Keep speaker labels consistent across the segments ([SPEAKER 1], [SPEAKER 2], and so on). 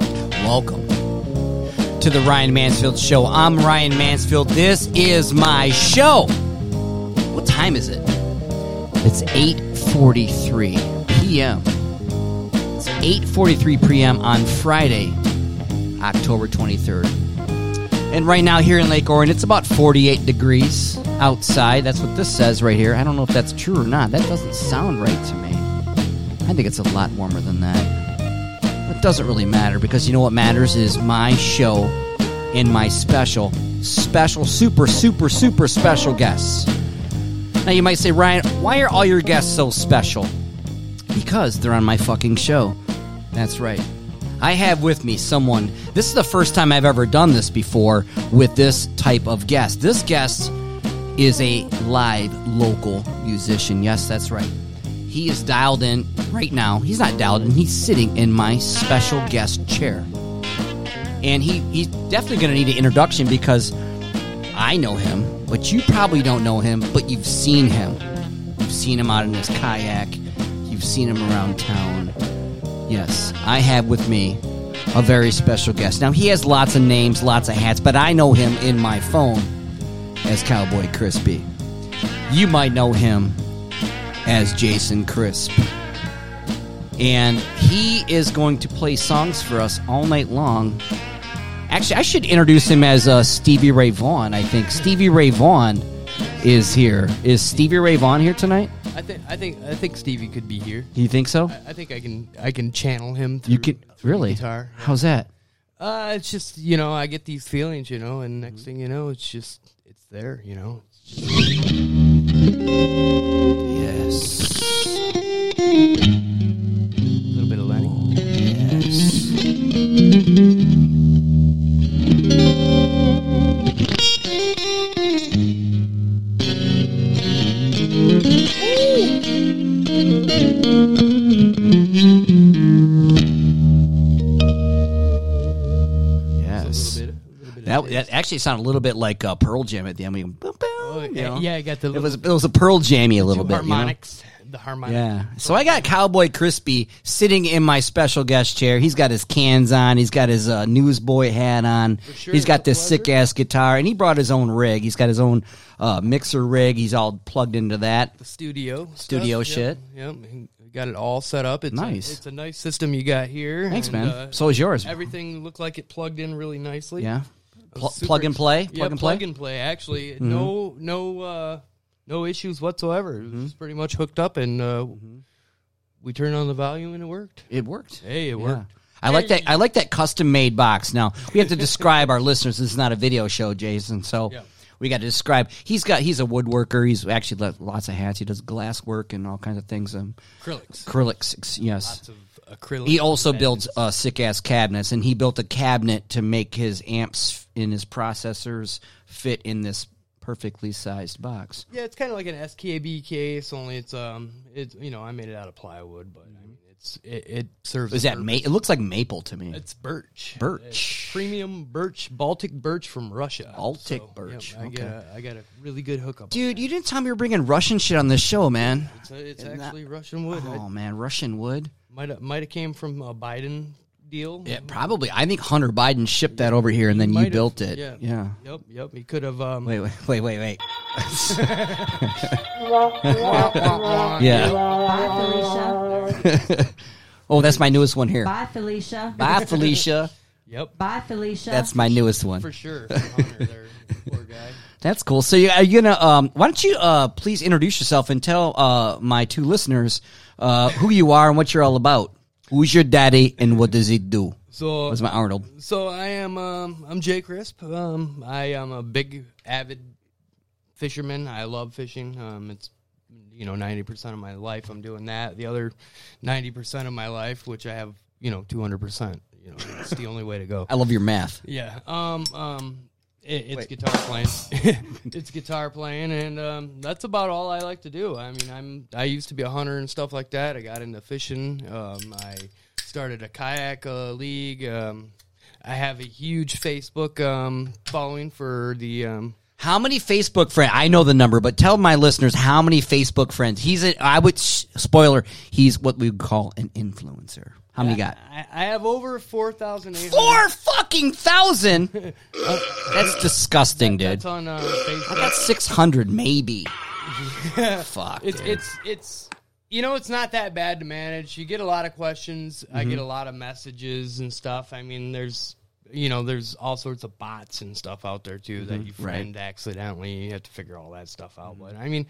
[SPEAKER 1] welcome to the Ryan Mansfield Show. I'm Ryan Mansfield. This is my show. What time is it? It's 8:43 p.m. It's 8:43 p.m. on Friday, October 23rd. And right now here in Lake Orion, it's about 48 degrees outside. That's what this says right here. I don't know if that's true or not. That doesn't sound right to me. I think it's a lot warmer than that. It doesn't really matter because you know what matters is my show and my special, special, super, super, super special guests. Now you might say, Ryan, why are all your guests so special? Because they're on my fucking show. That's right. I have with me someone. This is the first time I've ever done this before with this type of guest. This guest is a live local musician. Yes, that's right. He is dialed in right now. He's not dialed in, he's sitting in my special guest chair. And he, he's definitely going to need an introduction because I know him, but you probably don't know him, but you've seen him. You've seen him out in his kayak, you've seen him around town. Yes, I have with me a very special guest. Now, he has lots of names, lots of hats, but I know him in my phone as Cowboy Crispy. You might know him as Jason Crisp. And he is going to play songs for us all night long. Actually, I should introduce him as uh, Stevie Ray Vaughan, I think. Stevie Ray Vaughan is here. Is Stevie Ray Vaughan here tonight?
[SPEAKER 2] I think I think I think Stevie could be here.
[SPEAKER 1] Do you think so?
[SPEAKER 2] I, I think I can I can channel him. Through,
[SPEAKER 1] You could
[SPEAKER 2] through
[SPEAKER 1] really?
[SPEAKER 2] guitar.
[SPEAKER 1] How's that?
[SPEAKER 2] Uh, it's just you know I get these feelings, you know, and next thing you know, it's just it's there, you know.
[SPEAKER 1] Yes.
[SPEAKER 2] A little bit of Lenny.
[SPEAKER 1] Yes.
[SPEAKER 2] A
[SPEAKER 1] Yes.
[SPEAKER 2] little bit, a little bit
[SPEAKER 1] That,
[SPEAKER 2] of
[SPEAKER 1] that actually sounded a little bit like uh, Pearl Jam at the end. We go, boom, boom,
[SPEAKER 2] Oh,
[SPEAKER 1] you
[SPEAKER 2] yeah,
[SPEAKER 1] know?
[SPEAKER 2] yeah, I got the
[SPEAKER 1] It
[SPEAKER 2] little-
[SPEAKER 1] was it was a Pearl Jammy a
[SPEAKER 2] two
[SPEAKER 1] little bit. you know?
[SPEAKER 2] harmonics, the harmonic.
[SPEAKER 1] Yeah. So I got Cowboy Crispy sitting in my special guest chair. He's got his cans on. He's got his uh, newsboy hat on.
[SPEAKER 2] sure
[SPEAKER 1] he's got
[SPEAKER 2] it's a
[SPEAKER 1] this sick ass guitar, and he brought his own rig. He's got his own uh, mixer rig. He's all plugged into that.
[SPEAKER 2] The studio, stuff,
[SPEAKER 1] Studio shit.
[SPEAKER 2] Yep, yep, and got it all set up. It's
[SPEAKER 1] Nice.
[SPEAKER 2] A, it's a nice system you got here.
[SPEAKER 1] Thanks,
[SPEAKER 2] and,
[SPEAKER 1] man.
[SPEAKER 2] uh,
[SPEAKER 1] so is yours.
[SPEAKER 2] everything looked like it plugged in really nicely.
[SPEAKER 1] yeah. Pl-
[SPEAKER 2] Super
[SPEAKER 1] plug and
[SPEAKER 2] ex-
[SPEAKER 1] play. Plug
[SPEAKER 2] yeah,
[SPEAKER 1] and play. Mm-hmm.
[SPEAKER 2] Plug and play. Actually, no, no, uh, no issues whatsoever. It
[SPEAKER 1] Mm-hmm.
[SPEAKER 2] was pretty much hooked up, and uh, we turned on the volume, and it worked.
[SPEAKER 1] it worked.
[SPEAKER 2] Hey, it
[SPEAKER 1] Yeah.
[SPEAKER 2] worked.
[SPEAKER 1] I like that. I like that custom-made box. Now we have to describe our listeners. This is not a video show, Jason. So
[SPEAKER 2] Yeah.
[SPEAKER 1] we got to describe. He's got. He's a woodworker. He's actually got lots of hats. He does glass work and all kinds of things. Um,
[SPEAKER 2] Acrylics.
[SPEAKER 1] acrylics. ex- Yes.
[SPEAKER 2] Lots of acrylic.
[SPEAKER 1] He also builds uh, sick ass cabinets, and he built a cabinet to make his amps in his processors fit in this perfectly sized box.
[SPEAKER 2] Yeah, it's kind of like an SKB case, only it's um, it's you know, I made it out of plywood, but I mean, it's it, it serves.
[SPEAKER 1] Mm-hmm. Is
[SPEAKER 2] a
[SPEAKER 1] that
[SPEAKER 2] purpose.
[SPEAKER 1] ma- It looks like maple to me.
[SPEAKER 2] It's birch.
[SPEAKER 1] Birch.
[SPEAKER 2] It's premium birch, Baltic birch from Russia.
[SPEAKER 1] Baltic
[SPEAKER 2] yep,
[SPEAKER 1] birch,
[SPEAKER 2] I get a, I got a really good hookup.
[SPEAKER 1] Dude, you didn't tell me you were bringing Russian shit on this show, man.
[SPEAKER 2] it's, it's
[SPEAKER 1] Isn't that-
[SPEAKER 2] actually Russian wood. I
[SPEAKER 1] Oh man, Russian wood.
[SPEAKER 2] Might have, might have came from a Biden deal.
[SPEAKER 1] Yeah, probably. I think Hunter Biden shipped that over here, and then you
[SPEAKER 2] Might have-
[SPEAKER 1] built it.
[SPEAKER 2] Yeah.
[SPEAKER 1] yeah.
[SPEAKER 2] Yep. Yep. He could have. Um,
[SPEAKER 1] Wait, wait, wait, wait, wait.
[SPEAKER 2] yeah.
[SPEAKER 1] Yeah.
[SPEAKER 3] Bye, Felicia.
[SPEAKER 1] Oh, that's my newest one here.
[SPEAKER 3] Bye, Felicia.
[SPEAKER 1] Bye, Felicia.
[SPEAKER 2] Yep.
[SPEAKER 3] Bye, Felicia.
[SPEAKER 1] That's my newest
[SPEAKER 2] For
[SPEAKER 1] one.
[SPEAKER 2] sure. Honor there, poor guy.
[SPEAKER 1] That's cool. So you, are you gonna? Um, why don't you uh, please introduce yourself and tell uh, my two listeners uh, who you are and what you're all about. Who's your daddy and what does he do?
[SPEAKER 2] So
[SPEAKER 1] What's my Arnold?
[SPEAKER 2] so I am um I'm Jay Crisp. Um I am a big avid fisherman. I love fishing. Um it's you know 90% of my life I'm doing that. The other 90% of my life which I have, you know, 200%, you know, it's the only way to go.
[SPEAKER 1] I love your math.
[SPEAKER 2] Yeah. Um. Um. It, it's guitar playing. it's guitar playing, and um, that's about all I like to do. I mean, I'm I used to be a hunter and stuff like that. I got into fishing. Um, I started a kayak uh, league. Um, I have a huge Facebook um, following for the um,
[SPEAKER 1] How many Facebook friends? I know the number, but tell my listeners how many Facebook friends. He's a, I would sh- spoiler. He's what we would call an influencer. How many you got?
[SPEAKER 2] I, I have over four thousand eight hundred.
[SPEAKER 1] Four fucking thousand. That's disgusting, dude.
[SPEAKER 2] That's on uh, Facebook.
[SPEAKER 1] I got six hundred, maybe. Fuck.
[SPEAKER 2] It's
[SPEAKER 1] dude.
[SPEAKER 2] it's it's you know it's not that bad to manage. You get a lot of questions. I
[SPEAKER 1] Mm-hmm.
[SPEAKER 2] get a lot of messages and stuff. I mean, there's you know there's all sorts of bots and stuff out there too that you
[SPEAKER 1] Mm-hmm. Right. Mm-hmm.
[SPEAKER 2] friend accidentally. You have to figure all that stuff out. But I mean.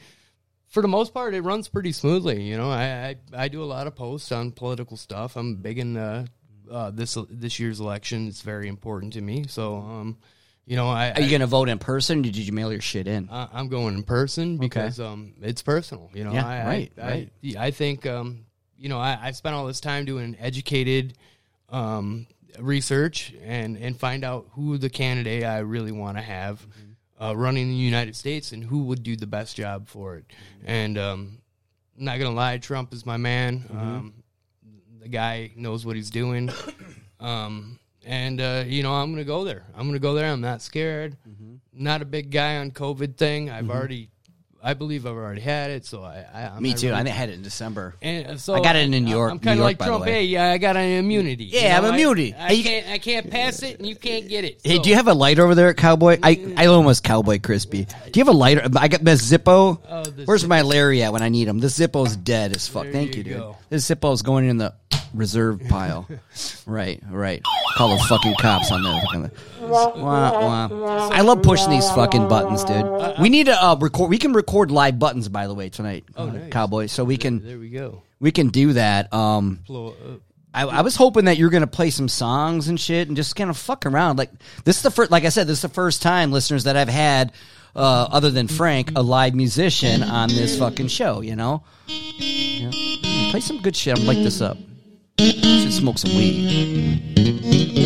[SPEAKER 2] For the most part, it runs pretty smoothly. You know, I, I, I do a lot of posts on political stuff. I'm big in uh, uh, this this year's election. It's very important to me. So, um, you know, I,
[SPEAKER 1] Are you gonna vote in person? Or did you mail your shit in?
[SPEAKER 2] I, I'm going in person because um, it's personal. You know,
[SPEAKER 1] Yeah,
[SPEAKER 2] I,
[SPEAKER 1] right,
[SPEAKER 2] I,
[SPEAKER 1] right.
[SPEAKER 2] I, I think um, you know I, I spent all this time doing educated um, research and and find out who the candidate I really want to have
[SPEAKER 1] Mm-hmm.
[SPEAKER 2] uh, running the United States and who would do the best job for it.
[SPEAKER 1] Mm-hmm.
[SPEAKER 2] And um, not gonna lie, Trump is my man.
[SPEAKER 1] Mm-hmm.
[SPEAKER 2] Um, the guy knows what he's doing. Um, and uh, you know, I'm gonna go there. I'm gonna go there. I'm not scared.
[SPEAKER 1] Mm-hmm.
[SPEAKER 2] Not a big guy on COVID thing. I've already, I believe I've already had it. So I, I I'm
[SPEAKER 1] Me
[SPEAKER 2] not
[SPEAKER 1] too.
[SPEAKER 2] really-
[SPEAKER 1] I had it in December.
[SPEAKER 2] and uh, so
[SPEAKER 1] I got it in
[SPEAKER 2] I-
[SPEAKER 1] New York-
[SPEAKER 2] I'm
[SPEAKER 1] New
[SPEAKER 2] kind of
[SPEAKER 1] York,
[SPEAKER 2] like
[SPEAKER 1] by the
[SPEAKER 2] Trump.
[SPEAKER 1] way.
[SPEAKER 2] Hey, yeah, I got an immunity. you
[SPEAKER 1] Yeah, I have
[SPEAKER 2] know, I-
[SPEAKER 1] immunity.
[SPEAKER 2] I,
[SPEAKER 1] Hey, you-
[SPEAKER 2] can't, I can't pass it, and you can't get it.
[SPEAKER 1] Hey,
[SPEAKER 2] So-
[SPEAKER 1] do you have a lighter over there, Cowboy? I, I almost Cowboy Crispy. Do you have a lighter? I got my Zippo.
[SPEAKER 2] Oh, the
[SPEAKER 1] Where's my Larry at when I need him? This Zippo's dead as fuck.
[SPEAKER 2] There
[SPEAKER 1] Thank you,
[SPEAKER 2] you
[SPEAKER 1] dude.
[SPEAKER 2] go.
[SPEAKER 1] This Zippo's going in the reserve pile. right, right. Call the fucking cops on that. Wah, wah. I love pushing these fucking buttons, dude. We need to uh, record. We can record live buttons, by the way, tonight, oh,
[SPEAKER 2] nice.
[SPEAKER 1] Cowboy. So we can
[SPEAKER 2] There we go.
[SPEAKER 1] we can do that. Um,
[SPEAKER 2] Blow up.
[SPEAKER 1] I, I was hoping that you were gonna play some songs and shit and just kind of fuck around. Like this is the first, like I said, this is the first time listeners that I've had, uh, other than Frank, a live musician on this fucking show. You know, Yeah. Mm, play some good shit. I'm gonna light this up. Should smoke some weed.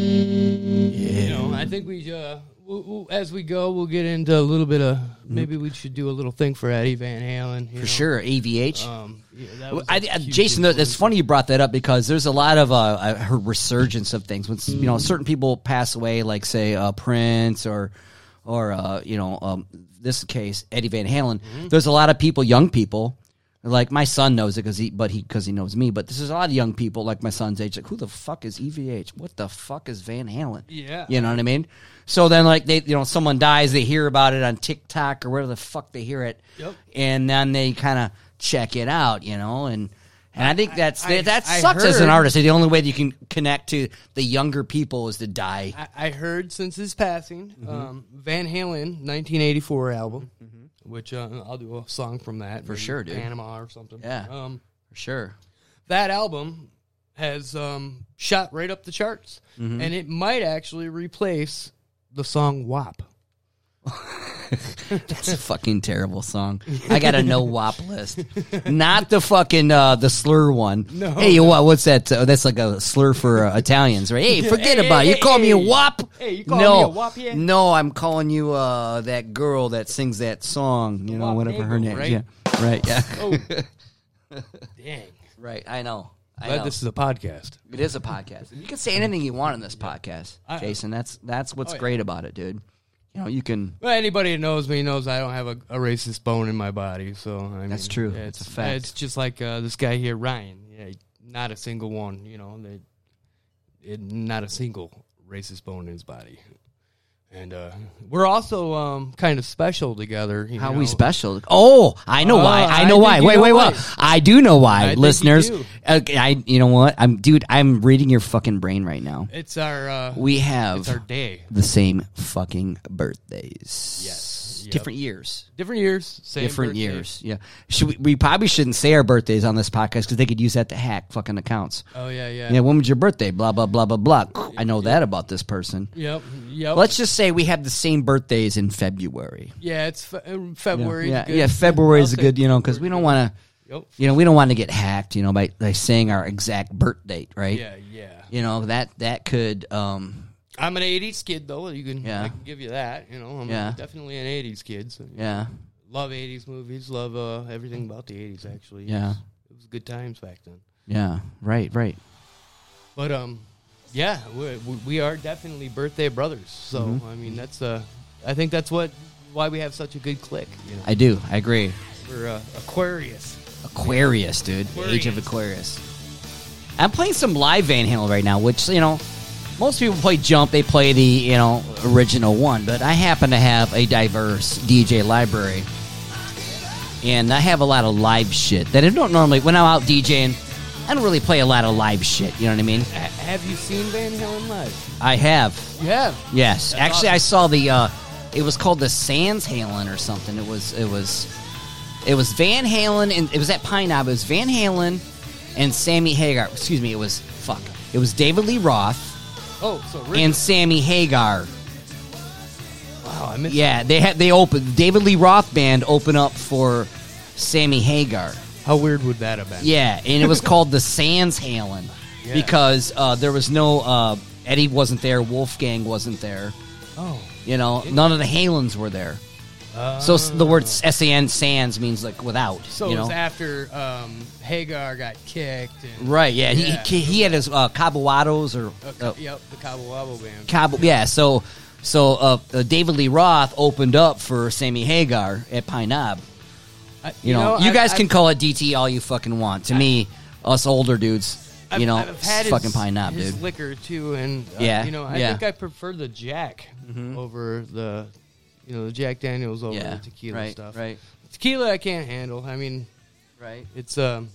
[SPEAKER 2] You know, I think we, uh, we'll, we'll- as we go, we'll get into a little bit of. Maybe we should do a little thing for Eddie Van Halen. You
[SPEAKER 1] Mm-hmm. For sure, AVH.
[SPEAKER 2] Um, yeah, that
[SPEAKER 1] Well,
[SPEAKER 2] was a
[SPEAKER 1] I, I,
[SPEAKER 2] huge
[SPEAKER 1] Jason, though,
[SPEAKER 2] influence.
[SPEAKER 1] it's funny you brought that up because there's a lot of uh, uh, her resurgence of things. When s- you know certain people pass away, like say uh, Prince or or uh, you know um, this case Eddie Van Halen,
[SPEAKER 2] Mm-hmm.
[SPEAKER 1] there's a lot of people, young people. Like my son knows it because he, but he because he knows me. But this is a lot of young people, like my son's age. Like who the fuck is EVH? What the fuck is Van Halen?
[SPEAKER 2] Yeah.
[SPEAKER 1] you know what I mean. So then, like they, you know, someone dies, they hear about it on TikTok or wherever the fuck they hear it
[SPEAKER 2] Yep.
[SPEAKER 1] and then they kind of check it out, you know, and and I think that's
[SPEAKER 2] I-
[SPEAKER 1] that
[SPEAKER 2] I
[SPEAKER 1] sucks as an
[SPEAKER 2] heard-
[SPEAKER 1] artist. The only way that you can connect to the younger people is to die.
[SPEAKER 2] I, I heard since his passing, um, Van Halen 1984 album, which uh, I'll do a song from that for
[SPEAKER 1] sure, dude.
[SPEAKER 2] Panama or something.
[SPEAKER 1] Yeah.
[SPEAKER 2] um,
[SPEAKER 1] for sure.
[SPEAKER 2] that album has um, shot right up the charts, and it might actually replace the song "WAP."
[SPEAKER 1] That's a fucking terrible song. I got a no wop list, not the fucking uh, the slur one. No, hey, you what? What's that? Uh, that's like a slur for uh, Italians, right? Hey, forget
[SPEAKER 2] Hey,
[SPEAKER 1] about it.
[SPEAKER 2] hey,
[SPEAKER 1] You call me a
[SPEAKER 2] hey.
[SPEAKER 1] wop?
[SPEAKER 2] Hey, you call
[SPEAKER 1] no,
[SPEAKER 2] me a wop, yeah?
[SPEAKER 1] No, I'm calling you uh, that girl that sings that song. You know,
[SPEAKER 2] Wop
[SPEAKER 1] whatever her
[SPEAKER 2] Nagel,
[SPEAKER 1] name.
[SPEAKER 2] right?
[SPEAKER 1] Yeah, right. Yeah,
[SPEAKER 2] Oh, dang!
[SPEAKER 1] right. I know. I know.
[SPEAKER 2] Glad this is a podcast.
[SPEAKER 1] It is a podcast. You can say anything you want in this podcast,
[SPEAKER 2] I-
[SPEAKER 1] Jason. That's that's what's
[SPEAKER 2] Oh, yeah.
[SPEAKER 1] great about it, dude. You know, you can.
[SPEAKER 2] Well, anybody that knows me knows I don't have a, a racist bone in my body, so I
[SPEAKER 1] That's
[SPEAKER 2] mean,
[SPEAKER 1] true.
[SPEAKER 2] It's,
[SPEAKER 1] That's a fact.
[SPEAKER 2] It's just like uh, this guy here, Ryan. Yeah, not a single one. You know, they, it, not a single racist bone in his body. And uh, we're also um, kind of special together. you
[SPEAKER 1] How
[SPEAKER 2] know.
[SPEAKER 1] we special? Oh, I know
[SPEAKER 2] Oh,
[SPEAKER 1] why. I
[SPEAKER 2] I
[SPEAKER 1] know
[SPEAKER 2] think
[SPEAKER 1] why.
[SPEAKER 2] you
[SPEAKER 1] Wait,
[SPEAKER 2] know
[SPEAKER 1] wait, wait.
[SPEAKER 2] why.
[SPEAKER 1] I do know
[SPEAKER 2] I
[SPEAKER 1] why,
[SPEAKER 2] think you
[SPEAKER 1] listeners.
[SPEAKER 2] do.
[SPEAKER 1] Okay, I. You know what? I'm, dude. I'm reading your fucking brain right now.
[SPEAKER 2] It's our uh,
[SPEAKER 1] We
[SPEAKER 2] it's our
[SPEAKER 1] have
[SPEAKER 2] day.
[SPEAKER 1] the same fucking birthdays.
[SPEAKER 2] Yes. Yep.
[SPEAKER 1] Different years.
[SPEAKER 2] Different years, same
[SPEAKER 1] different
[SPEAKER 2] birthday.
[SPEAKER 1] years. Yeah. Should we, we probably shouldn't say our birthdays on this podcast because they could use that to hack fucking accounts.
[SPEAKER 2] Oh yeah, yeah.
[SPEAKER 1] Yeah. When was your birthday? Blah blah blah blah blah. I know that about this person.
[SPEAKER 2] Yep, yep.
[SPEAKER 1] Let's just say we have the same birthdays in February.
[SPEAKER 2] yeah, it's fe- February.
[SPEAKER 1] Yeah, yeah. February is a good, you know, because we don't want to.
[SPEAKER 2] Yep.
[SPEAKER 1] You know, we don't want to get hacked. You know, by by saying our exact birth date, right?
[SPEAKER 2] Yeah, yeah.
[SPEAKER 1] You know that that could. um
[SPEAKER 2] I'm an '80s kid, though. You can,
[SPEAKER 1] Yeah.
[SPEAKER 2] I can give you that. You know, I'm
[SPEAKER 1] Yeah.
[SPEAKER 2] definitely an '80s kid. So
[SPEAKER 1] Yeah.
[SPEAKER 2] Love '80s movies. Love uh, everything about the '80s. Actually, It
[SPEAKER 1] Yeah.
[SPEAKER 2] was- it was good times back then.
[SPEAKER 1] Yeah. Right. Right.
[SPEAKER 2] But um, yeah, we're, we- we are definitely birthday brothers. So
[SPEAKER 1] Mm-hmm.
[SPEAKER 2] I mean, that's uh, I think that's what why we have such a good click. You know,
[SPEAKER 1] I do. I agree.
[SPEAKER 2] we're uh, Aquarius.
[SPEAKER 1] Aquarius, dude. Age of
[SPEAKER 2] Aquarius.
[SPEAKER 1] Aquarius. I'm playing some live Van Halen right now, which you know, most people play Jump. They play the you know original one, but I happen to have a diverse DJ library, and I have a lot of live shit that I don't normally. When I'm out DJing, I don't really play a lot of live shit. You know what I mean?
[SPEAKER 2] A- have you seen Van Halen live?
[SPEAKER 1] I have,
[SPEAKER 2] You have.
[SPEAKER 1] yes.
[SPEAKER 2] That's
[SPEAKER 1] Actually,
[SPEAKER 2] awesome.
[SPEAKER 1] I saw the. uh It was called the Sans Halen or something. It was. It was. It was Van Halen and it was at Pine Knob. It was Van Halen and Sammy Hagar. Excuse me. It was fuck. It was David Lee Roth
[SPEAKER 2] Oh, so Rick,
[SPEAKER 1] and Sammy Hagar.
[SPEAKER 2] wow, I missed.
[SPEAKER 1] Yeah, they had they opened David Lee Roth band open up for Sammy Hagar.
[SPEAKER 2] How weird would that have been?
[SPEAKER 1] Yeah, and it was called the Sans Halen
[SPEAKER 2] Yeah.
[SPEAKER 1] because uh, there was no uh, Eddie wasn't there, Wolfgang wasn't there.
[SPEAKER 2] Oh.
[SPEAKER 1] You know, none of the Halens were there.
[SPEAKER 2] Uh,
[SPEAKER 1] So s- the word S A N sans means like without.
[SPEAKER 2] So
[SPEAKER 1] you
[SPEAKER 2] it
[SPEAKER 1] know?
[SPEAKER 2] was after um, Hagar got kicked. And,
[SPEAKER 1] right? Yeah, he-
[SPEAKER 2] Yeah.
[SPEAKER 1] He, he had his uh, Cabuados or
[SPEAKER 2] Okay,
[SPEAKER 1] uh,
[SPEAKER 2] yep, the Cabo Wabo band.
[SPEAKER 1] Cabo. Yeah, so so uh, uh, David Lee Roth opened up for Sammy Hagar at Pine Knob.
[SPEAKER 2] I-
[SPEAKER 1] You, know, you
[SPEAKER 2] I-
[SPEAKER 1] guys
[SPEAKER 2] I-
[SPEAKER 1] can call it DT all you fucking want. To me, us older dudes,
[SPEAKER 2] I've-
[SPEAKER 1] you know,
[SPEAKER 2] I've had
[SPEAKER 1] it's
[SPEAKER 2] his-
[SPEAKER 1] fucking Pine Knob,
[SPEAKER 2] his
[SPEAKER 1] dude.
[SPEAKER 2] liquor too, and uh,
[SPEAKER 1] Yeah,
[SPEAKER 2] you know, I
[SPEAKER 1] yeah. Mm-hmm.
[SPEAKER 2] think I prefer the Jack over the, you know, the Jack Daniels over
[SPEAKER 1] yeah,
[SPEAKER 2] the tequila
[SPEAKER 1] right,
[SPEAKER 2] stuff.
[SPEAKER 1] right,
[SPEAKER 2] Tequila, I can't handle. I mean,
[SPEAKER 1] right.
[SPEAKER 2] it's um,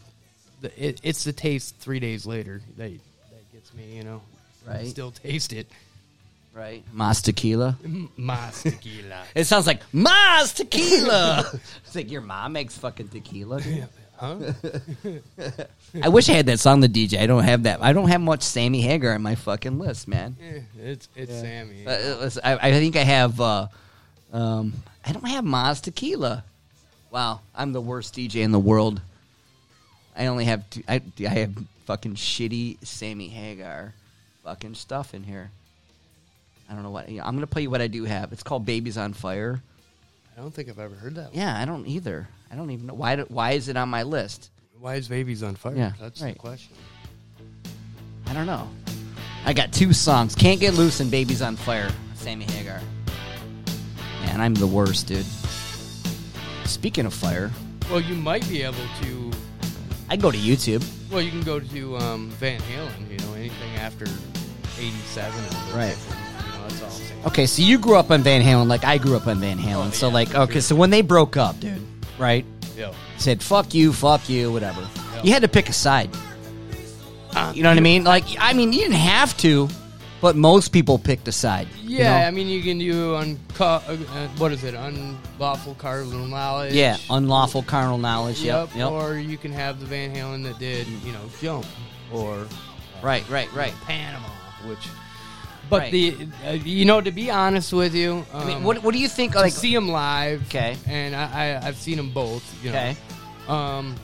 [SPEAKER 2] the, it, it's the taste three days later that that gets me. You know,
[SPEAKER 1] Right.
[SPEAKER 2] Still taste it.
[SPEAKER 1] Right. Mas tequila.
[SPEAKER 2] M- Mas tequila.
[SPEAKER 1] It sounds like Mas tequila. it's like your mom makes fucking tequila. dude.
[SPEAKER 2] Huh?
[SPEAKER 1] I wish I had that song, the DJ. I don't have that. I don't have much Sammy Hagar on my fucking list, man.
[SPEAKER 2] Eh, it's it's Sammy.
[SPEAKER 1] Uh, it was- I, I think I have. Uh, um, I don't have Maz Tequila. Wow, I'm the worst DJ in the world. I only have. Two, I I have fucking shitty Sammy Hagar, fucking stuff in here. I don't know what. You know, I'm gonna play you what I do have. It's called "Babies on Fire."
[SPEAKER 2] I don't think I've ever heard that. one.
[SPEAKER 1] Yeah, I don't either. I don't even know why. do- Why is it on my list?
[SPEAKER 2] Why is babies on fire?
[SPEAKER 1] Yeah,
[SPEAKER 2] That's
[SPEAKER 1] right.
[SPEAKER 2] the question.
[SPEAKER 1] I don't know. I got two songs: "Can't Get Loose" and "Babies on Fire." Sammy Hagar. Man, I'm the worst, dude. Speaking of fire,
[SPEAKER 2] Well, you might be able to.
[SPEAKER 1] I go to YouTube.
[SPEAKER 2] Well, you can go to um, Van Halen. You know, anything after '87,
[SPEAKER 1] Right.
[SPEAKER 2] You know, that's all. I'm saying.
[SPEAKER 1] Okay, so you grew up on Van Halen, like I grew up on Van Halen.
[SPEAKER 2] Oh,
[SPEAKER 1] so
[SPEAKER 2] yeah,
[SPEAKER 1] like,
[SPEAKER 2] for
[SPEAKER 1] okay,
[SPEAKER 2] sure.
[SPEAKER 1] so when they broke up, dude, right?
[SPEAKER 2] Yo,
[SPEAKER 1] Said fuck you, fuck you, whatever.
[SPEAKER 2] Yeah.
[SPEAKER 1] You had to pick a side.
[SPEAKER 2] Uh,
[SPEAKER 1] You know what I mean? Like, I mean, you didn't have to, but most people picked a side. you
[SPEAKER 2] yeah.
[SPEAKER 1] know?
[SPEAKER 2] I mean, you can do on uh, uh, what is it? Unlawful carnal knowledge.
[SPEAKER 1] yeah, unlawful carnal knowledge. Yep,
[SPEAKER 2] Yep.
[SPEAKER 1] yep.
[SPEAKER 2] Or you can have the Van Halen that did, you know, jump or uh,
[SPEAKER 1] right, right, right.
[SPEAKER 2] Panama, which. But
[SPEAKER 1] Right.
[SPEAKER 2] the uh, you know to be honest with you, um,
[SPEAKER 1] I mean, what, what do you think?
[SPEAKER 2] I
[SPEAKER 1] Like,
[SPEAKER 2] see them live.
[SPEAKER 1] 'Kay.
[SPEAKER 2] And I, I I've seen them both. You know.
[SPEAKER 1] okay,
[SPEAKER 2] Um,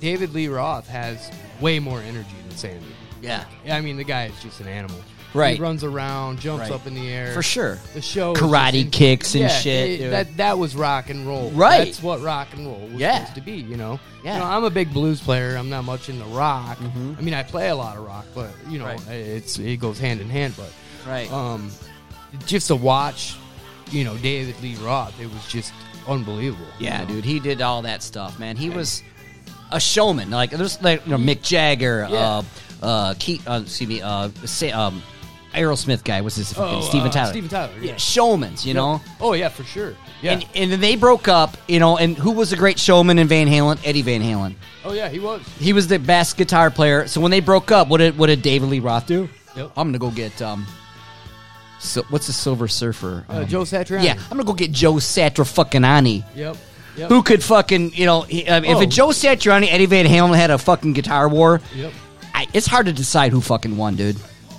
[SPEAKER 2] David Lee Roth has way more energy than Sandy.
[SPEAKER 1] yeah,
[SPEAKER 2] I mean, the guy is just an animal.
[SPEAKER 1] Right.
[SPEAKER 2] He runs around, jumps
[SPEAKER 1] Right.
[SPEAKER 2] up in the air.
[SPEAKER 1] for sure.
[SPEAKER 2] The show. is
[SPEAKER 1] Karate
[SPEAKER 2] just in-
[SPEAKER 1] kicks and
[SPEAKER 2] Yeah,
[SPEAKER 1] shit,
[SPEAKER 2] it-
[SPEAKER 1] dude.
[SPEAKER 2] that that was rock and roll.
[SPEAKER 1] Right.
[SPEAKER 2] That's what rock and roll was
[SPEAKER 1] Yeah.
[SPEAKER 2] supposed to be. You know.
[SPEAKER 1] Yeah. Mm-hmm.
[SPEAKER 2] You know, I'm a big blues player. I'm not much into rock. I mean, I play a lot of rock, but you know,
[SPEAKER 1] Right.
[SPEAKER 2] it's it goes hand in hand. But
[SPEAKER 1] Right.
[SPEAKER 2] um, just to watch, you know, David Lee Roth, it was just unbelievable.
[SPEAKER 1] Yeah,
[SPEAKER 2] you know?
[SPEAKER 1] dude, he did all that stuff, man. He was a showman. Like there's like you know, Mick Jagger,
[SPEAKER 2] Yeah.
[SPEAKER 1] uh, uh, Keith, uh, excuse me, uh, say, um, Aerosmith guy was his fucking
[SPEAKER 2] Oh,
[SPEAKER 1] Steven
[SPEAKER 2] uh,
[SPEAKER 1] Tyler.
[SPEAKER 2] Steven Tyler,
[SPEAKER 1] yeah,
[SPEAKER 2] yeah.
[SPEAKER 1] showmans, you know.
[SPEAKER 2] Oh yeah, for sure. Yeah.
[SPEAKER 1] And and then they broke up, you know. And who was a great showman in Van Halen? Eddie Van Halen.
[SPEAKER 2] oh yeah, he was.
[SPEAKER 1] He was the best guitar player. So when they broke up, what did what did David Lee Roth do?
[SPEAKER 2] Yep.
[SPEAKER 1] I'm gonna go get um. So, what's the Silver Surfer?
[SPEAKER 2] Uh,
[SPEAKER 1] Um,
[SPEAKER 2] Joe Satriani.
[SPEAKER 1] Yeah, I'm gonna go get Joe Satriani.
[SPEAKER 2] Yep. Yep.
[SPEAKER 1] who could fucking you know he, uh, if
[SPEAKER 2] Oh.
[SPEAKER 1] a Joe Satriani Eddie Van Halen had a fucking guitar war,
[SPEAKER 2] Yep.
[SPEAKER 1] I, it's hard to decide who fucking won, dude.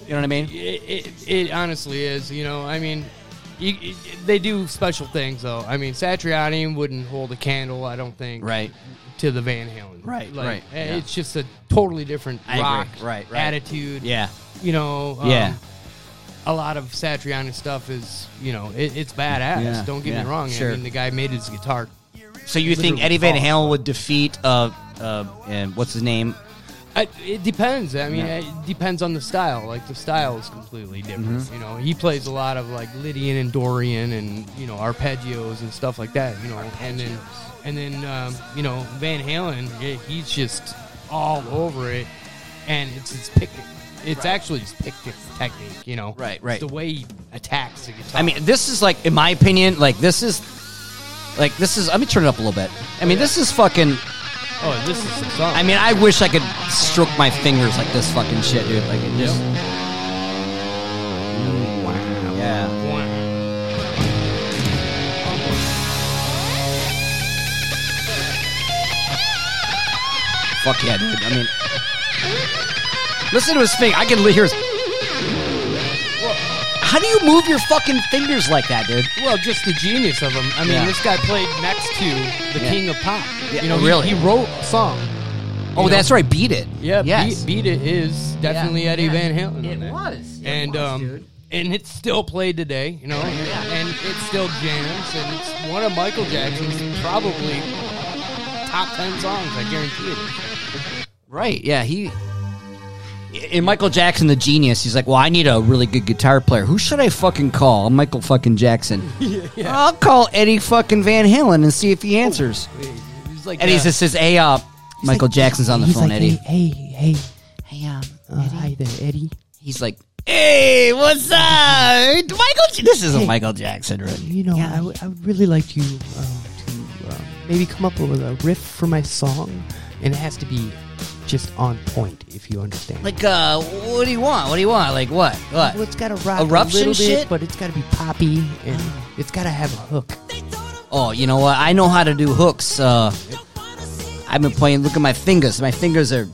[SPEAKER 1] You know what I mean?
[SPEAKER 2] It, it, it honestly is. You know, I mean, you, it, they do special things though. I mean, Satriani wouldn't hold a candle. I don't think.
[SPEAKER 1] Right.
[SPEAKER 2] to the Van Halen.
[SPEAKER 1] Right,
[SPEAKER 2] Like,
[SPEAKER 1] right,
[SPEAKER 2] eh,
[SPEAKER 1] yeah.
[SPEAKER 2] It's just a totally different
[SPEAKER 1] I agree,
[SPEAKER 2] rock
[SPEAKER 1] right, right.
[SPEAKER 2] attitude.
[SPEAKER 1] Yeah.
[SPEAKER 2] You know. um,
[SPEAKER 1] Yeah.
[SPEAKER 2] A lot of Satriani stuff is, you know, it, it's badass.
[SPEAKER 1] Yeah,
[SPEAKER 2] Don't get
[SPEAKER 1] yeah,
[SPEAKER 2] me wrong.
[SPEAKER 1] sure.
[SPEAKER 2] I mean, the guy made his guitar.
[SPEAKER 1] So you think
[SPEAKER 2] Literally
[SPEAKER 1] Eddie Van
[SPEAKER 2] false.
[SPEAKER 1] Halen would defeat uh, uh and what's his name?
[SPEAKER 2] I, it depends. I mean,
[SPEAKER 1] Yeah.
[SPEAKER 2] it depends on the style. Like the style is completely different.
[SPEAKER 1] Mm-hmm.
[SPEAKER 2] You know, he plays a lot of like Lydian and Dorian and you know arpeggios and stuff like that. You know, and then and then um, you know Van Halen, yeah, he's just all over it, and it's his pick. It's actually his pick technique. You know,
[SPEAKER 1] Right, right.
[SPEAKER 2] It's the way he attacks the guitar.
[SPEAKER 1] I mean, this is like in my opinion, like this is like this is let me turn it up a little bit. I mean, this is fucking
[SPEAKER 2] oh, this is some song.
[SPEAKER 1] I mean, I wish I could stroke my fingers like this fucking shit, dude. Like it just Yeah. Fuck yeah, dude. I mean Listen to his thing. I can li- hear his How do you move your fucking fingers like that, dude?
[SPEAKER 2] Well, just the genius of him. I mean,
[SPEAKER 1] Yeah.
[SPEAKER 2] this guy played next to the
[SPEAKER 1] Yeah.
[SPEAKER 2] king of pop.
[SPEAKER 1] Yeah,
[SPEAKER 2] you know, he-
[SPEAKER 1] really.
[SPEAKER 2] He, wrote a song.
[SPEAKER 1] Oh,
[SPEAKER 2] You know?
[SPEAKER 1] that's right. Beat it.
[SPEAKER 2] Yeah,
[SPEAKER 1] Yes.
[SPEAKER 2] beat, beat It is definitely Eddie Van Halen. on that.
[SPEAKER 1] was.
[SPEAKER 2] and um, and it's still played today. You know, and it's still jams, and it's one of Michael Jackson's probably top ten songs. I guarantee it.
[SPEAKER 1] Right. Yeah. He. In Michael Jackson, the genius, he's like, "Well, I need a really good guitar player. Who should I fucking call? I'm Michael fucking Jackson. I'll call Eddie fucking Van Halen and see if he answers."
[SPEAKER 2] He's like,
[SPEAKER 1] Eddie
[SPEAKER 2] uh,
[SPEAKER 1] just says, "Hey, uh, Michael Jackson's on the
[SPEAKER 4] He's
[SPEAKER 1] phone,
[SPEAKER 4] like,
[SPEAKER 1] Eddie."
[SPEAKER 4] Hey, hey, hey.
[SPEAKER 1] Hey, um,
[SPEAKER 4] Uh, hi there, Eddie.
[SPEAKER 1] he's like, "Hey, what's up, Michael?" J- This isn't Michael Jackson, really.
[SPEAKER 4] You know, I would- I would really like you um, to um, maybe come up with a riff for my song, and it has to be just on point, if you understand.
[SPEAKER 1] Like, uh, what do you want? What do you want? Like, what? What?
[SPEAKER 4] well, it's got to rock
[SPEAKER 1] Eruption
[SPEAKER 4] a little
[SPEAKER 1] shit?
[SPEAKER 4] bit, but it's got to be poppy, and it's got to have a hook.
[SPEAKER 1] Oh, you know what? I know how to do hooks. Uh, I've been playing. Look at my fingers. My fingers are.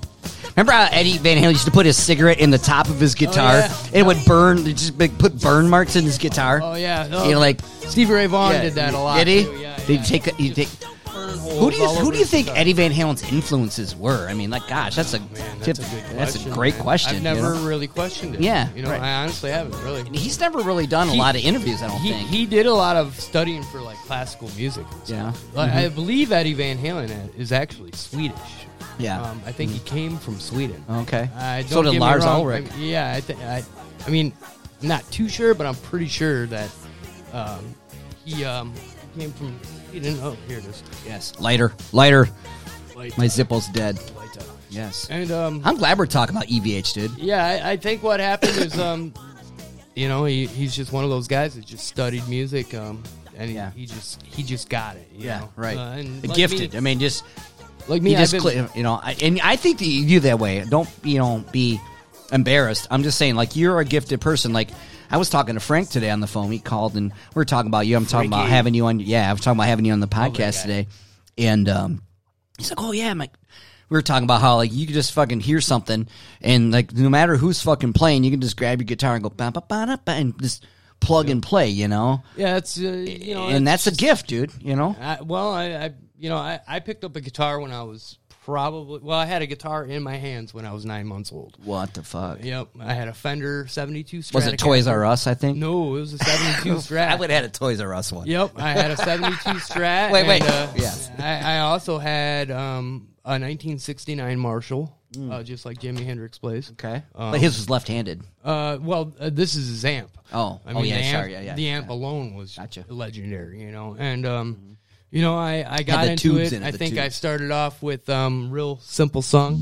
[SPEAKER 1] Remember how Eddie Van Halen used to put his cigarette in the top of his guitar?
[SPEAKER 2] Oh, yeah.
[SPEAKER 1] And It would burn. It just like, put burn marks in his guitar.
[SPEAKER 2] oh yeah, oh,
[SPEAKER 1] You know, like
[SPEAKER 2] Stevie Ray Vaughan
[SPEAKER 1] yeah,
[SPEAKER 2] did that a lot.
[SPEAKER 1] Did he?
[SPEAKER 2] too. Yeah,
[SPEAKER 1] Did
[SPEAKER 2] yeah.
[SPEAKER 1] he take? that- He take
[SPEAKER 2] Burn
[SPEAKER 1] who do you
[SPEAKER 2] holes all
[SPEAKER 1] who
[SPEAKER 2] over
[SPEAKER 1] do you
[SPEAKER 2] his
[SPEAKER 1] think
[SPEAKER 2] stuff.
[SPEAKER 1] Eddie Van Halen's influences were? I mean, like, gosh, that's a
[SPEAKER 2] Man,
[SPEAKER 1] tip-
[SPEAKER 2] that's, a good
[SPEAKER 1] that's a
[SPEAKER 2] question,
[SPEAKER 1] great
[SPEAKER 2] man.
[SPEAKER 1] question.
[SPEAKER 2] I've
[SPEAKER 1] you know?
[SPEAKER 2] never really questioned it.
[SPEAKER 1] Yeah,
[SPEAKER 2] you know,
[SPEAKER 1] right.
[SPEAKER 2] I honestly haven't really.
[SPEAKER 1] And He's never really done a
[SPEAKER 2] He-
[SPEAKER 1] lot of interviews. I don't
[SPEAKER 2] He,
[SPEAKER 1] think.
[SPEAKER 2] he did a lot of studying for like classical music. and stuff.
[SPEAKER 1] yeah. Mm-hmm.
[SPEAKER 2] Like, I believe Eddie Van Halen is actually Swedish.
[SPEAKER 1] Yeah.
[SPEAKER 2] um, I think he came from Sweden.
[SPEAKER 1] Okay.
[SPEAKER 2] I Uh, don't
[SPEAKER 1] so
[SPEAKER 2] get
[SPEAKER 1] did
[SPEAKER 2] me
[SPEAKER 1] Lars
[SPEAKER 2] wrong,
[SPEAKER 1] Ulrich.
[SPEAKER 2] I, yeah, I, th- I, I mean, I'm not too sure, but I'm pretty sure that um, he um, came from Sweden. Oh, here it is.
[SPEAKER 1] Yes. Lighter. Lighter.
[SPEAKER 2] Light
[SPEAKER 1] My
[SPEAKER 2] up,
[SPEAKER 1] Zippo's dead.
[SPEAKER 2] light up.
[SPEAKER 1] Yes.
[SPEAKER 2] And um,
[SPEAKER 1] I'm glad we're talking about EVH, dude.
[SPEAKER 2] Yeah, I, I think what happened is, um, you know, he, he's just one of those guys that just studied music, um, and he-
[SPEAKER 1] Yeah.
[SPEAKER 2] he, just he just got it. you know?
[SPEAKER 1] right.
[SPEAKER 2] Uh, and
[SPEAKER 1] Uh,
[SPEAKER 2] like
[SPEAKER 1] Gifted.
[SPEAKER 2] Me,
[SPEAKER 1] I mean, just you
[SPEAKER 2] like me, I've
[SPEAKER 1] just
[SPEAKER 2] been,
[SPEAKER 1] cli- you know, I, and I think that you do that way. Don't you know? Be embarrassed. I'm just saying, like you're a gifted person. Like I was talking to Frank today on the phone. He called and we are talking about you. I'm talking about
[SPEAKER 2] Frankie.
[SPEAKER 1] having you on. Yeah, I was talking about having you on the podcast
[SPEAKER 2] guy.
[SPEAKER 1] today, and um, he's like, "Oh yeah, I'm like." We were talking about how like you could just fucking hear something and like no matter who's fucking playing, you can just grab your guitar and go ba ba ba da, ba and just plug and play, you know.
[SPEAKER 2] yeah, it's uh, you know,
[SPEAKER 1] and
[SPEAKER 2] it's
[SPEAKER 1] that's a gift, dude. You know.
[SPEAKER 2] I, well, I, I you know I, I picked up a guitar when I was probably well, I had a guitar in my hands when I was nine months old.
[SPEAKER 1] What the fuck?
[SPEAKER 2] Yep, I had a Fender seventy two.
[SPEAKER 1] Was it Toys R Us? I think.
[SPEAKER 2] No, it was a seventy two Strat.
[SPEAKER 1] I would have had a Toys R Us one.
[SPEAKER 2] Yep, I had a 72 Strat.
[SPEAKER 1] Wait, wait.
[SPEAKER 2] and, uh,
[SPEAKER 1] Yes.
[SPEAKER 2] I, I also had um, a 1969 Marshall, uh, just like Jimi Hendrix plays.
[SPEAKER 1] Mm. Okay.
[SPEAKER 2] Um,
[SPEAKER 1] but his was left-handed.
[SPEAKER 2] Uh, well, uh, this is his amp.
[SPEAKER 1] Oh.
[SPEAKER 2] I mean,
[SPEAKER 1] Oh, yeah,
[SPEAKER 2] the amp,
[SPEAKER 1] sorry, yeah, yeah,
[SPEAKER 2] the
[SPEAKER 1] yeah.
[SPEAKER 2] amp alone was
[SPEAKER 1] Gotcha. Mm-hmm.
[SPEAKER 2] legendary, you know. And um, you know, I, I got
[SPEAKER 1] the
[SPEAKER 2] into
[SPEAKER 1] tubes
[SPEAKER 2] it.
[SPEAKER 1] in it,
[SPEAKER 2] I
[SPEAKER 1] the
[SPEAKER 2] think I
[SPEAKER 1] tubes.
[SPEAKER 2] started off with um, real simple song.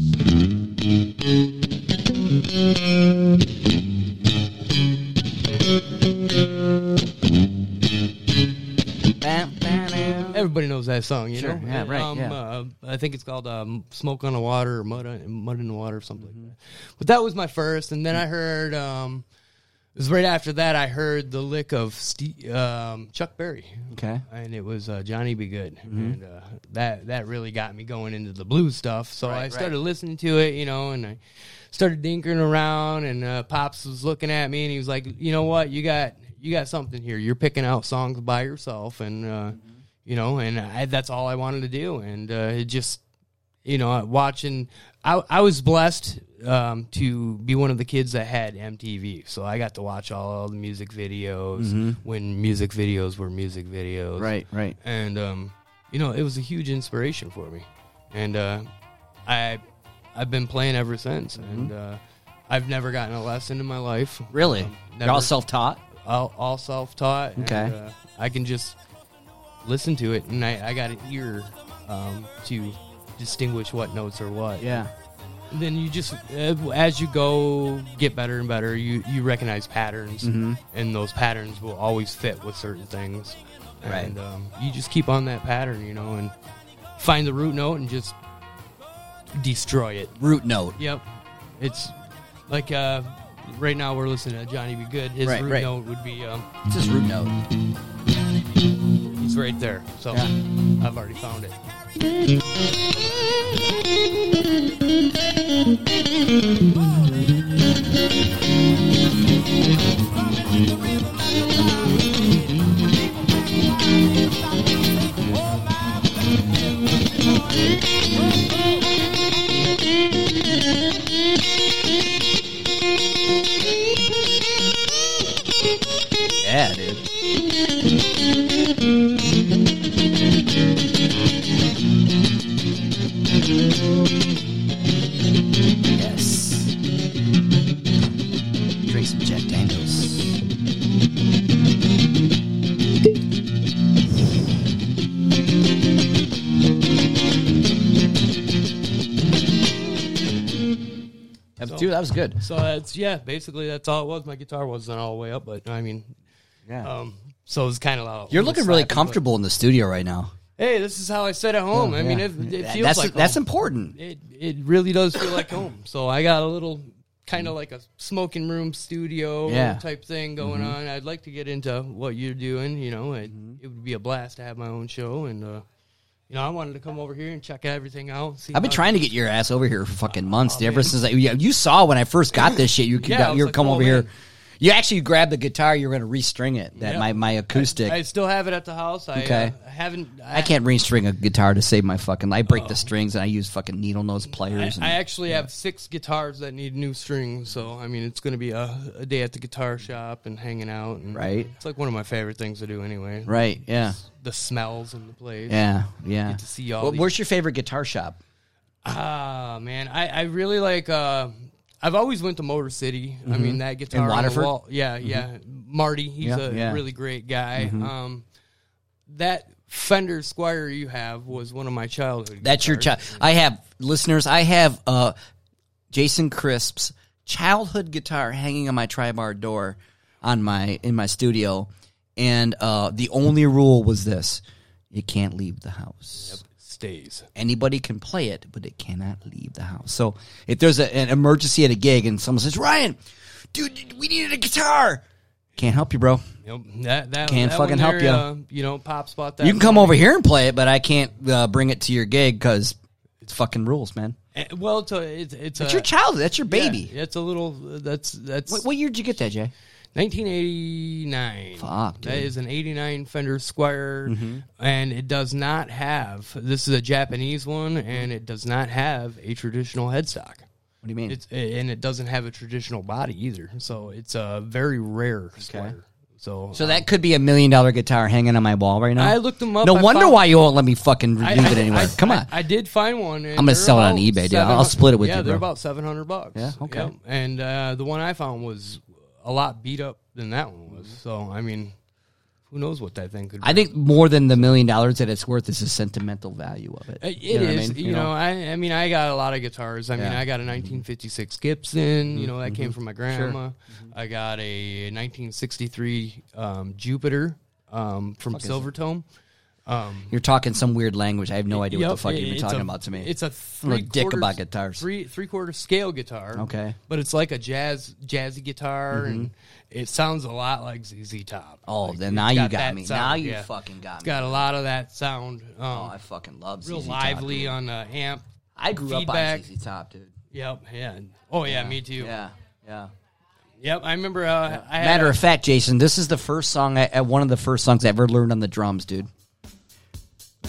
[SPEAKER 2] Everybody knows that song, you
[SPEAKER 1] Mm-hmm. Sure,
[SPEAKER 2] know.
[SPEAKER 1] yeah, right,
[SPEAKER 2] Um,
[SPEAKER 1] yeah.
[SPEAKER 2] uh, I think it's called um, "Smoke on the Water" or "Mud on, Mud in the Water" or something like that.
[SPEAKER 1] Mm-hmm.
[SPEAKER 2] But that was my first, and then I heard. Um, it was right after that I heard the lick of Ste um, Chuck Berry.
[SPEAKER 1] Okay.
[SPEAKER 2] and it was uh, Johnny Be Good, and uh, that that really got me going into the blues stuff. So I started listening to it, you know, and I started dinkering around. And uh, pops was looking at me, and he was like, "You know what? You got you got something here. You're picking out songs by yourself, and uh, you know, and I, that's all I wanted to do. And uh, it just you know, watching. I, I was blessed um, to be one of the kids that had MTV, so I got to watch all the music videos when music videos were music videos,
[SPEAKER 1] Right, right.
[SPEAKER 2] and um, you know, it was a huge inspiration for me, and uh, I I've been playing ever since,
[SPEAKER 1] Mm-hmm.
[SPEAKER 2] and uh, I've never gotten a lesson in my life.
[SPEAKER 1] Really?
[SPEAKER 2] Um,
[SPEAKER 1] You're all
[SPEAKER 2] never-
[SPEAKER 1] self taught?
[SPEAKER 2] all, all self-taught. and,
[SPEAKER 1] Okay.
[SPEAKER 2] uh, I can just listen to it, and I, I got an ear um, to distinguish what notes are what.
[SPEAKER 1] Yeah.
[SPEAKER 2] And then you just, uh, as you go, get better and better. You you recognize patterns,
[SPEAKER 1] Mm-hmm.
[SPEAKER 2] and those patterns will always fit with certain things.
[SPEAKER 1] Right.
[SPEAKER 2] And um, you just keep on that pattern, you know, and find the root note and just destroy it.
[SPEAKER 1] Root note.
[SPEAKER 2] Yep. It's like uh, right now we're listening to Johnny Be Good. His
[SPEAKER 1] Right,
[SPEAKER 2] root
[SPEAKER 1] right.
[SPEAKER 2] note would be um,
[SPEAKER 1] It's just root note.
[SPEAKER 2] he's right there. So
[SPEAKER 1] Yeah.
[SPEAKER 2] I've already found it.
[SPEAKER 1] Yeah, dude. Yes. Drink some Jack Daniels. That-
[SPEAKER 2] So-
[SPEAKER 1] Dude, that was good.
[SPEAKER 2] So that's yeah, basically that's all it was. My guitar wasn't all the way up, but I mean,
[SPEAKER 1] Yeah.
[SPEAKER 2] um, so it's kind of loud.
[SPEAKER 1] You're looking really comfortable in the studio right now.
[SPEAKER 2] Hey, this is how I sit at home. I mean,
[SPEAKER 1] Oh, Yeah.
[SPEAKER 2] it, it feels
[SPEAKER 1] that's
[SPEAKER 2] like
[SPEAKER 1] that's
[SPEAKER 2] home.
[SPEAKER 1] important.
[SPEAKER 2] it. It really does feel like home. So I got a little kind of like a smoking room studio
[SPEAKER 1] Yeah. Mm-hmm.
[SPEAKER 2] type thing going on. I'd like to get into what you're doing. You know, it, it would be a blast to have my own show, and uh, you know, I wanted to come over here and check everything out. See
[SPEAKER 1] I've been
[SPEAKER 2] how-
[SPEAKER 1] trying to get your ass over here for fucking months. dude. ever since I, you, you saw when I first got this shit, you
[SPEAKER 2] Oh, Yeah, I
[SPEAKER 1] got,
[SPEAKER 2] was
[SPEAKER 1] you were
[SPEAKER 2] like,
[SPEAKER 1] coming
[SPEAKER 2] oh,
[SPEAKER 1] over here.
[SPEAKER 2] man.
[SPEAKER 1] You actually grabbed the guitar. You were going to restring it. That
[SPEAKER 2] Yeah.
[SPEAKER 1] my my acoustic.
[SPEAKER 2] I
[SPEAKER 1] I,
[SPEAKER 2] still have it at the house. I
[SPEAKER 1] Okay.
[SPEAKER 2] uh, haven't.
[SPEAKER 1] can't restring a guitar to save my fucking. I break the strings and I use fucking needle nose
[SPEAKER 2] Oh. I,
[SPEAKER 1] players.
[SPEAKER 2] I
[SPEAKER 1] and,
[SPEAKER 2] actually have six guitars that need new strings, so I mean it's going to be a, a day at the guitar shop and hanging out. And
[SPEAKER 1] Right.
[SPEAKER 2] It's like one of my favorite things to do anyway.
[SPEAKER 1] right? Yeah.
[SPEAKER 2] The smells in the place.
[SPEAKER 1] Yeah. Yeah.
[SPEAKER 2] Get to see all.
[SPEAKER 1] Well,
[SPEAKER 2] these-
[SPEAKER 1] where's your favorite guitar shop?
[SPEAKER 2] Ah man, I, I really like. Uh, I've always went to Motor City. I mean that guitar on the
[SPEAKER 1] Mm-hmm. Waterford? Mm-hmm.
[SPEAKER 2] wall- Yeah, yeah. Marty, he's
[SPEAKER 1] Yeah,
[SPEAKER 2] a
[SPEAKER 1] yeah. Mm-hmm.
[SPEAKER 2] really great guy. Um, that Fender Squire you have was one of my childhood.
[SPEAKER 1] That's your
[SPEAKER 2] guitars.
[SPEAKER 1] child. I have listeners. I have uh, Jason Crisp's childhood guitar hanging on my tri-bar door on my in my studio, and uh, the only rule was this: you can't leave the house.
[SPEAKER 2] stays.
[SPEAKER 1] Anybody can play it, but it cannot leave the house. So if there's a, an emergency at a gig and someone says, "Ryan, dude, we needed a guitar," can't help you, bro.
[SPEAKER 2] Yep, that that
[SPEAKER 1] Can't
[SPEAKER 2] that
[SPEAKER 1] fucking
[SPEAKER 2] one
[SPEAKER 1] help
[SPEAKER 2] there,
[SPEAKER 1] ya.
[SPEAKER 2] Uh, you know, pop spot that.
[SPEAKER 1] You can come over here and play it, but I can't uh, bring it to your gig because it's fucking rules, man.
[SPEAKER 2] Eh, Well, it's a, it's it's,
[SPEAKER 1] It's
[SPEAKER 2] a,
[SPEAKER 1] your childhood. That's your
[SPEAKER 2] Uh, yeah,
[SPEAKER 1] baby.
[SPEAKER 2] it's a little. That's that's
[SPEAKER 1] What, what year did you get that, Jay?
[SPEAKER 2] 1989.
[SPEAKER 1] Fuck,
[SPEAKER 2] that
[SPEAKER 1] dude. Mm-hmm.
[SPEAKER 2] is an 89 Fender Squire, and it does not have. This is a Japanese one, and it does not have a traditional headstock.
[SPEAKER 1] What do you mean?
[SPEAKER 2] It's and it doesn't have a traditional body either. So it's a very rare Squire. So
[SPEAKER 1] so that could be a million dollar guitar hanging on my wall right now.
[SPEAKER 2] I looked them up.
[SPEAKER 1] No
[SPEAKER 2] I
[SPEAKER 1] wonder
[SPEAKER 2] found-
[SPEAKER 1] why you won't let me fucking leave
[SPEAKER 2] I-
[SPEAKER 1] it
[SPEAKER 2] I-
[SPEAKER 1] anywhere.
[SPEAKER 2] I-
[SPEAKER 1] Come
[SPEAKER 2] I-
[SPEAKER 1] on.
[SPEAKER 2] I, did find one. and
[SPEAKER 1] I'm gonna
[SPEAKER 2] they're
[SPEAKER 1] sell it on
[SPEAKER 2] about
[SPEAKER 1] eBay, dude. I'll-
[SPEAKER 2] 700
[SPEAKER 1] I'll split it with
[SPEAKER 2] yeah,
[SPEAKER 1] you,
[SPEAKER 2] they're
[SPEAKER 1] bro.
[SPEAKER 2] about seven hundred bucks.
[SPEAKER 1] Yeah, okay.
[SPEAKER 2] And uh, the one I found was a lot beat up than that one was. So I mean, who knows what that thing could. be.
[SPEAKER 1] I think more than the million dollars that it's worth is the sentimental value of it.
[SPEAKER 2] Uh, It is,
[SPEAKER 1] You know what I mean?
[SPEAKER 2] you, know, I, I mean, I got a lot of guitars. I mean,
[SPEAKER 1] Yeah. Mm-hmm.
[SPEAKER 2] I got a 1956 Gibson, you know, that came from my grandma. I got a 1963 um, Jupiter um, from Silvertone.
[SPEAKER 1] You're talking some weird language. I have no idea what
[SPEAKER 2] Yep,
[SPEAKER 1] the fuck
[SPEAKER 2] it-
[SPEAKER 1] you've been
[SPEAKER 2] it's
[SPEAKER 1] talking
[SPEAKER 2] a-
[SPEAKER 1] about to me.
[SPEAKER 2] It's a
[SPEAKER 1] I'm a
[SPEAKER 2] three
[SPEAKER 1] dick about guitars.
[SPEAKER 2] Three three quarter scale guitar.
[SPEAKER 1] Okay. Mm-hmm.
[SPEAKER 2] But it's like a jazz jazzy guitar and it sounds a lot like ZZ Top.
[SPEAKER 1] oh,
[SPEAKER 2] Like,
[SPEAKER 1] then
[SPEAKER 2] it's
[SPEAKER 1] now you
[SPEAKER 2] got
[SPEAKER 1] got
[SPEAKER 2] that
[SPEAKER 1] me.
[SPEAKER 2] sound,
[SPEAKER 1] now you
[SPEAKER 2] yeah.
[SPEAKER 1] fucking got
[SPEAKER 2] It's
[SPEAKER 1] me.
[SPEAKER 2] got a lot of that sound. Um,
[SPEAKER 1] oh, I fucking love
[SPEAKER 2] real
[SPEAKER 1] ZZ Top,
[SPEAKER 2] lively
[SPEAKER 1] dude.
[SPEAKER 2] on the amp.
[SPEAKER 1] I grew up
[SPEAKER 2] feedback.
[SPEAKER 1] on ZZ Top, dude.
[SPEAKER 2] Yep, yeah. Oh yeah, me too.
[SPEAKER 1] Yeah, yeah.
[SPEAKER 2] Yep, I remember uh, I had
[SPEAKER 1] Matter
[SPEAKER 2] a-
[SPEAKER 1] of uh, fact, Jason, this is the first song, I, uh, one of the first songs I ever learned on the drums, dude.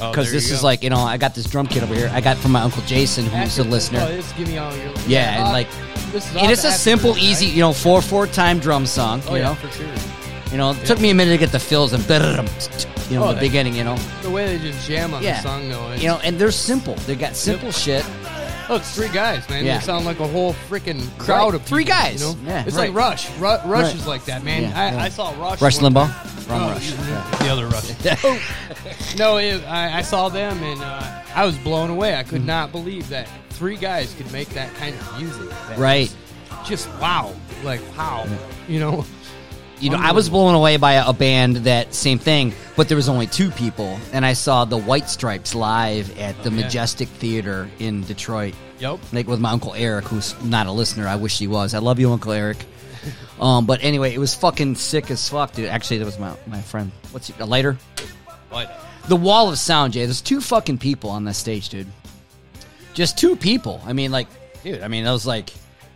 [SPEAKER 2] Oh,
[SPEAKER 1] because
[SPEAKER 2] there
[SPEAKER 1] this
[SPEAKER 2] you
[SPEAKER 1] is
[SPEAKER 2] go.
[SPEAKER 1] like you know I got this drum kit over here. I got from my uncle Jason, who's a
[SPEAKER 2] Active- Oh,
[SPEAKER 1] listener.
[SPEAKER 2] it's give me all your.
[SPEAKER 1] Yeah, and
[SPEAKER 2] Uh,
[SPEAKER 1] like,
[SPEAKER 2] this is
[SPEAKER 1] And
[SPEAKER 2] all
[SPEAKER 1] it's
[SPEAKER 2] the
[SPEAKER 1] a
[SPEAKER 2] active
[SPEAKER 1] simple,
[SPEAKER 2] group, right?
[SPEAKER 1] easy, you know, four four time drum song.
[SPEAKER 2] Oh
[SPEAKER 1] you
[SPEAKER 2] yeah,
[SPEAKER 1] know,
[SPEAKER 2] for sure.
[SPEAKER 1] you know, it took me a minute to get the fills and you know
[SPEAKER 2] Oh,
[SPEAKER 1] the
[SPEAKER 2] that-
[SPEAKER 1] beginning. You know,
[SPEAKER 2] The way they just jam on
[SPEAKER 1] Yeah.
[SPEAKER 2] the song though, it's,
[SPEAKER 1] you know, and they're simple. They got simple shit.
[SPEAKER 2] look, it's three guys, man.
[SPEAKER 1] Yeah.
[SPEAKER 2] They sound like a whole freaking crowd
[SPEAKER 1] Right.
[SPEAKER 2] of
[SPEAKER 1] Three
[SPEAKER 2] people,
[SPEAKER 1] guys.
[SPEAKER 2] You know?
[SPEAKER 1] Yeah,
[SPEAKER 2] it's
[SPEAKER 1] right.
[SPEAKER 2] like Rush. Ru- Rush
[SPEAKER 1] Right.
[SPEAKER 2] is like that, man.
[SPEAKER 1] Yeah,
[SPEAKER 2] I,
[SPEAKER 1] yeah.
[SPEAKER 2] I saw Rush.
[SPEAKER 1] Rush
[SPEAKER 2] one
[SPEAKER 1] Limbaugh,
[SPEAKER 2] time.
[SPEAKER 1] Wrong
[SPEAKER 2] No,
[SPEAKER 1] Rush.
[SPEAKER 2] Oh. The other Rush. Oh. no, it, I, I saw them and uh, I was blown away. I could
[SPEAKER 1] Mm-hmm.
[SPEAKER 2] not believe that three guys could make that kind of music. That
[SPEAKER 1] Right.
[SPEAKER 2] was Just wow. Like wow. You know.
[SPEAKER 1] You know, I was blown away by a, a band that same thing, but there was only two people, and I saw the White Stripes live at the
[SPEAKER 2] Oh, yeah.
[SPEAKER 1] Majestic Theater in Detroit.
[SPEAKER 2] Yep.
[SPEAKER 1] like with my uncle Eric, who's not a listener. I wish he was. I love you, Uncle Eric. Um, but anyway, it was fucking sick as fuck, dude. Actually, that was my my friend. What's he, a lighter?
[SPEAKER 2] But
[SPEAKER 1] The wall of sound, Jay. There's two fucking people on that stage, dude. Just two people. I mean, like, dude. I mean, that was like,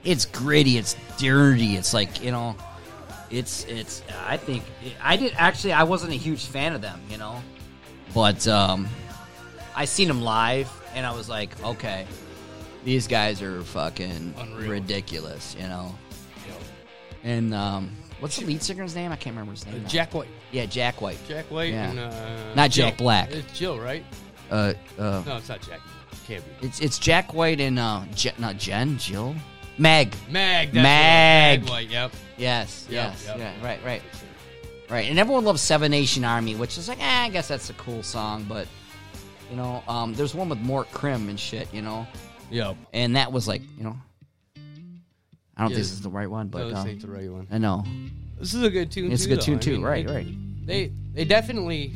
[SPEAKER 1] it's gritty. It's dirty. It's like you know, it's it's. I think I did actually. I wasn't a huge fan of them, you know, but um, I seen them live, and I was like, okay, these guys are fucking
[SPEAKER 2] Unreal.
[SPEAKER 1] ridiculous, you know.
[SPEAKER 2] you know,
[SPEAKER 1] And um, what's the lead singer's name? I can't remember his name. now.
[SPEAKER 2] Jack White.
[SPEAKER 1] Yeah, Jack White.
[SPEAKER 2] Jack White
[SPEAKER 1] Yeah.
[SPEAKER 2] and uh,
[SPEAKER 1] Not Jack Black.
[SPEAKER 2] It's Jill, right?
[SPEAKER 1] Uh, uh,
[SPEAKER 2] No, it's not Jack. Can't be.
[SPEAKER 1] It's it's Jack White and uh, Je- not Jen, Jill, Meg.
[SPEAKER 2] Mag.
[SPEAKER 1] Mag.
[SPEAKER 2] Mag. Mag White. Yep.
[SPEAKER 1] Yes,
[SPEAKER 2] Yeah,
[SPEAKER 1] yes,
[SPEAKER 2] yeah.
[SPEAKER 1] yeah, right, right, right. And everyone loves Seven Nation Army, which is like, eh, I guess that's a cool song, but you know, um, there's one with Mort Krim and shit, you know,
[SPEAKER 2] Yep.
[SPEAKER 1] and that was like, you know, I don't think
[SPEAKER 2] Yeah.
[SPEAKER 1] this is the right one, but
[SPEAKER 2] no, this
[SPEAKER 1] um,
[SPEAKER 2] ain't the right one.
[SPEAKER 1] I know
[SPEAKER 2] This is a good tune.
[SPEAKER 1] it's a
[SPEAKER 2] too,
[SPEAKER 1] good
[SPEAKER 2] though.
[SPEAKER 1] tune
[SPEAKER 2] I
[SPEAKER 1] too.
[SPEAKER 2] mean,
[SPEAKER 1] right,
[SPEAKER 2] they-
[SPEAKER 1] right.
[SPEAKER 2] They they definitely.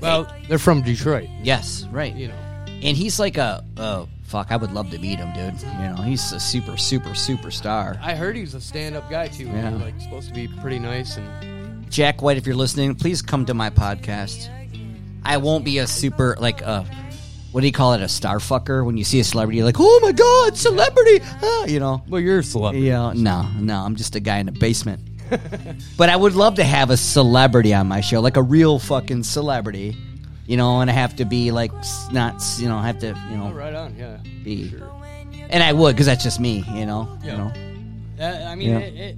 [SPEAKER 2] Well, they're from Detroit.
[SPEAKER 1] Yes, right.
[SPEAKER 2] You know.
[SPEAKER 1] And he's like a, oh fuck, I would love to meet him, dude. You know, he's a super, super, superstar.
[SPEAKER 2] I heard he was a stand-up guy too.
[SPEAKER 1] Yeah.
[SPEAKER 2] Yeah. Like supposed to be pretty nice and
[SPEAKER 1] Jack White, if you're listening, please come to my podcast. I won't be a super like a what do you call it a star fucker when you see a celebrity you're like oh my god celebrity ah, you know
[SPEAKER 2] well, you're a celebrity.
[SPEAKER 1] yeah no no I'm just a guy in a basement but I would love to have a celebrity on my show like a real fucking celebrity you know and I have to be like s- not s- you know I have to you
[SPEAKER 2] Oh,
[SPEAKER 1] know
[SPEAKER 2] right on. Yeah.
[SPEAKER 1] be
[SPEAKER 2] Sure.
[SPEAKER 1] and I would because that's just me you know you
[SPEAKER 2] Yeah.
[SPEAKER 1] know
[SPEAKER 2] That- I mean,
[SPEAKER 1] Yeah.
[SPEAKER 2] it, it,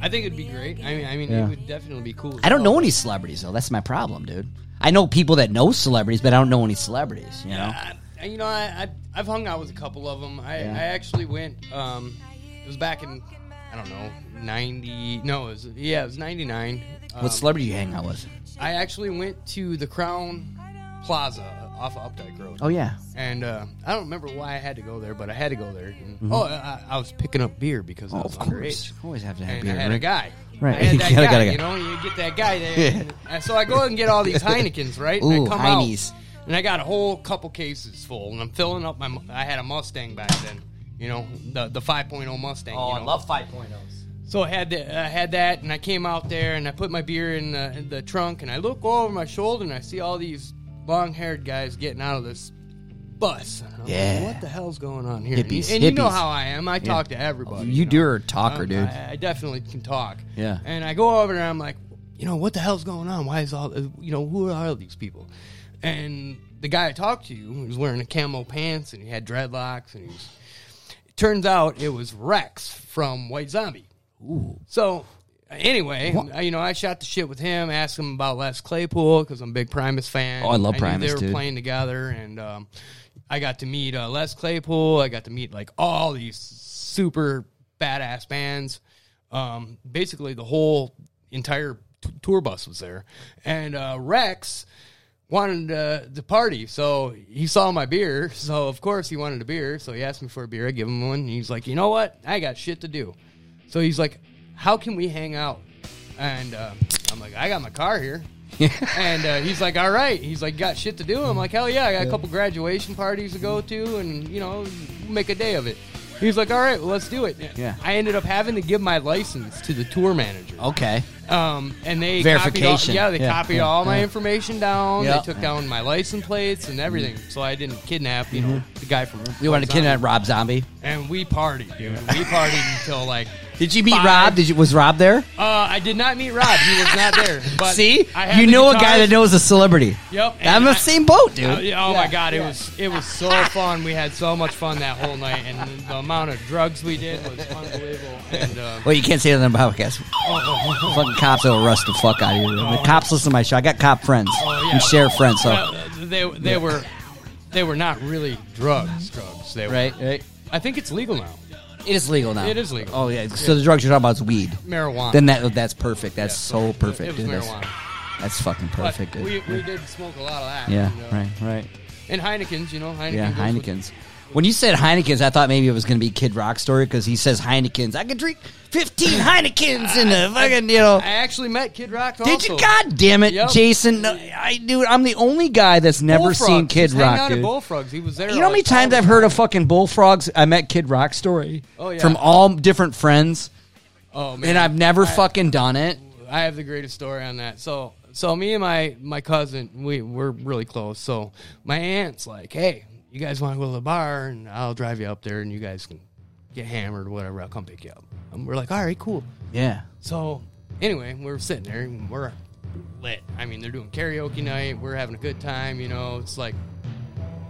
[SPEAKER 2] I think it'd be great. I mean, I mean,
[SPEAKER 1] Yeah.
[SPEAKER 2] it would definitely be cool.
[SPEAKER 1] I don't know any celebrities though that's my problem dude I know people that know celebrities but I don't know any celebrities you know.
[SPEAKER 2] I- I- Uh, you know, I, I I've hung out with a couple of them. I,
[SPEAKER 1] Yeah.
[SPEAKER 2] I actually went. Um, it was back in I don't know ninety. No, it was yeah, it was ninety nine. Um,
[SPEAKER 1] What celebrity you hang out with?
[SPEAKER 2] I actually went to the Crown Plaza off of Updike Road.
[SPEAKER 1] Oh yeah,
[SPEAKER 2] And uh, I don't remember why I had to go there, but I had to go there. And, Oh, I, I was picking up beer because I was
[SPEAKER 1] Mm-hmm. Oh, of course.
[SPEAKER 2] underage.
[SPEAKER 1] Always have to have
[SPEAKER 2] And
[SPEAKER 1] beer.
[SPEAKER 2] I had a
[SPEAKER 1] right?
[SPEAKER 2] guy.
[SPEAKER 1] Right.
[SPEAKER 2] I had that
[SPEAKER 1] You gotta
[SPEAKER 2] guy,
[SPEAKER 1] get a guy.
[SPEAKER 2] You know, you get that guy there. And so I go and get all these Heinekens, right?
[SPEAKER 1] Ooh,
[SPEAKER 2] and I come out,
[SPEAKER 1] Heinies.
[SPEAKER 2] and I got a whole couple cases full, and I'm filling up my. mu- I had a Mustang back then, you know, the the 5.0 Mustang. you know?
[SPEAKER 1] five
[SPEAKER 2] So I had the, I had that, and I came out there, and I put my beer in the, in the trunk, and I look over my shoulder, and I see all these long-haired guys getting out of this bus. And I'm like,
[SPEAKER 1] Yeah.
[SPEAKER 2] what the hell's going on here?
[SPEAKER 1] Hippies,
[SPEAKER 2] and, and you know
[SPEAKER 1] hippies.
[SPEAKER 2] how I am. I talk to everybody.
[SPEAKER 1] You
[SPEAKER 2] know?
[SPEAKER 1] do are a talker,
[SPEAKER 2] Um,
[SPEAKER 1] dude.
[SPEAKER 2] I, I definitely can talk.
[SPEAKER 1] Yeah.
[SPEAKER 2] And I go over there. I'm like, you know, what the hell's going on? Why is all, uh, you know, who are all these people? And the guy I talked to was wearing a camo pants and he had dreadlocks and he was. It turns out it was Rex from White Zombie. Ooh. So. Anyway, I- you know, I shot the shit with him. Asked him about Les Claypool because I'm a big Primus fan.
[SPEAKER 1] Oh, I love
[SPEAKER 2] knew
[SPEAKER 1] Primus,
[SPEAKER 2] They were
[SPEAKER 1] dude.
[SPEAKER 2] playing together, and um, I got to meet uh, Les Claypool. I got to meet like all these super badass bands. Um, basically, the whole entire t- tour bus was there, and uh, Rex wanted uh, to party, so he saw my beer. So of course he wanted a beer. So he asked me for a beer. I give him one. And he's like, you know what? I got shit to do. So he's like, how can we hang out? And uh, I'm like, I got my car here. and uh, he's like, all right. He's like, got shit to do. I'm like, hell yeah, I got a couple graduation parties to go to, and you know, make a day of it. He's like, all right, well, let's do it.
[SPEAKER 1] Yeah. Oh,
[SPEAKER 2] I ended up having to give my license to the tour manager.
[SPEAKER 1] okay.
[SPEAKER 2] Um, and they
[SPEAKER 1] Verification.
[SPEAKER 2] Copied all, yeah, they
[SPEAKER 1] Yeah,
[SPEAKER 2] copied
[SPEAKER 1] yeah,
[SPEAKER 2] all my
[SPEAKER 1] yeah.
[SPEAKER 2] information down.
[SPEAKER 1] Yeah. Mm-hmm.
[SPEAKER 2] They took down my license plates and everything, so I didn't kidnap. You know, the guy from
[SPEAKER 1] You want to kidnap Rob Zombie?
[SPEAKER 2] and we partied, dude. We partied until like
[SPEAKER 1] Did you meet
[SPEAKER 2] Five.
[SPEAKER 1] Rob? Did you was Rob there?
[SPEAKER 2] Uh, I did not meet Rob. He was not there. But
[SPEAKER 1] See,
[SPEAKER 2] I had
[SPEAKER 1] you
[SPEAKER 2] the
[SPEAKER 1] know a
[SPEAKER 2] guitars.
[SPEAKER 1] guy that knows a celebrity.
[SPEAKER 2] Yep, and
[SPEAKER 1] I'm in
[SPEAKER 2] I-
[SPEAKER 1] the same boat, dude.
[SPEAKER 2] Uh, yeah, oh my god, it was it was so fun. We had so much fun that whole night, and the, the amount of drugs we did was unbelievable. And um,
[SPEAKER 1] Well, you can't say that on the podcast. Fucking cops will arrest the fuck out of you. The cops listen to my show. I got cop friends
[SPEAKER 2] Oh, yeah.
[SPEAKER 1] and share friends. So
[SPEAKER 2] well, uh, they they were they were not really drugs. Drugs. They were,
[SPEAKER 1] right, right.
[SPEAKER 2] I think it's legal now.
[SPEAKER 1] It is legal now.
[SPEAKER 2] It is legal.
[SPEAKER 1] Oh yeah. So the drugs you're talking about is weed.
[SPEAKER 2] Marijuana.
[SPEAKER 1] Then that that's perfect. That's so,
[SPEAKER 2] it-
[SPEAKER 1] perfect,
[SPEAKER 2] It was
[SPEAKER 1] dude. That's,
[SPEAKER 2] marijuana.
[SPEAKER 1] that's fucking
[SPEAKER 2] But
[SPEAKER 1] perfect, dude.
[SPEAKER 2] we, we did smoke a lot of that.
[SPEAKER 1] yeah.
[SPEAKER 2] and, uh,
[SPEAKER 1] Right. Right.
[SPEAKER 2] And Heineken's, you know, Heineken.
[SPEAKER 1] Yeah.
[SPEAKER 2] goes with-
[SPEAKER 1] Heinekens. When you said Heinekens, I thought maybe it was going to be Kid Rock story because he says Heinekens. I could drink 15 Heinekens in a fucking you know.
[SPEAKER 2] I actually met Kid Rock.
[SPEAKER 1] Did
[SPEAKER 2] also.
[SPEAKER 1] you? God damn it,
[SPEAKER 2] Yep.
[SPEAKER 1] Jason! No, I dude, I'm the only guy that's never
[SPEAKER 2] Bullfrogs.
[SPEAKER 1] seen Kid
[SPEAKER 2] Just hang
[SPEAKER 1] Rock,
[SPEAKER 2] out
[SPEAKER 1] dude.
[SPEAKER 2] At Bullfrogs. He was there.
[SPEAKER 1] you know how many
[SPEAKER 2] like,
[SPEAKER 1] times
[SPEAKER 2] all
[SPEAKER 1] I've heard of fucking bullfrogs? I met Kid Rock story
[SPEAKER 2] Oh, yeah.
[SPEAKER 1] from all different friends,
[SPEAKER 2] the- Oh man,
[SPEAKER 1] and I've never fucking done it.
[SPEAKER 2] I have the greatest story on that. So, so me and my my cousin, we we're really close. So my aunt's like, "Hey, you guys want to go to the bar, and I'll drive you up there, and you guys can get hammered or whatever. I'll come pick you up." And we're like, "All right, cool."
[SPEAKER 1] Yeah,
[SPEAKER 2] So, anyway, we're sitting there, and we're lit. I mean, they're doing karaoke night. We're having a good time. You know, it's like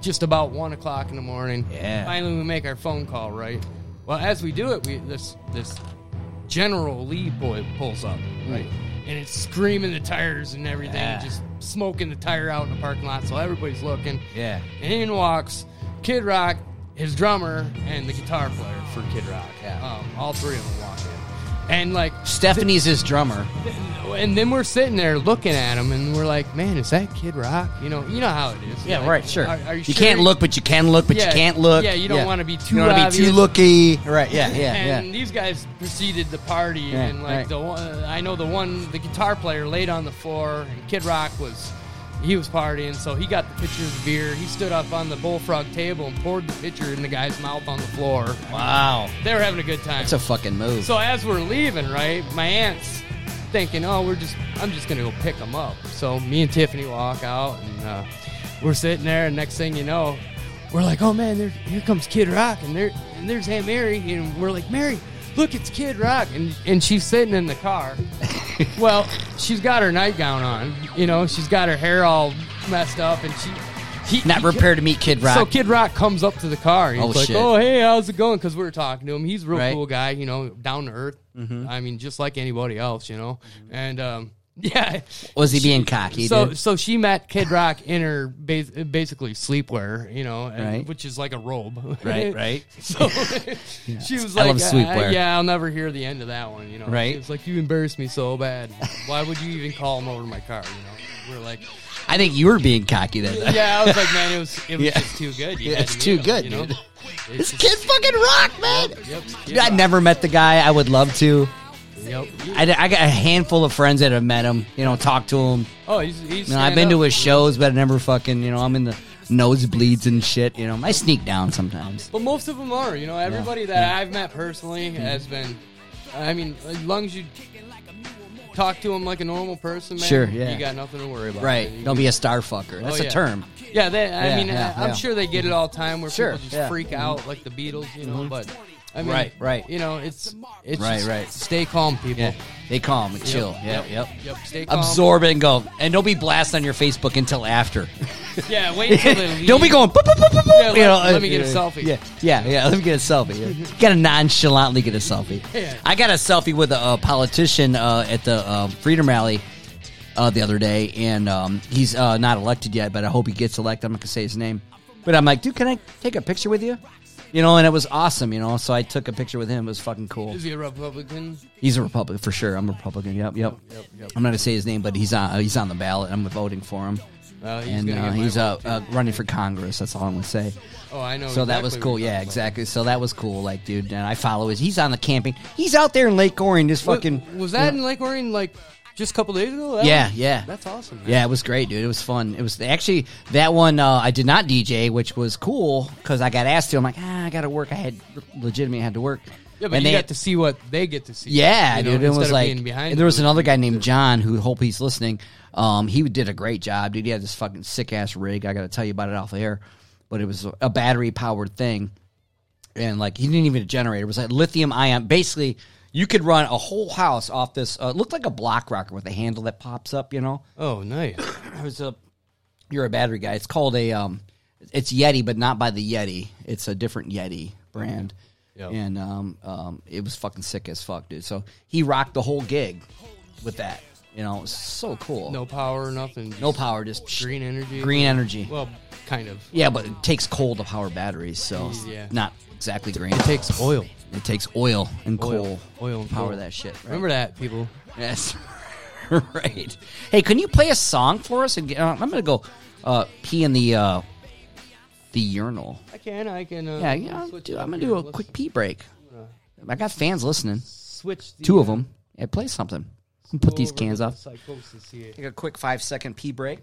[SPEAKER 2] just about one o'clock in the morning.
[SPEAKER 1] Yeah.
[SPEAKER 2] Finally, we make our phone call. Right. Well, as we do it, we this this General Lee boy pulls up, right? And it's screaming the tires and everything,
[SPEAKER 1] Mm. Yeah.
[SPEAKER 2] just smoking the tire out in the parking lot. So everybody's looking.
[SPEAKER 1] yeah.
[SPEAKER 2] And in walks Kid Rock, his drummer, and the guitar player for Kid Rock.
[SPEAKER 1] Yeah.
[SPEAKER 2] Um, all three of them walk in. And like,
[SPEAKER 1] Stephanie's his drummer.
[SPEAKER 2] and then we're sitting there looking at him, and we're like, "Man, is that Kid Rock?" You know, you know how it is. Like, Are, are you,
[SPEAKER 1] you
[SPEAKER 2] sure?
[SPEAKER 1] can't look, but you can look, but
[SPEAKER 2] Yeah.
[SPEAKER 1] you can't look.
[SPEAKER 2] Yeah, you don't wanna be too
[SPEAKER 1] You don't wanna be too looky. Right? Yeah, yeah,
[SPEAKER 2] and
[SPEAKER 1] yeah.
[SPEAKER 2] these guys preceded the party,
[SPEAKER 1] Yeah,
[SPEAKER 2] and like
[SPEAKER 1] right.
[SPEAKER 2] the one, I know the one, the guitar player laid on the floor, and Kid Rock was, he was partying, so he got the pitcher of beer. He stood up on the bullfrog table and poured the pitcher in the guy's mouth on the floor.
[SPEAKER 1] Wow,
[SPEAKER 2] They were having a good time.
[SPEAKER 1] that's a fucking move.
[SPEAKER 2] so as we're leaving, right, my aunt's thinking, oh, we're just, I'm just gonna go pick them up. So me and Tiffany walk out, and uh, we're sitting there, and next thing you know, we're like, oh man, there, here comes Kid Rock, and there, and there's Aunt Mary, and we're like, Mary, look, it's Kid Rock, and and she's sitting in the car. well, she's got her nightgown on, you know, she's got her hair all messed up, and she. He,
[SPEAKER 1] Not
[SPEAKER 2] he-
[SPEAKER 1] prepared to meet Kid Rock.
[SPEAKER 2] so Kid Rock comes up to the car. and He's
[SPEAKER 1] Oh,
[SPEAKER 2] like,
[SPEAKER 1] shit.
[SPEAKER 2] "Oh, hey, how's it going?" Because we were talking to him. He's a real
[SPEAKER 1] Right. Mm-hmm.
[SPEAKER 2] cool guy, you know, down to earth. I mean, just like anybody else, you know. And um, yeah,
[SPEAKER 1] was Mm-hmm. he being cocky?
[SPEAKER 2] so
[SPEAKER 1] dude?
[SPEAKER 2] so she met Kid Rock in her bas- basically sleepwear, you know, and,
[SPEAKER 1] Right.
[SPEAKER 2] which is like a robe,
[SPEAKER 1] Right, right.
[SPEAKER 2] so she was
[SPEAKER 1] I
[SPEAKER 2] like,
[SPEAKER 1] love sleepwear.
[SPEAKER 2] uh, "Yeah, I'll never hear the end of that one," you know.
[SPEAKER 1] Right.
[SPEAKER 2] She was like, "You embarrassed me so bad. Why would you even call him over to my car?" You know. We're like.
[SPEAKER 1] I think you were being cocky then.
[SPEAKER 2] Yeah, I was like, man, it was it was
[SPEAKER 1] Yeah.
[SPEAKER 2] just too good. You
[SPEAKER 1] Yeah,
[SPEAKER 2] had
[SPEAKER 1] it's
[SPEAKER 2] to meet
[SPEAKER 1] too
[SPEAKER 2] him,
[SPEAKER 1] good,
[SPEAKER 2] you know?
[SPEAKER 1] dude.
[SPEAKER 2] It's
[SPEAKER 1] This
[SPEAKER 2] just-
[SPEAKER 1] kid fucking rock, man.
[SPEAKER 2] Yep.
[SPEAKER 1] Dude, I never met the guy. I would love to.
[SPEAKER 2] Yep.
[SPEAKER 1] I, I got a handful of friends that have met him. You know, talk to him.
[SPEAKER 2] oh, he's, he's
[SPEAKER 1] You know, I've been to his shows, but I never fucking. You know, I'm in the nosebleeds and shit. You know, I sneak down sometimes.
[SPEAKER 2] But most of them are. You know, everybody that I've met personally has been. I mean, as long as you talk to him like a normal person, man,
[SPEAKER 1] Sure, yeah.
[SPEAKER 2] you got nothing to worry about.
[SPEAKER 1] Right?
[SPEAKER 2] You Oh,
[SPEAKER 1] Don't be a star fucker. That's
[SPEAKER 2] yeah.
[SPEAKER 1] a term.
[SPEAKER 2] Yeah, they, I
[SPEAKER 1] Yeah,
[SPEAKER 2] mean,
[SPEAKER 1] yeah,
[SPEAKER 2] I, am
[SPEAKER 1] yeah.
[SPEAKER 2] sure they get it all the time where
[SPEAKER 1] Sure,
[SPEAKER 2] people just
[SPEAKER 1] yeah. Mm-hmm.
[SPEAKER 2] freak out like the Beatles, you know. But I mean,
[SPEAKER 1] Right, right.
[SPEAKER 2] You know, it's it's
[SPEAKER 1] Right,
[SPEAKER 2] just
[SPEAKER 1] right.
[SPEAKER 2] Stay calm, people.
[SPEAKER 1] Yeah, they calm and chill. Yep, yep.
[SPEAKER 2] Yep. Stay calm.
[SPEAKER 1] Absorb it and go, and don't be blasted on your Facebook until after.
[SPEAKER 2] Yeah. Wait until they leave.
[SPEAKER 1] don't be going. "Boop, boop, boop, boop, boop,"
[SPEAKER 2] Yeah, let- let
[SPEAKER 1] uh,
[SPEAKER 2] me get a
[SPEAKER 1] yeah,
[SPEAKER 2] selfie.
[SPEAKER 1] Yeah, yeah, yeah. Let me get a selfie. Yeah. gotta nonchalantly get a selfie.
[SPEAKER 2] Yeah.
[SPEAKER 1] I got a selfie with a, uh politician uh, at the uh, Freedom Rally uh, the other day, and um, he's uh, not elected yet, but I hope he gets elected. I'm not gonna say his name, but I'm like, dude, can I take a picture with you? You know, and it was awesome. You know, so I took a picture with him. It was fucking cool.
[SPEAKER 2] Is he a Republican?
[SPEAKER 1] He's a Republican for sure. I'm a Republican. Yep, yep. I'm not gonna say his name, but he's on he's on the ballot. I'm voting for him,
[SPEAKER 2] Uh, he's
[SPEAKER 1] and
[SPEAKER 2] gonna
[SPEAKER 1] uh,
[SPEAKER 2] get my
[SPEAKER 1] he's uh,
[SPEAKER 2] vote, too.
[SPEAKER 1] uh, running for Congress. That's all I'm gonna say.
[SPEAKER 2] Oh, I know.
[SPEAKER 1] So that was
[SPEAKER 2] exactly
[SPEAKER 1] cool.
[SPEAKER 2] what you're
[SPEAKER 1] Yeah,
[SPEAKER 2] talking about.
[SPEAKER 1] exactly. So that was cool. Like, dude, and I follow his. He's on the camping. He's out there in Lake Orion, just fucking.
[SPEAKER 2] Wa- was that in Lake Orion like just a couple days ago? That
[SPEAKER 1] Yeah,
[SPEAKER 2] was-
[SPEAKER 1] yeah.
[SPEAKER 2] That's awesome. Man.
[SPEAKER 1] Yeah, it was great, dude. It was fun. It was actually that one uh, I did not DJ, which was cool because I got asked to. I'm like, ah, I got to work. I had legitimately had to work.
[SPEAKER 2] Yeah, but
[SPEAKER 1] And
[SPEAKER 2] you
[SPEAKER 1] they-
[SPEAKER 2] got to see what they get to see.
[SPEAKER 1] Yeah,
[SPEAKER 2] you know,
[SPEAKER 1] dude. It
[SPEAKER 2] instead
[SPEAKER 1] was
[SPEAKER 2] of
[SPEAKER 1] like
[SPEAKER 2] being behind
[SPEAKER 1] and there was
[SPEAKER 2] the-
[SPEAKER 1] another guy named John who hope he's listening. Um, he did a great job, dude. He had this fucking sick ass rig. I got to tell you about it off the air, but it was a battery powered thing, and like he didn't even generate. It was like lithium ion. Basically, You could run a whole house off this. Uh, it looked like a block rocker with a handle that pops up. You know,
[SPEAKER 2] Oh, nice.
[SPEAKER 1] it was a. You're a battery guy. It's called a. Um, it's Yeti, but not by the Yeti. It's a different Yeti brand.
[SPEAKER 2] Yep.
[SPEAKER 1] And um, um, it was fucking sick as fuck, dude. So he rocked the whole gig with that. You know, it was so cool.
[SPEAKER 2] No power, nothing.
[SPEAKER 1] no
[SPEAKER 2] just
[SPEAKER 1] power, just
[SPEAKER 2] Green energy.
[SPEAKER 1] Green energy.
[SPEAKER 2] Well, kind of.
[SPEAKER 1] Yeah, but it takes coal to power batteries, so it's
[SPEAKER 2] Yeah.
[SPEAKER 1] not exactly green.
[SPEAKER 2] It takes oil.
[SPEAKER 1] It takes oil and
[SPEAKER 2] Oil.
[SPEAKER 1] coal,
[SPEAKER 2] Oil and
[SPEAKER 1] to power
[SPEAKER 2] coal.
[SPEAKER 1] that shit. Right?
[SPEAKER 2] Remember that, people.
[SPEAKER 1] Yes, right. Hey, can you play a song for us? And get, uh, I'm gonna go uh, pee in the uh, the urinal.
[SPEAKER 2] I can. I can. Uh,
[SPEAKER 1] Yeah, yeah. I'll
[SPEAKER 2] switch
[SPEAKER 1] do-
[SPEAKER 2] it
[SPEAKER 1] I'm gonna
[SPEAKER 2] up here.
[SPEAKER 1] do a
[SPEAKER 2] Let's
[SPEAKER 1] quick pee break. I got fans listening.
[SPEAKER 2] Switch. The,
[SPEAKER 1] Two of
[SPEAKER 2] uh,
[SPEAKER 1] them. Yeah, play something. Put these
[SPEAKER 2] over
[SPEAKER 1] cans
[SPEAKER 2] the
[SPEAKER 1] off.
[SPEAKER 2] Psychosis here.
[SPEAKER 1] Take a quick five second pee break.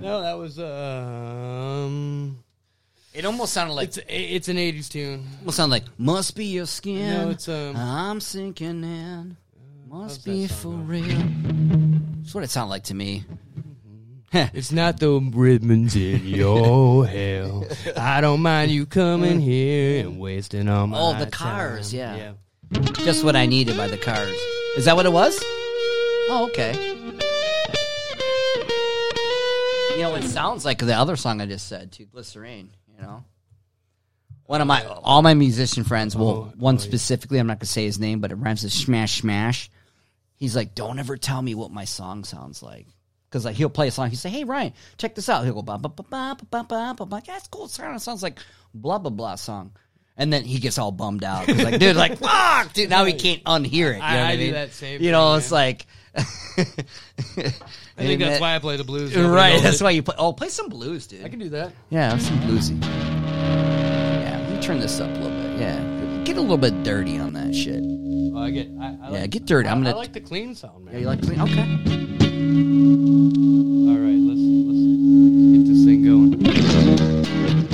[SPEAKER 2] No, that was um.
[SPEAKER 1] It almost sounded like
[SPEAKER 2] It's it's an '80s tune.
[SPEAKER 1] almost sounded like must be your skin.
[SPEAKER 2] No, it's, um,
[SPEAKER 1] I'm sinking in. Must
[SPEAKER 2] how's that
[SPEAKER 1] be
[SPEAKER 2] song
[SPEAKER 1] for
[SPEAKER 2] go?
[SPEAKER 1] real. That's what it sounded like to me.
[SPEAKER 2] It's not the ribbons in your hair. I don't mind you coming here and wasting all my
[SPEAKER 1] Oh, Mm. the Cars,
[SPEAKER 2] time.
[SPEAKER 1] yeah. Just what I needed by the Cars. Is that what it was? Oh, okay. You know, it sounds like the other song I just said, too, Glycerine. You know, one of my all my musician friends. Well,
[SPEAKER 2] Oh,
[SPEAKER 1] one
[SPEAKER 2] oh, yeah.
[SPEAKER 1] specifically, I'm not gonna say his name, but it rhymes with smash smash. He's like, don't ever tell me what my song sounds like. Because like he'll play a song, he say, "Hey Ryan, check this out." He'll go, "Ba ba ba ba ba ba ba ba." Yeah, it's cool. It kinda sounds like blah blah blah song, and then he gets all bummed out. He's like, "Dude, like fuck, dude." Now he can't unhear it. You know
[SPEAKER 2] I-
[SPEAKER 1] what
[SPEAKER 2] I
[SPEAKER 1] I
[SPEAKER 2] do
[SPEAKER 1] mean?
[SPEAKER 2] that same
[SPEAKER 1] You know,
[SPEAKER 2] thing,
[SPEAKER 1] it's
[SPEAKER 2] man.
[SPEAKER 1] like.
[SPEAKER 2] I think that's why I play the blues. Nobody
[SPEAKER 1] Right,
[SPEAKER 2] knows
[SPEAKER 1] that's
[SPEAKER 2] it.
[SPEAKER 1] why you play. Oh, play some blues, dude.
[SPEAKER 2] I can do that.
[SPEAKER 1] Yeah, have some bluesy. Yeah, let me turn this up a little bit. Yeah, get a little bit dirty on that shit.
[SPEAKER 2] Oh, I get. I, I
[SPEAKER 1] Yeah,
[SPEAKER 2] like,
[SPEAKER 1] get dirty.
[SPEAKER 2] I,
[SPEAKER 1] I'm
[SPEAKER 2] I
[SPEAKER 1] gonna.
[SPEAKER 2] like the clean sound, man.
[SPEAKER 1] yeah, you like clean? Okay.
[SPEAKER 2] All right, let's let's get this thing going.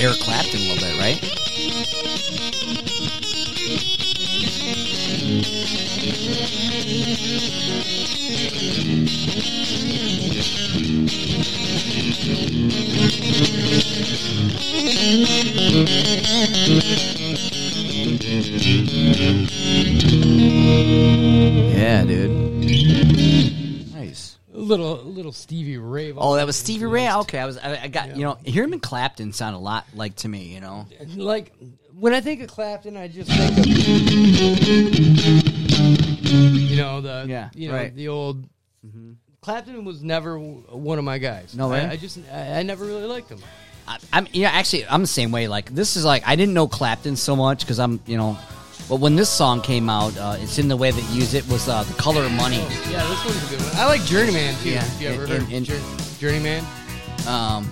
[SPEAKER 1] Eric Clapton a little bit, right? Yeah, dude. Nice.
[SPEAKER 2] A little a little Stevie Ray.
[SPEAKER 1] Oh, that was Stevie Ray. Okay, I was. I, I got you know. Herman Clapton sound a lot like to me. You know.
[SPEAKER 2] Like when I think of Clapton, I just think of you know the
[SPEAKER 1] Yeah,
[SPEAKER 2] you know
[SPEAKER 1] right.
[SPEAKER 2] the old. Clapton was never w- one of my guys.
[SPEAKER 1] No
[SPEAKER 2] I-
[SPEAKER 1] way?
[SPEAKER 2] I, just I, I never really liked him.
[SPEAKER 1] I, I'm yeah. Actually, I'm the same way. Like this is like I didn't know Clapton so much because I'm you know But when this song came out, uh, it's in the way that use it was uh, the color of money.
[SPEAKER 2] Yeah, this one's a good one. I like Journeyman too.
[SPEAKER 1] Yeah,
[SPEAKER 2] if you ever
[SPEAKER 1] and-
[SPEAKER 2] heard
[SPEAKER 1] and- and-
[SPEAKER 2] Jour- Journeyman?
[SPEAKER 1] Um,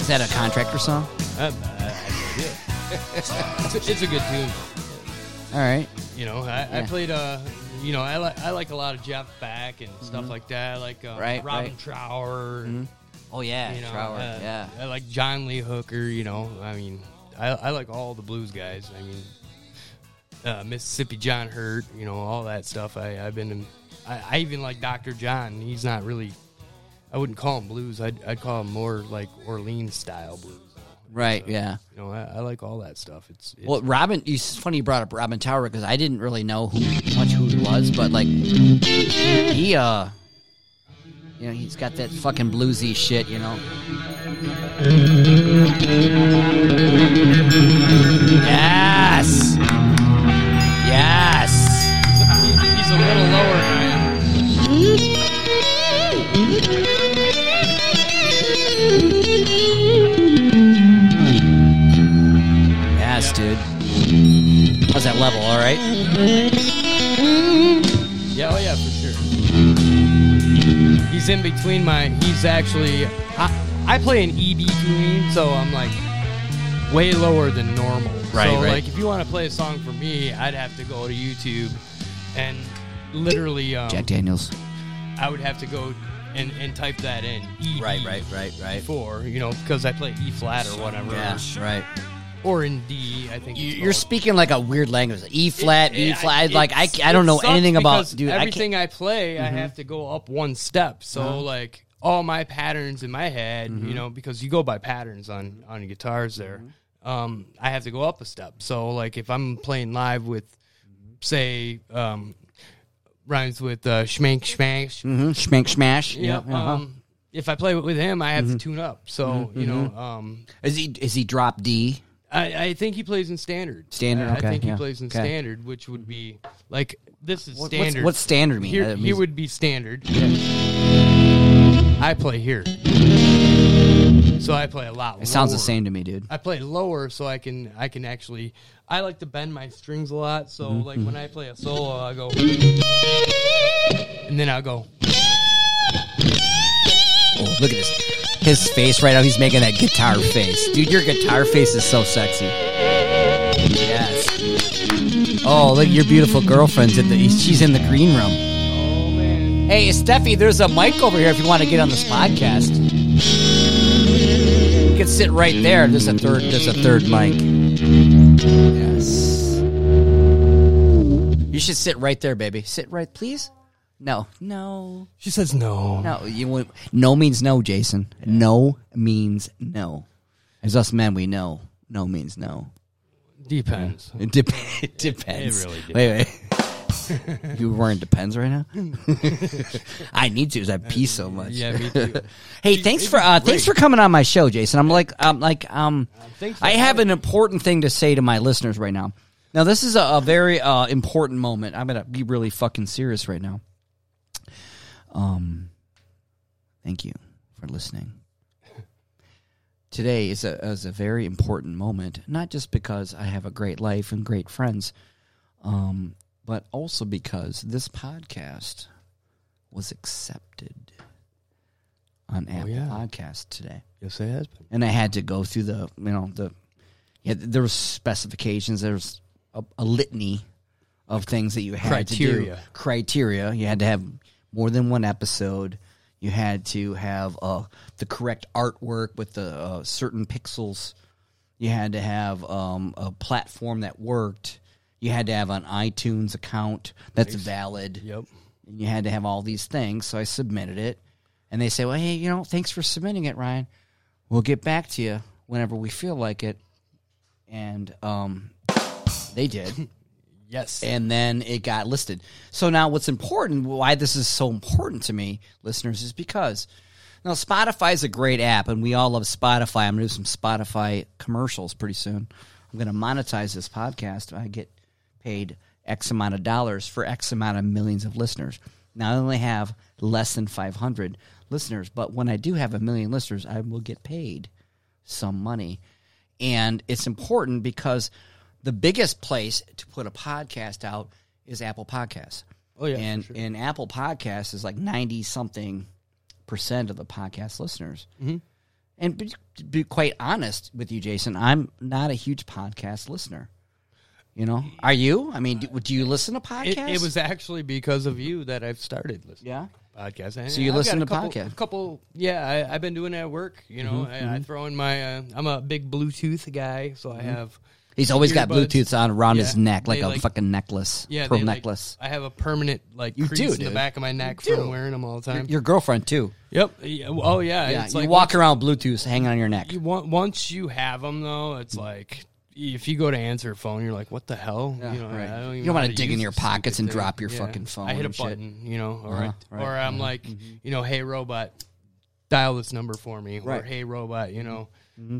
[SPEAKER 1] is that a contractor song?
[SPEAKER 2] Uh, I have no idea. it's, a, it's a good tune.
[SPEAKER 1] All right.
[SPEAKER 2] You know, I, I
[SPEAKER 1] Yeah.
[SPEAKER 2] played. Uh, you know, I like I like a lot of Jeff Beck and stuff like that. I like uh,
[SPEAKER 1] Mm-hmm. Right,
[SPEAKER 2] Robin
[SPEAKER 1] right.
[SPEAKER 2] Trower.
[SPEAKER 1] Oh yeah,
[SPEAKER 2] you know,
[SPEAKER 1] Trower,
[SPEAKER 2] uh,
[SPEAKER 1] yeah.
[SPEAKER 2] I like John Lee Hooker. You know, I mean, I, I like all the blues guys. I mean, uh, Mississippi John Hurt. You know, all that stuff. I I've been. In, I, I even like Doctor John. He's not really. I wouldn't call him blues. I'd, I'd call him more like Orleans style blues.
[SPEAKER 1] Right, yeah.
[SPEAKER 2] You know, I, I like all that stuff. It's, it's
[SPEAKER 1] Well, Robin, you- it's funny you brought up Robin Tower because I didn't really know who much who he was, but like he, uh, you know, he's got that fucking bluesy shit, you know. Yes, yes.
[SPEAKER 2] he's a little lower. than I am.
[SPEAKER 1] Yes, dude. How's that level? All right.
[SPEAKER 2] Yeah, oh yeah, for sure. He's in between my. He's actually. I, I play an E ED tuning, so I'm like way lower than normal.
[SPEAKER 1] Right,
[SPEAKER 2] So
[SPEAKER 1] right.
[SPEAKER 2] like, if you want to play a song for me, I'd have to go to YouTube and literally, um,
[SPEAKER 1] Jack Daniels.
[SPEAKER 2] I would have to go and, and type that in. ED
[SPEAKER 1] right, right.
[SPEAKER 2] Four, you know, because I play E flat or whatever,
[SPEAKER 1] Yeah, right.
[SPEAKER 2] or in D. I think it's
[SPEAKER 1] You're
[SPEAKER 2] both.
[SPEAKER 1] speaking like a weird language, E flat, E
[SPEAKER 2] Yeah,
[SPEAKER 1] flat. Like I,
[SPEAKER 2] it's-
[SPEAKER 1] I don't
[SPEAKER 2] it
[SPEAKER 1] know
[SPEAKER 2] sucks
[SPEAKER 1] anything about,
[SPEAKER 2] because
[SPEAKER 1] dude. I can't, Mm-hmm. Uh-huh.
[SPEAKER 2] Everything I, play, I have to go up one step. So like all my patterns in my head,
[SPEAKER 1] Mm-hmm.
[SPEAKER 2] you know, because you go by patterns on on guitars there.
[SPEAKER 1] Mm-hmm.
[SPEAKER 2] Um, I have to go up a step. So like if I'm playing live with, say, um, rhymes with uh, Schmank Schmank. Sh-
[SPEAKER 1] hmm Schmank smash.
[SPEAKER 2] yeah,
[SPEAKER 1] Yeah, uh-huh. Mm-hmm.
[SPEAKER 2] um, if I play with him, I have to tune up. So you know, um,
[SPEAKER 1] Is he is he drop D?
[SPEAKER 2] I, I think he plays in standard.
[SPEAKER 1] Standard,
[SPEAKER 2] I- I
[SPEAKER 1] okay,
[SPEAKER 2] think
[SPEAKER 1] yeah,
[SPEAKER 2] he plays in
[SPEAKER 1] okay.
[SPEAKER 2] standard, which would be like this is
[SPEAKER 1] What- what's-
[SPEAKER 2] standard.
[SPEAKER 1] what's standard mean?
[SPEAKER 2] Here,
[SPEAKER 1] That
[SPEAKER 2] here
[SPEAKER 1] means-
[SPEAKER 2] would be standard. I play here, so I play a lot.
[SPEAKER 1] It sounds the
[SPEAKER 2] lower.
[SPEAKER 1] same to me, dude.
[SPEAKER 2] I play lower, so I can I can actually I like to bend my strings a lot. So
[SPEAKER 1] Mm-hmm,
[SPEAKER 2] like when I play a solo, I go and then I'll go.
[SPEAKER 1] Oh, look at this. His face right now, he's making that guitar face. Dude, your guitar face is so sexy. Yes. Oh, look, your beautiful girlfriend's in the she's in the green room.
[SPEAKER 2] Oh man,
[SPEAKER 1] Hey, Steffi, there's a mic over here if you want to get on this podcast. You can sit right there. There's a third there's a third mic. Yes. You should sit right there, baby. Sit right, please. No. No.
[SPEAKER 2] she says no.
[SPEAKER 1] No, you won't- no means no, Jason. No means no. As us men, we know no means no.
[SPEAKER 2] Depends.
[SPEAKER 1] It, dep- it depends.
[SPEAKER 2] It really
[SPEAKER 1] Wait, wait. you wearing depends right now? I need to. 'cause I pee so much.
[SPEAKER 2] Uh, Yeah, me too.
[SPEAKER 1] Hey, thanks for uh, thanks for coming on my show, Jason. I'm like I'm like um
[SPEAKER 2] Uh, thanks for
[SPEAKER 1] I have
[SPEAKER 2] having
[SPEAKER 1] an important thing to say to my listeners right now. Now this is a, a very uh, important moment. I'm gonna be really fucking serious right now. Um, thank you for listening. Today is a is a very important moment, not just because I have a great life and great friends, um, but also because this podcast was accepted on Apple
[SPEAKER 2] yeah.
[SPEAKER 1] Podcast today
[SPEAKER 2] Yes, it has been.
[SPEAKER 1] and I had to go through the you know the yeah there was specifications there was a, a litany of things that you had to do
[SPEAKER 2] Criteria.
[SPEAKER 1] criteria you had to have more than one episode you had to have uh, the correct artwork with the uh, certain pixels you had to have um, a platform that worked you had to have an iTunes account that's valid
[SPEAKER 2] Yep.
[SPEAKER 1] and you had to have all these things. So I submitted it, and they say, "Well, hey, you know, thanks for submitting it, Ryan. We'll get back to you whenever we feel like it." And um, they did,
[SPEAKER 2] Yes.
[SPEAKER 1] and then it got listed. So now, what's important? Why this is so important to me, listeners, is because now Spotify is a great app, and we all love Spotify. I'm going to do some Spotify commercials pretty soon. I'm going to monetize this podcast. I get paid X amount of dollars for X amount of millions of listeners. Now I only have less than 500 listeners, but when I do have a million listeners, I will get paid some money. And it's important because the biggest place to put a podcast out is Apple Podcasts.
[SPEAKER 2] Oh, yeah, for
[SPEAKER 1] and
[SPEAKER 2] sure.
[SPEAKER 1] and Apple Podcasts is like ninety something percent of the podcast listeners. Mm-hmm. And be, to be quite honest with you, Jason, I'm not a huge podcast listener. You know, are you? I mean, do, do you listen to
[SPEAKER 2] It,
[SPEAKER 1] podcasts?
[SPEAKER 2] it was actually because of you that I've started listening.
[SPEAKER 1] yeah.
[SPEAKER 2] podcast. And
[SPEAKER 1] So you
[SPEAKER 2] I've
[SPEAKER 1] listen
[SPEAKER 2] got a
[SPEAKER 1] to Mm-hmm,
[SPEAKER 2] couple-
[SPEAKER 1] podcast.
[SPEAKER 2] A couple, yeah. I, I've been doing that at work. You know, I, I throw in my. Uh, I'm a big Bluetooth guy, so
[SPEAKER 1] Mm-hmm.
[SPEAKER 2] I have.
[SPEAKER 1] He's always got
[SPEAKER 2] Earbuds.
[SPEAKER 1] Bluetooth on around his
[SPEAKER 2] Yeah.
[SPEAKER 1] neck, like
[SPEAKER 2] They
[SPEAKER 1] a
[SPEAKER 2] like-
[SPEAKER 1] fucking necklace,
[SPEAKER 2] Yeah,
[SPEAKER 1] pearl
[SPEAKER 2] they, like-
[SPEAKER 1] necklace.
[SPEAKER 2] I have a permanent like
[SPEAKER 1] You
[SPEAKER 2] crease
[SPEAKER 1] do,
[SPEAKER 2] in the
[SPEAKER 1] dude.
[SPEAKER 2] back of my neck
[SPEAKER 1] You do.
[SPEAKER 2] from wearing them all the time.
[SPEAKER 1] Your girlfriend too.
[SPEAKER 2] yep. Yeah, well, oh yeah.
[SPEAKER 1] Yeah,
[SPEAKER 2] it's
[SPEAKER 1] you
[SPEAKER 2] like
[SPEAKER 1] walk around with Bluetooth hanging on your neck.
[SPEAKER 2] You want once you have them though,
[SPEAKER 1] Mm.
[SPEAKER 2] it's like if you go to answer a phone, you're like, what the hell?
[SPEAKER 1] Yeah,
[SPEAKER 2] you know,
[SPEAKER 1] right.
[SPEAKER 2] I don't, even
[SPEAKER 1] You don't
[SPEAKER 2] know how
[SPEAKER 1] wanna dig in
[SPEAKER 2] use
[SPEAKER 1] your
[SPEAKER 2] this stupid
[SPEAKER 1] pockets and
[SPEAKER 2] thing.
[SPEAKER 1] drop your fucking phone
[SPEAKER 2] I hit a
[SPEAKER 1] and shit.
[SPEAKER 2] button, you know, or
[SPEAKER 1] Uh-huh,
[SPEAKER 2] I,
[SPEAKER 1] right, Mm-hmm.
[SPEAKER 2] or I'm like, you know, hey robot, dial this number for me, or
[SPEAKER 1] Right. Mm-hmm.
[SPEAKER 2] hey robot, you know,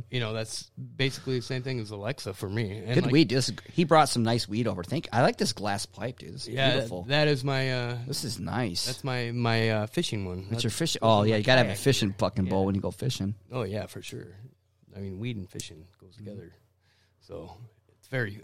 [SPEAKER 2] you know, that's basically the same thing as Alexa for me. And
[SPEAKER 1] Good
[SPEAKER 2] like,
[SPEAKER 1] weed. This, he brought some nice weed over. Think I like this glass pipe, dude. This is
[SPEAKER 2] Yeah,
[SPEAKER 1] beautiful.
[SPEAKER 2] that is my uh,
[SPEAKER 1] this is nice.
[SPEAKER 2] that's my my uh, fishing one.
[SPEAKER 1] That's
[SPEAKER 2] That's-
[SPEAKER 1] your fish. Oh yeah, you gotta have a
[SPEAKER 2] kayak
[SPEAKER 1] fishing fucking bowl when you go fishing.
[SPEAKER 2] Oh yeah, for sure. I mean, weed and fishing goes
[SPEAKER 1] Mm-hmm.
[SPEAKER 2] together, so it's very.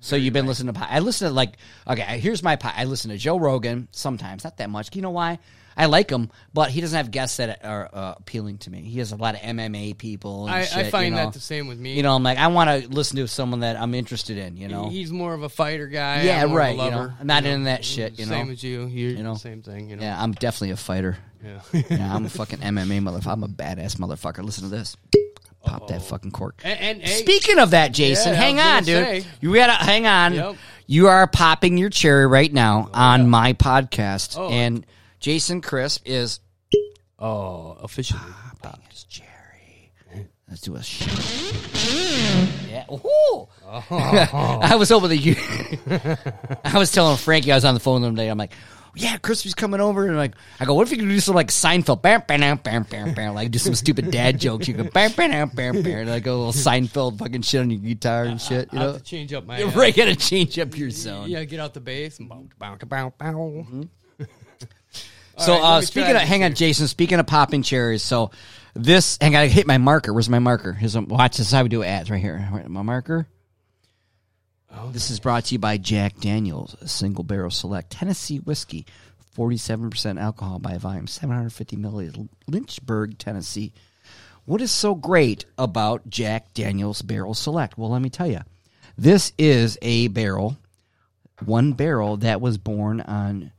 [SPEAKER 1] So you've been listening to. po- I listen to like okay. Here's my. po- I listen to Joe Rogan sometimes, not that much. You know why? I like him, but he doesn't have guests that are uh, appealing to me. He has a lot of MMA people. And
[SPEAKER 2] I,
[SPEAKER 1] shit,
[SPEAKER 2] I find
[SPEAKER 1] you know?
[SPEAKER 2] that the same with me.
[SPEAKER 1] You know, I'm like, I want to listen to someone that I'm interested in. You know,
[SPEAKER 2] he's more of a fighter guy.
[SPEAKER 1] Yeah,
[SPEAKER 2] I'm more
[SPEAKER 1] right,
[SPEAKER 2] Of
[SPEAKER 1] you
[SPEAKER 2] a lover,
[SPEAKER 1] know. I'm not into that shit, you
[SPEAKER 2] same
[SPEAKER 1] know.
[SPEAKER 2] as you. You're
[SPEAKER 1] know.
[SPEAKER 2] the same thing. You know.
[SPEAKER 1] yeah, I'm definitely a fighter.
[SPEAKER 2] Yeah.
[SPEAKER 1] Yeah, I'm a fucking MMA motherfucker. I'm a badass motherfucker. Listen to this. Pop that fucking cork.
[SPEAKER 2] and and hey,
[SPEAKER 1] Speaking of that, Jason,
[SPEAKER 2] Yeah, I
[SPEAKER 1] hang
[SPEAKER 2] was gonna
[SPEAKER 1] on, dude.
[SPEAKER 2] say.
[SPEAKER 1] You gotta hang on.
[SPEAKER 2] Yep.
[SPEAKER 1] You are popping your cherry right now on my podcast,
[SPEAKER 2] Oh.
[SPEAKER 1] and Jason Crisp is
[SPEAKER 2] oh, officially.
[SPEAKER 1] popping his cherry. Let's do a shot. Yeah. Ooh.
[SPEAKER 2] Oh.
[SPEAKER 1] I was over the. you. I was telling Frankie I was on the phone the other day. I'm like, yeah, Crispy's coming over, and like, I go, what if you could do some like Seinfeld, bam, bam, bam, bam, bam, bam, like do some stupid dad jokes. You go, bam, bam, bam, bam, bam, like a little Seinfeld fucking shit on your guitar and shit. You
[SPEAKER 2] I have
[SPEAKER 1] know,
[SPEAKER 2] to change up my.
[SPEAKER 1] you're
[SPEAKER 2] uh,
[SPEAKER 1] right, gotta change up your zone. Mm-hmm.
[SPEAKER 2] Yeah, get out the bass and bow, bow, bow, bow.
[SPEAKER 1] So
[SPEAKER 2] All right, let
[SPEAKER 1] uh,
[SPEAKER 2] me
[SPEAKER 1] speaking
[SPEAKER 2] try
[SPEAKER 1] of,
[SPEAKER 2] this
[SPEAKER 1] hang on, Jason. Speaking of popping cherries, so this, hang on, I hit my marker. Where's my marker? Here's a, watch this. is How we do ads right here. Right, My marker.
[SPEAKER 2] Oh,
[SPEAKER 1] This is brought to you by Jack Daniels, a single barrel select Tennessee whiskey, forty-seven percent alcohol by volume, seven hundred fifty milliliters, Lynchburg, Tennessee. What is so great about Jack Daniels Barrel Select? Well, let me tell you, this is a barrel, one barrel that was born on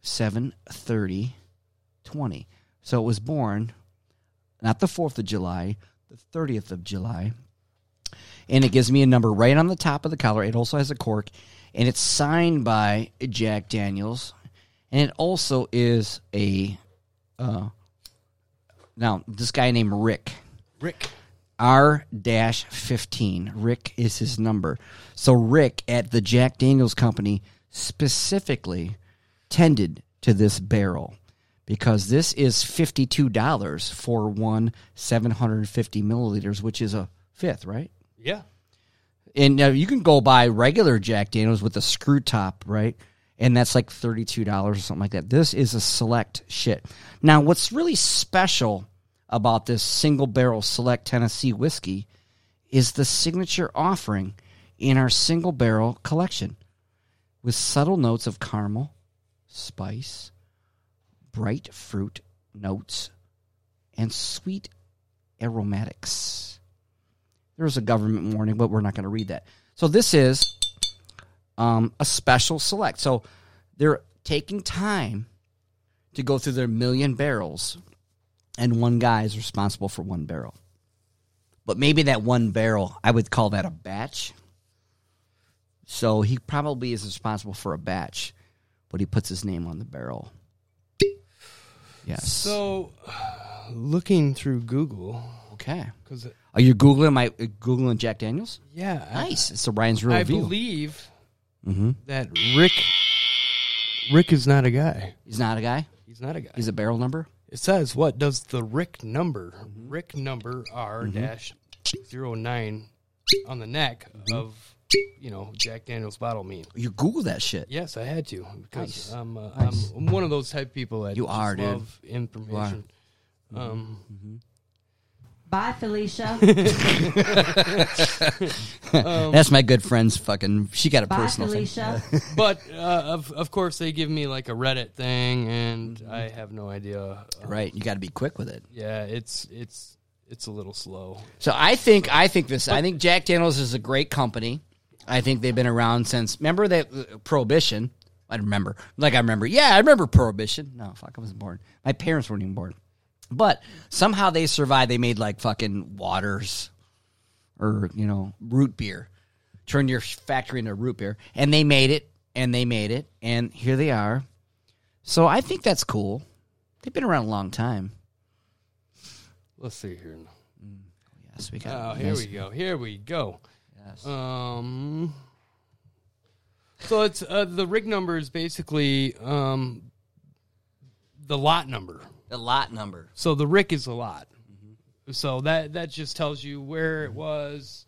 [SPEAKER 1] 7 30 20. So it was born not the 4th of July, the 30th of July. And it gives me a number right on the top of the collar. It also has a cork and it's signed by Jack Daniels. And it also is a uh now this guy named Rick.
[SPEAKER 2] Rick.
[SPEAKER 1] R dash fifteen. Rick is his number. So Rick at the Jack Daniels Company specifically tended to this barrel because this is fifty two dollars for one seven hundred and fifty milliliters, which is a fifth, right?
[SPEAKER 2] Yeah.
[SPEAKER 1] And now you can go buy regular Jack Daniels with a screw top, right? And that's like $32 or something like that. This is a select shit. Now, what's really special about this single barrel select Tennessee whiskey is the signature offering in our single barrel collection with subtle notes of caramel, spice, bright fruit notes, and sweet aromatics. There was a government warning, but we're not going to read that. So this is um, a special select. So they're taking time to go through their million barrels, and one guy is responsible for one barrel. But maybe that one barrel, I would call that a batch. So he probably is responsible for a batch, but he puts his name on the barrel. Yes.
[SPEAKER 2] So, looking through Google,
[SPEAKER 1] okay.
[SPEAKER 2] because
[SPEAKER 1] Are you googling my googling Jack Daniels?
[SPEAKER 2] yeah, I-
[SPEAKER 1] Nice. It's the Ryan's Real
[SPEAKER 2] I,
[SPEAKER 1] Review.
[SPEAKER 2] believe
[SPEAKER 1] mm-hmm.
[SPEAKER 2] that Rick. Rick is not a guy.
[SPEAKER 1] He's not a guy.
[SPEAKER 2] He's not a guy.
[SPEAKER 1] He's a barrel number.
[SPEAKER 2] It says, what does the Rick number,
[SPEAKER 1] Mm-hmm.
[SPEAKER 2] Rick number R dash zero nine on the neck
[SPEAKER 1] Mm-hmm.
[SPEAKER 2] of, you know, Jack Daniels bottle mean?
[SPEAKER 1] You Google that shit.
[SPEAKER 2] Yes, I had to because
[SPEAKER 1] Nice.
[SPEAKER 2] I'm, uh, I'm one of those type of people that
[SPEAKER 1] You Mm-hmm.
[SPEAKER 2] just
[SPEAKER 1] are, dude.
[SPEAKER 2] love information. Um,
[SPEAKER 3] Bye, Felicia.
[SPEAKER 2] Um,
[SPEAKER 1] That's my good friend's fucking. She got a
[SPEAKER 3] Bye,
[SPEAKER 1] personal thing.
[SPEAKER 3] Felicia.
[SPEAKER 1] Mm-hmm.
[SPEAKER 2] but uh, of of course they give me like a Reddit thing, and
[SPEAKER 1] Mm-hmm.
[SPEAKER 2] I have no idea. Uh,
[SPEAKER 1] Right, you got to be quick with it.
[SPEAKER 2] Yeah, it's it's it's a little slow.
[SPEAKER 1] So I think I think this. I think Jack Daniels is a great company. I think they've been around since. Remember that uh, Prohibition? I remember. Like I remember. Yeah, I remember Prohibition. No, fuck, I wasn't born. My parents weren't even born. But somehow they survived. They made like fucking waters, or you know, root beer. Turn your factory into root beer, and they made it, and they made it, and here they are. So I think that's cool. They've been around a long time.
[SPEAKER 2] Let's see here.
[SPEAKER 1] Yes, we
[SPEAKER 2] Oh,
[SPEAKER 1] got.
[SPEAKER 2] here
[SPEAKER 1] nice-
[SPEAKER 2] we go. Here we go.
[SPEAKER 1] Yes.
[SPEAKER 2] Um, so it's uh, the rig number is basically um, the lot number.
[SPEAKER 1] The lot number.
[SPEAKER 2] So the Rick is a lot.
[SPEAKER 1] Mm-hmm.
[SPEAKER 2] So that that just tells you where it was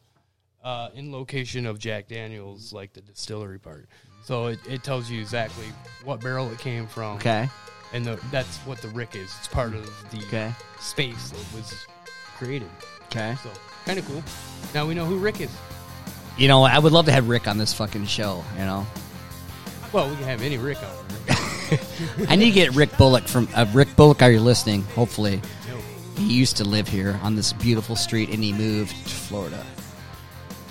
[SPEAKER 2] uh, in location of Jack Daniels, like the distillery part.
[SPEAKER 1] Mm-hmm.
[SPEAKER 2] So it, it tells you exactly what barrel it came from.
[SPEAKER 1] Okay.
[SPEAKER 2] And the, that's what the Rick is. It's part of the
[SPEAKER 1] Okay.
[SPEAKER 2] space that was created.
[SPEAKER 1] Okay.
[SPEAKER 2] So kind of cool. Now we know who Rick is.
[SPEAKER 1] You know, I would love to have Rick on this fucking show. You know,
[SPEAKER 2] Well, we can have any Rick on. there.
[SPEAKER 1] I need to get Rick Bullock from uh, Rick Bullock. Are you listening? Hopefully, he used to live here on this beautiful street, and he moved to Florida.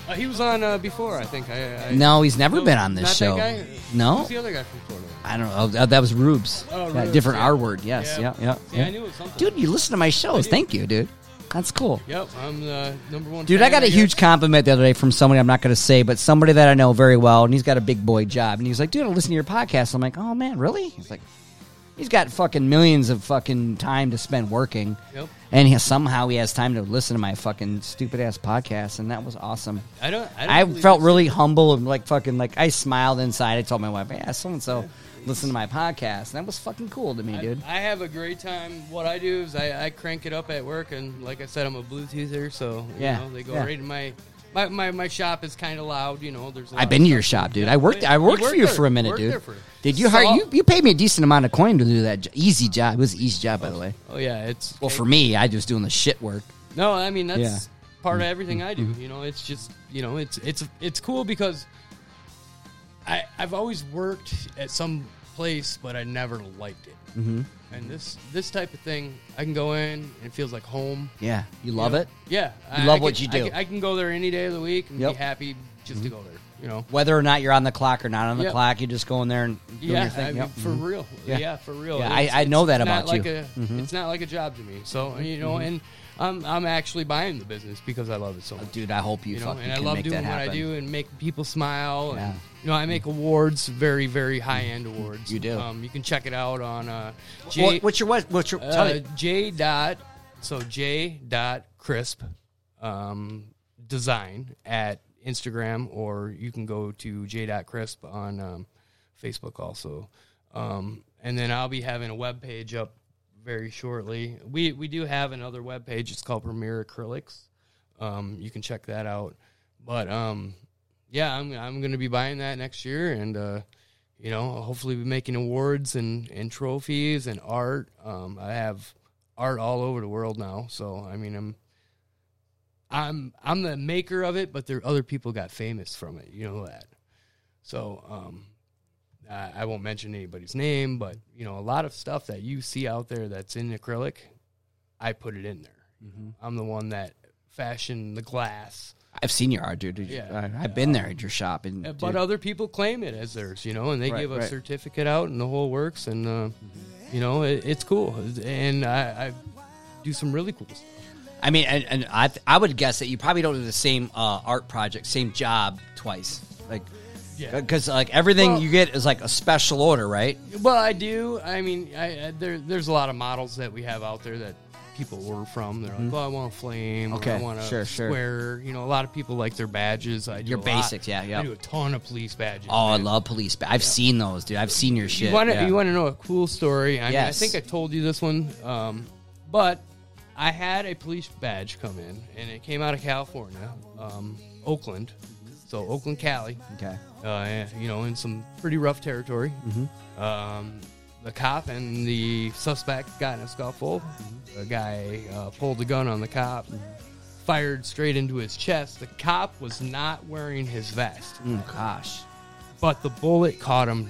[SPEAKER 2] Uh, he was on uh, before, I think. I, I,
[SPEAKER 1] No, he's never
[SPEAKER 2] No,
[SPEAKER 1] been on this
[SPEAKER 2] not
[SPEAKER 1] show.
[SPEAKER 2] That guy?
[SPEAKER 1] No,
[SPEAKER 2] Who's the other guy from Florida?
[SPEAKER 1] I don't know. Oh, that was Rubes.
[SPEAKER 2] Oh,
[SPEAKER 1] Yeah,
[SPEAKER 2] Rubes,
[SPEAKER 1] different
[SPEAKER 2] yeah.
[SPEAKER 1] R word. Yes. Yeah.
[SPEAKER 2] Yeah.
[SPEAKER 1] Yeah.
[SPEAKER 2] See, I knew it was something.
[SPEAKER 1] Dude, you listen to my shows. Thank you, dude. That's cool.
[SPEAKER 2] Yep, I'm the number one.
[SPEAKER 1] Dude,
[SPEAKER 2] fan,
[SPEAKER 1] I got a
[SPEAKER 2] guess.
[SPEAKER 1] huge compliment the other day from somebody I'm not going to say, but somebody that I know very well, and he's got a big boy job, and he's like, "Dude, I listen to your podcast." I'm like, "Oh man, really?" He's like, "He's got fucking millions of fucking time to spend working,
[SPEAKER 2] Yep.
[SPEAKER 1] and he has, somehow he has time to listen to my fucking stupid ass podcast." And that was awesome.
[SPEAKER 2] I don't. I, don't
[SPEAKER 1] I
[SPEAKER 2] believe
[SPEAKER 1] felt
[SPEAKER 2] it's-
[SPEAKER 1] really humble and like fucking like I smiled inside. I told my wife, "Yeah, so and so listened to my podcast," and that was fucking cool to me,
[SPEAKER 2] I-
[SPEAKER 1] dude.
[SPEAKER 2] I have a great time. What I do is I, I crank it up at work, and like I said, I'm a Bluetoother, so you
[SPEAKER 1] Yeah,
[SPEAKER 2] know, they go
[SPEAKER 1] yeah.
[SPEAKER 2] right in my. My, my, my shop is kind of loud, you know. There's. a lot
[SPEAKER 1] I've
[SPEAKER 2] of
[SPEAKER 1] been to your
[SPEAKER 2] stuff.
[SPEAKER 1] shop, dude.
[SPEAKER 2] Yeah,
[SPEAKER 1] I worked. I
[SPEAKER 2] you
[SPEAKER 1] worked for you
[SPEAKER 2] there.
[SPEAKER 1] for a minute,
[SPEAKER 2] Worked
[SPEAKER 1] dude.
[SPEAKER 2] there for-
[SPEAKER 1] Did you hire
[SPEAKER 2] So-
[SPEAKER 1] you? You paid me a decent amount of coin to do that jo- easy job. It was an easy job, by the way.
[SPEAKER 2] Oh yeah, it's
[SPEAKER 1] Well, for me, I just doing the shit work.
[SPEAKER 2] No, I mean that's
[SPEAKER 1] Yeah. Mm-hmm.
[SPEAKER 2] part of everything I do. You know, it's just you know, it's it's it's cool because I I've always worked at some place, but I never liked it. Mm-hmm. And this this type of thing, I can go in and it feels like home.
[SPEAKER 1] Yeah, you love
[SPEAKER 2] know?
[SPEAKER 1] it.
[SPEAKER 2] Yeah,
[SPEAKER 1] You
[SPEAKER 2] I-
[SPEAKER 1] love
[SPEAKER 2] I
[SPEAKER 1] what
[SPEAKER 2] can-
[SPEAKER 1] you
[SPEAKER 2] I
[SPEAKER 1] do.
[SPEAKER 2] can- I, can go there any day of the week and
[SPEAKER 1] Yep. Mm-hmm.
[SPEAKER 2] be happy just to go there. You know.
[SPEAKER 1] Whether or not you're on the clock or not on the
[SPEAKER 2] Yep.
[SPEAKER 1] clock, you're just going there and doing
[SPEAKER 2] Yeah,
[SPEAKER 1] your thing.
[SPEAKER 2] I mean,
[SPEAKER 1] Yep.
[SPEAKER 2] for
[SPEAKER 1] Mhm.
[SPEAKER 2] real.
[SPEAKER 1] Yeah.
[SPEAKER 2] Yeah. for real.
[SPEAKER 1] Yeah, I-
[SPEAKER 2] It's-
[SPEAKER 1] I know
[SPEAKER 2] it's
[SPEAKER 1] that
[SPEAKER 2] not
[SPEAKER 1] about
[SPEAKER 2] like
[SPEAKER 1] you. Mm-hmm.
[SPEAKER 2] A, It's not like a job to me. So you know, and I'm I'm actually buying the business because I love it so much.
[SPEAKER 1] Dude, I hope you,
[SPEAKER 2] you know,
[SPEAKER 1] fucking
[SPEAKER 2] and I
[SPEAKER 1] can
[SPEAKER 2] love
[SPEAKER 1] make
[SPEAKER 2] doing
[SPEAKER 1] that
[SPEAKER 2] what
[SPEAKER 1] happen.
[SPEAKER 2] I do and make people smile.
[SPEAKER 1] Yeah.
[SPEAKER 2] And, you know, I make awards, very, very high end awards.
[SPEAKER 1] You do.
[SPEAKER 2] Um, you can check it out on uh, J.
[SPEAKER 1] What, what's your what? What's your?
[SPEAKER 2] uh,
[SPEAKER 1] tell me.
[SPEAKER 2] J. Dot. So J. Dot Crisp, um, design at Instagram, or you can go to J. Dot Crisp on um, Facebook also. Um, and then I'll be having a web page up very shortly. We we do have another web page. It's called Premier Acrylics. Um, you can check that out. But um, yeah, I'm I'm gonna be buying that next year, and uh, you know, hopefully be making awards and and trophies and art. Um, I have art all over the world now, so I mean, I'm. I'm I'm the maker of it, but there other people got famous from it. You know that, so um, I, I won't mention anybody's name, but you know a lot of stuff that you see out there that's in acrylic, I put it in there. I'm the one that fashioned the glass,
[SPEAKER 1] I've seen your art, dude.
[SPEAKER 2] Yeah.
[SPEAKER 1] I, have been there at your shop, and
[SPEAKER 2] Uh,
[SPEAKER 1] dude,
[SPEAKER 2] but other people claim it as theirs, you know, and they
[SPEAKER 1] Right,
[SPEAKER 2] give a
[SPEAKER 1] right. Mm-hmm.
[SPEAKER 2] certificate out and the whole works, and uh, you know, it, it's cool. And I, I do some really cool stuff.
[SPEAKER 1] I mean, and, and I th- I would guess that you probably don't do the same uh, art project, same job twice, like
[SPEAKER 2] Yeah.
[SPEAKER 1] because like everything
[SPEAKER 2] Well-
[SPEAKER 1] you get is like a special order, right?
[SPEAKER 2] Well, I do. I mean, I, I there, there's a lot of models that we have out there that people order from. They're like, "Well, I want a flame. or
[SPEAKER 1] Mm-hmm. Okay,
[SPEAKER 2] I want a
[SPEAKER 1] sure, sure.
[SPEAKER 2] square." You know, a lot of people like their badges. I do
[SPEAKER 1] Your
[SPEAKER 2] a lot.
[SPEAKER 1] basics, yeah, yeah.
[SPEAKER 2] I do a ton of police badges.
[SPEAKER 1] Oh, I
[SPEAKER 2] man.
[SPEAKER 1] love police. Ba- I've seen those, dude. I've seen your shit.
[SPEAKER 2] You want to
[SPEAKER 1] yeah.
[SPEAKER 2] you want to know a cool story? I, mean, I
[SPEAKER 1] Yes.
[SPEAKER 2] think I told you this one, um, but I had a police badge come in, and it came out of California, um, Oakland, so Oakland, Cali
[SPEAKER 1] okay. Mm-hmm.
[SPEAKER 2] uh, you know, in some pretty rough territory. Um, the cop and the suspect got in a scuffle. The guy uh, pulled the gun on the cop,
[SPEAKER 1] Mm-hmm.
[SPEAKER 2] fired straight into his chest. The cop was not wearing his vest,
[SPEAKER 1] Mm, gosh.
[SPEAKER 2] but the bullet caught him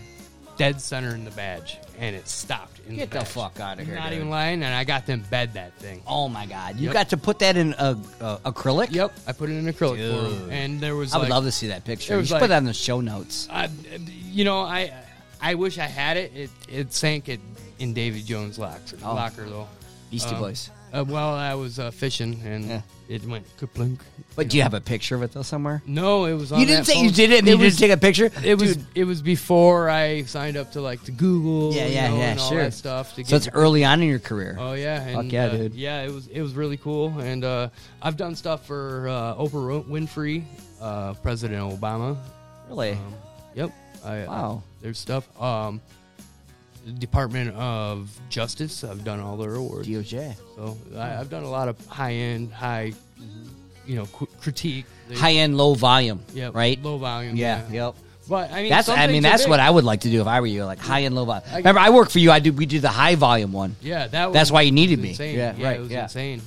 [SPEAKER 2] dead center in the badge, and it stopped. In
[SPEAKER 1] Get the
[SPEAKER 2] badge.
[SPEAKER 1] fuck outta here,
[SPEAKER 2] Not
[SPEAKER 1] dude.
[SPEAKER 2] even lying, and I got to embed that thing.
[SPEAKER 1] Oh my god. You
[SPEAKER 2] Yep.
[SPEAKER 1] got to put that in a, a acrylic?
[SPEAKER 2] Yep, I put it in acrylic for
[SPEAKER 1] Dude.
[SPEAKER 2] him, and there was
[SPEAKER 1] I would
[SPEAKER 2] like,
[SPEAKER 1] love to see that picture.
[SPEAKER 2] it
[SPEAKER 1] You
[SPEAKER 2] was
[SPEAKER 1] should put
[SPEAKER 2] like-
[SPEAKER 1] that in the show notes.
[SPEAKER 2] I, you know, I I wish I had it. It it sank it in David Jones' locker,
[SPEAKER 1] Oh.
[SPEAKER 2] locker though.
[SPEAKER 1] Beastie
[SPEAKER 2] Um,
[SPEAKER 1] Boys.
[SPEAKER 2] Uh, well, I was uh, fishing and
[SPEAKER 1] Yeah.
[SPEAKER 2] it went kaplunk.
[SPEAKER 1] But do you have a picture of it though somewhere?
[SPEAKER 2] No, it was. On
[SPEAKER 1] You didn't
[SPEAKER 2] that
[SPEAKER 1] say
[SPEAKER 2] phone.
[SPEAKER 1] you did it and you
[SPEAKER 2] was,
[SPEAKER 1] didn't take a picture?
[SPEAKER 2] It was.
[SPEAKER 1] Dude,
[SPEAKER 2] It was before I signed up to like to Google.
[SPEAKER 1] Yeah,
[SPEAKER 2] you
[SPEAKER 1] yeah,
[SPEAKER 2] know,
[SPEAKER 1] yeah,
[SPEAKER 2] and all
[SPEAKER 1] sure.
[SPEAKER 2] that stuff. To
[SPEAKER 1] so it's
[SPEAKER 2] get,
[SPEAKER 1] early on in your career.
[SPEAKER 2] Oh yeah, and,
[SPEAKER 1] Fuck yeah,
[SPEAKER 2] uh,
[SPEAKER 1] dude.
[SPEAKER 2] Yeah, it was. It was really cool, and uh, I've done stuff for uh, Oprah Winfrey, uh, President Obama.
[SPEAKER 1] really?
[SPEAKER 2] Um, yep. I,
[SPEAKER 1] Wow.
[SPEAKER 2] There's stuff. Um, Department of Justice. I've done all their awards.
[SPEAKER 1] DOJ.
[SPEAKER 2] So I, I've done a lot of high end, high, you know, qu- critique. They-
[SPEAKER 1] High end, low volume.
[SPEAKER 2] yep,
[SPEAKER 1] Right?
[SPEAKER 2] Low volume.
[SPEAKER 1] yeah,
[SPEAKER 2] Yeah.
[SPEAKER 1] yep.
[SPEAKER 2] But I mean,
[SPEAKER 1] That's
[SPEAKER 2] some
[SPEAKER 1] I mean
[SPEAKER 2] things are
[SPEAKER 1] that's
[SPEAKER 2] big.
[SPEAKER 1] what I would like to do if I were you, like high and low volume. Remember I work for you, I do we do the high volume one.
[SPEAKER 2] Yeah, that. Was,
[SPEAKER 1] That's why you needed
[SPEAKER 2] was
[SPEAKER 1] me.
[SPEAKER 2] Insane.
[SPEAKER 1] Yeah,
[SPEAKER 2] Yeah,
[SPEAKER 1] right,
[SPEAKER 2] It was
[SPEAKER 1] yeah.
[SPEAKER 2] insane.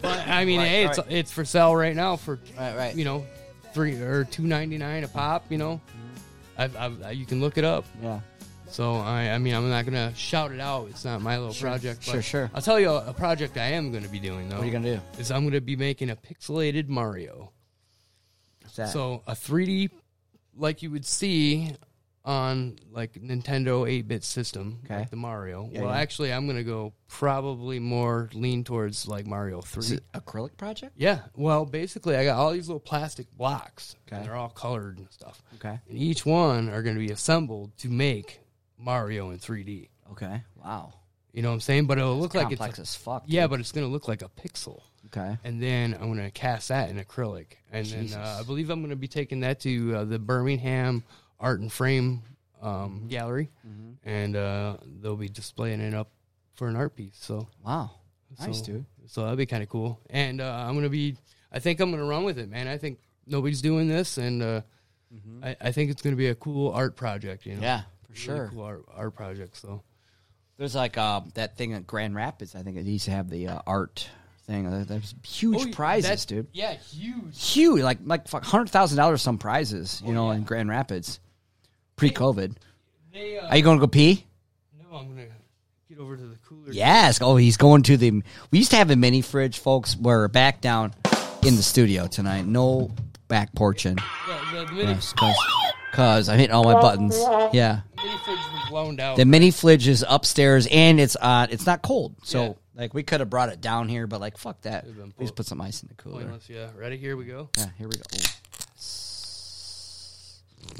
[SPEAKER 2] But I mean,
[SPEAKER 1] Right,
[SPEAKER 2] hey, it's
[SPEAKER 1] right.
[SPEAKER 2] it's for sale right now for
[SPEAKER 1] Right, right.
[SPEAKER 2] you know, three or two ninety nine a pop. You know,
[SPEAKER 1] Mm-hmm.
[SPEAKER 2] I've, I've, you can look it up.
[SPEAKER 1] Yeah.
[SPEAKER 2] So I, I mean, I'm not gonna shout it out. It's not my little
[SPEAKER 1] Sure,
[SPEAKER 2] project. But
[SPEAKER 1] sure, sure.
[SPEAKER 2] I'll tell you a, a project I am gonna be doing though.
[SPEAKER 1] What are you gonna do?
[SPEAKER 2] Is I'm gonna be making a pixelated Mario.
[SPEAKER 1] What's that?
[SPEAKER 2] So a 3D, like you would see on like Nintendo 8-bit system,
[SPEAKER 1] Okay.
[SPEAKER 2] like the Mario.
[SPEAKER 1] Yeah,
[SPEAKER 2] well,
[SPEAKER 1] yeah.
[SPEAKER 2] actually, I'm gonna go probably more lean towards like Mario 3.
[SPEAKER 1] Is it acrylic project?
[SPEAKER 2] Yeah. Well, basically, I got all these little plastic blocks. and
[SPEAKER 1] Okay.
[SPEAKER 2] They're all colored and stuff.
[SPEAKER 1] Okay.
[SPEAKER 2] And each one are going to be assembled to make Mario in 3D.
[SPEAKER 1] Okay. Wow.
[SPEAKER 2] You know what I'm saying? But it'll look like
[SPEAKER 1] Complex
[SPEAKER 2] it's
[SPEAKER 1] as fuck.
[SPEAKER 2] yeah, but it's going to look like a pixel.
[SPEAKER 1] Okay.
[SPEAKER 2] And then I'm going to cast that in acrylic. And
[SPEAKER 1] Jesus.
[SPEAKER 2] then uh, I believe I'm going to be taking that to uh, the Birmingham Art and Frame um,
[SPEAKER 1] Mm-hmm.
[SPEAKER 2] Gallery, and uh, they'll be displaying it up for an art piece. So
[SPEAKER 1] Wow. Nice
[SPEAKER 2] so,
[SPEAKER 1] dude.
[SPEAKER 2] So that'd be kind of cool. And uh, I'm gonna be. I think I'm gonna run with it, man. I think nobody's doing this, and uh, I, I think it's gonna be a cool art project. You know,
[SPEAKER 1] Mm-hmm. Yeah, for
[SPEAKER 2] Really
[SPEAKER 1] sure.
[SPEAKER 2] cool art, art project. So
[SPEAKER 1] There's like uh, that thing at Grand Rapids. I think it used to have the uh, art thing. Uh, There's huge
[SPEAKER 2] Oh, yeah,
[SPEAKER 1] prizes,
[SPEAKER 2] that's-
[SPEAKER 1] dude.
[SPEAKER 2] Yeah, huge.
[SPEAKER 1] Huge, like like hundred thousand dollars some prizes.
[SPEAKER 2] Oh,
[SPEAKER 1] You know, in Grand Rapids, pre-COVID.
[SPEAKER 2] They, uh,
[SPEAKER 1] Are you going to go pee?
[SPEAKER 2] no, I'm gonna get over to the cooler.
[SPEAKER 1] Yes. Oh, he's going to the. We used to have a mini fridge, folks. We're back down in the studio tonight. No back porching.
[SPEAKER 2] Yeah, the, the mini,
[SPEAKER 1] Yes, cause, 'cause I'm hitting all my buttons. Yeah.
[SPEAKER 2] mini fridge was blown out.
[SPEAKER 1] The mini fridge is upstairs and it's on. It's not cold, so
[SPEAKER 2] Yeah.
[SPEAKER 1] like we could have brought it down here, but like fuck that.
[SPEAKER 2] It'd've been
[SPEAKER 1] Please
[SPEAKER 2] po-
[SPEAKER 1] put some ice in the cooler.
[SPEAKER 2] Pointless. Yeah. Ready? Here we go.
[SPEAKER 1] Yeah, here we go.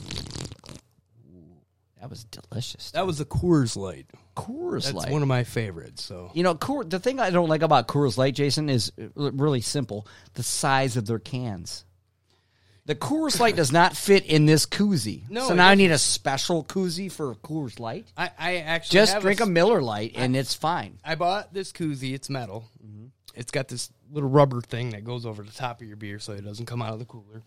[SPEAKER 1] Ooh. Ooh, That was delicious.
[SPEAKER 2] That was the Coors Light.
[SPEAKER 1] Coors
[SPEAKER 2] That's
[SPEAKER 1] Light.
[SPEAKER 2] one of my favorites. So
[SPEAKER 1] you know, Coor, the thing I don't like about Coors Light, Jason, is uh, really simple: the size of their cans. The Coors Light does not fit in this koozie,
[SPEAKER 2] No,
[SPEAKER 1] so
[SPEAKER 2] it
[SPEAKER 1] now I need a special koozie for Coors Light.
[SPEAKER 2] I, I actually
[SPEAKER 1] Just
[SPEAKER 2] have
[SPEAKER 1] drink
[SPEAKER 2] a
[SPEAKER 1] a Miller Light and it's fine.
[SPEAKER 2] I bought this koozie. It's metal. It's got this little rubber thing that goes over the top of your beer so it doesn't come out of the cooler.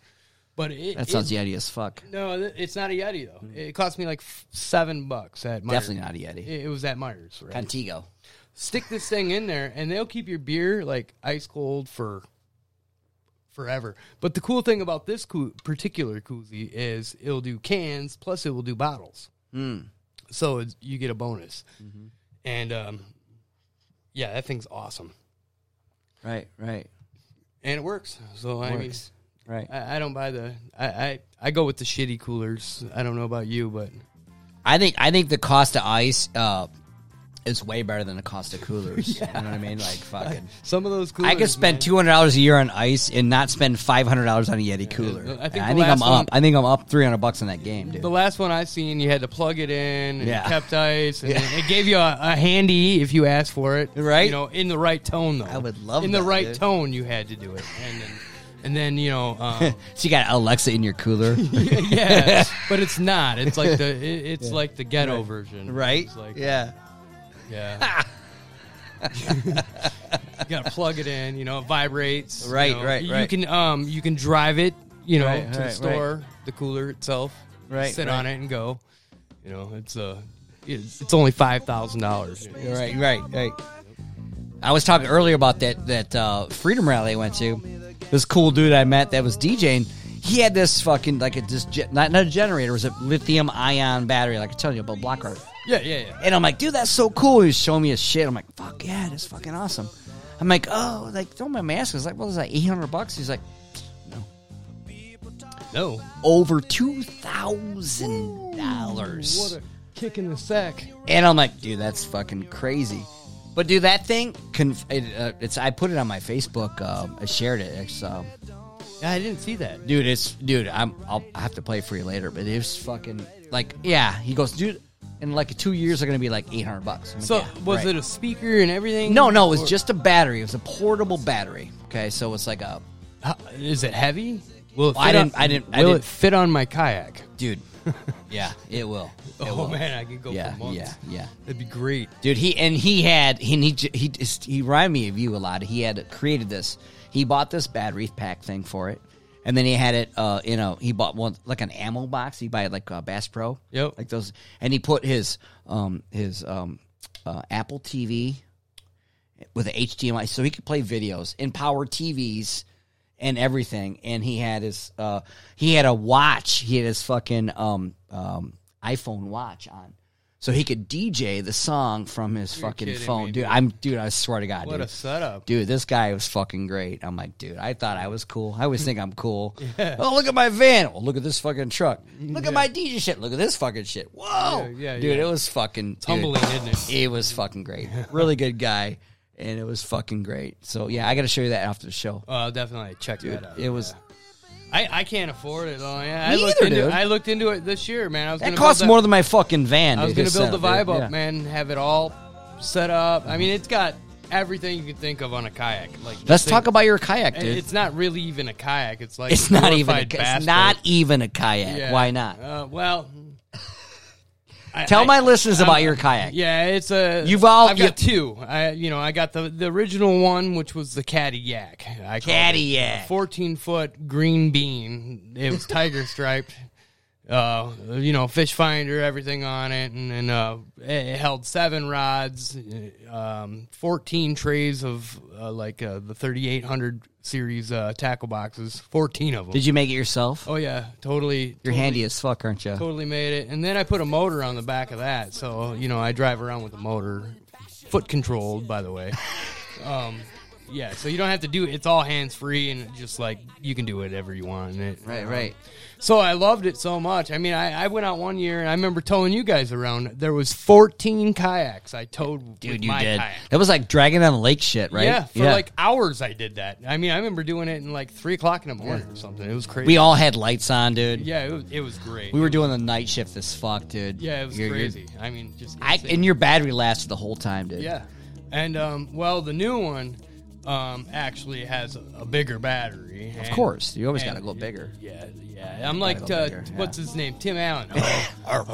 [SPEAKER 2] But it,
[SPEAKER 1] That
[SPEAKER 2] it-
[SPEAKER 1] sounds yeti as fuck.
[SPEAKER 2] no, th- it's not a Yeti though. It cost me like f- seven bucks at Myers.
[SPEAKER 1] Definitely not a yeti.
[SPEAKER 2] It, it was at Myers. Right?
[SPEAKER 1] Contigo.
[SPEAKER 2] Stick this thing in there, and they'll keep your beer like ice cold for forever. But the cool thing about this coo- particular koozie is it'll do cans plus it will do bottles.
[SPEAKER 1] Hmm.
[SPEAKER 2] So it's, you get a bonus,
[SPEAKER 1] Mm-hmm.
[SPEAKER 2] and um, yeah, that thing's awesome.
[SPEAKER 1] Right, right,
[SPEAKER 2] and it works. So I mean,
[SPEAKER 1] Works. right.
[SPEAKER 2] I, I don't buy the. I, I I go with the shitty coolers. I don't know about you, but
[SPEAKER 1] I think I think the cost of ice uh, is way better than the cost of coolers. You know what I mean? Like fucking.
[SPEAKER 2] some of those coolers.
[SPEAKER 1] I could spend
[SPEAKER 2] man,
[SPEAKER 1] two hundred dollars a year on ice and not spend five hundred dollars on a Yeti cooler.
[SPEAKER 2] I think
[SPEAKER 1] And
[SPEAKER 2] the
[SPEAKER 1] I'm
[SPEAKER 2] last
[SPEAKER 1] up.
[SPEAKER 2] one-
[SPEAKER 1] I think I'm up three hundred bucks on that game, dude.
[SPEAKER 2] The last one I seen, you had to plug it in. And
[SPEAKER 1] Yeah.
[SPEAKER 2] it kept ice, and it gave you a, a handy if you asked for it,
[SPEAKER 1] Right.
[SPEAKER 2] You know, in the right tone though. I
[SPEAKER 1] would love
[SPEAKER 2] in
[SPEAKER 1] that,
[SPEAKER 2] the right
[SPEAKER 1] dude.
[SPEAKER 2] tone. You had to do it, and then, and then you know, um,
[SPEAKER 1] so you got Alexa in your cooler,
[SPEAKER 2] yeah. But it's not. It's like the it, it's like the ghetto version,
[SPEAKER 1] right?
[SPEAKER 2] It's like,
[SPEAKER 1] yeah.
[SPEAKER 2] Yeah. you gotta plug it in. You know, it vibrates. you
[SPEAKER 1] Right,
[SPEAKER 2] know.
[SPEAKER 1] right,
[SPEAKER 2] You
[SPEAKER 1] right.
[SPEAKER 2] can um, you can drive it. You know,
[SPEAKER 1] Right,
[SPEAKER 2] to
[SPEAKER 1] right,
[SPEAKER 2] the store, the cooler itself.
[SPEAKER 1] Right,
[SPEAKER 2] Sit
[SPEAKER 1] right.
[SPEAKER 2] on it and go. You know, it's uh, it's it's only five thousand dollars.
[SPEAKER 1] Right, right, right. I was talking earlier about that that uh, freedom rally I went to. This cool dude I met that was DJing, he had this fucking like a just ge- not, not a generator, it was a lithium ion battery, like I tell you about block art.
[SPEAKER 2] Yeah, yeah, yeah.
[SPEAKER 1] And I'm like, dude, that's so cool. He was showing me his shit. I'm like, fuck yeah, that's fucking awesome. I'm like, oh, like throw my mask. I was like, well, is that 800 bucks? He's like,
[SPEAKER 2] No,
[SPEAKER 1] over two thousand dollars.
[SPEAKER 2] what a kick in the sack.
[SPEAKER 1] And I'm like, dude, that's fucking crazy. But dude, that thing, conf- it, uh, it's I put it on my Facebook. Um, I shared it. It's, um,
[SPEAKER 2] Yeah, I didn't see that.
[SPEAKER 1] dude, it's dude. I'm I'll I have to play it for you later. But it's fucking like yeah. He goes, dude. In like two years, are gonna be like eight hundred bucks. I'm like,
[SPEAKER 2] So
[SPEAKER 1] yeah,
[SPEAKER 2] was
[SPEAKER 1] right.
[SPEAKER 2] it a speaker and everything?
[SPEAKER 1] No, no, it
[SPEAKER 2] Or-
[SPEAKER 1] was just a battery. It was a portable battery. Okay, so it's like a
[SPEAKER 2] How- Is it heavy? Will
[SPEAKER 1] Well,
[SPEAKER 2] it
[SPEAKER 1] I
[SPEAKER 2] fit on-
[SPEAKER 1] didn't- I didn't-
[SPEAKER 2] Will
[SPEAKER 1] I
[SPEAKER 2] it
[SPEAKER 1] didn't-
[SPEAKER 2] fit on my kayak?
[SPEAKER 1] dude. yeah, it will. It
[SPEAKER 2] Oh
[SPEAKER 1] will.
[SPEAKER 2] man, I could go
[SPEAKER 1] Yeah,
[SPEAKER 2] for months.
[SPEAKER 1] yeah, yeah.
[SPEAKER 2] That'd be great.
[SPEAKER 1] dude. He and he had and he j- he just, he reminded me of you a lot. He had created this. He bought this battery pack thing for it, and then he had it. Uh, you know, he bought one like an ammo box. He buy like uh, Bass Pro.
[SPEAKER 2] Yep.
[SPEAKER 1] like those. And he put his um his um uh, Apple TV with an HDMI, so he could play videos and power TVs and everything. And he had his uh, he had a watch. He had his fucking um, um, iPhone watch on, so he could DJ the song from his fucking
[SPEAKER 2] kidding
[SPEAKER 1] phone,
[SPEAKER 2] me,
[SPEAKER 1] dude.
[SPEAKER 2] dude.
[SPEAKER 1] I'm dude. I swear to God,
[SPEAKER 2] What a
[SPEAKER 1] dude.
[SPEAKER 2] setup.
[SPEAKER 1] Dude, this guy was fucking great. I'm like, dude, I thought I was cool. I always think I'm cool. Oh, look at my van. Well, look at this fucking truck. Look at my DJ shit. Look at this fucking shit. Whoa.
[SPEAKER 2] Yeah, yeah,
[SPEAKER 1] dude,
[SPEAKER 2] yeah.
[SPEAKER 1] it was fucking dude,
[SPEAKER 2] Humbling, isn't it?
[SPEAKER 1] it was fucking great. Really good guy, and it was fucking great. So yeah, I got to show you that after the show.
[SPEAKER 2] Oh, I'll definitely check
[SPEAKER 1] Dude,
[SPEAKER 2] that out.
[SPEAKER 1] it was
[SPEAKER 2] I, I can't afford it. Oh yeah, I
[SPEAKER 1] Me
[SPEAKER 2] looked
[SPEAKER 1] either,
[SPEAKER 2] into
[SPEAKER 1] dude.
[SPEAKER 2] I looked into it this year, man. I was
[SPEAKER 1] that
[SPEAKER 2] gonna
[SPEAKER 1] cost
[SPEAKER 2] build
[SPEAKER 1] more than my fucking van.
[SPEAKER 2] I was
[SPEAKER 1] dude,
[SPEAKER 2] gonna
[SPEAKER 1] this
[SPEAKER 2] build the
[SPEAKER 1] setup,
[SPEAKER 2] vibe
[SPEAKER 1] dude.
[SPEAKER 2] up,
[SPEAKER 1] Yeah.
[SPEAKER 2] man. Have it all set up. I mean, it's got everything you could think of on a kayak. Like
[SPEAKER 1] Let's
[SPEAKER 2] this
[SPEAKER 1] talk
[SPEAKER 2] thing-
[SPEAKER 1] about your kayak,
[SPEAKER 2] and
[SPEAKER 1] dude. It's,
[SPEAKER 2] It's not really even a kayak. It's like a
[SPEAKER 1] not even a,
[SPEAKER 2] glorified
[SPEAKER 1] it's
[SPEAKER 2] bass
[SPEAKER 1] not
[SPEAKER 2] boat.
[SPEAKER 1] even a kayak.
[SPEAKER 2] Yeah.
[SPEAKER 1] Why not?
[SPEAKER 2] Uh, well, I-
[SPEAKER 1] Tell
[SPEAKER 2] I-
[SPEAKER 1] my listeners about
[SPEAKER 2] I'm-
[SPEAKER 1] your kayak.
[SPEAKER 2] Yeah, it's a.
[SPEAKER 1] You've all-
[SPEAKER 2] I've got two. I you know I got the the original one, which was the caddy yak. I called it.
[SPEAKER 1] Cadillac.
[SPEAKER 2] fourteen foot green bean. It was tiger striped. Uh, you know, fish finder, everything on it, and then uh, it it held seven rods, um, fourteen trays of uh, like uh, the thirty eight hundred series uh, tackle boxes, fourteen of them.
[SPEAKER 1] Did you make it yourself?
[SPEAKER 2] oh yeah, totally.
[SPEAKER 1] You're
[SPEAKER 2] totally-
[SPEAKER 1] handy as fuck, aren't you?
[SPEAKER 2] Totally made it, and then I put a motor on the back of that, so you know I drive around with a motor, foot controlled, by the way. Um, yeah, so you don't have to do it's all hands free, and just like you can do whatever you want. in It
[SPEAKER 1] Right, right.
[SPEAKER 2] so I loved it so much. I mean, I, I went out one year, and I remember towing you guys around. There was fourteen kayaks I towed.
[SPEAKER 1] Dude,
[SPEAKER 2] with
[SPEAKER 1] you
[SPEAKER 2] my
[SPEAKER 1] did.
[SPEAKER 2] Kayak.
[SPEAKER 1] That was like dragging on the lake shit, right?
[SPEAKER 2] Yeah, for like hours I did that. I mean, I remember doing it in like three o'clock in the morning or something. It was crazy.
[SPEAKER 1] we all had lights on, dude.
[SPEAKER 2] yeah, it was, it was great.
[SPEAKER 1] We were doing the night shift as fuck, dude.
[SPEAKER 2] yeah, it was
[SPEAKER 1] You're- you're-
[SPEAKER 2] crazy. I mean, just
[SPEAKER 1] I,
[SPEAKER 2] insane.
[SPEAKER 1] and your battery lasted the whole time, dude.
[SPEAKER 2] Yeah, and um, well, the new one um, actually has a, a bigger battery.
[SPEAKER 1] Of course, you always gotta go bigger.
[SPEAKER 2] Yeah, yeah. I'm like,
[SPEAKER 1] go
[SPEAKER 2] uh,
[SPEAKER 1] bigger, yeah.
[SPEAKER 2] what's his name? Tim Allen. Oh,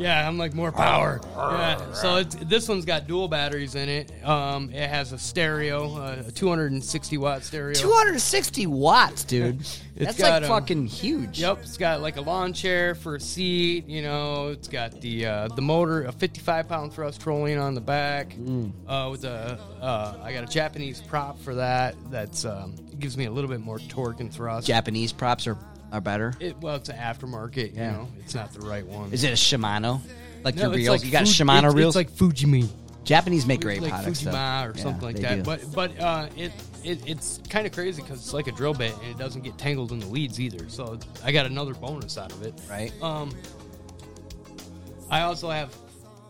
[SPEAKER 2] yeah, I'm like more power. Yeah. So it's this one's got dual batteries in it. Um, it has a stereo, uh, a 260 watt stereo.
[SPEAKER 1] 260 watts, dude. That's
[SPEAKER 2] got,
[SPEAKER 1] like
[SPEAKER 2] um,
[SPEAKER 1] fucking huge.
[SPEAKER 2] Yep, it's got like a lawn chair for a seat. You know, it's got the uh, the motor, a 55 pound thrust trolling on the back.
[SPEAKER 1] Mm.
[SPEAKER 2] Uh, with a, uh, I got a Japanese prop for that. That's um, gives me a little bit more torque and thrust.
[SPEAKER 1] Japanese props are, are better.
[SPEAKER 2] it, well, it's an aftermarket.
[SPEAKER 1] Yeah.
[SPEAKER 2] You know, it's not the right one.
[SPEAKER 1] Is it a Shimano? Like
[SPEAKER 2] No,
[SPEAKER 1] your
[SPEAKER 2] it's
[SPEAKER 1] reels?
[SPEAKER 2] like
[SPEAKER 1] you got
[SPEAKER 2] Fuji-
[SPEAKER 1] Shimano
[SPEAKER 2] it's,
[SPEAKER 1] reels?
[SPEAKER 2] It's like Fujimi,
[SPEAKER 1] Japanese make great
[SPEAKER 2] like
[SPEAKER 1] products, though.
[SPEAKER 2] Fujima or
[SPEAKER 1] Yeah,
[SPEAKER 2] something like
[SPEAKER 1] they
[SPEAKER 2] that.
[SPEAKER 1] do.
[SPEAKER 2] But but uh, it, it it's kind of crazy because it's like a drill bit and it doesn't get tangled in the leads either. So I got another bonus out of it.
[SPEAKER 1] right?
[SPEAKER 2] Um, I also have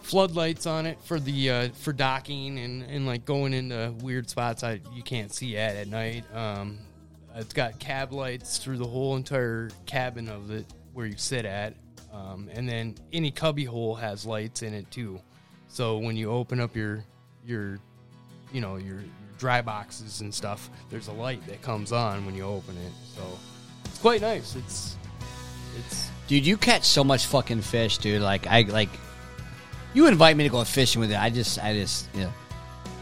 [SPEAKER 2] floodlights on it for the uh, for docking and, and like going into weird spots I you can't see at at night. Um, it's got cab lights through the whole entire cabin of it where you sit at, um, and then any cubby hole has lights in it too. So when you open up your your you know your dry boxes and stuff, there's a light that comes on when you open it. So it's quite nice. It's it's
[SPEAKER 1] Dude, you catch so much fucking fish, dude. Like I like you invite me to go fishing with you. I just I just you know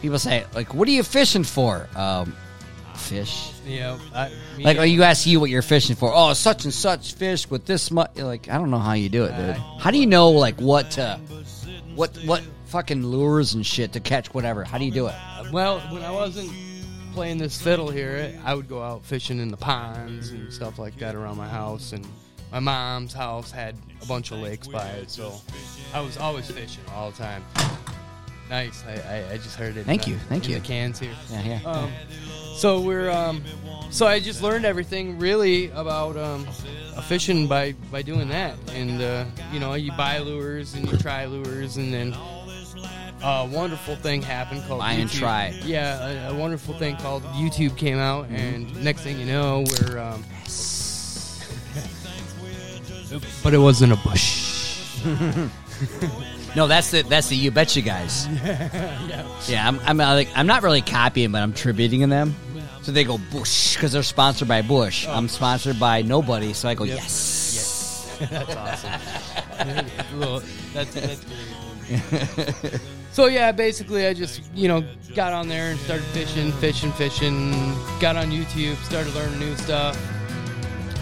[SPEAKER 1] people say, like, what are you fishing for? Um fish.
[SPEAKER 2] Yeah, I, me-
[SPEAKER 1] Like you ask you what you're fishing for. Oh, such and such fish with this much like I don't know how you do it, dude. How do you know like what to What what fucking lures and shit to catch whatever? How do you do it?
[SPEAKER 2] Well, when I wasn't playing this fiddle here, I would go out fishing in the ponds and stuff like that around my house. And my mom's house had a bunch of lakes by it, so I was always fishing all the time. Nice. I, I, I just heard it. in
[SPEAKER 1] Thank
[SPEAKER 2] the-
[SPEAKER 1] you, thank
[SPEAKER 2] in
[SPEAKER 1] you.
[SPEAKER 2] The cans here.
[SPEAKER 1] Yeah, yeah.
[SPEAKER 2] Um, so we're um, so I just learned everything really about um, uh, fishing by by doing that, and uh, you know you buy lures and you try lures, and then uh, a wonderful thing happened called
[SPEAKER 1] Buy and
[SPEAKER 2] YouTube.
[SPEAKER 1] try.
[SPEAKER 2] Yeah, a, a wonderful thing called YouTube came out,
[SPEAKER 1] Mm-hmm.
[SPEAKER 2] and next thing you know, we're um, but it wasn't a bush.
[SPEAKER 1] No, that's the that's the you betcha guys. yeah, I'm I'm, uh, like, I'm not really copying, but I'm attributing them. So they go Bush because they're sponsored by Bush.
[SPEAKER 2] Oh.
[SPEAKER 1] I'm sponsored by nobody, so I go yes.
[SPEAKER 2] That's awesome. Well, that's, that's great. so yeah, basically, I just you know got on there and started fishing, fishing, fishing. Got on YouTube, started learning new stuff.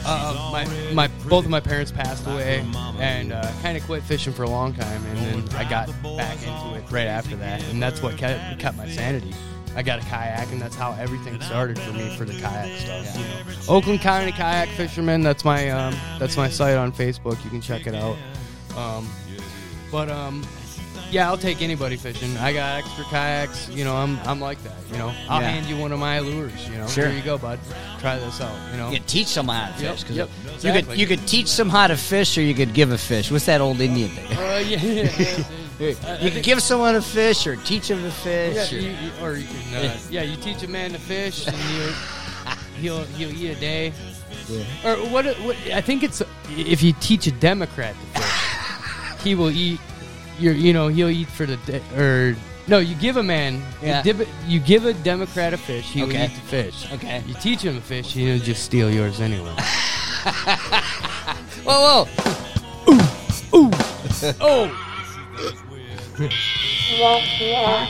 [SPEAKER 2] Uh, my my both of my parents passed away, and uh, kind of quit fishing for a long time, and then I got back into it right after that, and that's what kept, kept my sanity. I got a kayak, and that's how everything started for me for the kayak stuff. you know. Oakland County Kayak Fisherman. That's my um, that's my site on Facebook. You can check it out. Um, but um, yeah, I'll take anybody fishing. I got extra kayaks. You know, I'm I'm like that. You know, I'll
[SPEAKER 1] Yeah.
[SPEAKER 2] hand you one of my lures. You know,
[SPEAKER 1] Sure.
[SPEAKER 2] here you go, bud. Try this out. You know,
[SPEAKER 1] You could teach someone how to
[SPEAKER 2] Yep,
[SPEAKER 1] fish. 'cause
[SPEAKER 2] yep,
[SPEAKER 1] You could
[SPEAKER 2] exactly.
[SPEAKER 1] you could teach them how to fish, or you could give a fish. What's that old Indian thing?
[SPEAKER 2] Uh, yeah, yeah, yeah, yeah. I- I
[SPEAKER 1] You could
[SPEAKER 2] think-
[SPEAKER 1] give someone a fish, or teach them to
[SPEAKER 2] yeah,
[SPEAKER 1] fish. or-
[SPEAKER 2] you, you- or you can, uh, yeah, you teach a man to fish, and you, he'll he'll eat a day. Or what, what? I think it's if you teach a Democrat to fish, he will eat. You you know he'll eat for the day, or no, you give a man
[SPEAKER 1] Yeah.
[SPEAKER 2] you, dip, you give a Democrat a fish, he
[SPEAKER 1] Okay.
[SPEAKER 2] will eat the fish.
[SPEAKER 1] Okay.
[SPEAKER 2] You teach him to fish, he'll just steal yours anyway.
[SPEAKER 1] Whoa, whoa!
[SPEAKER 2] oh,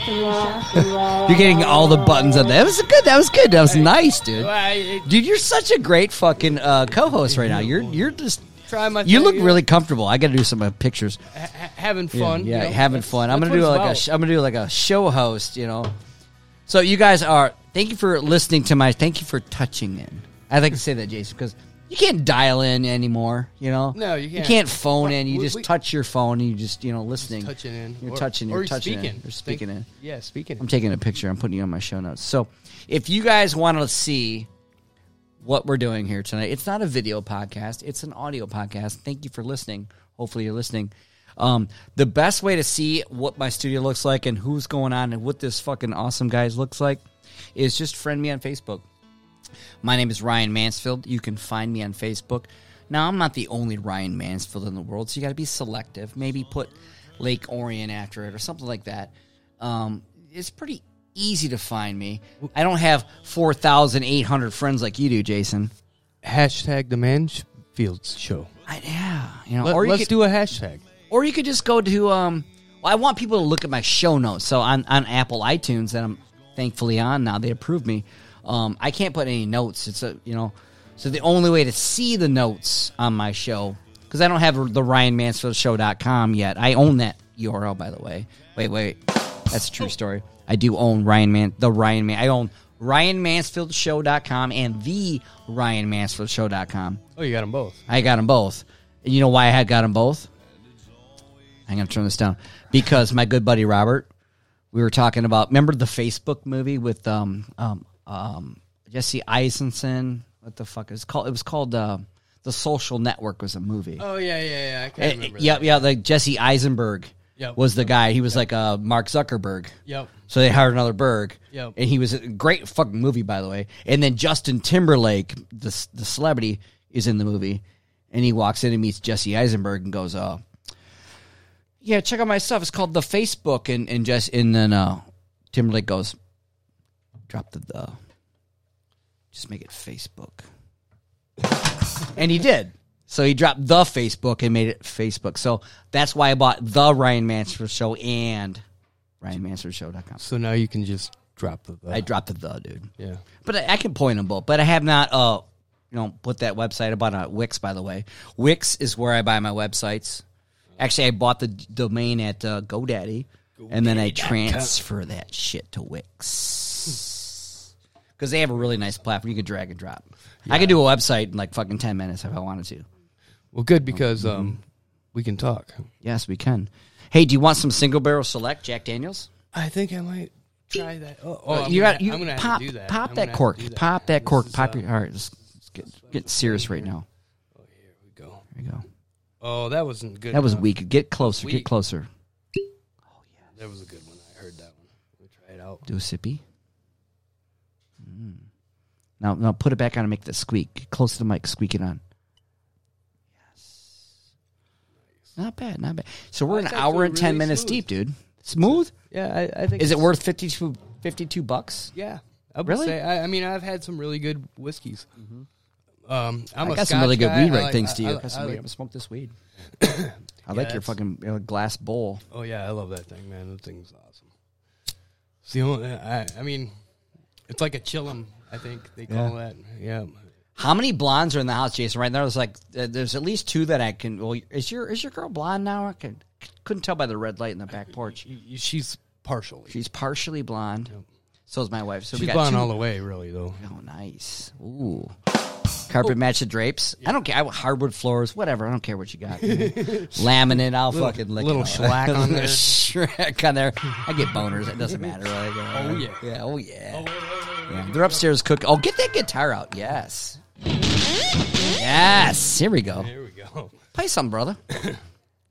[SPEAKER 1] You're getting all the buttons on that. That was good. That was good. That was nice, dude.
[SPEAKER 2] I,
[SPEAKER 1] Dude, you're such a great fucking uh, co-host right now. You're you're just
[SPEAKER 2] I try my.
[SPEAKER 1] you
[SPEAKER 2] thing,
[SPEAKER 1] look
[SPEAKER 2] know,
[SPEAKER 1] really comfortable. I got to do some uh, pictures.
[SPEAKER 2] ha- ha- having
[SPEAKER 1] Yeah,
[SPEAKER 2] fun.
[SPEAKER 1] Yeah,
[SPEAKER 2] you know?
[SPEAKER 1] having
[SPEAKER 2] That's-
[SPEAKER 1] fun. I'm
[SPEAKER 2] that's
[SPEAKER 1] gonna do
[SPEAKER 2] what it's
[SPEAKER 1] like a
[SPEAKER 2] about.
[SPEAKER 1] sh- I'm gonna do like a show host. You know. So you guys are. Thank you for listening to my. Thank you for touching in. I like to say that, Jason, because you can't dial in anymore. You know.
[SPEAKER 2] No, you
[SPEAKER 1] You
[SPEAKER 2] can't.
[SPEAKER 1] can't phone in. You
[SPEAKER 2] We-
[SPEAKER 1] just
[SPEAKER 2] we-
[SPEAKER 1] touch your phone. and You just you know listening.
[SPEAKER 2] touching in.
[SPEAKER 1] You're
[SPEAKER 2] or-
[SPEAKER 1] touching. You're
[SPEAKER 2] or
[SPEAKER 1] touching.
[SPEAKER 2] speaking.
[SPEAKER 1] In. You're speaking
[SPEAKER 2] Think-
[SPEAKER 1] in.
[SPEAKER 2] Yeah, speaking.
[SPEAKER 1] I'm taking a picture. I'm putting you on my show notes. So if you guys want to see what we're doing here tonight, it's not a video podcast, it's an audio podcast. Thank you for listening. Hopefully, you're listening. Um, the best way to see what my studio looks like and who's going on and what this fucking awesome guys looks like is just friend me on Facebook. My name is Ryan Mansfield. You can find me on Facebook. Now, I'm not the only Ryan Mansfield in the world, so you got to be selective. Maybe put Lake Orion after it or something like that. Um, it's pretty easy to find me. I don't have 4,800 friends like you do, Jason.
[SPEAKER 2] hashtag the Mansfield Show.
[SPEAKER 1] I, yeah, you know,
[SPEAKER 2] Let,
[SPEAKER 1] or you
[SPEAKER 2] us
[SPEAKER 1] could,
[SPEAKER 2] do a hashtag.
[SPEAKER 1] or you could just go to. Um, well, I want people to look at my show notes. So on on Apple iTunes that I'm thankfully on now, they approve me. Um, I can't put any notes. It's a you know, so the only way to see the notes on my show because I don't have the Ryan Mansfield Show.com yet. I own that URL by the way. Wait, wait, that's a true story. I do own Ryan Man the Ryan Man. I own Ryan Mansfield Show.com and the Ryan Mansfield Show.com.
[SPEAKER 2] Oh, you got them both.
[SPEAKER 1] I got them both. And you know why I had got them both? I'm going to turn this down because my good buddy Robert, we were talking about. Remember the Facebook movie with um um um Jesse Eisenson? What the fuck is it called? It was called uh, the Social Network. Was a movie.
[SPEAKER 2] Oh yeah, yeah, yeah. I
[SPEAKER 1] Eh,
[SPEAKER 2] can't remember.
[SPEAKER 1] yeah, yeah. Like Jesse Eisenberg
[SPEAKER 2] Yep.
[SPEAKER 1] was the guy. He was like uh, Mark Zuckerberg.
[SPEAKER 2] Yep.
[SPEAKER 1] So they hired another Berg.
[SPEAKER 2] Yep.
[SPEAKER 1] And he was a great fucking movie, by the way. And then Justin Timberlake, the c- the celebrity, is in the movie, and he walks in and meets Jesse Eisenberg and goes, "Uh, yeah, check out my stuff. It's called the Facebook." And and just and then uh, Timberlake goes, "Drop the the, just make it Facebook." and he did. So he dropped the Facebook and made it Facebook. So that's why I bought the Ryan Mansfield Show and RyanMansfieldShow.com.
[SPEAKER 2] So now you can just drop the. the
[SPEAKER 1] I dropped the the dude,
[SPEAKER 2] yeah.
[SPEAKER 1] but I, I can point them both. But I have not, uh, you know, put that website. I bought on Wix, by the way. Wix is where I buy my websites. Actually, I bought the d- domain at uh, GoDaddy, and then I transfer that shit to Wix because they have a really nice platform. You can drag and drop. I could do a website in like fucking ten minutes if I wanted to.
[SPEAKER 2] Well, good because
[SPEAKER 1] Mm-hmm.
[SPEAKER 2] um, we can talk.
[SPEAKER 1] Yes, we can. Hey, do you want some single barrel select Jack Daniels?
[SPEAKER 2] I think I might try that. Oh,
[SPEAKER 1] Uh, you got you pop pop that uh, cork, pop that cork, pop your. All right, let's, let's get get serious right now.
[SPEAKER 2] Go.
[SPEAKER 1] There you go.
[SPEAKER 2] Oh, that wasn't good.
[SPEAKER 1] That was
[SPEAKER 2] enough.
[SPEAKER 1] weak. Get closer. Get
[SPEAKER 2] Weak.
[SPEAKER 1] closer.
[SPEAKER 2] That was a good one. I heard that one. We try it out.
[SPEAKER 1] Do a sippy. Mm. Now, now put it back on and make the squeak. Get close to the mic. Squeak it on. Yes. Not bad. Not bad. So we're an
[SPEAKER 2] That's
[SPEAKER 1] hour
[SPEAKER 2] actually
[SPEAKER 1] and ten
[SPEAKER 2] really
[SPEAKER 1] minutes
[SPEAKER 2] smooth.
[SPEAKER 1] deep, dude. Smooth.
[SPEAKER 2] Yeah, I, I think.
[SPEAKER 1] Is it
[SPEAKER 2] it's-
[SPEAKER 1] worth 52, 52 bucks?
[SPEAKER 2] Yeah, I would
[SPEAKER 1] Really?
[SPEAKER 2] say- I, I mean, I've had some really good whiskeys. Um, I'm
[SPEAKER 1] I
[SPEAKER 2] a
[SPEAKER 1] got some really
[SPEAKER 2] Scotch
[SPEAKER 1] good
[SPEAKER 2] guy.
[SPEAKER 1] weed
[SPEAKER 2] I
[SPEAKER 1] right
[SPEAKER 2] like-
[SPEAKER 1] things
[SPEAKER 2] I-
[SPEAKER 1] to you.
[SPEAKER 2] I
[SPEAKER 1] I, got some
[SPEAKER 2] like-
[SPEAKER 1] weed. I'm gonna smoke this weed. I like your
[SPEAKER 2] that's-
[SPEAKER 1] fucking uh, glass bowl.
[SPEAKER 2] Oh yeah, I love that thing, man. That thing's awesome. It's the only. uh, I, I mean, it's like a chillum. I think they call that. Yeah.
[SPEAKER 1] How many blondes are in the house, Jason? Right now, there's like uh, there's at least two that I can. Well, is your is your girl blonde now? I can, couldn't tell by the red light in the back porch.
[SPEAKER 2] Y- y- She's partially.
[SPEAKER 1] She's partially blonde. So is my wife. So we
[SPEAKER 2] She's
[SPEAKER 1] got
[SPEAKER 2] gone
[SPEAKER 1] two.
[SPEAKER 2] all the way, really, though.
[SPEAKER 1] oh, nice. Ooh,
[SPEAKER 2] Oh.
[SPEAKER 1] carpet match the drapes. I don't care. I, want hardwood floors, whatever. I don't care what you got. Laminate. I'll fucking lick
[SPEAKER 2] little
[SPEAKER 1] it.
[SPEAKER 2] shellac on
[SPEAKER 1] Little
[SPEAKER 2] there.
[SPEAKER 1] shellac on there. I get boners. It doesn't matter. Like, uh,
[SPEAKER 2] Oh, yeah.
[SPEAKER 1] Yeah. Oh yeah. Yeah, They're upstairs cooking. Oh, get that guitar out. Yes. Yes. Here we go.
[SPEAKER 2] Here we go.
[SPEAKER 1] Play some, brother.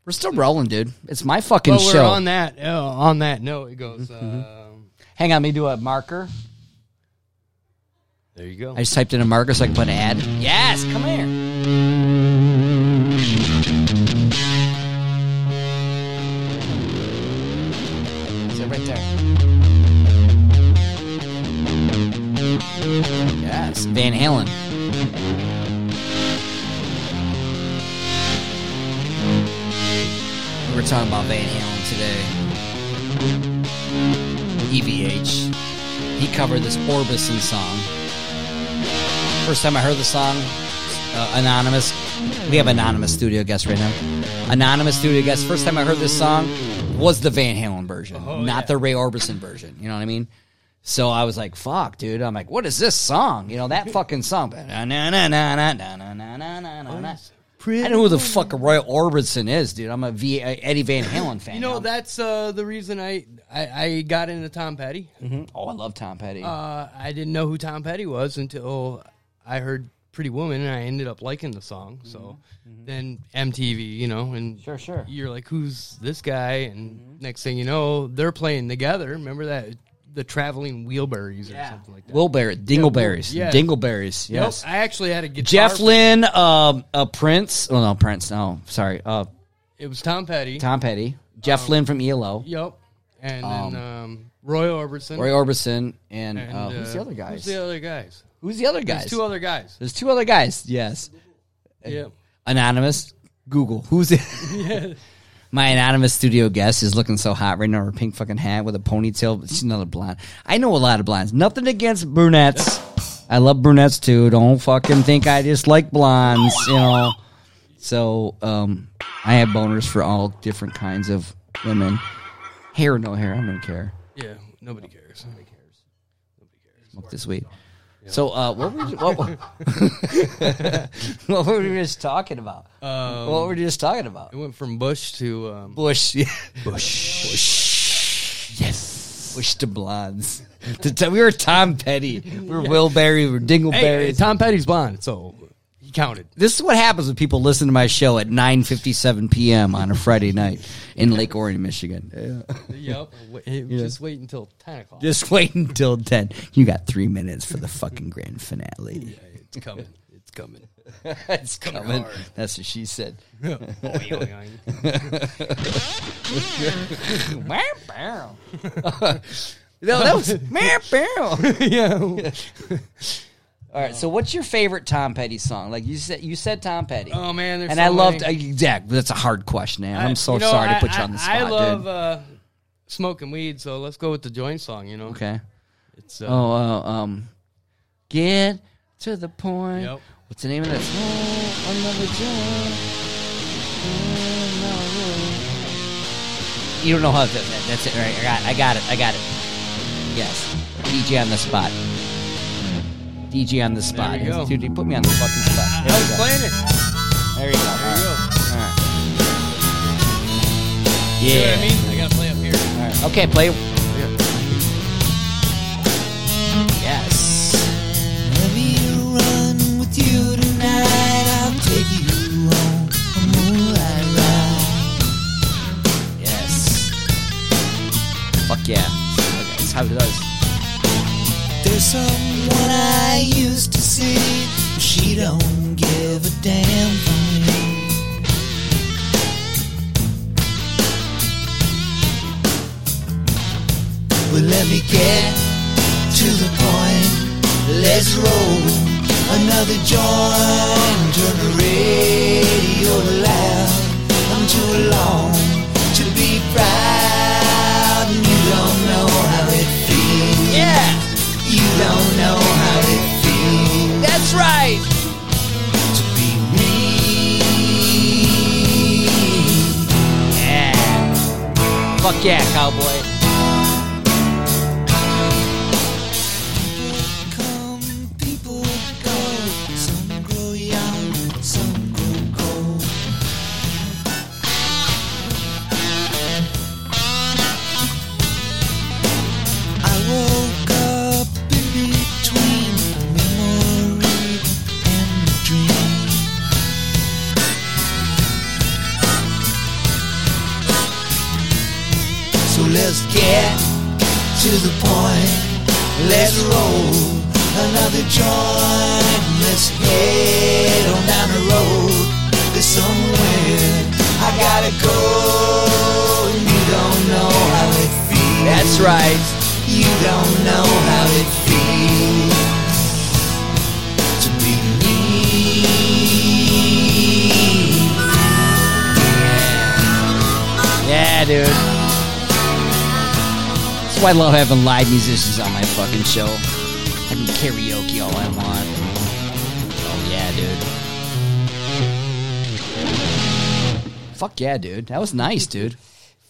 [SPEAKER 1] We're still rolling, dude. It's my fucking
[SPEAKER 2] Well, we're
[SPEAKER 1] show.
[SPEAKER 2] on that. Uh, on that note, it goes. Um,
[SPEAKER 1] Hang on, let me do a marker.
[SPEAKER 2] there you go.
[SPEAKER 1] I just typed in a marker so I can put an ad. Yes, come here. Is it right there? Yes, Van Halen. We were talking about Van Halen today. EVH. He covered this Orbison song. First time I heard the song, uh, Anonymous. We have Anonymous studio guest right now. Anonymous studio guest. First time I heard this song was the Van Halen version, not the Ray Orbison version. You know what I mean? So I was like, "Fuck, dude!" I'm like, "What is this song?" You know that fucking song. Na, na, na, na, na, na, na, na, na, na, na, na. I know who the fuck Roy Orbison is, dude. I'm a v- a Eddie Van Halen fan.
[SPEAKER 2] You know
[SPEAKER 1] I'm-
[SPEAKER 2] that's uh, the reason I, I I got into Tom Petty.
[SPEAKER 1] Oh, I love Tom Petty.
[SPEAKER 2] Uh, I didn't know who Tom Petty was until I heard Pretty Woman, and I ended up liking the song. So then MTV, you know, and
[SPEAKER 1] Mm-hmm. Sure, sure. Mm-hmm.
[SPEAKER 2] you're like, who's this guy? And next thing you know, they're playing together. Remember that the traveling wheelberries or something like that.
[SPEAKER 1] Wilbur, Dingleberries,
[SPEAKER 2] yeah.
[SPEAKER 1] Dingleberries.
[SPEAKER 2] Nope,
[SPEAKER 1] Yes.
[SPEAKER 2] I actually had a guitar.
[SPEAKER 1] Jeff Lynne, um, uh, Prince. Oh no, Prince. No, sorry. Uh,
[SPEAKER 2] It was Tom Petty.
[SPEAKER 1] Tom Petty,
[SPEAKER 2] Um,
[SPEAKER 1] Jeff Lynne from E ELO,
[SPEAKER 2] Yep. And then um, Roy Orbison.
[SPEAKER 1] Roy Orbison, and,
[SPEAKER 2] and,
[SPEAKER 1] uh, who's the
[SPEAKER 2] uh,
[SPEAKER 1] other guys?
[SPEAKER 2] Who's the other guys?
[SPEAKER 1] other guys?
[SPEAKER 2] There's two other guys.
[SPEAKER 1] There's two other guys. Yes.
[SPEAKER 2] Yeah.
[SPEAKER 1] Anonymous. Google. Who's it? My anonymous studio guest is looking so hot right now. Her pink fucking hat with a ponytail. She's another blonde. I know a lot of blondes. Nothing against brunettes. I love brunettes too. Don't fucking think I just like blondes, you know. So um, I have boners for all different kinds of women. Hair or no hair, I don't care.
[SPEAKER 2] Yeah. Nobody cares. Nobody cares.
[SPEAKER 1] Smoke this weed. So uh, what were you, what, were- what were we just talking about? what were we just talking about?
[SPEAKER 2] It went from Bush to um,
[SPEAKER 1] Bush. Bush. Bush. Yes. Bush to blondes. To Tom- we were Tom Petty. We were Will Berry. We were Dingleberry.
[SPEAKER 2] Hey, hey, Tom Petty's blonde, so he counted.
[SPEAKER 1] this is what happens when people listen to my show at 9.57 p.m. on a Friday night in Lake Orion, Michigan.
[SPEAKER 2] Yep. Just wait until ten o'clock.
[SPEAKER 1] Just wait until 10. You got three minutes for the fucking grand finale.
[SPEAKER 2] It's coming. It's coming.
[SPEAKER 1] it's coming. That's what she said. Meow, meow. no, that was meow, meow.
[SPEAKER 2] yeah.
[SPEAKER 1] All right. So, what's your favorite Tom Petty song? Like you said, you said Tom Petty.
[SPEAKER 2] Oh, man, there's
[SPEAKER 1] and
[SPEAKER 2] so
[SPEAKER 1] I loved
[SPEAKER 2] many.
[SPEAKER 1] uh, Zach. That's a hard question, man. I'm so
[SPEAKER 2] You know,
[SPEAKER 1] sorry
[SPEAKER 2] I-
[SPEAKER 1] to put you
[SPEAKER 2] I-
[SPEAKER 1] on the spot,
[SPEAKER 2] I love
[SPEAKER 1] dude.
[SPEAKER 2] Uh, smoking weed, so let's go with the joint song. You know.
[SPEAKER 1] okay.
[SPEAKER 2] It's uh,
[SPEAKER 1] Oh, uh, um, get to the point.
[SPEAKER 2] Yep. Oh,
[SPEAKER 1] What's the name of that? song? Another joy. you don't know how. That, that's it. All right, I got. I got it. I got it. Yes. DJ on the spot. DJ on the spot.
[SPEAKER 2] we go.
[SPEAKER 1] Dude, you put me on the fucking spot.
[SPEAKER 2] I
[SPEAKER 1] There we
[SPEAKER 2] was
[SPEAKER 1] go.
[SPEAKER 2] playing it.
[SPEAKER 1] There you go.
[SPEAKER 2] There you go.
[SPEAKER 1] All right.
[SPEAKER 2] You know what I
[SPEAKER 1] Yeah.
[SPEAKER 2] mean? I gotta play up here.
[SPEAKER 1] All right. Okay, play. Yes.
[SPEAKER 5] Let me run with you tonight. I'll take you on a moonlight ride.
[SPEAKER 1] Yes. Fuck yeah. Okay, that's how it does.
[SPEAKER 5] There's someone I used to see, but she don't give a damn for me. Well, let me get to the point. Let's roll another joint. Turn the radio loud. I'm too alone to be proud. And you don't know how it feels.
[SPEAKER 1] Yeah.
[SPEAKER 5] You don't know how it feels
[SPEAKER 1] That's right.
[SPEAKER 5] to be me.
[SPEAKER 1] Yeah. Fuck yeah, cowboy.
[SPEAKER 5] Come, people go. Some grow young, some grow cold. I woke up in between memory and dream. So let's get to the point. Let's roll another joint. Let's head on down the road to somewhere. I gotta go. and You don't know how it feels.
[SPEAKER 1] That's right.
[SPEAKER 5] You don't know how it feels to be me.
[SPEAKER 1] Yeah, dude. That's why I love having live musicians on my fucking show. I can karaoke all I want. Oh yeah, dude. Fuck yeah, dude. That was nice, dude.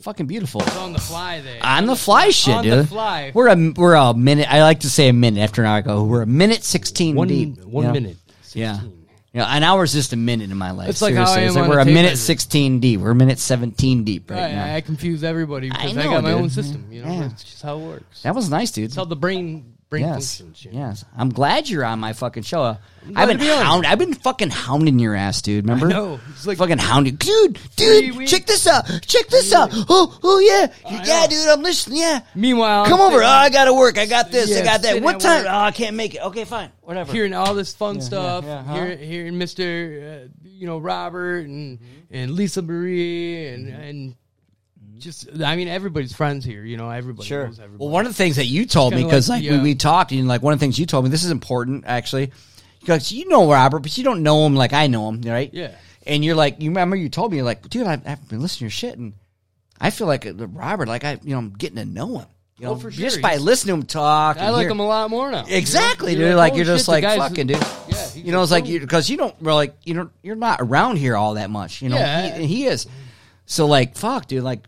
[SPEAKER 1] Fucking beautiful.
[SPEAKER 2] It's on the fly there.
[SPEAKER 1] On the fly shit,
[SPEAKER 2] On
[SPEAKER 1] dude.
[SPEAKER 2] the fly.
[SPEAKER 1] We're a we're a minute. I like to say a minute after an hour. I go, we're a minute sixteen
[SPEAKER 2] one
[SPEAKER 1] deep.
[SPEAKER 2] one
[SPEAKER 1] you know?
[SPEAKER 2] minute.
[SPEAKER 1] Yeah.
[SPEAKER 2] 16.
[SPEAKER 1] You know, an hour is just a minute in my life.
[SPEAKER 2] It's like how
[SPEAKER 1] Seriously.
[SPEAKER 2] I
[SPEAKER 1] it's
[SPEAKER 2] am
[SPEAKER 1] like
[SPEAKER 2] on
[SPEAKER 1] we're
[SPEAKER 2] a
[SPEAKER 1] a
[SPEAKER 2] tape
[SPEAKER 1] minute
[SPEAKER 2] measure.
[SPEAKER 1] 16 deep. We're a minute 17 deep right,
[SPEAKER 2] Right,
[SPEAKER 1] now.
[SPEAKER 2] I, I confuse everybody because I,
[SPEAKER 1] know,
[SPEAKER 2] got my
[SPEAKER 1] dude.
[SPEAKER 2] own system. You know,
[SPEAKER 1] Yeah.
[SPEAKER 2] that's just how it works.
[SPEAKER 1] that was nice, dude.
[SPEAKER 2] It's how the brain brain
[SPEAKER 1] yes.
[SPEAKER 2] functions. You know?
[SPEAKER 1] Yes. I'm glad you're on my fucking show.
[SPEAKER 2] glad
[SPEAKER 1] I've been
[SPEAKER 2] to be on.
[SPEAKER 1] hound, I've been fucking hounding your ass, dude. Remember?
[SPEAKER 2] know. It's like-
[SPEAKER 1] fucking hounding. Dude,
[SPEAKER 2] Three
[SPEAKER 1] dude,
[SPEAKER 2] weeks.
[SPEAKER 1] check this out. Check this out. Oh, oh yeah.
[SPEAKER 2] I
[SPEAKER 1] yeah,
[SPEAKER 2] know.
[SPEAKER 1] dude, I'm listening. Yeah.
[SPEAKER 2] Meanwhile,
[SPEAKER 1] Come
[SPEAKER 2] I'm
[SPEAKER 1] over. Oh,
[SPEAKER 2] sitting
[SPEAKER 1] I got to work. I got this. I
[SPEAKER 2] Yeah,
[SPEAKER 1] got that.
[SPEAKER 2] sitting
[SPEAKER 1] What
[SPEAKER 2] at
[SPEAKER 1] time?
[SPEAKER 2] work.
[SPEAKER 1] Oh, I can't make it. Okay, fine. Whatever.
[SPEAKER 2] hearing all this fun stuff,
[SPEAKER 1] yeah, huh?
[SPEAKER 2] hearing, hearing Mister, uh, you know Robert and
[SPEAKER 1] Mm-hmm.
[SPEAKER 2] and Lisa Marie and and just I mean everybody's friends here. You know everybody.
[SPEAKER 1] Sure.
[SPEAKER 2] Knows everybody.
[SPEAKER 1] Well, one of the things that you told me
[SPEAKER 2] Kinda
[SPEAKER 1] because like,
[SPEAKER 2] like,
[SPEAKER 1] we,
[SPEAKER 2] yeah.
[SPEAKER 1] we talked and like one of the things you told me this is important actually because you know Robert but you don't know him like I know him right
[SPEAKER 2] Yeah.
[SPEAKER 1] and you're like you remember you told me you're like dude I've, I've been listening to your shit and I feel like uh, Robert like I you know I'm getting to know him you know
[SPEAKER 2] Oh, for
[SPEAKER 1] just
[SPEAKER 2] sure.
[SPEAKER 1] by
[SPEAKER 2] He's-
[SPEAKER 1] listening to him talk
[SPEAKER 2] I
[SPEAKER 1] and
[SPEAKER 2] like
[SPEAKER 1] hear-
[SPEAKER 2] them a lot more now.
[SPEAKER 1] exactly
[SPEAKER 2] You know?
[SPEAKER 1] dude like you're
[SPEAKER 2] "Holy
[SPEAKER 1] just
[SPEAKER 2] shit, the
[SPEAKER 1] like
[SPEAKER 2] guy's-
[SPEAKER 1] fucking dude
[SPEAKER 2] Yeah, he's
[SPEAKER 1] you know it's like
[SPEAKER 2] cool.
[SPEAKER 1] you because you don't really like you don't you're not around here all that much you know
[SPEAKER 2] Yeah.
[SPEAKER 1] he, he is so like fuck dude like you-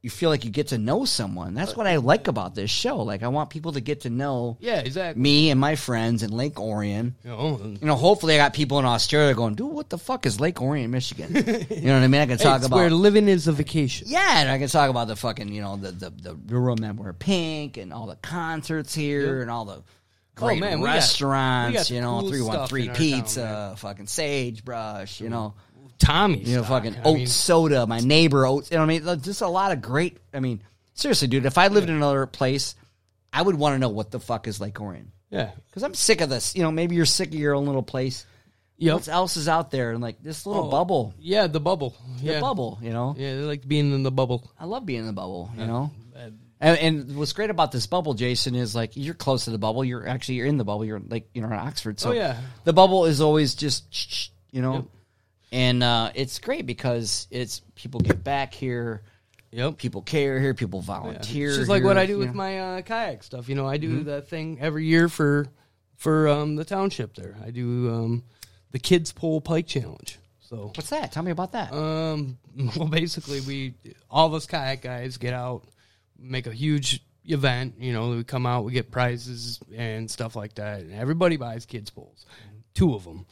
[SPEAKER 1] you feel like you get to know someone that's what i like about this show like i want people to get to know
[SPEAKER 2] Yeah, exactly.
[SPEAKER 1] me and my friends in lake orion
[SPEAKER 2] You know,
[SPEAKER 1] you know hopefully i got people in australia going dude what the fuck is lake orion michigan you know what i mean i can
[SPEAKER 2] Hey,
[SPEAKER 1] talk
[SPEAKER 2] it's
[SPEAKER 1] about
[SPEAKER 2] where living is a vacation.
[SPEAKER 1] yeah, and I can talk about the fucking, you know, the the, the room that we're pink and all the concerts here and all the great
[SPEAKER 2] Oh, man, we got-
[SPEAKER 1] restaurants,
[SPEAKER 2] we got
[SPEAKER 1] you know,
[SPEAKER 2] cool
[SPEAKER 1] three one three
[SPEAKER 2] stuff in our town,
[SPEAKER 1] pizza, fucking sagebrush, you know,
[SPEAKER 2] Tommy,
[SPEAKER 1] you know,
[SPEAKER 2] stock.
[SPEAKER 1] fucking
[SPEAKER 2] I
[SPEAKER 1] oat
[SPEAKER 2] mean,
[SPEAKER 1] soda, my neighbor oats. You know, what I mean, just a lot of great. I mean, seriously, dude, if I lived in another place, I would want to know what the fuck is Lake Orion
[SPEAKER 2] yeah,
[SPEAKER 1] because I'm sick of this. You know, maybe you're sick of your own little place.
[SPEAKER 2] Yep.
[SPEAKER 1] What else is out there? And like this little
[SPEAKER 2] Oh,
[SPEAKER 1] bubble,
[SPEAKER 2] yeah, the bubble,
[SPEAKER 1] the
[SPEAKER 2] yeah.
[SPEAKER 1] bubble, you know.
[SPEAKER 2] Yeah, they like being in the bubble.
[SPEAKER 1] I love being in the bubble, you know. And, and what's great about this bubble, Jason, is like you're close to the bubble. You're actually you're in the bubble. You're like you know in Oxford, so
[SPEAKER 2] Oh, yeah.
[SPEAKER 1] the bubble is always just you know, and uh, it's great because it's people get back here,
[SPEAKER 2] Yep.
[SPEAKER 1] people care here, people volunteer.
[SPEAKER 2] It's just like
[SPEAKER 1] Oh, here,
[SPEAKER 2] what I do
[SPEAKER 1] you
[SPEAKER 2] with
[SPEAKER 1] know.
[SPEAKER 2] my uh, kayak stuff. You know, I do that thing every year for for um, the township there. I do um, the kids pole pike challenge. So
[SPEAKER 1] What's that? Tell me about that.
[SPEAKER 2] Um, well, basically, we all of us kayak guys get out, make a huge event. You know, we come out, we get prizes and stuff like that. And everybody buys kids poles, two of them,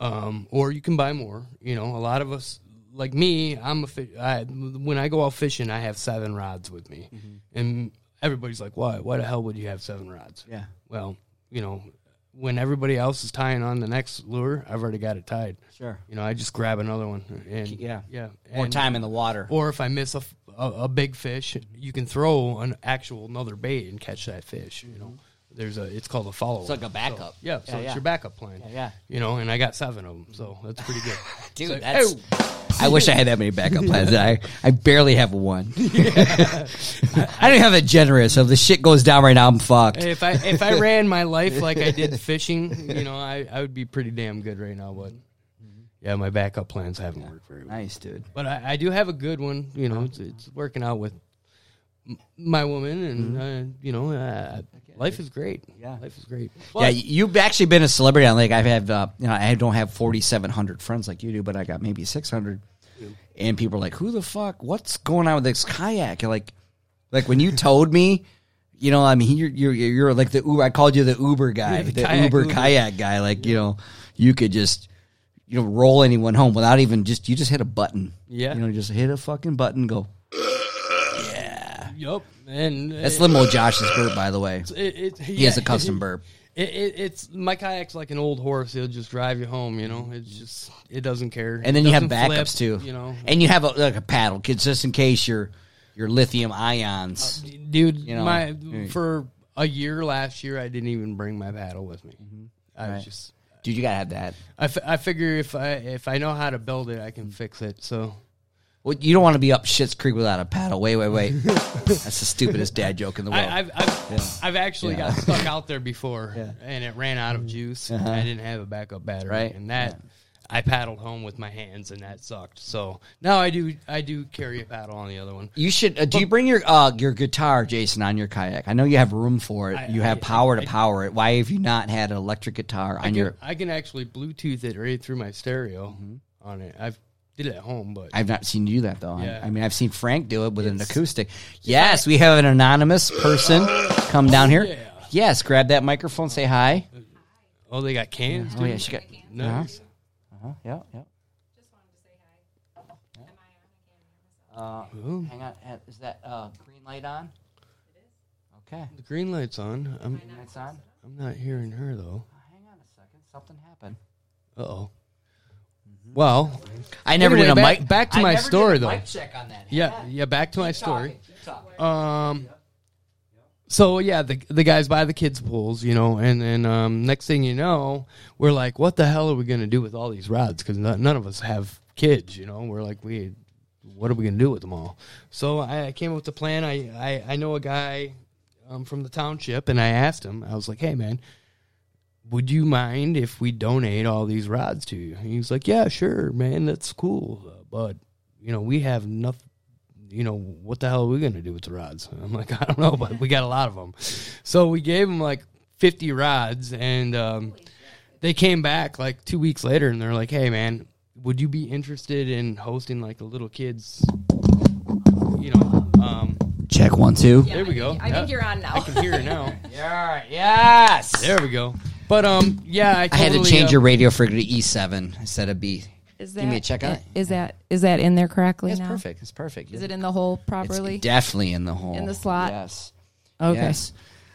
[SPEAKER 2] um, or you can buy more. You know, a lot of us. Like me, I'm a fi- I, when I go out fishing, I have seven rods with me,
[SPEAKER 1] Mm-hmm.
[SPEAKER 2] and everybody's like, "Why? Why the hell would you have seven rods?"
[SPEAKER 1] Yeah.
[SPEAKER 2] Well, you know, when everybody else is tying on the next lure, I've already got it tied.
[SPEAKER 1] Sure.
[SPEAKER 2] You know, I just grab another one and
[SPEAKER 1] Yeah.
[SPEAKER 2] yeah.
[SPEAKER 1] More
[SPEAKER 2] and-
[SPEAKER 1] time in the water.
[SPEAKER 2] Or if I miss a, f- a, a big fish, you can throw an actual another bait and catch that fish. You know, there's a it's called a follow.
[SPEAKER 1] It's like a backup.
[SPEAKER 2] yeah, so
[SPEAKER 1] Yeah,
[SPEAKER 2] it's
[SPEAKER 1] yeah.
[SPEAKER 2] your backup plan.
[SPEAKER 1] Yeah, yeah.
[SPEAKER 2] You know, and I got seven of them, so that's pretty good.
[SPEAKER 1] Dude,
[SPEAKER 2] It's like,
[SPEAKER 1] that's. I wish I had that many backup plans. I, I barely have one. I don't have a generous. So if the shit goes down right now, I'm fucked.
[SPEAKER 2] Hey, if I if I ran my life like I did fishing, you know, I, I would be pretty damn good right now. But
[SPEAKER 1] Mm-hmm.
[SPEAKER 2] yeah, my backup plans haven't worked very well.
[SPEAKER 1] Nice, dude.
[SPEAKER 2] But I, I do have a good one. You know, it's, it's working out with m- my woman, and
[SPEAKER 1] Mm-hmm.
[SPEAKER 2] uh, you know, uh, life is great.
[SPEAKER 1] Yeah.
[SPEAKER 2] life is great.
[SPEAKER 1] Yeah,
[SPEAKER 2] But
[SPEAKER 1] you've actually been a celebrity on like I have uh, you know I don't have 4700 friends like you do, but I got maybe 600. And people are like, "Who the fuck? What's going on with this kayak?" You're like like when you told me, you know, I mean, you're you're, you're like the Uber I called you the Uber guy,
[SPEAKER 2] Yeah, the
[SPEAKER 1] the,
[SPEAKER 2] kayak
[SPEAKER 1] Uber,
[SPEAKER 2] Uber.
[SPEAKER 1] kayak guy like, you know, you could just you know, roll anyone home without even just you just hit a button.
[SPEAKER 2] Yeah.
[SPEAKER 1] You know, just hit a fucking button go.
[SPEAKER 2] yup, and
[SPEAKER 1] That's
[SPEAKER 2] it,
[SPEAKER 1] limo Josh's bird by the way.
[SPEAKER 2] it, it,
[SPEAKER 1] He has a custom burp.
[SPEAKER 2] It, it, it's my kayak's like an old horse; it'll just drive you home. You know, it's just it doesn't care.
[SPEAKER 1] and then
[SPEAKER 2] It
[SPEAKER 1] you have
[SPEAKER 2] doesn't flip,
[SPEAKER 1] backups too.
[SPEAKER 2] You know,
[SPEAKER 1] and you have a, like a paddle, kids, just in case your your lithium ions.
[SPEAKER 2] Uh, dude,
[SPEAKER 1] know,
[SPEAKER 2] my
[SPEAKER 1] mm.
[SPEAKER 2] for a year last year, I didn't even bring my paddle with me. I
[SPEAKER 1] Mm-hmm. Right.
[SPEAKER 2] was just.
[SPEAKER 1] Dude, you gotta have that.
[SPEAKER 2] I, f- I figure if I if I know how to build it, I can fix it. So
[SPEAKER 1] Well, you don't want to be up Shit's Creek without a paddle. Wait, wait, wait. That's the stupidest dad joke in the world.
[SPEAKER 2] I, I've I've, I've actually
[SPEAKER 1] Yeah. Uh-huh.
[SPEAKER 2] got stuck out there before, and it ran out of juice. and I didn't have a backup battery,
[SPEAKER 1] Right.
[SPEAKER 2] And that I paddled home with my hands, and that sucked. So now I do I do carry a paddle on the other one.
[SPEAKER 1] you should. Uh, do you bring your uh, your guitar, Jason, on your kayak? I know you have room for it.
[SPEAKER 2] I-
[SPEAKER 1] you have
[SPEAKER 2] I-
[SPEAKER 1] power to
[SPEAKER 2] I-
[SPEAKER 1] power it. Why have you not had an electric guitar on
[SPEAKER 2] I
[SPEAKER 1] your?
[SPEAKER 2] can, I can actually Bluetooth it right through my stereo
[SPEAKER 1] Mm-hmm.
[SPEAKER 2] on it. I've did it at home, but
[SPEAKER 1] I've not seen you do that though. I-
[SPEAKER 2] Yeah.
[SPEAKER 1] I, mean, I've seen Frank do it with an acoustic. Yes, we have an anonymous person come down here. Yes, grab that microphone, say hi.
[SPEAKER 2] oh, they got cans.
[SPEAKER 1] Oh yeah,
[SPEAKER 2] dude?
[SPEAKER 1] she got.
[SPEAKER 2] nice.
[SPEAKER 1] Uh-huh, yeah, yeah. Uh,
[SPEAKER 2] Ooh.
[SPEAKER 1] hang on, uh, is that uh, green light on? Okay,
[SPEAKER 2] The green light's on. I'm
[SPEAKER 1] green light's on.
[SPEAKER 2] I'm not hearing her though.
[SPEAKER 1] Uh, Hang on a second, something happened.
[SPEAKER 2] Uh oh. Well,
[SPEAKER 1] Mm-hmm. I never
[SPEAKER 2] anyway,
[SPEAKER 1] did a
[SPEAKER 2] back,
[SPEAKER 1] mic.
[SPEAKER 2] Back to my story though.
[SPEAKER 1] check on that.
[SPEAKER 2] Yeah, yeah. Back to my story. Um, so yeah, the the guys buy the kids pools, you know, and then um, next thing you know, we're like, what the hell are we gonna do with all these rods? Because none, none of us have kids, you know. We're like, we, what are we gonna do with them all? So I, I came up with a plan. I I, I know a guy um, from the township, and I asked him. I was like, hey man, would you mind if we donate all these rods to you? And he was like, yeah, sure, man, that's cool, uh, but you know, we have nothing you know, what the hell are we going to do with the rods? I'm like, I don't know, but we got a lot of them. So we gave them like 50 rods, and um, they came back like two weeks later and they're like, hey, man, would you be interested in hosting like a little kids, you know? Um,
[SPEAKER 1] Check one, two.
[SPEAKER 2] there we go.
[SPEAKER 6] I think you're on now.
[SPEAKER 2] I can hear her now.
[SPEAKER 1] Yeah. Yes.
[SPEAKER 2] There we go. But um, yeah, I,
[SPEAKER 1] I had to
[SPEAKER 2] totally,
[SPEAKER 1] change
[SPEAKER 2] uh,
[SPEAKER 1] your radio frequency to E seven instead of B.
[SPEAKER 6] Is
[SPEAKER 1] Give me a check on it.
[SPEAKER 6] Is that is that in there correctly
[SPEAKER 1] It's
[SPEAKER 6] now?
[SPEAKER 1] perfect. It's perfect.
[SPEAKER 6] Is it in the hole properly?
[SPEAKER 1] It's definitely in the hole.
[SPEAKER 6] In the slot?
[SPEAKER 1] Yes.
[SPEAKER 6] okay.
[SPEAKER 1] Yes.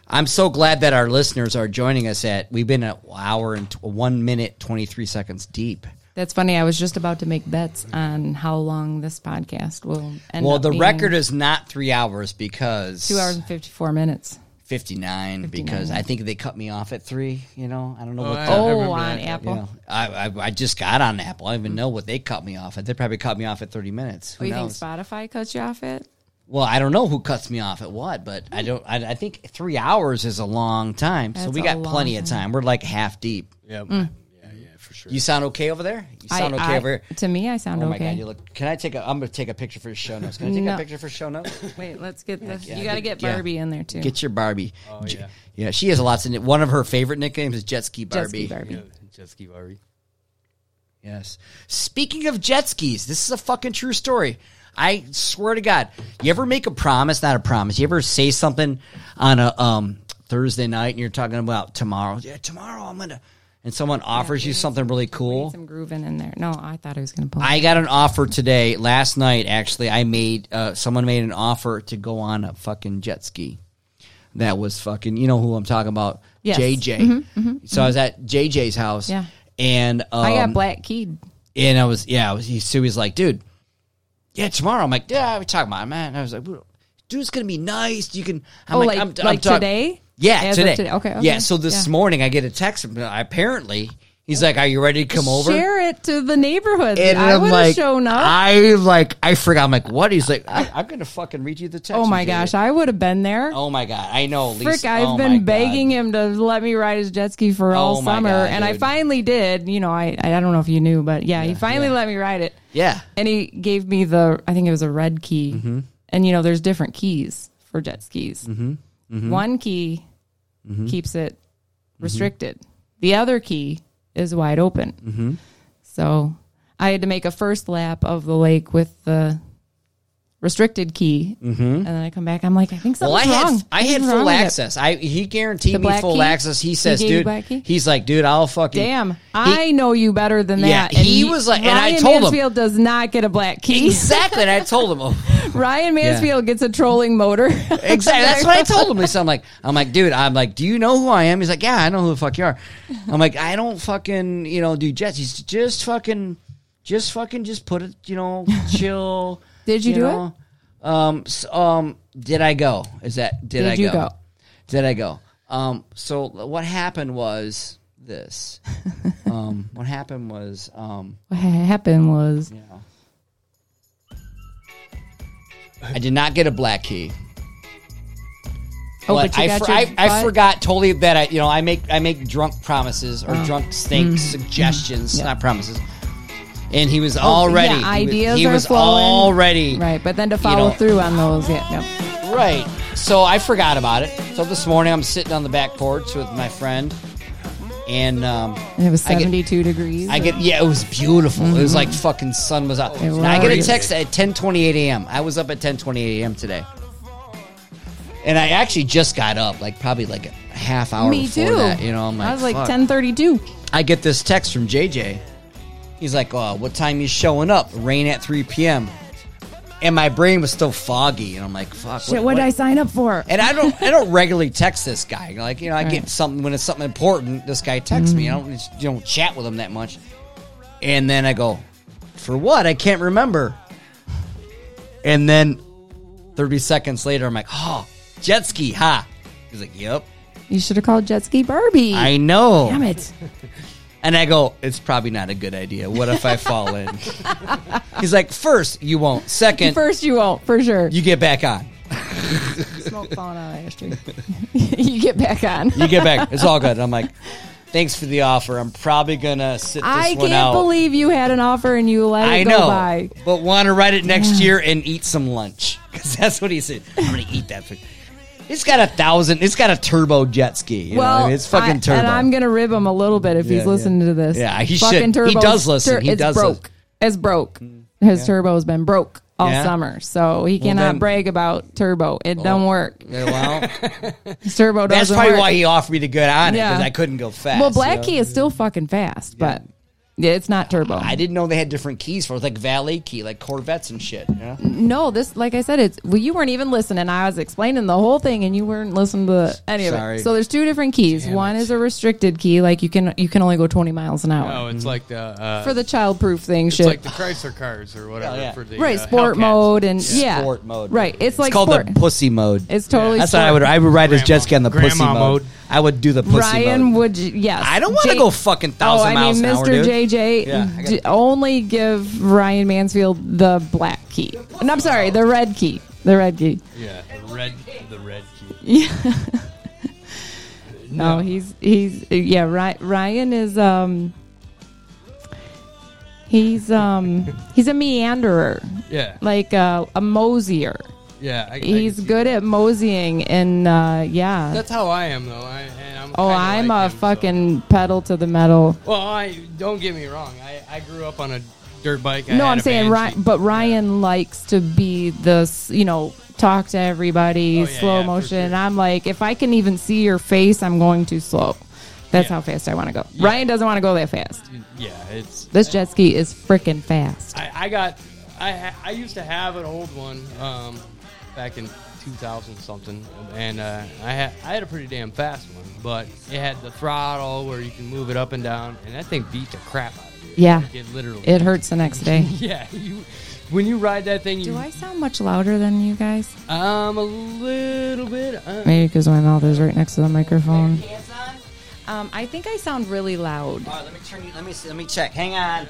[SPEAKER 1] I'm so glad that our listeners are joining us at we've been an hour and t- 1 minute 23 seconds deep.
[SPEAKER 6] That's funny. I was just about to make bets on how long this podcast will end.
[SPEAKER 1] well,
[SPEAKER 6] up
[SPEAKER 1] the
[SPEAKER 6] being.
[SPEAKER 1] record is not 3 hours because
[SPEAKER 6] two hours and fifty four minutes.
[SPEAKER 1] 59, because I think they cut me off at 3, you know. I don't know
[SPEAKER 2] Oh,
[SPEAKER 1] what
[SPEAKER 2] I-
[SPEAKER 1] the,
[SPEAKER 2] I
[SPEAKER 6] Oh,
[SPEAKER 2] remember
[SPEAKER 6] on
[SPEAKER 2] that.
[SPEAKER 6] Apple.
[SPEAKER 1] you know, I, I I just got on Apple. I don't even know what they cut me off at. They probably cut me off at 30 minutes. Who
[SPEAKER 6] Oh, you think
[SPEAKER 1] knows?
[SPEAKER 6] Spotify cuts you off at?
[SPEAKER 1] Well, I don't know who cuts me off at what, but I don't I, I think 3 hours is a long time. so
[SPEAKER 6] That's
[SPEAKER 1] we
[SPEAKER 6] a
[SPEAKER 1] got
[SPEAKER 6] long
[SPEAKER 1] plenty of time. We're like half deep.
[SPEAKER 2] Yeah, yeah, yeah, for sure.
[SPEAKER 1] You sound okay over there? You
[SPEAKER 6] I-
[SPEAKER 1] sound okay
[SPEAKER 6] I-
[SPEAKER 1] over here?
[SPEAKER 6] To me, I sound
[SPEAKER 1] Oh my
[SPEAKER 6] okay.
[SPEAKER 1] god, you look. Can I take a? I'm gonna take a picture for show notes. Can I take a
[SPEAKER 6] No.
[SPEAKER 1] picture for show notes?
[SPEAKER 6] Wait, let's get this.
[SPEAKER 1] yeah,
[SPEAKER 6] you got to
[SPEAKER 1] get-
[SPEAKER 6] get
[SPEAKER 1] yeah.
[SPEAKER 6] Barbie in there too.
[SPEAKER 1] Get your Barbie.
[SPEAKER 2] Oh,
[SPEAKER 1] J-
[SPEAKER 2] yeah.
[SPEAKER 1] yeah, she has lots of. nick- One of her favorite nicknames is Jet Ski Barbie.
[SPEAKER 2] E.
[SPEAKER 6] Jet ski Barbie.
[SPEAKER 2] yeah, jet ski Barbie.
[SPEAKER 1] Yes. Speaking of jet skis, this is a fucking true story. I swear to God, you ever make a promise, not a promise, you ever say something on a um, Thursday night and you're talking about tomorrow, yeah, tomorrow I'm going to, and someone offers you something really cool.
[SPEAKER 6] Some grooving in there. No, I thought he was going to pull.
[SPEAKER 1] I got an offer today, last night actually. I made, uh, someone made an offer to go on a fucking jet ski. That was fucking, you know who I'm talking about?
[SPEAKER 6] Yes. Mm-hmm,
[SPEAKER 1] JJ. so I was at JJ's house.
[SPEAKER 6] Yeah.
[SPEAKER 1] And um,
[SPEAKER 6] I got black keyed.
[SPEAKER 1] and I was, yeah, I was, he, so he was like, dude, yeah, tomorrow. I'm like, yeah, we're talking about it, man. I was like, dude's gonna be nice. You can, I'm
[SPEAKER 6] Oh,
[SPEAKER 1] like,
[SPEAKER 6] like-
[SPEAKER 1] I'm, I'm
[SPEAKER 6] like
[SPEAKER 1] talk-
[SPEAKER 6] today?
[SPEAKER 1] Yeah,
[SPEAKER 6] As of
[SPEAKER 1] today.
[SPEAKER 6] today. Okay,
[SPEAKER 1] Yeah.
[SPEAKER 6] okay.
[SPEAKER 1] So this
[SPEAKER 6] Yeah.
[SPEAKER 1] morning I get a text. From, apparently, he's like, "Are you ready to come over?"
[SPEAKER 6] Share it to the neighborhood.
[SPEAKER 1] And
[SPEAKER 6] I
[SPEAKER 1] I'm
[SPEAKER 6] would have
[SPEAKER 1] like,
[SPEAKER 6] shown up.
[SPEAKER 1] I like, I forgot. I'm like, what? He's like, I, I'm gonna fucking read you the text.
[SPEAKER 6] oh
[SPEAKER 1] you
[SPEAKER 6] my
[SPEAKER 1] gave me."
[SPEAKER 6] gosh, I would have been there.
[SPEAKER 1] Oh my god, I know. Lisa.
[SPEAKER 6] Frick, I've
[SPEAKER 1] Oh my
[SPEAKER 6] been
[SPEAKER 1] God.
[SPEAKER 6] begging him to let me ride his jet ski for all
[SPEAKER 1] Oh my
[SPEAKER 6] summer,
[SPEAKER 1] God,
[SPEAKER 6] and I
[SPEAKER 1] dude.
[SPEAKER 6] finally did. You know, I I don't know if you knew, but yeah, he finally let me ride it.
[SPEAKER 1] Yeah.
[SPEAKER 6] and he gave me the I think it was a red key,
[SPEAKER 1] Mm-hmm.
[SPEAKER 6] and you know, there's different keys for jet skis.
[SPEAKER 1] Mm-hmm.
[SPEAKER 6] One key keeps it restricted. The other key is wide open.
[SPEAKER 1] Mm-hmm.
[SPEAKER 6] So I had to make a first lap of the lake with the restricted key, and then I come back. I'm like, I think
[SPEAKER 1] Mm-hmm. Well, I
[SPEAKER 6] something's
[SPEAKER 1] had
[SPEAKER 6] wrong.
[SPEAKER 1] I had
[SPEAKER 6] Something's wrong
[SPEAKER 1] full
[SPEAKER 6] with it.
[SPEAKER 1] access. I he guaranteed
[SPEAKER 6] The
[SPEAKER 1] me
[SPEAKER 6] black
[SPEAKER 1] full
[SPEAKER 6] key?
[SPEAKER 1] access. He
[SPEAKER 6] He
[SPEAKER 1] says,
[SPEAKER 6] gave you
[SPEAKER 1] dude,
[SPEAKER 6] black key?
[SPEAKER 1] he's like, dude, I'll fucking
[SPEAKER 6] Damn,
[SPEAKER 1] He-
[SPEAKER 6] I know you better than
[SPEAKER 1] Yeah,
[SPEAKER 6] that.
[SPEAKER 1] he was like- and I
[SPEAKER 6] Ryan
[SPEAKER 1] told him-
[SPEAKER 6] Mansfield does not get a black key.
[SPEAKER 1] exactly. And I told him, oh,
[SPEAKER 6] Ryan Mansfield gets a trolling motor.
[SPEAKER 1] exactly. That's what I told him. Lisa. I'm like, I'm like, dude, I'm like, do you know who I am? He's like, yeah, I know who the fuck you are. I'm like, I don't fucking, you know, do jets. He's just fucking, just fucking, just put it, you know, chill.
[SPEAKER 6] Did you do
[SPEAKER 1] it? Um, s um, did I go? Is that did,
[SPEAKER 6] Did
[SPEAKER 1] I
[SPEAKER 6] you
[SPEAKER 1] go?
[SPEAKER 6] go?
[SPEAKER 1] Did I go? Um, so what happened was this. um, what happened was um.
[SPEAKER 6] What happened was
[SPEAKER 1] I did not get a black key.
[SPEAKER 6] Oh, but you
[SPEAKER 1] I,
[SPEAKER 6] got
[SPEAKER 1] for-
[SPEAKER 6] your
[SPEAKER 1] I, I
[SPEAKER 6] butt-
[SPEAKER 1] forgot totally that I you know I make I make drunk promises
[SPEAKER 6] Oh.
[SPEAKER 1] or drunk things suggestions, not promises. And he was already
[SPEAKER 6] Mm-hmm. Oh, yeah,
[SPEAKER 1] he was-
[SPEAKER 6] ideas
[SPEAKER 1] he
[SPEAKER 6] are
[SPEAKER 1] was
[SPEAKER 6] flowing.
[SPEAKER 1] already
[SPEAKER 6] right, but then to follow
[SPEAKER 1] know.
[SPEAKER 6] through on those, yeah, no.
[SPEAKER 1] Right. So I forgot about it. So this morning I'm sitting on the back porch with my friend, and um,
[SPEAKER 6] And it was
[SPEAKER 1] I get-
[SPEAKER 6] seventy-two degrees.
[SPEAKER 1] I get yeah, it was beautiful. It was like fucking sun was up.
[SPEAKER 6] Mm-hmm. It
[SPEAKER 1] And I get a
[SPEAKER 6] was.
[SPEAKER 1] text at ten twenty eight a.m. I was up at ten twenty eight a.m. today, and I actually just got up, like probably like a half hour
[SPEAKER 6] me
[SPEAKER 1] before
[SPEAKER 6] too.
[SPEAKER 1] that. You know, I'm like,
[SPEAKER 6] I was like
[SPEAKER 1] fuck.
[SPEAKER 6] ten thirty-two.
[SPEAKER 1] I get this text from JJ. He's like, "Oh, what time you showing up? Rain at three p.m." And my brain was still foggy, and I'm like, "Fuck,
[SPEAKER 6] Shit, what did I sign up for?
[SPEAKER 1] and I don't I don't regularly text this guy. Like you know, I get
[SPEAKER 6] Right. Mm-hmm.
[SPEAKER 1] something when it's something important. This guy texts me. I don't just- you don't chat with him that much. And then I go, for what? I can't remember. And then thirty seconds later, I'm like, oh, jet ski, ha. He's like, yep,
[SPEAKER 6] You should have called Jet Ski Barbie.
[SPEAKER 1] I know.
[SPEAKER 6] Damn it!
[SPEAKER 1] And I go, it's probably not a good idea. What if I fall in? He's like, first you won't. Second,
[SPEAKER 6] First, you won't for sure.
[SPEAKER 1] you get back on.
[SPEAKER 6] smoke falling out of the you get back on.
[SPEAKER 1] You get back. It's all good. I'm like, thanks for the offer. I'm probably gonna sit this
[SPEAKER 6] I
[SPEAKER 1] one
[SPEAKER 6] can't
[SPEAKER 1] out.
[SPEAKER 6] believe you had an offer and you let it
[SPEAKER 1] I
[SPEAKER 6] go
[SPEAKER 1] know,
[SPEAKER 6] by.
[SPEAKER 1] but want to write it next year and eat some lunch because that's what he said. I'm gonna eat that food. It's got a thousand. It's got a turbo jet ski. You know? I mean, it's fucking
[SPEAKER 6] I-
[SPEAKER 1] turbo.
[SPEAKER 6] And I'm gonna rib him a little bit if
[SPEAKER 1] Yeah,
[SPEAKER 6] he's listening
[SPEAKER 1] yeah.
[SPEAKER 6] to this.
[SPEAKER 1] Yeah, he
[SPEAKER 6] fucking
[SPEAKER 1] should. He
[SPEAKER 6] Turbo's
[SPEAKER 1] does listen. He
[SPEAKER 6] it's
[SPEAKER 1] does
[SPEAKER 6] broke.
[SPEAKER 1] listen. Mm.
[SPEAKER 6] It's broke. His turbo's been broke all
[SPEAKER 1] Yeah.
[SPEAKER 6] summer, so he cannot
[SPEAKER 1] then-
[SPEAKER 6] brag about turbo. It don't work.
[SPEAKER 1] Yeah, well,
[SPEAKER 6] His turbo doesn't
[SPEAKER 1] that's probably
[SPEAKER 6] work.
[SPEAKER 1] why he offered me to get on it because
[SPEAKER 6] Yeah.
[SPEAKER 1] I couldn't go fast.
[SPEAKER 6] well, black
[SPEAKER 1] you know?
[SPEAKER 6] key is still fucking fast, but yeah, it's not turbo.
[SPEAKER 1] I didn't know they had different keys for it, like valet key, like Corvettes and shit. You know?
[SPEAKER 6] no, this like I said, it's well, you weren't even listening. I was explaining the whole thing, and you weren't listening to any of
[SPEAKER 1] Sorry.
[SPEAKER 6] it. So there's two different keys. One is a restricted key, like you can you can only go 20 miles an hour
[SPEAKER 2] Oh,
[SPEAKER 1] Mm-hmm.
[SPEAKER 2] it's like the uh,
[SPEAKER 6] for the childproof thing.
[SPEAKER 2] it's
[SPEAKER 6] shit,
[SPEAKER 2] like the Chrysler cars or whatever
[SPEAKER 1] Oh, yeah.
[SPEAKER 2] for the
[SPEAKER 6] right
[SPEAKER 2] uh,
[SPEAKER 6] sport
[SPEAKER 2] Hellcats.
[SPEAKER 6] mode and yeah.
[SPEAKER 1] Sport mode.
[SPEAKER 6] right it's, like
[SPEAKER 1] called
[SPEAKER 6] sport.
[SPEAKER 1] the pussy mode.
[SPEAKER 6] it's totally
[SPEAKER 1] that's
[SPEAKER 6] sport.
[SPEAKER 1] what I would. I would ride his
[SPEAKER 2] Grandma-
[SPEAKER 1] jet ski on the pussy
[SPEAKER 2] grandma
[SPEAKER 1] mode.
[SPEAKER 2] mode.
[SPEAKER 1] I would do the pussy
[SPEAKER 6] Ryan
[SPEAKER 1] mode.
[SPEAKER 6] would you- yes
[SPEAKER 1] I don't want to
[SPEAKER 6] J-
[SPEAKER 1] go fucking
[SPEAKER 6] oh
[SPEAKER 1] thousand
[SPEAKER 6] I
[SPEAKER 1] miles
[SPEAKER 6] mean
[SPEAKER 1] an
[SPEAKER 6] Mr.
[SPEAKER 1] hour, dude.
[SPEAKER 6] JJ
[SPEAKER 1] Yeah, I got-
[SPEAKER 6] d- only give Ryan Mansfield the black key and I'm sorry the red key the red key
[SPEAKER 2] Yeah, the red, the red key.
[SPEAKER 6] no, Oh, he's he's yeah Ry- Ryan is um he's um he's a meanderer
[SPEAKER 2] Yeah,
[SPEAKER 6] like uh, a mosier
[SPEAKER 2] yeah. I, I
[SPEAKER 6] he's
[SPEAKER 2] can see
[SPEAKER 6] good
[SPEAKER 2] that.
[SPEAKER 6] at moseying and uh, yeah
[SPEAKER 2] That's how I am though. I, and I'm
[SPEAKER 6] Oh,
[SPEAKER 2] kinda
[SPEAKER 6] I'm
[SPEAKER 2] like
[SPEAKER 6] a
[SPEAKER 2] him, so-
[SPEAKER 6] fucking pedal to the metal.
[SPEAKER 2] Well, I don't get me wrong. I, I grew up on a dirt bike. I
[SPEAKER 6] no,
[SPEAKER 2] had
[SPEAKER 6] I'm
[SPEAKER 2] a
[SPEAKER 6] saying
[SPEAKER 2] Banshee.
[SPEAKER 6] Ryan, but Ryan likes to be the s- you know talk to everybody,
[SPEAKER 2] Oh, yeah,
[SPEAKER 6] slow
[SPEAKER 2] yeah, for
[SPEAKER 6] motion. And
[SPEAKER 2] sure.
[SPEAKER 6] I'm like, if I can even see your face, I'm going too slow. That's
[SPEAKER 2] Yeah.
[SPEAKER 6] how fast I want to go.
[SPEAKER 2] Yeah.
[SPEAKER 6] Ryan doesn't want to go that fast.
[SPEAKER 2] Yeah, it's
[SPEAKER 6] This jet ski is freaking fast.
[SPEAKER 2] I, I got I ha- I used to have an old one um, back in 2000 something, and uh, I had I had a pretty damn fast one, but it had the throttle where you can move it up and down, and that thing beat the crap out of you.
[SPEAKER 6] Yeah.
[SPEAKER 2] Like, it literally.
[SPEAKER 6] It hurts the next day.
[SPEAKER 2] yeah, you when you ride that thing, you
[SPEAKER 6] Do I sound much louder than you guys?
[SPEAKER 2] um a little bit. Uh,
[SPEAKER 6] Maybe because my mouth is right next to the microphone. Um, I think I sound really loud.
[SPEAKER 1] All right, let me turn you. Let me see, let me check. Hang on.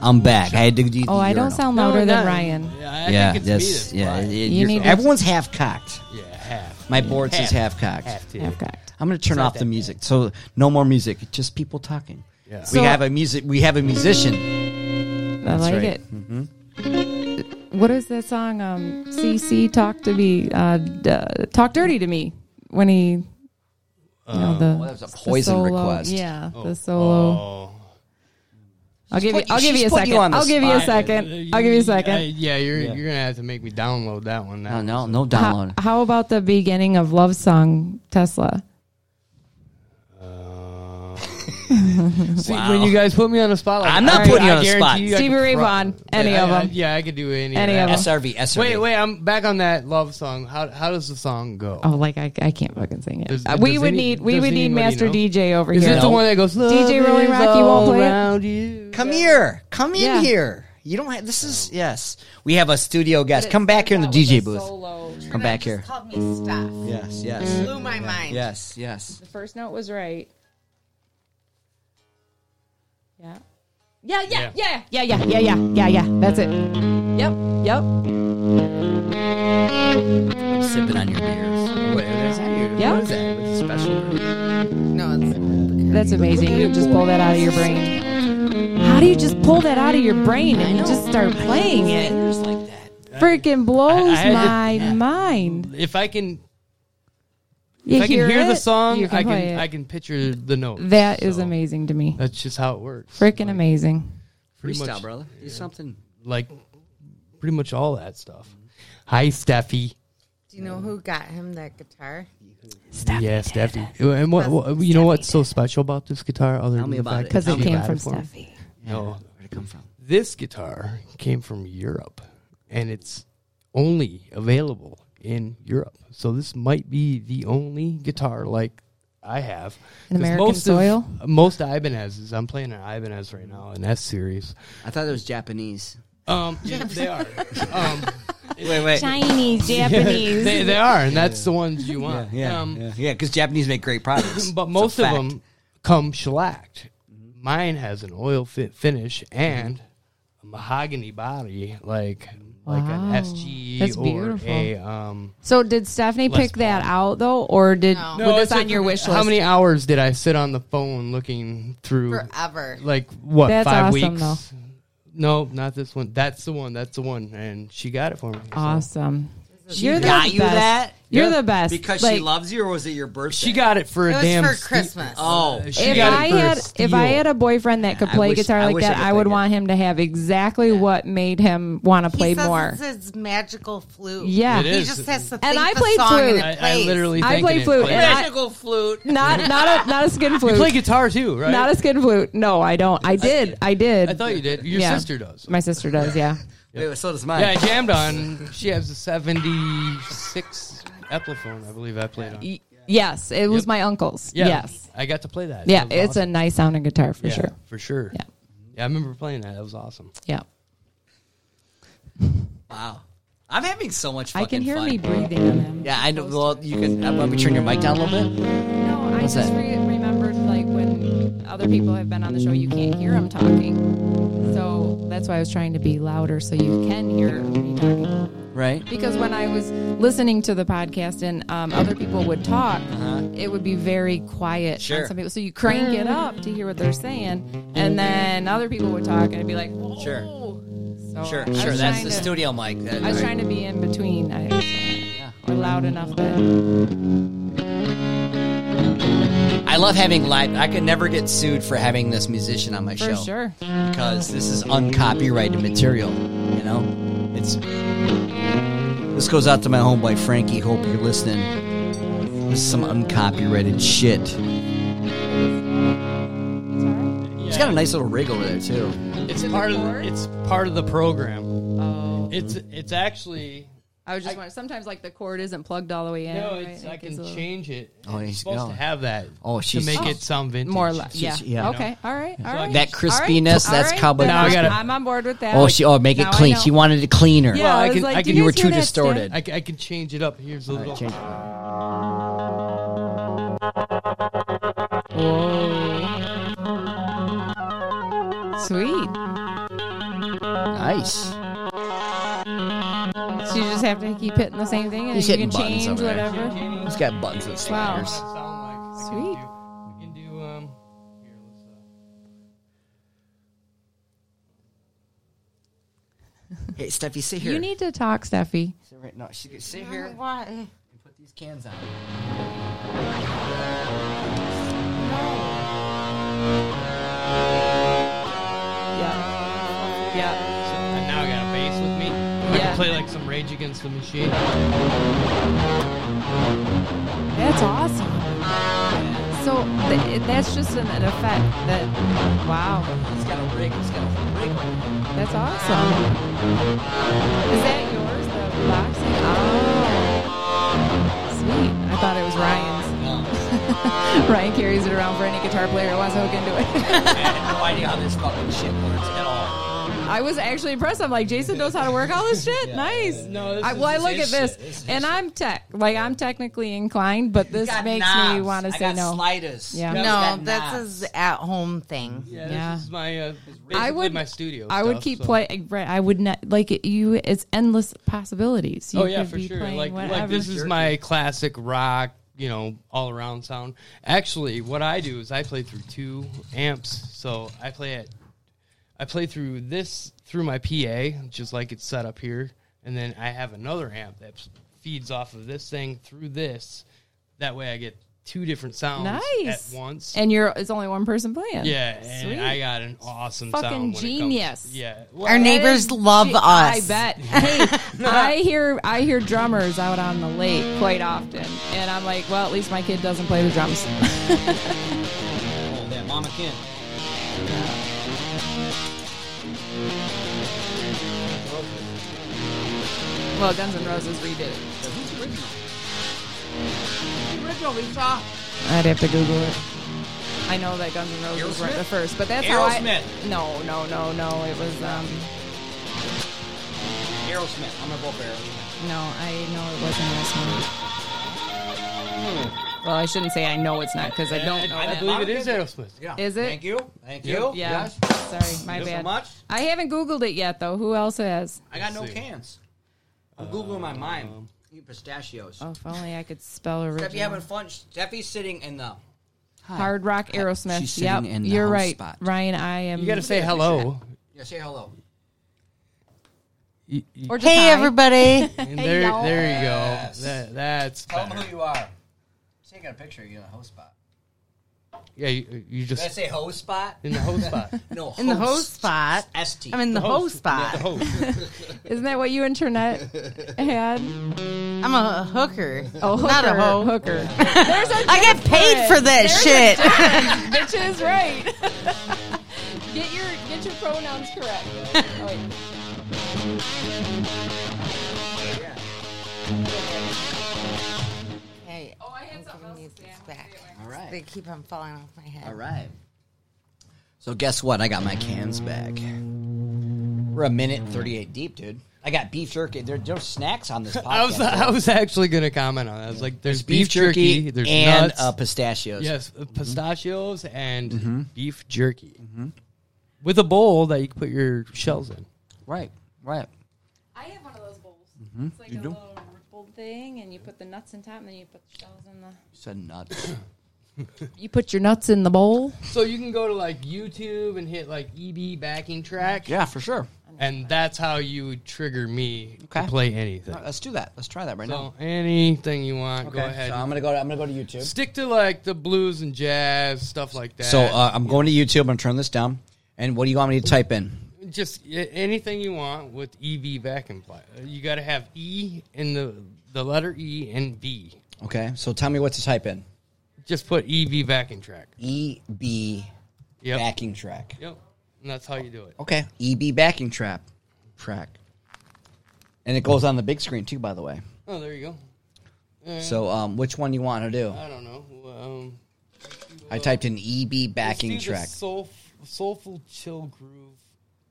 [SPEAKER 1] I'm back. I had to do. the
[SPEAKER 6] Oh, I don't
[SPEAKER 1] urinal.
[SPEAKER 6] sound louder
[SPEAKER 2] no,
[SPEAKER 6] than
[SPEAKER 2] no,
[SPEAKER 6] Ryan.
[SPEAKER 2] Yeah, I
[SPEAKER 1] yeah,
[SPEAKER 2] think it's me
[SPEAKER 1] that's
[SPEAKER 2] that's
[SPEAKER 1] yeah.
[SPEAKER 2] fine.
[SPEAKER 1] it-
[SPEAKER 6] You
[SPEAKER 1] you're-
[SPEAKER 6] need to-
[SPEAKER 1] everyone's half cocked.
[SPEAKER 2] yeah, half.
[SPEAKER 1] My board says half
[SPEAKER 2] Half.
[SPEAKER 1] cocked.
[SPEAKER 2] Half to.
[SPEAKER 6] I've got.
[SPEAKER 1] I'm going to turn off the music. So no more music. Just people talking.
[SPEAKER 2] Yeah.
[SPEAKER 1] we
[SPEAKER 6] So-
[SPEAKER 1] have a music. We have a musician.
[SPEAKER 6] I like
[SPEAKER 1] right. Mm-hmm.
[SPEAKER 6] it. What is that song? Um, CC talk to me, uh, d- uh, talk dirty to me when he, you know the
[SPEAKER 1] Uh, oh, that was a Poison
[SPEAKER 6] the solo,
[SPEAKER 1] request.
[SPEAKER 6] Yeah, the solo.
[SPEAKER 2] Oh.
[SPEAKER 6] I'll give you.
[SPEAKER 1] put you-
[SPEAKER 6] I'll give
[SPEAKER 1] she's
[SPEAKER 6] you a
[SPEAKER 1] put you
[SPEAKER 6] second.
[SPEAKER 1] on the
[SPEAKER 6] I'll give you a
[SPEAKER 1] spot.
[SPEAKER 6] second. I'll give you a
[SPEAKER 2] Uh,
[SPEAKER 6] second.
[SPEAKER 2] yeah, you're you're gonna have to make me download that one. Now.
[SPEAKER 1] No, no, no
[SPEAKER 6] How,
[SPEAKER 1] download.
[SPEAKER 6] how about the beginning of love song Tesla?
[SPEAKER 2] See, when you guys put me on the spot, like,
[SPEAKER 1] I'm not
[SPEAKER 2] that,
[SPEAKER 1] putting you
[SPEAKER 2] I
[SPEAKER 1] on the
[SPEAKER 2] guarantee
[SPEAKER 1] spot.
[SPEAKER 2] I
[SPEAKER 6] Stevie
[SPEAKER 2] could
[SPEAKER 6] Ray
[SPEAKER 2] pro-
[SPEAKER 6] Vaughan, any
[SPEAKER 2] I-
[SPEAKER 6] of
[SPEAKER 2] I-
[SPEAKER 6] 'em.
[SPEAKER 2] yeah, I could do any,
[SPEAKER 6] Any
[SPEAKER 2] of
[SPEAKER 6] of
[SPEAKER 2] that.
[SPEAKER 6] 'em.
[SPEAKER 1] SRV. SRV.
[SPEAKER 2] Wait, wait, I'm back on that love song. How how does the song go?
[SPEAKER 6] Oh, like I, I can't fucking sing it.
[SPEAKER 2] Does-
[SPEAKER 6] Uh, we
[SPEAKER 2] does
[SPEAKER 6] would
[SPEAKER 2] any-
[SPEAKER 6] need we
[SPEAKER 2] does
[SPEAKER 6] would need
[SPEAKER 2] anybody
[SPEAKER 6] Master
[SPEAKER 2] know?
[SPEAKER 6] DJ over
[SPEAKER 2] Is
[SPEAKER 6] here.
[SPEAKER 2] this the one that goes
[SPEAKER 6] DJ
[SPEAKER 2] "Love
[SPEAKER 6] Rolling
[SPEAKER 2] is
[SPEAKER 6] Rock, you won't
[SPEAKER 2] all
[SPEAKER 6] play it"?
[SPEAKER 2] around you"?
[SPEAKER 1] Come here. Come in
[SPEAKER 6] Yeah.
[SPEAKER 1] here. You don't have. This is yes. We have a studio guest. Come back here in the DJ booth. Come back here.
[SPEAKER 7] Called me stuff.
[SPEAKER 1] Yes. Yes.
[SPEAKER 7] Blew my mind.
[SPEAKER 1] Yes. Yes.
[SPEAKER 6] The first note was right. Yeah.
[SPEAKER 7] Yeah, yeah, yeah.
[SPEAKER 6] Yeah, yeah, yeah, yeah, yeah, yeah, yeah. That's it. Yep, yep,
[SPEAKER 1] I'm sipping on your beers. What is that? Your-
[SPEAKER 6] Yeah.
[SPEAKER 1] What is that? It's special.
[SPEAKER 7] No, it's
[SPEAKER 6] that's amazing. You just pull that out of your brain. How do you just pull that out of your brain and you just start playing it?
[SPEAKER 1] Fingers like that.
[SPEAKER 6] Freaking blows
[SPEAKER 2] I- I-
[SPEAKER 6] my mind.
[SPEAKER 2] If I can,
[SPEAKER 6] You
[SPEAKER 2] if I can hear
[SPEAKER 6] it,
[SPEAKER 2] the song,
[SPEAKER 6] you
[SPEAKER 2] I can
[SPEAKER 6] play it.
[SPEAKER 2] I can picture the notes.
[SPEAKER 6] That is
[SPEAKER 2] so
[SPEAKER 6] amazing to me.
[SPEAKER 2] That's just how it works.
[SPEAKER 6] Freaking amazing.
[SPEAKER 2] Pretty
[SPEAKER 1] Freestyle,
[SPEAKER 2] much,
[SPEAKER 1] brother. Do something.
[SPEAKER 2] Like pretty much all that stuff. Hi, Steffi.
[SPEAKER 7] Do you know who got him that guitar?
[SPEAKER 2] yeah, Steffi. And what, what you know what's so special about this guitar? Other than
[SPEAKER 1] me
[SPEAKER 2] the
[SPEAKER 1] about
[SPEAKER 2] fact
[SPEAKER 1] it.
[SPEAKER 2] that
[SPEAKER 6] Because it
[SPEAKER 2] she
[SPEAKER 6] came
[SPEAKER 2] got
[SPEAKER 6] from
[SPEAKER 2] for me?
[SPEAKER 6] Steffi.
[SPEAKER 2] No,
[SPEAKER 1] Oh, Where'd it come from?
[SPEAKER 2] this guitar came from Europe, and it's only available in Europe. So this might be the only guitar like I have. 'Cause
[SPEAKER 6] American soil?
[SPEAKER 2] Of, most Ibanez's. I'm playing an Ibanez right now, an S series.
[SPEAKER 1] I thought it was Japanese.
[SPEAKER 2] Um, yeah, they are. Um,
[SPEAKER 1] Wait, wait.
[SPEAKER 6] Chinese,
[SPEAKER 2] they, they are, and that's the ones you want.
[SPEAKER 1] Yeah,
[SPEAKER 2] Um,
[SPEAKER 1] yeah, yeah. Because Japanese make great products,
[SPEAKER 2] but
[SPEAKER 1] It's a
[SPEAKER 2] most of
[SPEAKER 1] fact.
[SPEAKER 2] them come shellacked. Mine has an oil fit finish and a mahogany body, like like
[SPEAKER 6] Wow.
[SPEAKER 2] an SG
[SPEAKER 6] That's
[SPEAKER 2] or
[SPEAKER 6] beautiful.
[SPEAKER 2] a um.
[SPEAKER 6] So did Stephanie
[SPEAKER 2] Less
[SPEAKER 6] pick that out though, or did
[SPEAKER 7] No.
[SPEAKER 6] was this
[SPEAKER 2] it's
[SPEAKER 6] on your
[SPEAKER 2] like,
[SPEAKER 6] wish list?
[SPEAKER 2] How many hours did I sit on the phone looking through?
[SPEAKER 7] Forever.
[SPEAKER 2] Like what?
[SPEAKER 6] That's
[SPEAKER 2] five
[SPEAKER 6] awesome,
[SPEAKER 2] weeks.
[SPEAKER 6] though.
[SPEAKER 2] No, not this one. That's the one. That's the one. And she got it for me. so.
[SPEAKER 6] Awesome. You're the
[SPEAKER 1] got you
[SPEAKER 6] best.
[SPEAKER 1] that?
[SPEAKER 6] You're
[SPEAKER 2] Yeah.
[SPEAKER 6] the best
[SPEAKER 1] because she
[SPEAKER 6] Like,
[SPEAKER 1] loves you, or was it your birthday?
[SPEAKER 2] She got it for a
[SPEAKER 7] It was
[SPEAKER 2] damn.
[SPEAKER 7] for
[SPEAKER 2] ste-
[SPEAKER 7] Christmas.
[SPEAKER 1] Oh,
[SPEAKER 2] She
[SPEAKER 6] if
[SPEAKER 2] got it
[SPEAKER 6] I
[SPEAKER 2] for a
[SPEAKER 6] had if I
[SPEAKER 2] steal.
[SPEAKER 6] had a boyfriend that could
[SPEAKER 1] Yeah, I
[SPEAKER 6] play
[SPEAKER 1] wish-
[SPEAKER 6] guitar
[SPEAKER 1] I
[SPEAKER 6] like
[SPEAKER 1] wish I
[SPEAKER 6] that,
[SPEAKER 1] could
[SPEAKER 6] I,
[SPEAKER 1] play
[SPEAKER 6] would
[SPEAKER 1] that.
[SPEAKER 6] want him to have exactly what made him want to play
[SPEAKER 7] he says
[SPEAKER 6] more.
[SPEAKER 7] It's his magical flute.
[SPEAKER 6] Yeah. It
[SPEAKER 7] he
[SPEAKER 2] is.
[SPEAKER 7] just has to.
[SPEAKER 6] And
[SPEAKER 7] think
[SPEAKER 6] I
[SPEAKER 7] the
[SPEAKER 6] played
[SPEAKER 7] song
[SPEAKER 6] flute.
[SPEAKER 7] And
[SPEAKER 2] I,
[SPEAKER 7] it
[SPEAKER 2] I
[SPEAKER 7] plays.
[SPEAKER 2] literally
[SPEAKER 6] I
[SPEAKER 2] thinking
[SPEAKER 6] play
[SPEAKER 2] it
[SPEAKER 6] flute,
[SPEAKER 2] played.
[SPEAKER 6] and I-
[SPEAKER 7] magical flute.
[SPEAKER 6] Not not a not a skin flute.
[SPEAKER 2] You play guitar too, right?
[SPEAKER 6] not a skin flute. No, I don't. I did. I did.
[SPEAKER 2] I thought you did. Your
[SPEAKER 6] Yeah.
[SPEAKER 2] sister does.
[SPEAKER 6] My sister does. Yeah.
[SPEAKER 1] Wait, so does mine.
[SPEAKER 2] Yeah, I jammed on. She has a '76 Epiphone, I believe I played on.
[SPEAKER 6] Y- Yes, it was
[SPEAKER 2] Yep.
[SPEAKER 6] my uncle's.
[SPEAKER 2] Yeah,
[SPEAKER 6] Yes.
[SPEAKER 2] I got to play that.
[SPEAKER 6] Yeah,
[SPEAKER 2] That was
[SPEAKER 6] it's a
[SPEAKER 2] awesome.
[SPEAKER 6] nice sounding guitar for
[SPEAKER 2] Yeah,
[SPEAKER 6] sure.
[SPEAKER 2] for sure.
[SPEAKER 6] Yeah.
[SPEAKER 2] yeah, I remember playing that. That was awesome.
[SPEAKER 6] Yeah.
[SPEAKER 1] Wow, I'm having so much
[SPEAKER 6] I
[SPEAKER 1] fucking
[SPEAKER 6] can hear
[SPEAKER 1] fun.
[SPEAKER 6] me breathing on him.
[SPEAKER 1] Yeah, I know. Well, you can. Uh, let me turn your mic down a little bit.
[SPEAKER 6] No, I
[SPEAKER 1] What's
[SPEAKER 6] just
[SPEAKER 1] that?
[SPEAKER 6] re- remembered like when other people have been on the show, you can't hear them talking. So that's why I was trying to be louder so you can hear me talking.
[SPEAKER 1] Right.
[SPEAKER 6] Because when I was listening to the podcast and um, other people would talk, it would be very quiet. on
[SPEAKER 1] Uh-huh. Sure. Mm-hmm.
[SPEAKER 6] some people. So you crank it up to hear what they're saying, and then other people would talk and it'd be like, Whoa.
[SPEAKER 1] Sure.
[SPEAKER 6] So
[SPEAKER 1] Sure,
[SPEAKER 6] I was
[SPEAKER 1] sure. That's
[SPEAKER 6] trying
[SPEAKER 1] the
[SPEAKER 6] to-
[SPEAKER 1] studio mic. That,
[SPEAKER 6] I was trying to be in between. I, uh,
[SPEAKER 1] Yeah.
[SPEAKER 6] Or loud enough that.
[SPEAKER 1] I I love having live. I could never get sued for having this musician on my
[SPEAKER 6] For
[SPEAKER 1] show
[SPEAKER 6] sure.
[SPEAKER 1] because this is uncopyrighted material. You know, it's this goes out to my homeboy Frankie. Hope you're listening. This is some uncopyrighted shit. He's got a nice little rig over there too.
[SPEAKER 2] It's part of the, it's part of the program.
[SPEAKER 6] Oh.
[SPEAKER 2] It's it's actually
[SPEAKER 6] I was just wondering. Sometimes like the cord isn't plugged all the way in.
[SPEAKER 2] no.
[SPEAKER 6] right?
[SPEAKER 2] It's I
[SPEAKER 6] Like,
[SPEAKER 2] can
[SPEAKER 6] it's a little-
[SPEAKER 2] change it.
[SPEAKER 1] Oh,
[SPEAKER 2] it's
[SPEAKER 1] he's
[SPEAKER 2] supposed
[SPEAKER 1] gone.
[SPEAKER 2] to have that.
[SPEAKER 1] Oh, she's-
[SPEAKER 2] to make
[SPEAKER 1] Oh.
[SPEAKER 2] it sound vintage.
[SPEAKER 6] more or less. Yeah.
[SPEAKER 1] She's- yeah.
[SPEAKER 6] Okay. All right. All right.
[SPEAKER 1] That crispiness,
[SPEAKER 6] All right.
[SPEAKER 1] that's cowboy
[SPEAKER 6] Then
[SPEAKER 2] Now I
[SPEAKER 6] I'm-
[SPEAKER 2] gotta-
[SPEAKER 6] I'm on board with that.
[SPEAKER 1] Oh, she oh make it
[SPEAKER 6] Now I
[SPEAKER 1] clean.
[SPEAKER 6] know.
[SPEAKER 1] She wanted it cleaner.
[SPEAKER 6] Yeah,
[SPEAKER 2] Well,
[SPEAKER 6] I
[SPEAKER 2] I
[SPEAKER 6] was
[SPEAKER 2] can-
[SPEAKER 6] like,
[SPEAKER 2] I
[SPEAKER 6] do
[SPEAKER 1] you were
[SPEAKER 6] guys hear
[SPEAKER 1] too
[SPEAKER 6] that, Stan?
[SPEAKER 1] distorted.
[SPEAKER 2] I, c- I can change it up. Here's a little.
[SPEAKER 1] Change-
[SPEAKER 6] Sweet.
[SPEAKER 1] Nice.
[SPEAKER 6] So you just have to keep hitting the same thing, and
[SPEAKER 1] He's
[SPEAKER 6] you
[SPEAKER 1] hitting
[SPEAKER 6] can
[SPEAKER 1] buttons
[SPEAKER 6] change
[SPEAKER 1] over there.
[SPEAKER 6] whatever.
[SPEAKER 1] He's got buttons and
[SPEAKER 6] Wow.
[SPEAKER 1] sliders.
[SPEAKER 2] Sound like
[SPEAKER 6] Sweet.
[SPEAKER 2] I can do, we can do um. Here, let's, uh,
[SPEAKER 1] Hey, Steffi, sit here.
[SPEAKER 6] You need to talk, Steffi.
[SPEAKER 1] sit right, no, she sit here and
[SPEAKER 7] Why?
[SPEAKER 1] put these cans on.
[SPEAKER 6] Yeah. Yeah.
[SPEAKER 2] so- and now I got a bass with me. I
[SPEAKER 6] Yeah.
[SPEAKER 2] can play like some Rage Against the Machine.
[SPEAKER 6] That's awesome. So th- that's just an, an effect that, wow,
[SPEAKER 1] He's got a rig. He's got a rig.
[SPEAKER 6] that's awesome. Is that yours, the boxing? Oh, sweet. I thought it was Ryan's.
[SPEAKER 1] No,
[SPEAKER 6] Ryan carries it around for any guitar player who wants to hook into it.
[SPEAKER 1] I have no idea how this fucking shit works at all.
[SPEAKER 6] I was actually impressed. I'm like, Jason knows how to work all this shit. nice.
[SPEAKER 2] No, this
[SPEAKER 6] I,
[SPEAKER 2] is-
[SPEAKER 6] well, I
[SPEAKER 2] this
[SPEAKER 6] look
[SPEAKER 2] is
[SPEAKER 6] at this,
[SPEAKER 1] shit. This is
[SPEAKER 6] and I'm tech. Like I'm technically inclined, but this
[SPEAKER 1] Got
[SPEAKER 6] makes me
[SPEAKER 1] knobs.
[SPEAKER 6] want to
[SPEAKER 1] I
[SPEAKER 6] say
[SPEAKER 1] got
[SPEAKER 6] no.
[SPEAKER 1] Sliders.
[SPEAKER 6] Yeah.
[SPEAKER 1] He's
[SPEAKER 7] No,
[SPEAKER 1] got
[SPEAKER 7] that's
[SPEAKER 1] knobs.
[SPEAKER 7] his at-home thing.
[SPEAKER 2] Yeah,
[SPEAKER 6] Yeah.
[SPEAKER 2] this is my. Uh,
[SPEAKER 6] I
[SPEAKER 2] I
[SPEAKER 6] would-
[SPEAKER 2] would my studio.
[SPEAKER 6] I would
[SPEAKER 2] stuff,
[SPEAKER 6] keep
[SPEAKER 2] so.
[SPEAKER 6] playing. Right, I would not like it, you. It's endless possibilities. You
[SPEAKER 2] oh yeah,
[SPEAKER 6] could
[SPEAKER 2] for
[SPEAKER 6] be
[SPEAKER 2] sure.
[SPEAKER 6] playing
[SPEAKER 2] Like
[SPEAKER 6] whatever.
[SPEAKER 2] like this is my classic rock, you know, all around sound. Actually, what I do is I play through two amps. So I play it. I play through this through my PA, just like it's set up here, and then I have another amp that feeds off of this thing through this. That way, I get two different sounds
[SPEAKER 6] nice
[SPEAKER 2] at once.
[SPEAKER 6] and you're. It's only one person playing.
[SPEAKER 2] yeah,
[SPEAKER 6] Sweet.
[SPEAKER 2] and I got an awesome
[SPEAKER 6] Fucking
[SPEAKER 2] sound. when it comes-
[SPEAKER 6] genius.
[SPEAKER 2] Yeah,
[SPEAKER 7] Our neighbors love
[SPEAKER 6] Gee,
[SPEAKER 7] us.
[SPEAKER 6] I bet. Hey, I hear I hear drummers out on the lake quite often, and I'm like, well, at least my kid doesn't play the drums.
[SPEAKER 1] Oh, that Mama Ken.
[SPEAKER 6] well, Guns N' Roses redid it. I'd have to Google it. I know that Guns N' Roses weren't the first, but that's how I.
[SPEAKER 1] Aerosmith.
[SPEAKER 6] No, no, no, no. It was um.
[SPEAKER 1] Aerosmith. I'm gonna go Aerosmith.
[SPEAKER 6] No, I know it wasn't this one. Well, I shouldn't say I know it's not because I don't know.
[SPEAKER 2] I
[SPEAKER 6] that.
[SPEAKER 2] believe it is Aerosmith.
[SPEAKER 1] Yeah.
[SPEAKER 6] Is it?
[SPEAKER 1] Thank you. Oh, Thank
[SPEAKER 2] Yep.
[SPEAKER 1] you.
[SPEAKER 6] Yeah.
[SPEAKER 1] Yes.
[SPEAKER 6] Sorry, my
[SPEAKER 1] Thank you
[SPEAKER 6] bad.
[SPEAKER 1] so much.
[SPEAKER 6] I haven't Googled it yet, though. Who else has?
[SPEAKER 1] I got no
[SPEAKER 2] see.
[SPEAKER 1] cans. I'm googling my mind. Eat pistachios.
[SPEAKER 6] Oh, if only I could spell original.
[SPEAKER 1] Steffi having fun. Steffi's sitting in the.
[SPEAKER 6] Hard Rock Aerosmith.
[SPEAKER 1] She's
[SPEAKER 6] yep,
[SPEAKER 1] sitting in the
[SPEAKER 6] you're
[SPEAKER 1] house
[SPEAKER 6] right,
[SPEAKER 1] spot.
[SPEAKER 6] Ryan. I am.
[SPEAKER 2] You got to say hello.
[SPEAKER 1] Yeah, say hello.
[SPEAKER 6] Or just
[SPEAKER 7] Hey,
[SPEAKER 6] hi.
[SPEAKER 7] everybody.
[SPEAKER 2] And there,
[SPEAKER 6] y'all.
[SPEAKER 2] there you go.
[SPEAKER 1] Yes.
[SPEAKER 2] That, that's
[SPEAKER 1] Tell them
[SPEAKER 2] better.
[SPEAKER 1] who you are. Taking a picture of you in the host spot.
[SPEAKER 2] Yeah, you, you
[SPEAKER 1] Did I
[SPEAKER 2] just
[SPEAKER 1] say host spot?
[SPEAKER 2] in the host spot.
[SPEAKER 1] No, host.
[SPEAKER 7] In the host spot.
[SPEAKER 1] ST.
[SPEAKER 7] I'm in the host
[SPEAKER 2] Yeah, the
[SPEAKER 7] spot.
[SPEAKER 2] host.
[SPEAKER 6] Isn't that what you internet had?
[SPEAKER 7] I'm a hooker.
[SPEAKER 6] Oh, hooker,
[SPEAKER 7] Not a hoe.
[SPEAKER 6] hooker. There's a
[SPEAKER 7] I get paid for that shit.
[SPEAKER 6] bitch is right. get your get your pronouns correct. Oh, wait.
[SPEAKER 7] Hey,
[SPEAKER 6] Oh, I had something
[SPEAKER 7] I
[SPEAKER 6] else.
[SPEAKER 7] need this
[SPEAKER 6] Yeah.
[SPEAKER 7] back.
[SPEAKER 1] All right.
[SPEAKER 7] They keep on falling off my head.
[SPEAKER 1] All right. So guess what? I got my cans back. We're a minute and 38 deep, dude. I got beef jerky. There, there's snacks on this podcast.
[SPEAKER 2] I was, I was actually going to comment on that. I was like, there's beef, jerky, there's
[SPEAKER 1] and Mm-hmm.
[SPEAKER 2] nuts.
[SPEAKER 1] Uh, pistachios.
[SPEAKER 2] yes, uh, pistachios and
[SPEAKER 1] Mm-hmm.
[SPEAKER 2] beef jerky. With a bowl that you can put your shells in.
[SPEAKER 1] Right, right.
[SPEAKER 6] I have one of those bowls.
[SPEAKER 2] Mm-hmm.
[SPEAKER 6] It's like a
[SPEAKER 1] do?
[SPEAKER 6] little rippled thing, and you put the nuts in top, and then you put the shells in the.
[SPEAKER 1] You said nuts.
[SPEAKER 6] You put your nuts in the bowl.
[SPEAKER 2] So you can go to like YouTube and hit like EB backing track,
[SPEAKER 1] Yeah, for sure.
[SPEAKER 2] and that's how you would trigger me
[SPEAKER 1] Okay.
[SPEAKER 2] to play anything.
[SPEAKER 1] No, let's do that. Let's try that right now.
[SPEAKER 2] So anything you want,
[SPEAKER 1] Okay.
[SPEAKER 2] go ahead.
[SPEAKER 1] So I'm gonna go. To, I'm gonna go to YouTube.
[SPEAKER 2] Stick to like the blues and jazz stuff like that.
[SPEAKER 1] So uh, I'm going to YouTube. I'm gonna turn this down. And what do you want me to type in?
[SPEAKER 2] just y- anything you want with E, EV vacuum ply. Uh, You got to have E in the the letter E and V.
[SPEAKER 1] Okay. So tell me what to type in.
[SPEAKER 2] Just put EV vacuum track.
[SPEAKER 1] E B
[SPEAKER 2] Yep.
[SPEAKER 1] backing track.
[SPEAKER 2] Yep. And that's how you do it.
[SPEAKER 1] Okay. E B backing trap track. And it goes on the big screen too, by the way.
[SPEAKER 2] Oh, there you go.
[SPEAKER 1] So um, which one do you want to do?
[SPEAKER 2] I don't know. Um,
[SPEAKER 1] I typed in E B
[SPEAKER 2] let's do
[SPEAKER 1] backing
[SPEAKER 2] the
[SPEAKER 1] track.
[SPEAKER 2] soulf- soulful chill groove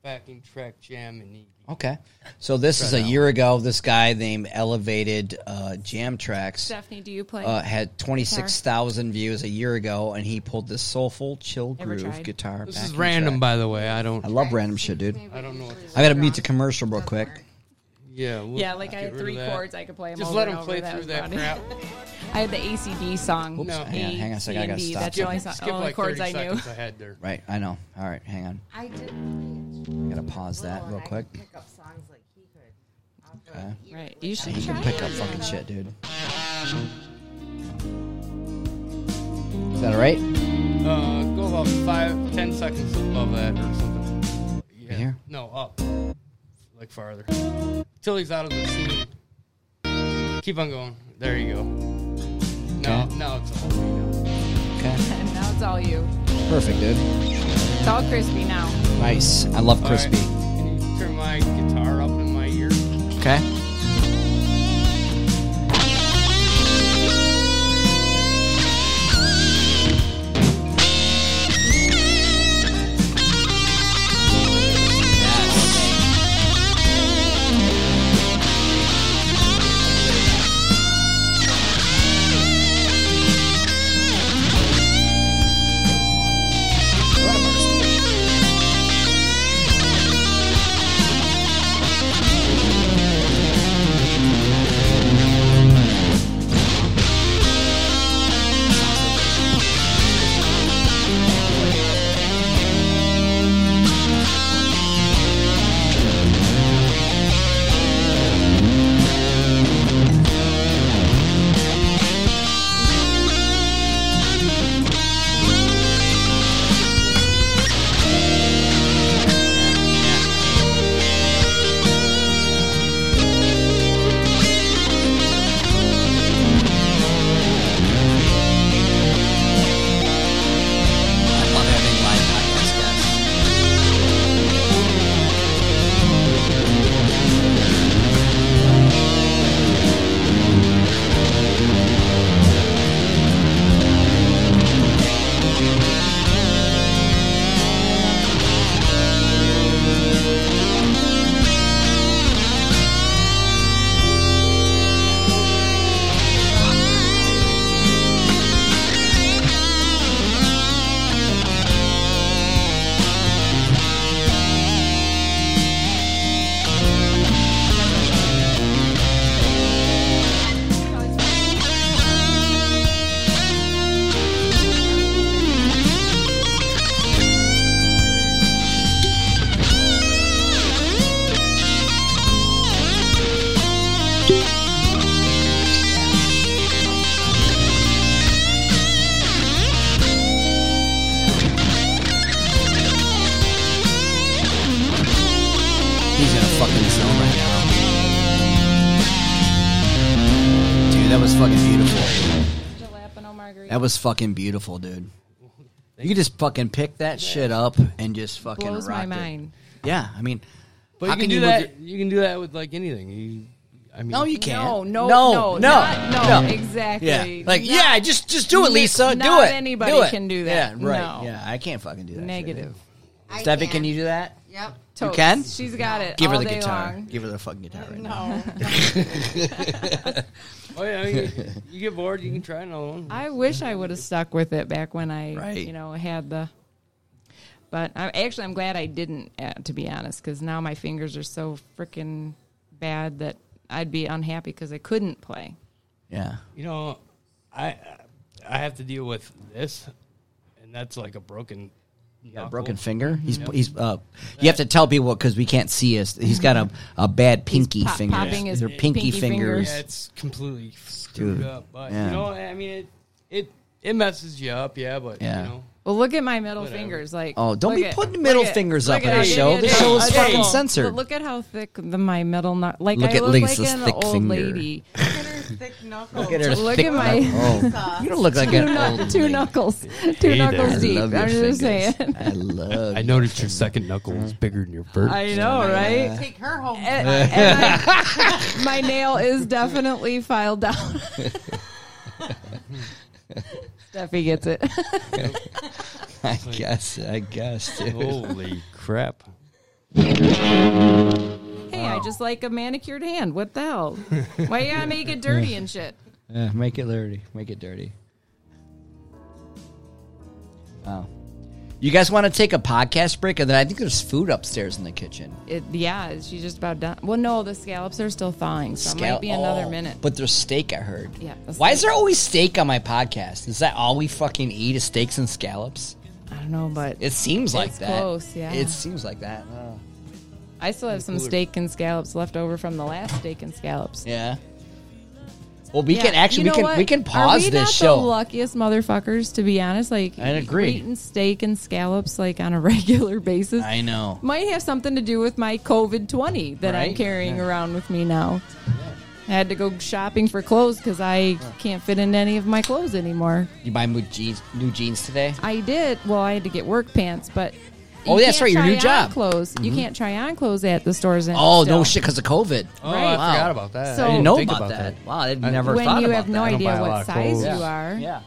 [SPEAKER 2] backing track jam and E, EV.
[SPEAKER 1] Okay. So this is a year ago. This guy named Elevated uh, Jam Tracks.
[SPEAKER 6] Stephanie, do you play?
[SPEAKER 1] uh, had 26,000 views a year ago, and he pulled this soulful, chill
[SPEAKER 6] Never
[SPEAKER 1] groove
[SPEAKER 6] tried.
[SPEAKER 1] guitar.
[SPEAKER 2] This is
[SPEAKER 1] backing
[SPEAKER 2] random,
[SPEAKER 1] track.
[SPEAKER 2] by the way. I don't.
[SPEAKER 1] I love random shit, dude.
[SPEAKER 2] I don't know. What to,
[SPEAKER 1] I gotta mute the commercial real quick.
[SPEAKER 2] yeah. we'll
[SPEAKER 6] yeah, like I
[SPEAKER 2] get
[SPEAKER 6] had
[SPEAKER 2] rid of
[SPEAKER 6] three
[SPEAKER 2] that.
[SPEAKER 6] chords I could play. 'em
[SPEAKER 2] Just
[SPEAKER 6] over
[SPEAKER 2] let
[SPEAKER 6] and
[SPEAKER 2] him
[SPEAKER 6] over.
[SPEAKER 2] play
[SPEAKER 6] that
[SPEAKER 2] through
[SPEAKER 6] was
[SPEAKER 2] that
[SPEAKER 6] funny.
[SPEAKER 2] crap.
[SPEAKER 6] I had the ACD song.
[SPEAKER 1] Oops,
[SPEAKER 6] No,
[SPEAKER 1] hang on- hang on a second, I gotta stop.
[SPEAKER 6] That's the only, song,
[SPEAKER 2] Skip
[SPEAKER 6] only
[SPEAKER 2] like
[SPEAKER 6] chords
[SPEAKER 2] 30
[SPEAKER 6] I knew.
[SPEAKER 2] seconds ahead there.
[SPEAKER 1] Right, I know. All right, hang on.
[SPEAKER 7] I did.
[SPEAKER 1] I gotta pause that real quick.
[SPEAKER 7] Pick up songs like he could.
[SPEAKER 1] Okay.
[SPEAKER 6] Right, you should
[SPEAKER 1] He
[SPEAKER 6] try.
[SPEAKER 1] can pick up fucking shit, dude. Is that all right?
[SPEAKER 2] Uh, go about five, ten seconds above that or something. Yeah.
[SPEAKER 1] here?
[SPEAKER 2] No, up. Like farther. Till he's out of the scene. Keep on going. There you go. Now,
[SPEAKER 1] Okay.
[SPEAKER 2] now it's all right now.
[SPEAKER 1] Okay,
[SPEAKER 6] And now it's all you.
[SPEAKER 1] perfect, dude.
[SPEAKER 6] It's all crispy now.
[SPEAKER 1] Nice. I love
[SPEAKER 2] All right.
[SPEAKER 1] crispy.
[SPEAKER 2] Can you turn my guitar up in my ear?
[SPEAKER 1] Okay. I love having live podcast guests. He's in a fucking zone right now. Dude, that was fucking beautiful.
[SPEAKER 6] Jalapeno margarita.
[SPEAKER 1] That was fucking beautiful, dude. You could just fucking pick that shit up and just fucking
[SPEAKER 6] blows
[SPEAKER 1] rock
[SPEAKER 6] my
[SPEAKER 1] it.
[SPEAKER 6] mind.
[SPEAKER 1] Yeah, I mean,
[SPEAKER 2] But
[SPEAKER 1] how
[SPEAKER 2] you can, do
[SPEAKER 1] move
[SPEAKER 2] that.
[SPEAKER 1] your-
[SPEAKER 2] You can do that with like anything. You, I mean,
[SPEAKER 1] No, you can't.
[SPEAKER 6] No,
[SPEAKER 1] no,
[SPEAKER 6] no, no,
[SPEAKER 1] no,
[SPEAKER 6] not- no,
[SPEAKER 1] no.
[SPEAKER 6] exactly.
[SPEAKER 1] Yeah, like
[SPEAKER 6] Not-
[SPEAKER 1] yeah, just just do it,
[SPEAKER 6] Ni-
[SPEAKER 1] Lisa. do
[SPEAKER 6] not
[SPEAKER 1] it.
[SPEAKER 6] anybody
[SPEAKER 1] do it.
[SPEAKER 6] can do that.
[SPEAKER 1] Yeah, right.
[SPEAKER 6] No.
[SPEAKER 1] Yeah, I can't fucking do that. shit,
[SPEAKER 6] Negative.
[SPEAKER 1] dude. Steffi, can you do that?
[SPEAKER 7] Yep.
[SPEAKER 6] Totes.
[SPEAKER 1] can?
[SPEAKER 6] She's got it.
[SPEAKER 1] Give her
[SPEAKER 6] all
[SPEAKER 1] the
[SPEAKER 6] day
[SPEAKER 1] guitar.
[SPEAKER 6] long.
[SPEAKER 1] Give her the fucking guitar right now.
[SPEAKER 7] No.
[SPEAKER 2] Oh yeah, you, you get bored, you can try another one.
[SPEAKER 6] I wish I would have stuck with it back when I,
[SPEAKER 1] Right.
[SPEAKER 6] you know, had the. But I actually I'm glad I didn't, uh, to be honest, because now my fingers are so freaking bad that I'd be unhappy because I couldn't play.
[SPEAKER 1] Yeah.
[SPEAKER 2] You know, I I have to deal with this, and that's like a broken.
[SPEAKER 1] Got a
[SPEAKER 2] knuckle.
[SPEAKER 1] broken finger. He's he's uh. You have to tell people because we can't see us. He's got a, a bad pinky
[SPEAKER 6] pop-
[SPEAKER 1] finger.
[SPEAKER 6] popping his
[SPEAKER 1] They're
[SPEAKER 6] pinky
[SPEAKER 1] pinky,
[SPEAKER 6] finger.
[SPEAKER 1] fingers.
[SPEAKER 2] Yeah, it's completely screwed
[SPEAKER 1] Dude,
[SPEAKER 2] up. But
[SPEAKER 1] yeah.
[SPEAKER 2] you know, I mean, it it it messes you up. Yeah, but
[SPEAKER 1] Yeah.
[SPEAKER 2] you know.
[SPEAKER 6] Well, look at my middle
[SPEAKER 2] Whatever.
[SPEAKER 6] fingers. Like,
[SPEAKER 1] Oh, don't
[SPEAKER 6] look
[SPEAKER 1] be putting middle
[SPEAKER 6] look
[SPEAKER 1] fingers
[SPEAKER 6] look
[SPEAKER 1] up
[SPEAKER 6] at
[SPEAKER 1] in
[SPEAKER 6] how
[SPEAKER 1] this
[SPEAKER 6] big
[SPEAKER 1] show.
[SPEAKER 6] it
[SPEAKER 1] This
[SPEAKER 6] is.
[SPEAKER 1] show is
[SPEAKER 6] Okay.
[SPEAKER 1] fucking
[SPEAKER 6] But
[SPEAKER 1] censored.
[SPEAKER 6] Look at how thick the, my middle knuck. Like
[SPEAKER 1] Look
[SPEAKER 6] I
[SPEAKER 1] at
[SPEAKER 6] look
[SPEAKER 1] Lisa's
[SPEAKER 6] like an
[SPEAKER 1] thick
[SPEAKER 6] old
[SPEAKER 1] finger.
[SPEAKER 6] lady.
[SPEAKER 7] Look at her thick knuckles.
[SPEAKER 1] Look at her
[SPEAKER 6] Look
[SPEAKER 1] thick
[SPEAKER 6] at my-
[SPEAKER 1] knuckle.
[SPEAKER 7] Saw.
[SPEAKER 1] You don't look like an
[SPEAKER 6] Knuck-
[SPEAKER 1] old
[SPEAKER 6] two
[SPEAKER 1] lady.
[SPEAKER 6] knuckles, two
[SPEAKER 2] Hey there.
[SPEAKER 6] knuckles
[SPEAKER 1] I
[SPEAKER 6] deep.
[SPEAKER 1] love your
[SPEAKER 6] I'm just
[SPEAKER 1] fingers.
[SPEAKER 6] saying.
[SPEAKER 1] I love.
[SPEAKER 2] I noticed your second knuckle is bigger than your first.
[SPEAKER 6] I know, right?
[SPEAKER 7] Take her home.
[SPEAKER 6] And, and I, my nail is definitely filed down. Steffi gets it.
[SPEAKER 1] I guess. I guess. Dude.
[SPEAKER 2] Holy crap!
[SPEAKER 6] hey, I just like a manicured hand. What the hell? Why you gotta make it dirty and shit?
[SPEAKER 1] Yeah, Eh, make it dirty. Make it dirty. Wow. You guys want to take a podcast break? And then I think there's food upstairs in the kitchen.
[SPEAKER 6] It, yeah, she's just about done. Well, no, the scallops are still thawing, so it might be another
[SPEAKER 1] oh,
[SPEAKER 6] minute.
[SPEAKER 1] But there's steak, I heard.
[SPEAKER 6] Yeah, the
[SPEAKER 1] Why is
[SPEAKER 6] steak.
[SPEAKER 1] there always steak on my podcast? Is that all we fucking eat is steaks and scallops?
[SPEAKER 6] I don't know, but
[SPEAKER 1] It seems like
[SPEAKER 6] It's
[SPEAKER 1] that.
[SPEAKER 6] close, yeah.
[SPEAKER 1] It seems like that. Oh.
[SPEAKER 6] I still have some steak and scallops left over from the last steak and scallops.
[SPEAKER 1] Yeah. Well, we
[SPEAKER 6] Yeah,
[SPEAKER 1] can actually
[SPEAKER 6] you
[SPEAKER 1] we
[SPEAKER 6] know
[SPEAKER 1] can
[SPEAKER 6] what?
[SPEAKER 1] we can
[SPEAKER 6] Are
[SPEAKER 1] pause
[SPEAKER 6] we
[SPEAKER 1] this
[SPEAKER 6] not
[SPEAKER 1] show.
[SPEAKER 6] The luckiest motherfuckers, to be honest. Like
[SPEAKER 1] I'd agree.
[SPEAKER 6] we're eating steak and scallops like on a regular basis.
[SPEAKER 1] I know.
[SPEAKER 6] Might have something to do with my COVID twenty that I'm
[SPEAKER 1] Right?
[SPEAKER 6] carrying around with me now. I had to go shopping for clothes because I can't fit into any of my clothes anymore.
[SPEAKER 1] You buy new jeans, new jeans today?
[SPEAKER 6] I did. Well, I had to get work pants, but you
[SPEAKER 1] Oh, that's
[SPEAKER 6] can't
[SPEAKER 1] right, your
[SPEAKER 6] try
[SPEAKER 1] new
[SPEAKER 6] on
[SPEAKER 1] job. Mm-hmm.
[SPEAKER 6] Clothes. You can't try on clothes at the stores. And
[SPEAKER 1] Oh no shit, because of COVID.
[SPEAKER 2] Oh,
[SPEAKER 6] Right.
[SPEAKER 2] I
[SPEAKER 1] Wow.
[SPEAKER 2] forgot about that.
[SPEAKER 6] So-
[SPEAKER 2] I
[SPEAKER 1] I
[SPEAKER 2] didn't
[SPEAKER 1] didn't know
[SPEAKER 2] think
[SPEAKER 1] Oh, about, that. Wow, I've never
[SPEAKER 6] When
[SPEAKER 1] thought
[SPEAKER 6] you
[SPEAKER 1] about
[SPEAKER 6] have no
[SPEAKER 1] that.
[SPEAKER 2] don't buy a
[SPEAKER 6] idea
[SPEAKER 2] lot
[SPEAKER 6] what
[SPEAKER 2] of
[SPEAKER 6] size
[SPEAKER 2] clothes.
[SPEAKER 6] you are,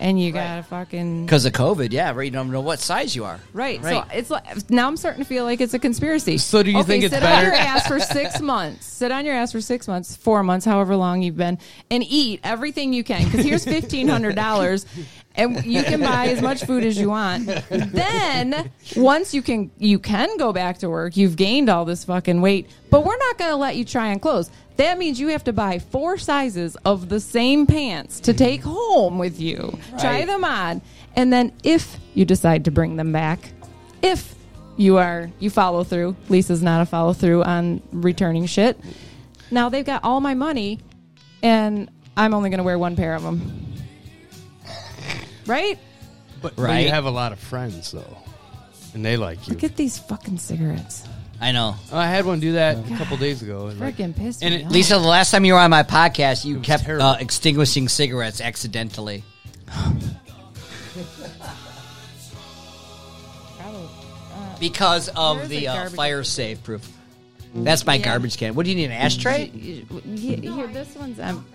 [SPEAKER 6] and you gotta fucking
[SPEAKER 1] Because of COVID, yeah, right. You don't know what size you are.
[SPEAKER 6] Right.
[SPEAKER 1] Right.
[SPEAKER 6] So it's like now I'm starting to feel like it's a conspiracy.
[SPEAKER 2] So do you
[SPEAKER 6] okay,
[SPEAKER 2] think it's
[SPEAKER 6] sit on
[SPEAKER 2] better-
[SPEAKER 6] your ass for six months? Sit on your ass for six months, four months, however long you've been, and eat everything you can. Because here's fifteen hundred dollars, and you can buy as much food as you want. Then once you can, you can go back to work. You've gained all this fucking weight, but we're not going to let you try on clothes. That means you have to buy four sizes of the same pants to take home with you. Try them on, and then if you decide to bring them back if you are you follow through lisa's not a follow through on returning shit now they've got all my money and i'm only going to wear one pair of them right
[SPEAKER 2] But, but
[SPEAKER 1] Right.
[SPEAKER 2] you have a lot of friends though, and they like you.
[SPEAKER 6] look at these fucking cigarettes
[SPEAKER 1] I know.
[SPEAKER 2] I had one do that a couple days ago. And like,
[SPEAKER 6] freaking pissed
[SPEAKER 2] And
[SPEAKER 6] me
[SPEAKER 2] it-
[SPEAKER 6] off.
[SPEAKER 1] Lisa, the last time you were on my podcast, you kept
[SPEAKER 2] terrible.
[SPEAKER 1] uh, extinguishing cigarettes accidentally. because
[SPEAKER 6] Where
[SPEAKER 1] of
[SPEAKER 6] is
[SPEAKER 1] the
[SPEAKER 6] the
[SPEAKER 1] uh,
[SPEAKER 6] garbage?
[SPEAKER 1] fire safe proof. That's my garbage can. What do you need? An ashtray?
[SPEAKER 6] Y- y- here this one's um,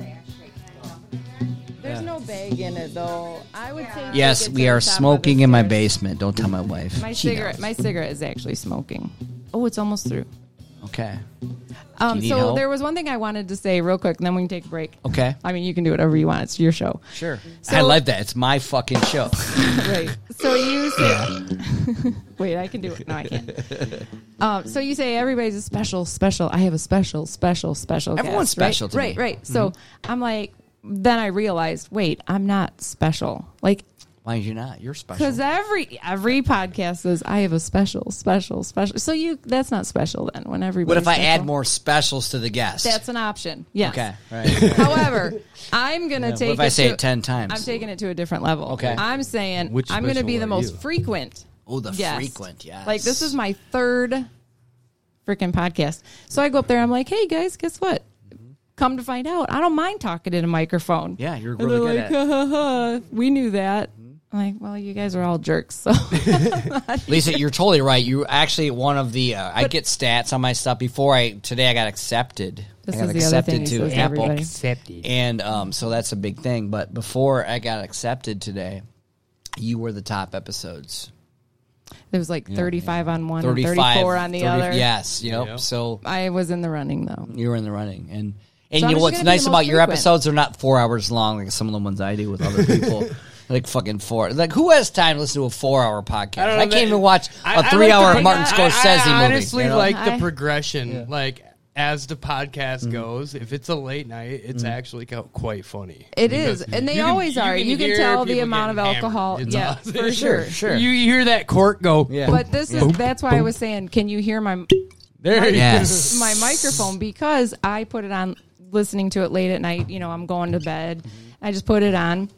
[SPEAKER 6] there's no bag in it though i would say take it
[SPEAKER 1] Yes,
[SPEAKER 6] to
[SPEAKER 1] we
[SPEAKER 6] the top
[SPEAKER 1] are
[SPEAKER 6] of the
[SPEAKER 1] smoking in my
[SPEAKER 6] stairs.
[SPEAKER 1] basement. Don't tell my wife.
[SPEAKER 6] my
[SPEAKER 1] She
[SPEAKER 6] cigarette
[SPEAKER 1] knows.
[SPEAKER 6] my cigarette is actually smoking oh it's almost through
[SPEAKER 1] Okay.
[SPEAKER 6] Um,
[SPEAKER 1] Do you
[SPEAKER 6] so
[SPEAKER 1] need help?
[SPEAKER 6] there was one thing I wanted to say real quick, and then we can take a break.
[SPEAKER 1] Okay.
[SPEAKER 6] I mean, you can do whatever you want. It's your show.
[SPEAKER 1] Sure.
[SPEAKER 6] So-
[SPEAKER 1] I like that. It's my fucking show.
[SPEAKER 6] Right. So you say, wait, I can do it. No, I can't. Um, so you say everybody's a special, special. I have a special, special, special.
[SPEAKER 1] Everyone's
[SPEAKER 6] guest, right?
[SPEAKER 1] special to
[SPEAKER 6] right,
[SPEAKER 1] me. Mm-hmm.
[SPEAKER 6] Right, So I'm like, then I realized, wait, I'm not special. Like,
[SPEAKER 1] Why are you not? You're special.
[SPEAKER 6] because every every podcast says I have a special, special, special. So you, that's not special then. When everybody,
[SPEAKER 1] What if I add more specials to the guest?
[SPEAKER 6] That's an option. Yes.
[SPEAKER 1] okay. Right.
[SPEAKER 6] However, I'm gonna
[SPEAKER 1] what
[SPEAKER 6] take.
[SPEAKER 1] if I say
[SPEAKER 6] to-
[SPEAKER 1] it 10 times?
[SPEAKER 6] I'm taking it to a different level.
[SPEAKER 1] Okay.
[SPEAKER 6] I'm saying
[SPEAKER 2] Which
[SPEAKER 6] I'm gonna
[SPEAKER 2] special
[SPEAKER 6] be the
[SPEAKER 2] are
[SPEAKER 6] most
[SPEAKER 2] you?
[SPEAKER 6] frequent.
[SPEAKER 1] Oh, the
[SPEAKER 6] guest.
[SPEAKER 1] frequent, yes.
[SPEAKER 6] Like this is my third freaking podcast. So I go up there. I'm like, hey guys, guess what? Come to find out, I don't mind talking in a microphone.
[SPEAKER 1] Yeah, you're
[SPEAKER 6] And
[SPEAKER 1] really
[SPEAKER 6] they're
[SPEAKER 1] good at it.
[SPEAKER 6] like, ha, ha, ha, we knew that. I'm like, well, you guys are all jerks. So
[SPEAKER 1] Lisa, you're totally right. You actually one of the. Uh, I get stats on my stuff before I today. I got accepted.
[SPEAKER 6] This
[SPEAKER 1] I got
[SPEAKER 6] is the other
[SPEAKER 1] accepted
[SPEAKER 6] thing he
[SPEAKER 1] to
[SPEAKER 6] says to
[SPEAKER 1] Apple,
[SPEAKER 6] everybody.
[SPEAKER 1] accepted, and um, so that's a big thing. But before I got accepted today, you were the top episodes.
[SPEAKER 6] there was like 35 on one, and
[SPEAKER 1] 35,
[SPEAKER 6] 34 on the
[SPEAKER 1] 30
[SPEAKER 6] other.
[SPEAKER 1] Yes, you know.
[SPEAKER 2] Yeah.
[SPEAKER 1] So
[SPEAKER 6] I was in the running though.
[SPEAKER 1] you were in the running, and and you
[SPEAKER 6] So I'm
[SPEAKER 1] know
[SPEAKER 6] just
[SPEAKER 1] what's
[SPEAKER 6] gonna be
[SPEAKER 1] nice
[SPEAKER 6] the
[SPEAKER 1] about
[SPEAKER 6] most
[SPEAKER 1] your
[SPEAKER 6] frequent.
[SPEAKER 1] episodes? They're not four hours long like some of the ones I do with other people. Like fucking four. Like who has time to listen to a four-hour podcast? I,
[SPEAKER 2] don't know,
[SPEAKER 1] can't
[SPEAKER 2] man.
[SPEAKER 1] even watch
[SPEAKER 2] Oh, I- I
[SPEAKER 1] a
[SPEAKER 2] like
[SPEAKER 1] three-hour
[SPEAKER 2] the-
[SPEAKER 1] Martin
[SPEAKER 2] I-
[SPEAKER 1] Scorsese
[SPEAKER 2] I,
[SPEAKER 1] movie.
[SPEAKER 2] honestly
[SPEAKER 1] you know?
[SPEAKER 2] like
[SPEAKER 6] I-
[SPEAKER 2] the progression. Like as the
[SPEAKER 1] Mm-hmm.
[SPEAKER 2] podcast goes, if it's a late night, it's actually co- quite funny.
[SPEAKER 6] It
[SPEAKER 2] Because
[SPEAKER 6] is, and they
[SPEAKER 2] you can-
[SPEAKER 6] always
[SPEAKER 2] you
[SPEAKER 6] are. You can
[SPEAKER 2] hear
[SPEAKER 6] tell the
[SPEAKER 2] people
[SPEAKER 6] amount of
[SPEAKER 2] getting hammered.
[SPEAKER 6] alcohol.
[SPEAKER 2] It's
[SPEAKER 6] Yeah,
[SPEAKER 2] awesome.
[SPEAKER 6] for sure.
[SPEAKER 1] sure.
[SPEAKER 2] You hear that cork go.
[SPEAKER 1] Yeah.
[SPEAKER 6] But this is that's why I was saying, can you hear my
[SPEAKER 2] There you
[SPEAKER 1] Yes.
[SPEAKER 6] my microphone because I put it on listening to it late at night. You know, I'm going to bed.
[SPEAKER 2] Mm-hmm.
[SPEAKER 6] I just put it on,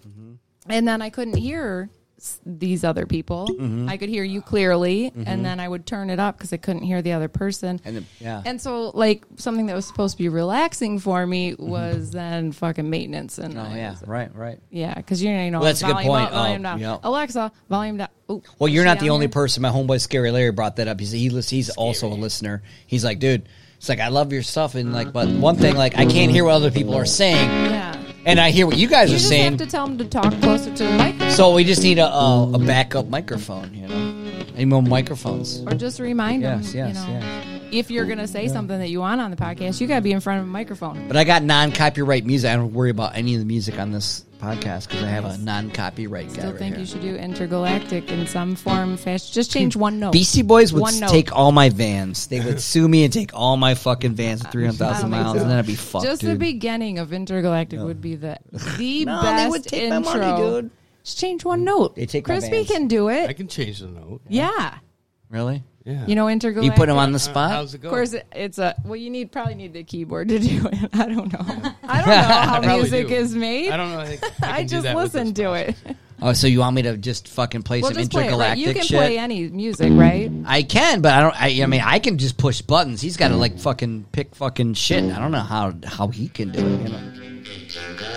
[SPEAKER 6] and then I couldn't hear s- these other people.
[SPEAKER 2] Mm-hmm.
[SPEAKER 6] I could hear you clearly, and then I would turn it up because I couldn't hear the other person.
[SPEAKER 1] And then- yeah.
[SPEAKER 6] And so, like something that was supposed to be relaxing for me was then fucking maintenance. And
[SPEAKER 1] Oh
[SPEAKER 6] I
[SPEAKER 1] yeah,
[SPEAKER 6] was-
[SPEAKER 1] right, right.
[SPEAKER 6] yeah, because you know
[SPEAKER 1] Well, that's a good
[SPEAKER 6] volume
[SPEAKER 1] point.
[SPEAKER 6] Up, volume
[SPEAKER 1] Oh,
[SPEAKER 6] down.
[SPEAKER 1] yep.
[SPEAKER 6] Alexa, volume down. Ooh,
[SPEAKER 1] Well, you're
[SPEAKER 6] is
[SPEAKER 1] not
[SPEAKER 6] she
[SPEAKER 1] the
[SPEAKER 6] on
[SPEAKER 1] only
[SPEAKER 6] here?
[SPEAKER 1] person. My homeboy Scary Larry brought that up. He's he's, he's also a listener. He's like, dude, it's like I love your stuff, and like,
[SPEAKER 6] Uh-huh.
[SPEAKER 1] but one thing, like, I can't hear what other people are saying,
[SPEAKER 6] Yeah.
[SPEAKER 1] and I hear what you guys are
[SPEAKER 6] You just
[SPEAKER 1] saying.
[SPEAKER 6] have to tell them to talk closer to the microphone.
[SPEAKER 1] So we just need a, a, a backup microphone, you know, any more microphones.
[SPEAKER 6] or just remind
[SPEAKER 1] Yes,
[SPEAKER 6] them.
[SPEAKER 1] yes,
[SPEAKER 6] you know, If you're gonna say something that you want on the podcast, you gotta be in front of a microphone.
[SPEAKER 1] But I got non-copyright music. I don't worry about any of the music on this podcast because I have a non-copyright guy
[SPEAKER 6] Still
[SPEAKER 1] right
[SPEAKER 6] think
[SPEAKER 1] here.
[SPEAKER 6] you should do intergalactic in some form, fashion. Just change one note.
[SPEAKER 1] Beastie Boys would
[SPEAKER 6] One
[SPEAKER 1] s-
[SPEAKER 6] note.
[SPEAKER 1] take all my vans. They would sue me and take all my fucking vans at 300,000
[SPEAKER 6] I don't think
[SPEAKER 1] miles,
[SPEAKER 6] so.
[SPEAKER 1] and then I'd be fucked,
[SPEAKER 6] Just the
[SPEAKER 1] dude.
[SPEAKER 6] beginning of intergalactic would be the the
[SPEAKER 1] No,
[SPEAKER 6] best
[SPEAKER 1] they would take my
[SPEAKER 6] intro.
[SPEAKER 1] money, dude.
[SPEAKER 6] Just change one note.
[SPEAKER 1] They take my
[SPEAKER 6] Crispy
[SPEAKER 1] bands.
[SPEAKER 6] can do
[SPEAKER 2] I
[SPEAKER 6] it.
[SPEAKER 2] can change the note.
[SPEAKER 6] Yeah,
[SPEAKER 1] Really?
[SPEAKER 2] Yeah.
[SPEAKER 6] you know
[SPEAKER 1] You
[SPEAKER 6] intergalactic.
[SPEAKER 1] put them on the
[SPEAKER 2] Uh,
[SPEAKER 1] spot?
[SPEAKER 2] how's it
[SPEAKER 6] Of
[SPEAKER 2] going?
[SPEAKER 6] course, it, it's a well. You need probably need the keyboard to do it. I don't know. I don't know how
[SPEAKER 2] probably
[SPEAKER 6] music
[SPEAKER 2] do.
[SPEAKER 6] is made.
[SPEAKER 2] I don't know. I, think I,
[SPEAKER 6] I
[SPEAKER 2] can do
[SPEAKER 6] just
[SPEAKER 2] that with this
[SPEAKER 6] listen to
[SPEAKER 2] mouse.
[SPEAKER 6] it.
[SPEAKER 1] Oh, so you want me to just fucking play
[SPEAKER 6] Well,
[SPEAKER 1] some
[SPEAKER 6] just play it, right?
[SPEAKER 1] intergalactic
[SPEAKER 6] You can
[SPEAKER 1] shit?
[SPEAKER 6] play any music, right?
[SPEAKER 1] I can, but I don't. I, I mean, I can just push buttons. He's got to like fucking pick fucking shit. I don't know how how he can do it. You know.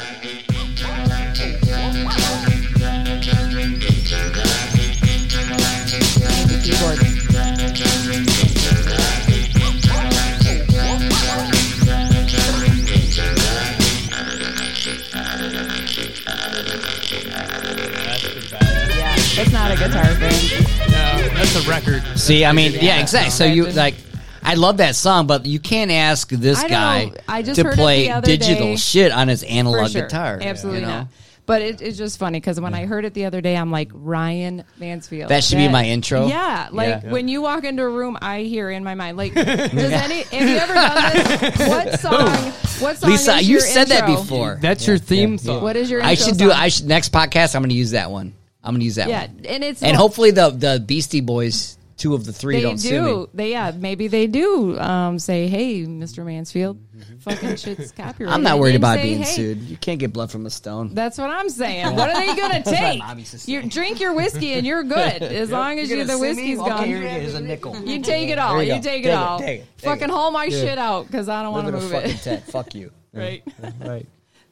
[SPEAKER 2] That's pretty bad.
[SPEAKER 6] Yeah, that's not a guitar thing.
[SPEAKER 2] No, that's a record.
[SPEAKER 1] See, I mean, yeah, exactly. So
[SPEAKER 6] I
[SPEAKER 1] you
[SPEAKER 6] just-
[SPEAKER 1] like, I love that song, but you can't ask this
[SPEAKER 6] I don't
[SPEAKER 1] guy
[SPEAKER 6] know. I just
[SPEAKER 1] to
[SPEAKER 6] heard it
[SPEAKER 1] play
[SPEAKER 6] the other
[SPEAKER 1] digital
[SPEAKER 6] day.
[SPEAKER 1] shit on his
[SPEAKER 6] For
[SPEAKER 1] analog
[SPEAKER 6] sure.
[SPEAKER 1] guitar.
[SPEAKER 6] Absolutely
[SPEAKER 1] you know?
[SPEAKER 6] not. But it, it's just funny because when I heard it the other day, I'm like Ryan Mansfield.
[SPEAKER 1] That should be my intro.
[SPEAKER 6] Yeah, like
[SPEAKER 1] Yeah.
[SPEAKER 6] when you walk into a room, I hear in my mind like, does any have you ever done this? What song? What song?
[SPEAKER 1] Lisa,
[SPEAKER 6] is
[SPEAKER 1] you
[SPEAKER 6] your
[SPEAKER 1] said that
[SPEAKER 6] intro?
[SPEAKER 1] before.
[SPEAKER 2] That's your theme song.
[SPEAKER 6] What is your? Intro
[SPEAKER 1] I should do.
[SPEAKER 6] song?
[SPEAKER 1] I should next podcast. I'm going to use that one. I'm going to use that
[SPEAKER 6] yeah,
[SPEAKER 1] one.
[SPEAKER 6] and it's
[SPEAKER 1] And hopefully the the Beastie Boys, two of the three,
[SPEAKER 6] they
[SPEAKER 1] don't sue me.
[SPEAKER 6] do. They yeah, maybe they do. Um, say hey, Mr. Mansfield, fucking shit's copyrighted.
[SPEAKER 1] Mm-hmm. I'm not worried
[SPEAKER 6] And
[SPEAKER 1] about
[SPEAKER 6] say,
[SPEAKER 1] being
[SPEAKER 6] "Hey,
[SPEAKER 1] sued. You can't get blood from a stone.
[SPEAKER 6] That's what I'm saying. What are they going to take?
[SPEAKER 1] mom used to say.
[SPEAKER 6] You drink your whiskey and you're good as long as you the whiskey's gone.
[SPEAKER 1] is a nickel.
[SPEAKER 6] you take it all.
[SPEAKER 1] There
[SPEAKER 6] You,
[SPEAKER 1] you go.
[SPEAKER 6] take it
[SPEAKER 1] Take it,
[SPEAKER 6] all.
[SPEAKER 1] take it, take
[SPEAKER 6] fucking
[SPEAKER 1] it.
[SPEAKER 6] haul my shit out because I don't want to move
[SPEAKER 1] fucking
[SPEAKER 6] it.
[SPEAKER 1] tent. Fuck you.
[SPEAKER 6] right.
[SPEAKER 1] Right.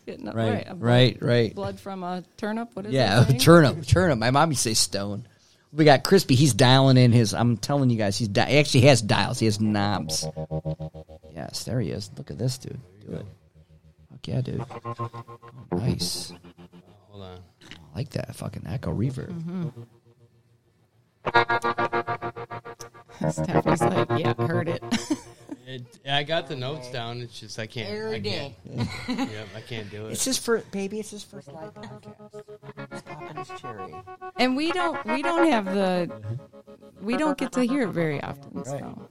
[SPEAKER 6] Getting up-
[SPEAKER 1] Right.
[SPEAKER 6] a blood-
[SPEAKER 1] Right. Right.
[SPEAKER 6] Blood from a turnip. What is
[SPEAKER 1] Yeah,
[SPEAKER 6] that? saying?
[SPEAKER 1] turnip, turnip. My mom used to say stone. We got crispy. He's dialing in his. I'm telling you guys, he's di- he actually has dials. He has knobs. Yes, there he is. Look at this dude. Do it. Fuck yeah, dude. Nice.
[SPEAKER 2] Hold on.
[SPEAKER 1] I like that fucking echo reverb.
[SPEAKER 6] Stephanie's like, yeah, heard it.
[SPEAKER 2] It, I got the notes down. It's just I can't. I can't. Yep, I can't do
[SPEAKER 1] It's
[SPEAKER 2] it.
[SPEAKER 1] his first baby. It's his first live podcast. It's popping his cherry.
[SPEAKER 6] and we don't. We don't have the. We don't get to hear it very often. So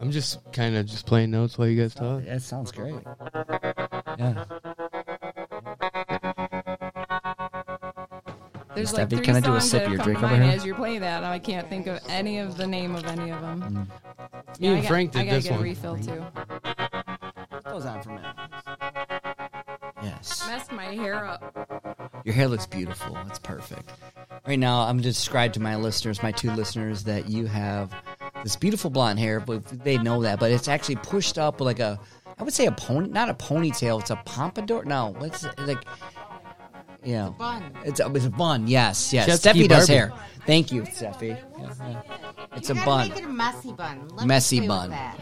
[SPEAKER 2] I'm just kind of just playing notes while you guys talk.
[SPEAKER 1] That sounds great. Yeah.
[SPEAKER 6] there's
[SPEAKER 1] Stephanie,
[SPEAKER 6] like three
[SPEAKER 1] can I
[SPEAKER 6] songs
[SPEAKER 1] do a sip
[SPEAKER 6] that
[SPEAKER 1] of your
[SPEAKER 6] have come
[SPEAKER 1] drink
[SPEAKER 6] to
[SPEAKER 1] over
[SPEAKER 6] mind
[SPEAKER 1] here?
[SPEAKER 6] as you're playing that. and I can't think of any of the name of any of them.
[SPEAKER 2] Me and Frank did
[SPEAKER 6] I gotta
[SPEAKER 2] this
[SPEAKER 6] get
[SPEAKER 2] one.
[SPEAKER 6] a refill too.
[SPEAKER 1] Goes on for a minute. Yes.
[SPEAKER 6] Messed my hair up.
[SPEAKER 1] Your hair looks beautiful. It's perfect. Right now, I'm just describe to my listeners, my two listeners, that you have this beautiful blonde hair, but they know that. But it's actually pushed up like a, I would say a pony, not a ponytail. It's a pompadour. No, what's it, like? Yeah, it's a bun. It's a, bun. Yes, yes.
[SPEAKER 2] Chef's
[SPEAKER 1] Steffi
[SPEAKER 2] key
[SPEAKER 1] does
[SPEAKER 2] Barbie.
[SPEAKER 1] hair. Thank you, Steffi. Yeah, yeah. It's a
[SPEAKER 7] gotta
[SPEAKER 1] bun,
[SPEAKER 7] Make it a messy bun. Let me
[SPEAKER 1] messy
[SPEAKER 7] play with
[SPEAKER 1] bun.
[SPEAKER 7] that.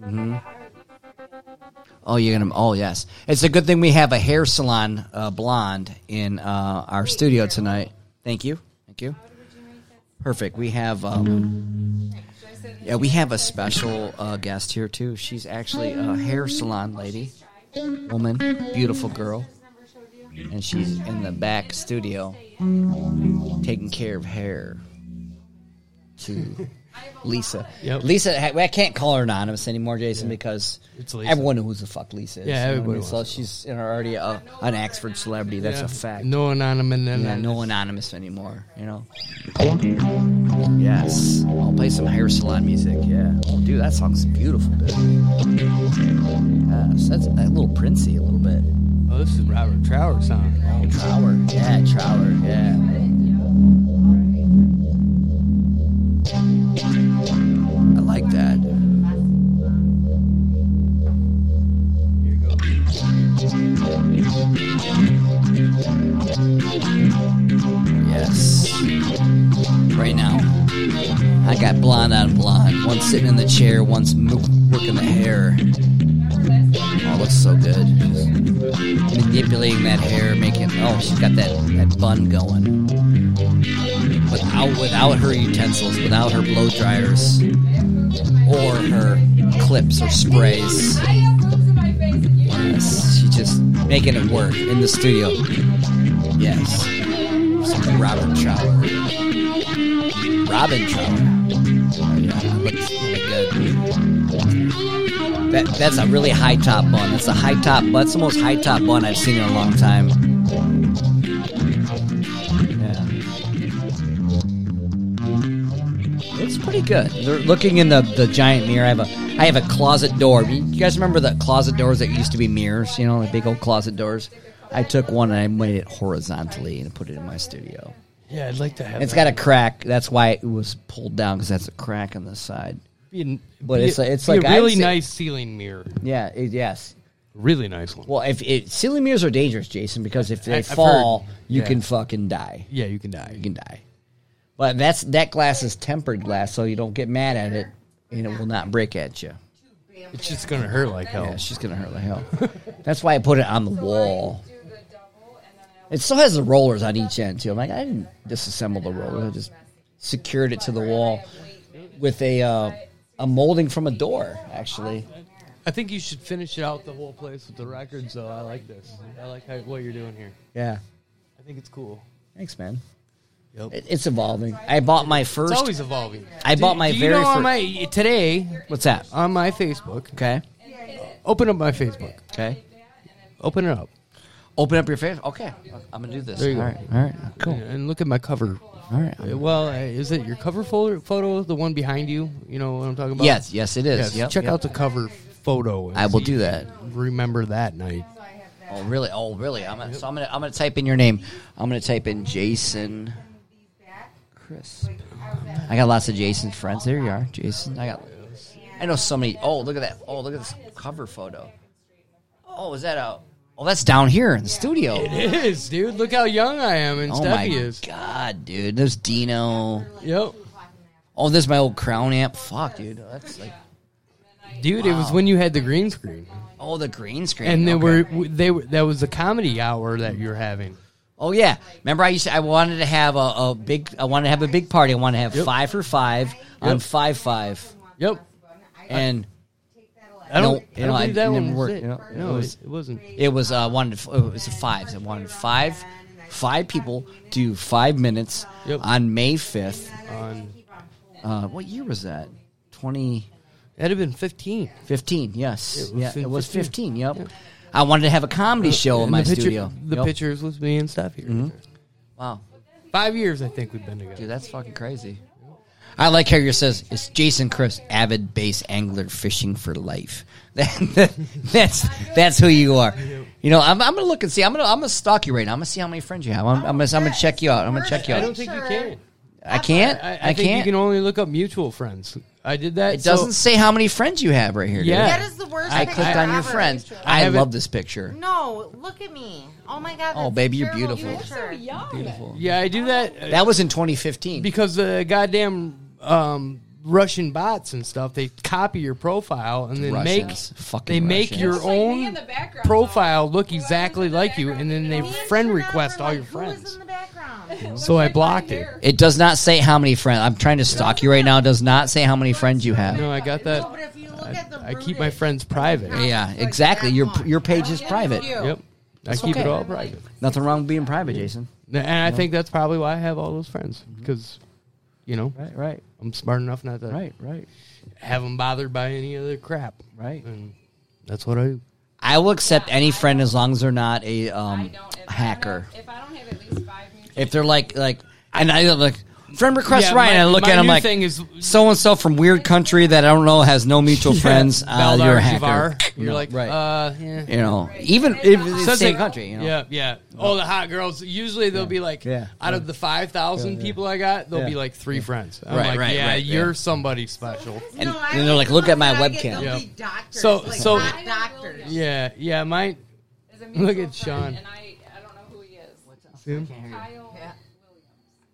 [SPEAKER 7] Mm-hmm.
[SPEAKER 1] Yeah. Oh, you're gonna. Oh, yes. It's a good thing we have a hair salon uh, blonde in uh, our studio tonight. Thank you. Thank you. Perfect. We have. Um, yeah, we have a special uh, guest here too. She's actually a hair salon lady, woman, beautiful girl, and she's in the back studio taking care of hair. To Lisa.
[SPEAKER 2] Yep.
[SPEAKER 1] Lisa, ha- I can't call her anonymous anymore, Jason, because
[SPEAKER 2] It's Lisa.
[SPEAKER 1] everyone knows who the fuck Lisa is. you
[SPEAKER 2] Yeah,
[SPEAKER 1] know what I
[SPEAKER 2] everybody
[SPEAKER 1] mean? So
[SPEAKER 2] knows.
[SPEAKER 1] she's in her already a, an Oxford celebrity. That's a fact.
[SPEAKER 2] No anonymous.
[SPEAKER 1] Yeah, no anonymous anymore, you know? Yes. I'll play some hair salon music, yeah. Oh, dude, that song's beautiful, dude. Yes, that's that little Princey a little bit.
[SPEAKER 2] Oh, this is Robert Trower song.
[SPEAKER 1] Oh, Trower. Yeah, Trower, yeah. I like that. Yes. Right now. I got blonde on blonde. One sitting in the chair, one's mo- working the hair. Oh, looks so good. Manipulating that hair, making oh, she's got that, that bun going. Without without her utensils, without her blow dryers, or her clips or sprays. Yes, she just making it work in the studio. Yes, Some Robin Trower. Robin Trower. Oh, yeah, that looks really good. That, that's a really high top bun. That's a high top bun. That's the most high top bun I've seen in a long time. Yeah. It's pretty good. They're looking in the, the giant mirror. I have a I have a closet door. You you guys remember the closet doors that used to be mirrors? You know, the big old closet doors. I took one and I made it horizontally and put it in my studio.
[SPEAKER 2] Yeah, I'd like to have.
[SPEAKER 1] It's got a crack. That's why it was pulled down because that's a crack on the side. but it's like- it's like
[SPEAKER 2] a
[SPEAKER 1] I'd
[SPEAKER 2] really
[SPEAKER 1] say-
[SPEAKER 2] nice ceiling mirror.
[SPEAKER 1] Yeah. It, yes.
[SPEAKER 2] Really nice one.
[SPEAKER 1] Well, if it, ceiling mirrors are dangerous, Jason, because if they
[SPEAKER 2] I've
[SPEAKER 1] fall,
[SPEAKER 2] heard.
[SPEAKER 1] you
[SPEAKER 2] Yeah.
[SPEAKER 1] can fucking die.
[SPEAKER 2] yeah, you can die.
[SPEAKER 1] You can die. But that's that glass is tempered glass, so you don't get mad at it, and it will not break at you.
[SPEAKER 2] It's just gonna hurt like hell.
[SPEAKER 1] Yeah, it's just gonna hurt like hell. that's why I put it on the wall. It still has the rollers on each end too. I'm like, I didn't disassemble the rollers. I just secured it to the wall with a uh, a molding from a door, actually.
[SPEAKER 2] I think you should finish out the whole place with the records, though. I like this. I like how, what you're doing here.
[SPEAKER 1] Yeah.
[SPEAKER 2] I think it's cool.
[SPEAKER 1] Thanks, man.
[SPEAKER 2] Yep.
[SPEAKER 1] It, it's evolving. I bought my first.
[SPEAKER 2] It's always evolving.
[SPEAKER 1] I
[SPEAKER 2] Do-
[SPEAKER 1] bought my
[SPEAKER 2] do you
[SPEAKER 1] very
[SPEAKER 2] know on
[SPEAKER 1] fir-
[SPEAKER 2] my today
[SPEAKER 1] What's that?
[SPEAKER 2] on my Facebook.
[SPEAKER 1] Okay.
[SPEAKER 2] Open up my Facebook.
[SPEAKER 1] Okay.
[SPEAKER 2] Open it up
[SPEAKER 1] Open up your face. Okay. I'm gonna do this.
[SPEAKER 2] There you go.
[SPEAKER 1] All right. All right. Cool.
[SPEAKER 2] and look at my cover.
[SPEAKER 1] All right.
[SPEAKER 2] Uh, Well, uh, is it your cover folder, photo, the one behind you? You know what I'm talking about?
[SPEAKER 1] Yes. Yes, it is.
[SPEAKER 2] Yes.
[SPEAKER 1] Yep,
[SPEAKER 2] Check
[SPEAKER 1] yep.
[SPEAKER 2] out the cover photo. and
[SPEAKER 1] I will
[SPEAKER 2] see
[SPEAKER 1] do
[SPEAKER 2] if
[SPEAKER 1] that.
[SPEAKER 2] you Remember that night.
[SPEAKER 1] Oh really? Oh really? I'm gonna, so I'm gonna I'm gonna type in your name. I'm gonna type in Jason Crisp. I got lots of Jason friends. There you are, Jason. I got. I know so many. Oh look at that. Oh look at this cover photo. Oh is that a? Oh that's down here in the studio.
[SPEAKER 2] It is, dude. Look how young I am and
[SPEAKER 1] Oh
[SPEAKER 2] Steffi
[SPEAKER 1] my
[SPEAKER 2] is.
[SPEAKER 1] god, dude. There's Dino.
[SPEAKER 2] Yep.
[SPEAKER 1] Oh, this is my old crown amp. Fuck, dude. That's like
[SPEAKER 2] Dude, it was when you had the green screen.
[SPEAKER 1] oh the green screen.
[SPEAKER 2] And they
[SPEAKER 1] Okay.
[SPEAKER 2] were w- they were that was the comedy hour that you were having.
[SPEAKER 1] Oh yeah, remember I used to, I wanted to have a, a big I wanted to have a big party. I wanted to have
[SPEAKER 2] Yep.
[SPEAKER 1] five for five on
[SPEAKER 2] Yep.
[SPEAKER 1] five five,
[SPEAKER 2] Yep.
[SPEAKER 1] and
[SPEAKER 2] I
[SPEAKER 1] No,
[SPEAKER 2] don't, I
[SPEAKER 1] you
[SPEAKER 2] don't
[SPEAKER 1] know,
[SPEAKER 2] believe
[SPEAKER 1] I-
[SPEAKER 2] that
[SPEAKER 1] it
[SPEAKER 2] one
[SPEAKER 1] didn't
[SPEAKER 2] was
[SPEAKER 1] work,
[SPEAKER 2] it.
[SPEAKER 1] you know, it
[SPEAKER 2] No,
[SPEAKER 1] was-
[SPEAKER 2] it, it wasn't.
[SPEAKER 1] it was uh wanted to, it was a fives. I wanted five five people do five minutes
[SPEAKER 2] Yep.
[SPEAKER 1] on May fifth.
[SPEAKER 2] On,
[SPEAKER 1] Uh, what year was that? Twenty
[SPEAKER 2] that'd have been 15.
[SPEAKER 1] fifteen. Yes,
[SPEAKER 2] It was
[SPEAKER 1] yeah,
[SPEAKER 2] fif-
[SPEAKER 1] it was
[SPEAKER 2] 15,
[SPEAKER 1] fifteen. Yep. I wanted to have a comedy show in
[SPEAKER 2] And
[SPEAKER 1] my
[SPEAKER 2] the picture,
[SPEAKER 1] studio.
[SPEAKER 2] The
[SPEAKER 1] Yep.
[SPEAKER 2] pictures was me and Steffi. right there.
[SPEAKER 1] Wow.
[SPEAKER 2] Five years, I think we've been together.
[SPEAKER 1] Dude, that's fucking crazy. I like how you says it's Jason Chris, avid bass angler fishing for life. that's that's who you are. You know, I'm, I'm gonna look and see. I'm gonna I'm gonna stalk you right now. I'm gonna see how many friends you have. I'm, I'm gonna I'm gonna check you out. I'm gonna check you
[SPEAKER 2] I don't
[SPEAKER 1] out.
[SPEAKER 2] think you can.
[SPEAKER 1] I can't.
[SPEAKER 2] I, I,
[SPEAKER 1] I
[SPEAKER 2] think you can
[SPEAKER 1] can't.
[SPEAKER 2] only look up mutual friends. I did that.
[SPEAKER 1] It
[SPEAKER 2] so-
[SPEAKER 1] doesn't say how many friends you have right here. dude.
[SPEAKER 2] Yeah.
[SPEAKER 7] That is the worst.
[SPEAKER 1] I
[SPEAKER 7] picture
[SPEAKER 1] clicked on your
[SPEAKER 7] ever.
[SPEAKER 1] friends. I
[SPEAKER 2] I haven't-
[SPEAKER 1] love this picture.
[SPEAKER 7] No, look at me. Oh my god.
[SPEAKER 1] Oh,
[SPEAKER 7] that's a
[SPEAKER 1] baby, you're
[SPEAKER 7] terrible
[SPEAKER 1] beautiful.
[SPEAKER 7] picture.
[SPEAKER 1] Beautiful.
[SPEAKER 2] Yeah, I do that uh,
[SPEAKER 1] That was in 2015.
[SPEAKER 2] because the goddamn um, Russian bots and stuff they copy your profile and then
[SPEAKER 1] Russians.
[SPEAKER 2] make
[SPEAKER 1] Fucking
[SPEAKER 2] they make
[SPEAKER 1] Russians.
[SPEAKER 2] your
[SPEAKER 1] It's
[SPEAKER 2] own profile look exactly like you, and then they
[SPEAKER 7] Please
[SPEAKER 2] friend
[SPEAKER 7] remember,
[SPEAKER 2] request all
[SPEAKER 7] like,
[SPEAKER 2] your
[SPEAKER 7] Who is
[SPEAKER 2] friends.
[SPEAKER 7] in the background?
[SPEAKER 2] So I blocked it.
[SPEAKER 1] It does not say how many friends. I'm trying to stalk you right now. It does not say how many friends you have.
[SPEAKER 2] No, I got
[SPEAKER 7] No, but
[SPEAKER 2] that.
[SPEAKER 7] if you look
[SPEAKER 2] I,
[SPEAKER 7] at the
[SPEAKER 2] I keep
[SPEAKER 7] rooted-
[SPEAKER 2] my friends private.
[SPEAKER 1] Yeah, exactly. Your
[SPEAKER 7] that one.
[SPEAKER 1] your page is private.
[SPEAKER 7] You.
[SPEAKER 2] Yep, I keep it
[SPEAKER 1] okay.
[SPEAKER 2] all private,
[SPEAKER 1] Nothing wrong with being private, Jason.
[SPEAKER 2] and I think that's probably why I have all those friends because You know,
[SPEAKER 8] Mm-hmm. Right, right,
[SPEAKER 2] I'm smart enough not to
[SPEAKER 8] right, right,
[SPEAKER 2] have them bothered by any other crap.
[SPEAKER 8] right.
[SPEAKER 2] And that's what I do.
[SPEAKER 1] I will accept any friend as long as they're not a um,
[SPEAKER 6] if
[SPEAKER 1] hacker.
[SPEAKER 6] I don't, if I don't have at least five mutual
[SPEAKER 1] If they're like like and I like friend request
[SPEAKER 2] Yeah,
[SPEAKER 1] Ryan,
[SPEAKER 2] my-
[SPEAKER 1] I look
[SPEAKER 2] my
[SPEAKER 1] at him
[SPEAKER 2] new
[SPEAKER 1] like
[SPEAKER 2] thing is
[SPEAKER 1] so and so from weird country that I don't know has no mutual friends. Uh,
[SPEAKER 2] Baldar
[SPEAKER 1] you're a hacker.
[SPEAKER 2] Jivar. You're
[SPEAKER 1] No,
[SPEAKER 2] like,
[SPEAKER 1] right.
[SPEAKER 2] uh, yeah.
[SPEAKER 1] you know, even if it's the
[SPEAKER 2] Says
[SPEAKER 1] same
[SPEAKER 2] they-
[SPEAKER 1] country. You know?
[SPEAKER 2] Yeah, yeah. All the hot girls. Usually they'll be like,
[SPEAKER 8] Yeah.
[SPEAKER 2] out of the five thousand people I got, they'll
[SPEAKER 8] Yeah.
[SPEAKER 2] be like three friends. I'm
[SPEAKER 1] Right,
[SPEAKER 2] like,
[SPEAKER 1] right,
[SPEAKER 2] yeah,
[SPEAKER 1] right, yeah.
[SPEAKER 2] you're somebody special.
[SPEAKER 1] And-
[SPEAKER 7] I
[SPEAKER 1] and they're
[SPEAKER 7] always
[SPEAKER 1] like, look
[SPEAKER 7] thought
[SPEAKER 1] at my
[SPEAKER 7] that I get
[SPEAKER 1] webcam.
[SPEAKER 7] they'll be
[SPEAKER 2] Yeah.
[SPEAKER 7] doctors,
[SPEAKER 2] So-
[SPEAKER 7] like
[SPEAKER 2] so-
[SPEAKER 7] hot doctors.
[SPEAKER 2] Yeah, yeah. Mine.
[SPEAKER 6] is a
[SPEAKER 2] Look
[SPEAKER 6] mutual
[SPEAKER 2] at Sean.
[SPEAKER 6] friend, And I, I don't know who he is. Kyle
[SPEAKER 7] Yeah.
[SPEAKER 6] Williams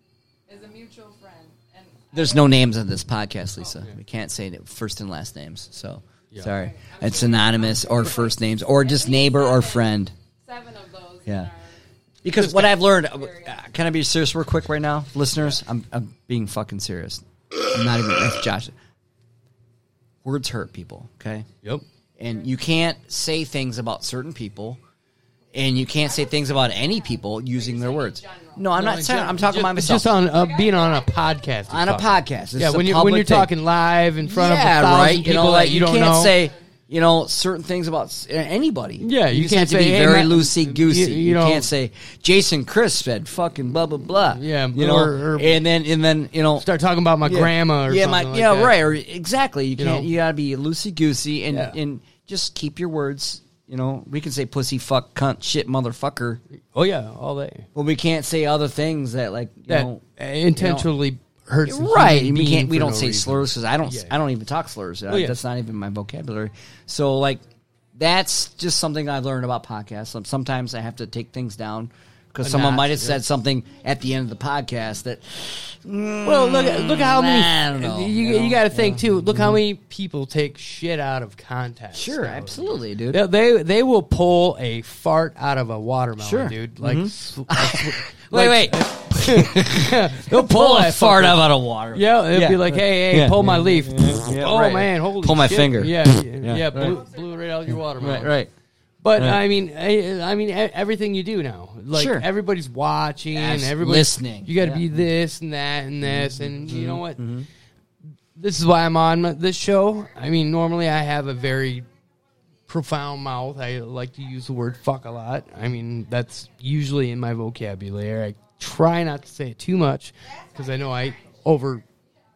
[SPEAKER 6] is a mutual friend. And
[SPEAKER 1] There's no names on this podcast, Lisa. We can't say the first and last names. So sorry, it's anonymous or first names or just neighbor or friend.
[SPEAKER 6] seven of those.
[SPEAKER 1] Yeah.
[SPEAKER 6] Yeah.
[SPEAKER 1] Because what I've learned, uh, can I be serious real quick right now, listeners? I'm, I'm being fucking serious. I'm not even. That's Josh. Words hurt people. Okay.
[SPEAKER 2] Yep.
[SPEAKER 1] and you can't say things about certain people and you can't say things about any people using their words no i'm not saying i'm talking about
[SPEAKER 2] Just-
[SPEAKER 1] myself
[SPEAKER 2] Just on uh, being on a podcast. you
[SPEAKER 1] On a
[SPEAKER 2] fuck.
[SPEAKER 1] podcast. This
[SPEAKER 2] yeah,
[SPEAKER 1] is a
[SPEAKER 2] when you when
[SPEAKER 1] public
[SPEAKER 2] you're
[SPEAKER 1] thing.
[SPEAKER 2] talking live in front
[SPEAKER 1] yeah,
[SPEAKER 2] of a thousand
[SPEAKER 1] right
[SPEAKER 2] people
[SPEAKER 1] you know
[SPEAKER 2] that
[SPEAKER 1] like
[SPEAKER 2] you,
[SPEAKER 1] you,
[SPEAKER 2] don't
[SPEAKER 1] can't
[SPEAKER 2] know.
[SPEAKER 1] say you know certain things about s- uh, anybody
[SPEAKER 2] Yeah,
[SPEAKER 1] you,
[SPEAKER 2] you
[SPEAKER 1] just
[SPEAKER 2] can't
[SPEAKER 1] have to
[SPEAKER 2] say,
[SPEAKER 1] be
[SPEAKER 2] "Hey,
[SPEAKER 1] very
[SPEAKER 2] Matt,"
[SPEAKER 1] loosey goosey
[SPEAKER 2] you-
[SPEAKER 1] you,
[SPEAKER 2] you know.
[SPEAKER 1] can't say jason chris said fucking blah blah blah
[SPEAKER 2] Yeah,
[SPEAKER 1] you know
[SPEAKER 2] or- or-
[SPEAKER 1] and then and then you know
[SPEAKER 2] start talking about my
[SPEAKER 1] yeah.
[SPEAKER 2] grandma or
[SPEAKER 1] yeah,
[SPEAKER 2] something like
[SPEAKER 1] yeah,
[SPEAKER 2] that.
[SPEAKER 1] right. Or exactly. You can't.
[SPEAKER 2] know?
[SPEAKER 1] You gotta be loosey goosey and
[SPEAKER 2] Yeah.
[SPEAKER 1] and just keep your words. You know, we can say pussy, fuck, cunt, shit, motherfucker,
[SPEAKER 2] Oh yeah, all day.
[SPEAKER 1] but we can't say other things that like you
[SPEAKER 2] That
[SPEAKER 1] know.
[SPEAKER 2] intentionally hurts. a
[SPEAKER 1] Right,
[SPEAKER 2] human
[SPEAKER 1] we can't.
[SPEAKER 2] being
[SPEAKER 1] We
[SPEAKER 2] for
[SPEAKER 1] don't
[SPEAKER 2] no
[SPEAKER 1] say
[SPEAKER 2] reason.
[SPEAKER 1] slurs because I don't.
[SPEAKER 2] Yeah. Oh,
[SPEAKER 1] I don't even talk slurs. I-
[SPEAKER 2] yeah.
[SPEAKER 1] That's not even my vocabulary. So like, that's just something I've learned about podcasts. Some- Sometimes I have to take things down because someone
[SPEAKER 2] notch,
[SPEAKER 1] might have
[SPEAKER 2] yeah.
[SPEAKER 1] said something at the end of the podcast that.
[SPEAKER 2] Well, look at look at how many.
[SPEAKER 1] I don't know,
[SPEAKER 2] you
[SPEAKER 1] you know, Mm-hmm.
[SPEAKER 2] you got to think too. Look how many people take shit out of context.
[SPEAKER 1] Sure,
[SPEAKER 2] nowadays.
[SPEAKER 1] absolutely, dude.
[SPEAKER 2] They, they they will pull a fart out of a watermelon,
[SPEAKER 1] Sure. Mm-hmm.
[SPEAKER 2] dude. Like, sw-
[SPEAKER 1] Wait,
[SPEAKER 2] like-
[SPEAKER 1] wait.
[SPEAKER 2] they'll
[SPEAKER 1] Pull a
[SPEAKER 2] that
[SPEAKER 1] fart
[SPEAKER 2] fucking-
[SPEAKER 1] out of water.
[SPEAKER 2] Yeah, it'll
[SPEAKER 1] Yeah.
[SPEAKER 2] be like, hey, hey,
[SPEAKER 1] Yeah.
[SPEAKER 2] pull my leaf.
[SPEAKER 8] yeah,
[SPEAKER 2] oh
[SPEAKER 1] right.
[SPEAKER 2] man, holy
[SPEAKER 1] Pull my
[SPEAKER 2] shit.
[SPEAKER 1] finger.
[SPEAKER 2] Yeah, yeah,
[SPEAKER 1] Yeah.
[SPEAKER 2] yeah, blew, blew right out of your watermelon.
[SPEAKER 1] Right, right.
[SPEAKER 2] But
[SPEAKER 1] Right.
[SPEAKER 2] I mean, I, I mean, e- everything you do now, like
[SPEAKER 1] Sure.
[SPEAKER 2] everybody's watching,
[SPEAKER 1] Abs-
[SPEAKER 2] everybody's
[SPEAKER 1] listening.
[SPEAKER 2] You got to
[SPEAKER 1] Yeah. Mm-hmm.
[SPEAKER 2] be this and that and this, and you know what? This is why I'm on this show. I mean, normally I have a very profound mouth. I like to use the word fuck a lot. I mean, that's usually in my vocabulary. I try not to say it too much because I know I over,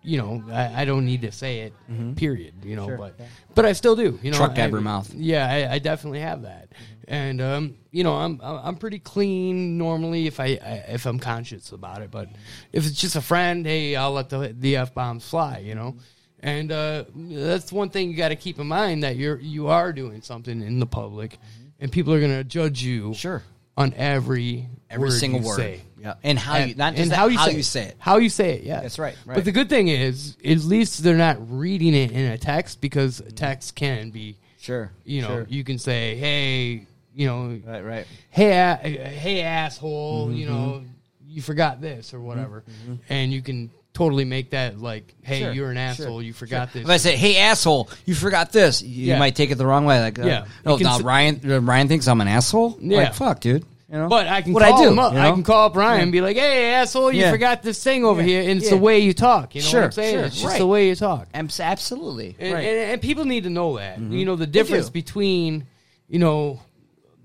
[SPEAKER 2] you know, I, I don't need to say it. Period. You know, but but I still do. You
[SPEAKER 1] Mm-hmm.
[SPEAKER 2] know,
[SPEAKER 1] Truck
[SPEAKER 2] I-
[SPEAKER 1] driver mouth.
[SPEAKER 2] Yeah, I, I definitely have that,
[SPEAKER 1] Mm-hmm.
[SPEAKER 2] and um, you know, I'm I'm I'm pretty clean normally if I, I if I'm conscious about it. But if it's just a friend, hey, I'll let the the f bombs fly. You
[SPEAKER 1] Mm-hmm.
[SPEAKER 2] know. And uh, that's one thing you got to keep in mind that you're you are doing something in the public, and people are going to judge you
[SPEAKER 1] Mm-hmm. Sure.
[SPEAKER 2] on every
[SPEAKER 1] Every
[SPEAKER 2] word
[SPEAKER 1] single
[SPEAKER 2] you
[SPEAKER 1] word.
[SPEAKER 2] say.
[SPEAKER 1] Yeah. And how you
[SPEAKER 2] And-
[SPEAKER 1] not just
[SPEAKER 2] and
[SPEAKER 1] that,
[SPEAKER 2] how you say,
[SPEAKER 1] say it.
[SPEAKER 2] how you say it. Yeah,
[SPEAKER 1] That's right, right.
[SPEAKER 2] But the good thing is, at least they're not reading it in a text because
[SPEAKER 1] Mm-hmm.
[SPEAKER 2] text can be
[SPEAKER 1] Sure.
[SPEAKER 2] you know,
[SPEAKER 1] Sure.
[SPEAKER 2] you can say, "Hey, you know,
[SPEAKER 1] Right, right. Mm-hmm.
[SPEAKER 2] hey, a- hey, asshole, you know, you forgot this or whatever," and you can totally make that like, "Hey,
[SPEAKER 1] Sure,
[SPEAKER 2] you're an
[SPEAKER 1] sure,
[SPEAKER 2] asshole, you forgot
[SPEAKER 1] If
[SPEAKER 2] this."
[SPEAKER 1] I say, "Hey asshole, you forgot this," you
[SPEAKER 2] Yeah.
[SPEAKER 1] might take it the wrong way. Like, uh,
[SPEAKER 2] Yeah.
[SPEAKER 1] no,
[SPEAKER 2] You can
[SPEAKER 1] no,
[SPEAKER 2] s-
[SPEAKER 1] Ryan, uh, Ryan thinks I'm an asshole.
[SPEAKER 2] Yeah.
[SPEAKER 1] like fuck, dude. You know,
[SPEAKER 2] But I can
[SPEAKER 1] what
[SPEAKER 2] call
[SPEAKER 1] I do.
[SPEAKER 2] him up.
[SPEAKER 1] you
[SPEAKER 2] I
[SPEAKER 1] know?
[SPEAKER 2] can call up Ryan and be like, "Hey, asshole, you
[SPEAKER 1] Yeah.
[SPEAKER 2] forgot this thing over
[SPEAKER 1] Yeah,
[SPEAKER 2] here." And it's
[SPEAKER 1] yeah.
[SPEAKER 2] the way you talk. You know
[SPEAKER 1] Sure,
[SPEAKER 2] what I'm saying?
[SPEAKER 1] sure,
[SPEAKER 2] It's just
[SPEAKER 1] right.
[SPEAKER 2] the way you talk.
[SPEAKER 1] Abs- absolutely.
[SPEAKER 2] And,
[SPEAKER 1] right. Mm-hmm.
[SPEAKER 2] and, and people need to know that. You know the difference
[SPEAKER 1] do.
[SPEAKER 2] between, you know,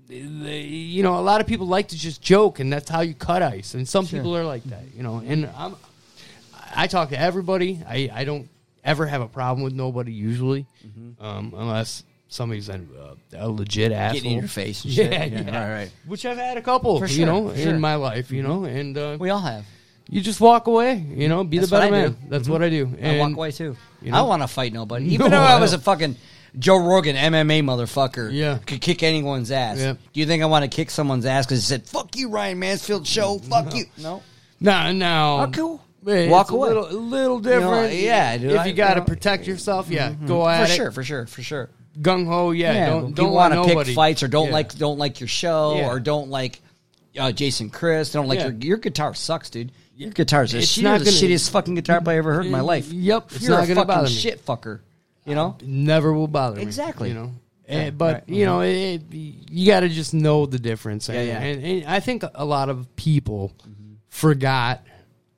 [SPEAKER 2] the, you know a lot of people like to just joke, and that's how you cut ice. And some people are like that. You know, and I'm, I talk to everybody. I I don't ever have a problem with nobody usually, um, unless somebody's a, a legit asshole.
[SPEAKER 1] Getting Mm-hmm. in your face. And shit.
[SPEAKER 2] Yeah, yeah,
[SPEAKER 1] Right, right.
[SPEAKER 2] Which I've had a couple,
[SPEAKER 1] For
[SPEAKER 2] you
[SPEAKER 1] sure,
[SPEAKER 2] know,
[SPEAKER 1] sure. Mm-hmm.
[SPEAKER 2] in my life, you know, and uh,
[SPEAKER 1] We all have.
[SPEAKER 2] you just walk away, you know, be
[SPEAKER 1] That's
[SPEAKER 2] the
[SPEAKER 1] what
[SPEAKER 2] better
[SPEAKER 1] I
[SPEAKER 2] man.
[SPEAKER 1] do. Mm-hmm.
[SPEAKER 2] That's what I do.
[SPEAKER 1] I
[SPEAKER 2] And
[SPEAKER 1] walk away too.
[SPEAKER 2] you
[SPEAKER 1] I
[SPEAKER 2] know?
[SPEAKER 1] don't want to fight nobody. Even
[SPEAKER 2] No,
[SPEAKER 1] though I
[SPEAKER 2] I
[SPEAKER 1] was a
[SPEAKER 2] don't.
[SPEAKER 1] fucking Joe Rogan MMA motherfucker,
[SPEAKER 2] Yeah.
[SPEAKER 1] could kick anyone's ass.
[SPEAKER 2] Yeah.
[SPEAKER 1] Do you think I want to kick someone's ass because he said, "Fuck you, Ryan Mansfield show, fuck you"? No.
[SPEAKER 2] No, no.
[SPEAKER 1] Oh, cool.
[SPEAKER 2] Hey,
[SPEAKER 1] Walk
[SPEAKER 2] it's
[SPEAKER 1] away.
[SPEAKER 2] A little, a little different.
[SPEAKER 1] You know, yeah, dude,
[SPEAKER 2] if
[SPEAKER 1] I-
[SPEAKER 2] you
[SPEAKER 1] you
[SPEAKER 2] got to
[SPEAKER 1] know, Mm-hmm.
[SPEAKER 2] protect yourself, yeah, go
[SPEAKER 1] For
[SPEAKER 2] at it.
[SPEAKER 1] sure, for sure, for sure.
[SPEAKER 2] Gung ho, yeah.
[SPEAKER 1] if
[SPEAKER 2] don't
[SPEAKER 1] you
[SPEAKER 2] don't
[SPEAKER 1] wanna
[SPEAKER 2] want nobody.
[SPEAKER 1] pick fights or don't
[SPEAKER 2] Yeah.
[SPEAKER 1] like don't like your show
[SPEAKER 2] Yeah.
[SPEAKER 1] or don't like uh, Jason Chris. Don't like
[SPEAKER 2] Yeah.
[SPEAKER 1] your your guitar sucks, dude. Your guitar's the,
[SPEAKER 2] It's
[SPEAKER 1] shit,
[SPEAKER 2] not
[SPEAKER 1] the
[SPEAKER 2] gonna-
[SPEAKER 1] shittiest fucking guitar player I ever heard in my life.
[SPEAKER 2] Yep, it's
[SPEAKER 1] you're
[SPEAKER 2] not
[SPEAKER 1] a
[SPEAKER 2] gonna
[SPEAKER 1] fucking
[SPEAKER 2] bother me.
[SPEAKER 1] shit fucker. You know,
[SPEAKER 2] Never will bother me.
[SPEAKER 1] Exactly. Mm-hmm.
[SPEAKER 2] You know. Eh, but you know, it, you got to just know the difference. And,
[SPEAKER 1] yeah. Mm-hmm.
[SPEAKER 2] And, and I think a lot of people forgot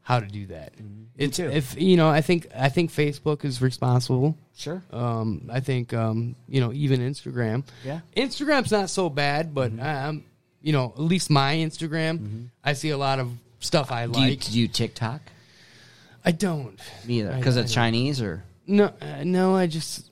[SPEAKER 2] how to do that. It's if you know, I think I think Facebook is responsible.
[SPEAKER 1] Sure.
[SPEAKER 2] Um, I think um, you know, even Instagram.
[SPEAKER 1] Yeah. Mm-hmm.
[SPEAKER 2] Instagram's not so bad, but um, you know, at least my Instagram, I see a lot of stuff I
[SPEAKER 1] Do you,
[SPEAKER 2] like.
[SPEAKER 1] do you TikTok?
[SPEAKER 2] I don't.
[SPEAKER 1] Me either.
[SPEAKER 2] I-
[SPEAKER 1] Because
[SPEAKER 2] I
[SPEAKER 1] it's
[SPEAKER 2] don't.
[SPEAKER 1] Chinese or.
[SPEAKER 2] No, uh, no, I just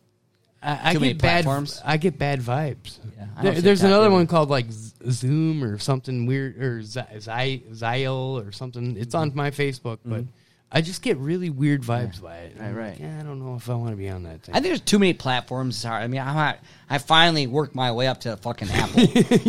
[SPEAKER 2] I, I
[SPEAKER 1] Too
[SPEAKER 2] get
[SPEAKER 1] many
[SPEAKER 2] bad.
[SPEAKER 1] platforms?
[SPEAKER 2] I get bad vibes.
[SPEAKER 1] Yeah, I don't
[SPEAKER 2] There-
[SPEAKER 1] think
[SPEAKER 2] there's
[SPEAKER 1] that
[SPEAKER 2] another
[SPEAKER 1] either.
[SPEAKER 2] one called like Z- Zoom or something weird or Z- Zy- Zyl or something. It's
[SPEAKER 1] Mm-hmm.
[SPEAKER 2] on my Facebook, but I just get really weird vibes by it. I'm
[SPEAKER 1] right,
[SPEAKER 2] like,
[SPEAKER 1] right.
[SPEAKER 2] Yeah, I don't know if I want to be on that thing.
[SPEAKER 1] I think there's too many platforms. Sorry, I mean, I'm not, I finally worked my way up to fucking Apple.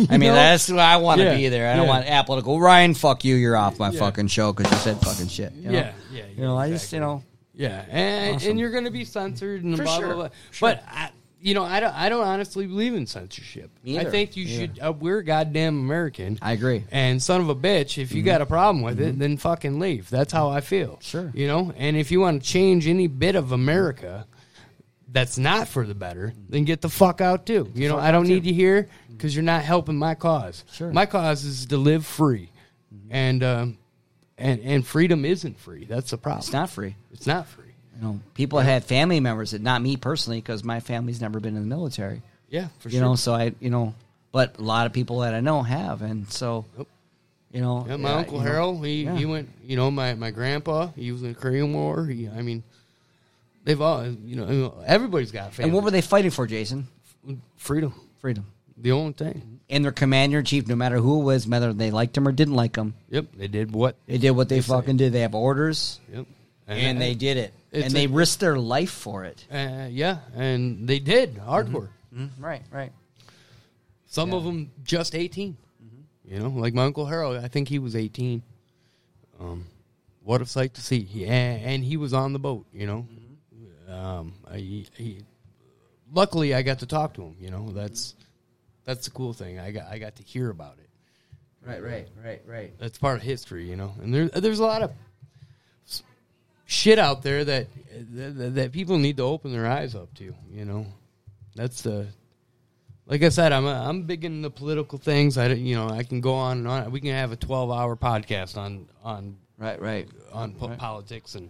[SPEAKER 1] I mean, that's where I want to
[SPEAKER 2] Yeah,
[SPEAKER 1] be there. I don't
[SPEAKER 2] yeah.
[SPEAKER 1] want Apple to go, Ryan, fuck you. You're off my fucking show because you said fucking shit. you know?
[SPEAKER 2] yeah, yeah, yeah.
[SPEAKER 1] You know, I just, you know,
[SPEAKER 2] Yeah, and, and you're going to be censored and blah
[SPEAKER 1] sure,
[SPEAKER 2] blah blah. But I, you know, I don't. I don't honestly believe in censorship.
[SPEAKER 1] Me
[SPEAKER 2] I
[SPEAKER 1] either.
[SPEAKER 2] think you should. Uh, we're goddamn American.
[SPEAKER 1] I agree. Mm-hmm.
[SPEAKER 2] And son of a bitch, if you got a problem with it, then fucking leave. That's how I feel.
[SPEAKER 1] Sure.
[SPEAKER 2] You know, and if you want to change any bit of America that's not for the better,
[SPEAKER 1] Mm-hmm.
[SPEAKER 2] then get the fuck out too. You know, I don't need you here because you're not helping my cause.
[SPEAKER 1] Sure. Mm-hmm.
[SPEAKER 2] My cause is to live free, and um, and and freedom isn't free. That's the problem.
[SPEAKER 1] it's not free.
[SPEAKER 2] It's not free.
[SPEAKER 1] You know, people had family members that, not me personally, because my family's never been in the military.
[SPEAKER 2] Yeah, for
[SPEAKER 1] you
[SPEAKER 2] sure.
[SPEAKER 1] know, so I, you know, but a lot of people that I know have, and so,
[SPEAKER 2] Yep.
[SPEAKER 1] you know,
[SPEAKER 2] Yeah, my
[SPEAKER 1] yeah,
[SPEAKER 2] uncle
[SPEAKER 1] you know,
[SPEAKER 2] Harold, he,
[SPEAKER 1] yeah.
[SPEAKER 2] he went. You know, my, my grandpa, he was in the Korean War. He, I mean, they've all. You know, everybody's got family.
[SPEAKER 1] And what were they fighting for, Jason?
[SPEAKER 2] Freedom,
[SPEAKER 1] Freedom.
[SPEAKER 2] the only thing.
[SPEAKER 1] And their commander in chief, no matter who it was, whether they liked him or didn't like him,
[SPEAKER 2] Yep, they did what.
[SPEAKER 1] they did what they fucking did. They have orders,
[SPEAKER 2] Yep,
[SPEAKER 1] and they did it,
[SPEAKER 2] It's
[SPEAKER 1] and they
[SPEAKER 2] a-
[SPEAKER 1] risked their life for it.
[SPEAKER 2] Uh, yeah, and they did hardcore.
[SPEAKER 1] Mm-hmm. Right, right.
[SPEAKER 2] Some of 'em of them just 18
[SPEAKER 1] Mm-hmm.
[SPEAKER 2] You know, like my uncle Harold. I think he was eighteen. Um, what a sight to see! He, and, and he was on the boat. You know,
[SPEAKER 1] Mm-hmm.
[SPEAKER 2] um, I, he, he- luckily I got to talk to him. You know, that's that's the cool thing. I got I got to hear about it.
[SPEAKER 1] Right, right, right, right.
[SPEAKER 2] That's part of history. You know, and there there's a lot of s- shit out there that that, that people need to open their eyes up to. You know, that's the like I said, I'm i I'm big into political things. I don't- you know I can go on and on. We can have a 12 hour podcast on on
[SPEAKER 1] Right, right,
[SPEAKER 2] on po- politics and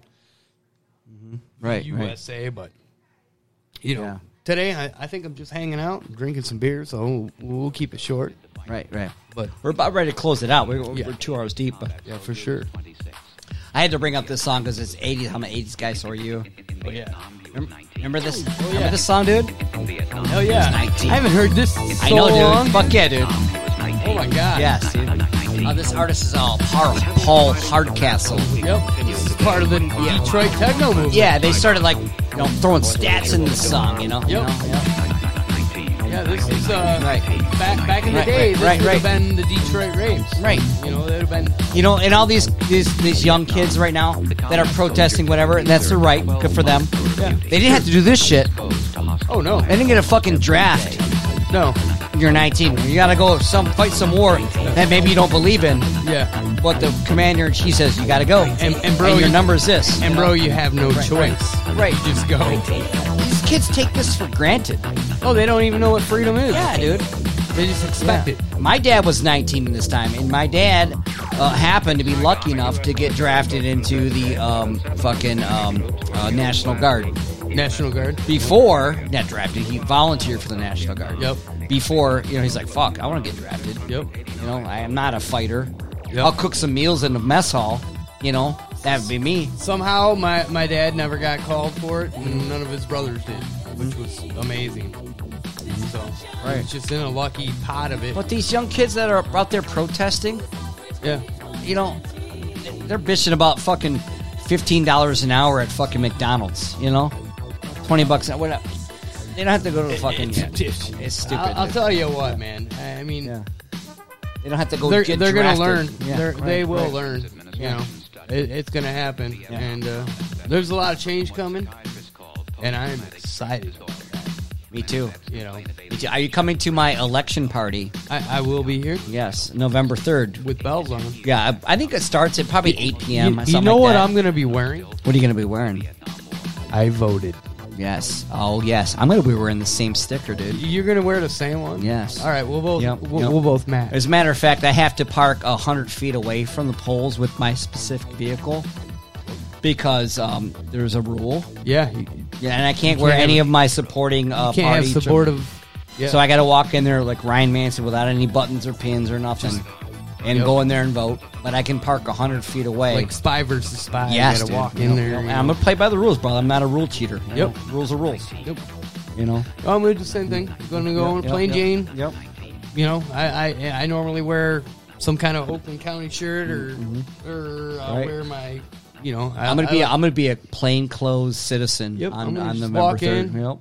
[SPEAKER 1] right.
[SPEAKER 2] USA, but you know
[SPEAKER 1] Yeah.
[SPEAKER 2] today I, I think I'm just hanging out, drinking some beer, so we'll, we'll keep it short.
[SPEAKER 1] right, right.
[SPEAKER 2] But
[SPEAKER 1] We're about ready to close it out. We're, we're
[SPEAKER 2] Yeah.
[SPEAKER 1] two hours deep, but
[SPEAKER 2] yeah, for sure.
[SPEAKER 1] I had to bring up this song because it's 80s. I'm an 80s guy, so are you.
[SPEAKER 2] Oh yeah,
[SPEAKER 1] Remember this? Remember this song, dude?
[SPEAKER 2] hell yeah. I haven't heard this. So
[SPEAKER 1] I know, dude.
[SPEAKER 2] Long.
[SPEAKER 1] Fuck yeah, dude.
[SPEAKER 2] Oh my god.
[SPEAKER 1] Yes, dude. Uh, this artist is all Paul, Paul Hardcastle.
[SPEAKER 2] Yep. This is part of the Detroit techno movement.
[SPEAKER 1] Yeah, they started like you know throwing stats in the song, you know. You
[SPEAKER 2] Yep.
[SPEAKER 1] know? Yeah.
[SPEAKER 2] Yeah, this is uh,
[SPEAKER 1] Right.
[SPEAKER 2] back back in the
[SPEAKER 1] Right, right,
[SPEAKER 2] day. this
[SPEAKER 1] right,
[SPEAKER 2] would have
[SPEAKER 1] right.
[SPEAKER 2] been the Detroit raves.
[SPEAKER 1] Right.
[SPEAKER 2] You know, there would have been
[SPEAKER 1] You know, and all these, these these young kids right now that are protesting whatever, and that's their right. Good for them. They didn't have to do this shit.
[SPEAKER 2] Oh no,
[SPEAKER 1] They didn't get a fucking draft.
[SPEAKER 2] no,
[SPEAKER 1] You're 19. You gotta go some fight some war that maybe you don't believe in.
[SPEAKER 2] yeah,
[SPEAKER 1] But the commander in chief says you gotta go.
[SPEAKER 2] And- and bro,
[SPEAKER 1] your
[SPEAKER 2] you-
[SPEAKER 1] number is this.
[SPEAKER 2] and bro, you have no choice.
[SPEAKER 1] Right.
[SPEAKER 2] You just go.
[SPEAKER 1] These kids take this for granted.
[SPEAKER 2] Oh, they don't even know what freedom is.
[SPEAKER 1] Yeah, dude.
[SPEAKER 2] They just expect it.
[SPEAKER 1] My dad was 19 this time, and my dad uh, happened to be lucky enough to get drafted into the um, fucking um, uh, National Guard.
[SPEAKER 2] National Guard.
[SPEAKER 1] Before, not drafted, he volunteered for the National Guard.
[SPEAKER 2] Yep.
[SPEAKER 1] Before, you know, he's like, fuck, I want to get drafted.
[SPEAKER 2] Yep.
[SPEAKER 1] You know, I am not a fighter.
[SPEAKER 2] Yep.
[SPEAKER 1] I'll cook some meals in the mess hall. You know, that'd be me.
[SPEAKER 2] Somehow, my my dad never got called for it, and none of his brothers did, which was amazing. So,
[SPEAKER 1] Right.
[SPEAKER 2] he's just in a lucky pot of it.
[SPEAKER 1] But these young kids that are out there protesting,
[SPEAKER 2] Yeah.
[SPEAKER 1] you know, they're bitching about fucking fifteen dollars an hour at fucking McDonald's. You know, twenty bucks. Whatever. They don't have to go to the fucking. It's stupid.
[SPEAKER 2] I'll, I'll tell you what, man. I I mean,
[SPEAKER 1] Yeah. they don't have to go.
[SPEAKER 2] they're,
[SPEAKER 1] get
[SPEAKER 2] they're gonna learn.
[SPEAKER 1] drafted. Yeah,
[SPEAKER 2] they're, they
[SPEAKER 1] right,
[SPEAKER 2] will
[SPEAKER 1] right.
[SPEAKER 2] learn. You know, it, it's gonna happen, and uh, there's a lot of change coming, and I'm excited. about that,
[SPEAKER 1] Me too.
[SPEAKER 2] You know,
[SPEAKER 1] Me too. Are you coming to my election party?
[SPEAKER 2] I, I will be here
[SPEAKER 1] Yes, November third.
[SPEAKER 2] with bells on.
[SPEAKER 1] Yeah, I, I think it starts at probably eight p.m.
[SPEAKER 2] you
[SPEAKER 1] something
[SPEAKER 2] know
[SPEAKER 1] like
[SPEAKER 2] what
[SPEAKER 1] that.
[SPEAKER 2] I'm gonna be wearing?
[SPEAKER 1] What are you gonna be wearing?
[SPEAKER 2] I voted.
[SPEAKER 1] Yes. Oh, yes. I'm gonna be wearing the same sticker, dude.
[SPEAKER 2] You're gonna wear the same one?
[SPEAKER 1] Yes.
[SPEAKER 2] All right, we'll both
[SPEAKER 1] Yep,
[SPEAKER 2] we'll,
[SPEAKER 1] yep.
[SPEAKER 2] we'll both match.
[SPEAKER 1] As a matter of fact, I have to park hundred feet away from the poles with my specific vehicle because um, there's a rule.
[SPEAKER 2] yeah, you, you
[SPEAKER 1] Yeah, and I can't wear
[SPEAKER 2] can't
[SPEAKER 1] any
[SPEAKER 2] have-
[SPEAKER 1] of my supporting uh,
[SPEAKER 2] can't have
[SPEAKER 1] party tr-
[SPEAKER 2] supportive. Yeah.
[SPEAKER 1] So I got to walk in there like Ryan Manson without any buttons or pins or nothing, and
[SPEAKER 2] Yep.
[SPEAKER 1] go in there and vote. But I can park hundred feet away.
[SPEAKER 2] like spy versus spy.
[SPEAKER 1] yes,
[SPEAKER 2] you gotta
[SPEAKER 1] dude.
[SPEAKER 2] walk
[SPEAKER 1] Yep,
[SPEAKER 2] in there.
[SPEAKER 1] yep.
[SPEAKER 2] you
[SPEAKER 1] And I'm
[SPEAKER 2] know.
[SPEAKER 1] gonna play by the rules, brother. I'm not a rule cheater. you
[SPEAKER 2] Yep.
[SPEAKER 1] know? rules are rules.
[SPEAKER 2] Yep.
[SPEAKER 1] You know.
[SPEAKER 2] I'm gonna do the same thing. Gonna go on a
[SPEAKER 1] Yep,
[SPEAKER 2] plain
[SPEAKER 1] yep,
[SPEAKER 2] Jane.
[SPEAKER 1] Yep.
[SPEAKER 2] You know, I, I I normally wear some kind of Oakland County shirt or or I
[SPEAKER 1] Mm-hmm. Right.
[SPEAKER 2] wear my you know I,
[SPEAKER 1] I'm gonna
[SPEAKER 2] I,
[SPEAKER 1] be I'm gonna be a plainclothes citizen
[SPEAKER 2] Yep, I'm
[SPEAKER 1] on,
[SPEAKER 2] gonna
[SPEAKER 1] on the
[SPEAKER 2] just
[SPEAKER 1] member
[SPEAKER 2] walk
[SPEAKER 1] third.
[SPEAKER 2] in.
[SPEAKER 1] Yep.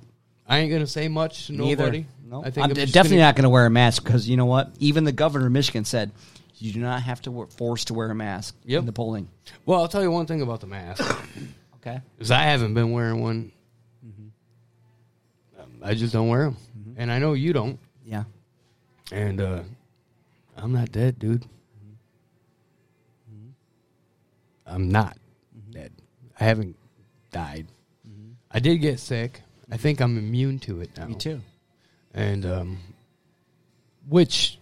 [SPEAKER 2] I ain't gonna say much to
[SPEAKER 1] Neither.
[SPEAKER 2] nobody.
[SPEAKER 1] No.
[SPEAKER 2] I
[SPEAKER 1] I
[SPEAKER 2] think
[SPEAKER 1] am
[SPEAKER 2] just
[SPEAKER 1] definitely
[SPEAKER 2] gonna-
[SPEAKER 1] not going to wear a mask because you know what? Even the governor of Michigan said you do not have to wear, forced to wear a mask
[SPEAKER 2] Yep.
[SPEAKER 1] in the polling.
[SPEAKER 2] Well, I'll tell you one thing about the mask
[SPEAKER 1] Okay.
[SPEAKER 2] is I haven't been wearing one.
[SPEAKER 1] Mm-hmm.
[SPEAKER 2] Um, I just don't wear them, and I know you don't.
[SPEAKER 1] Yeah.
[SPEAKER 2] And uh, I'm not dead, dude. I'm not dead. I haven't died. I did get sick. I think I'm immune to it now.
[SPEAKER 1] Mm-hmm. Me too.
[SPEAKER 2] And um, which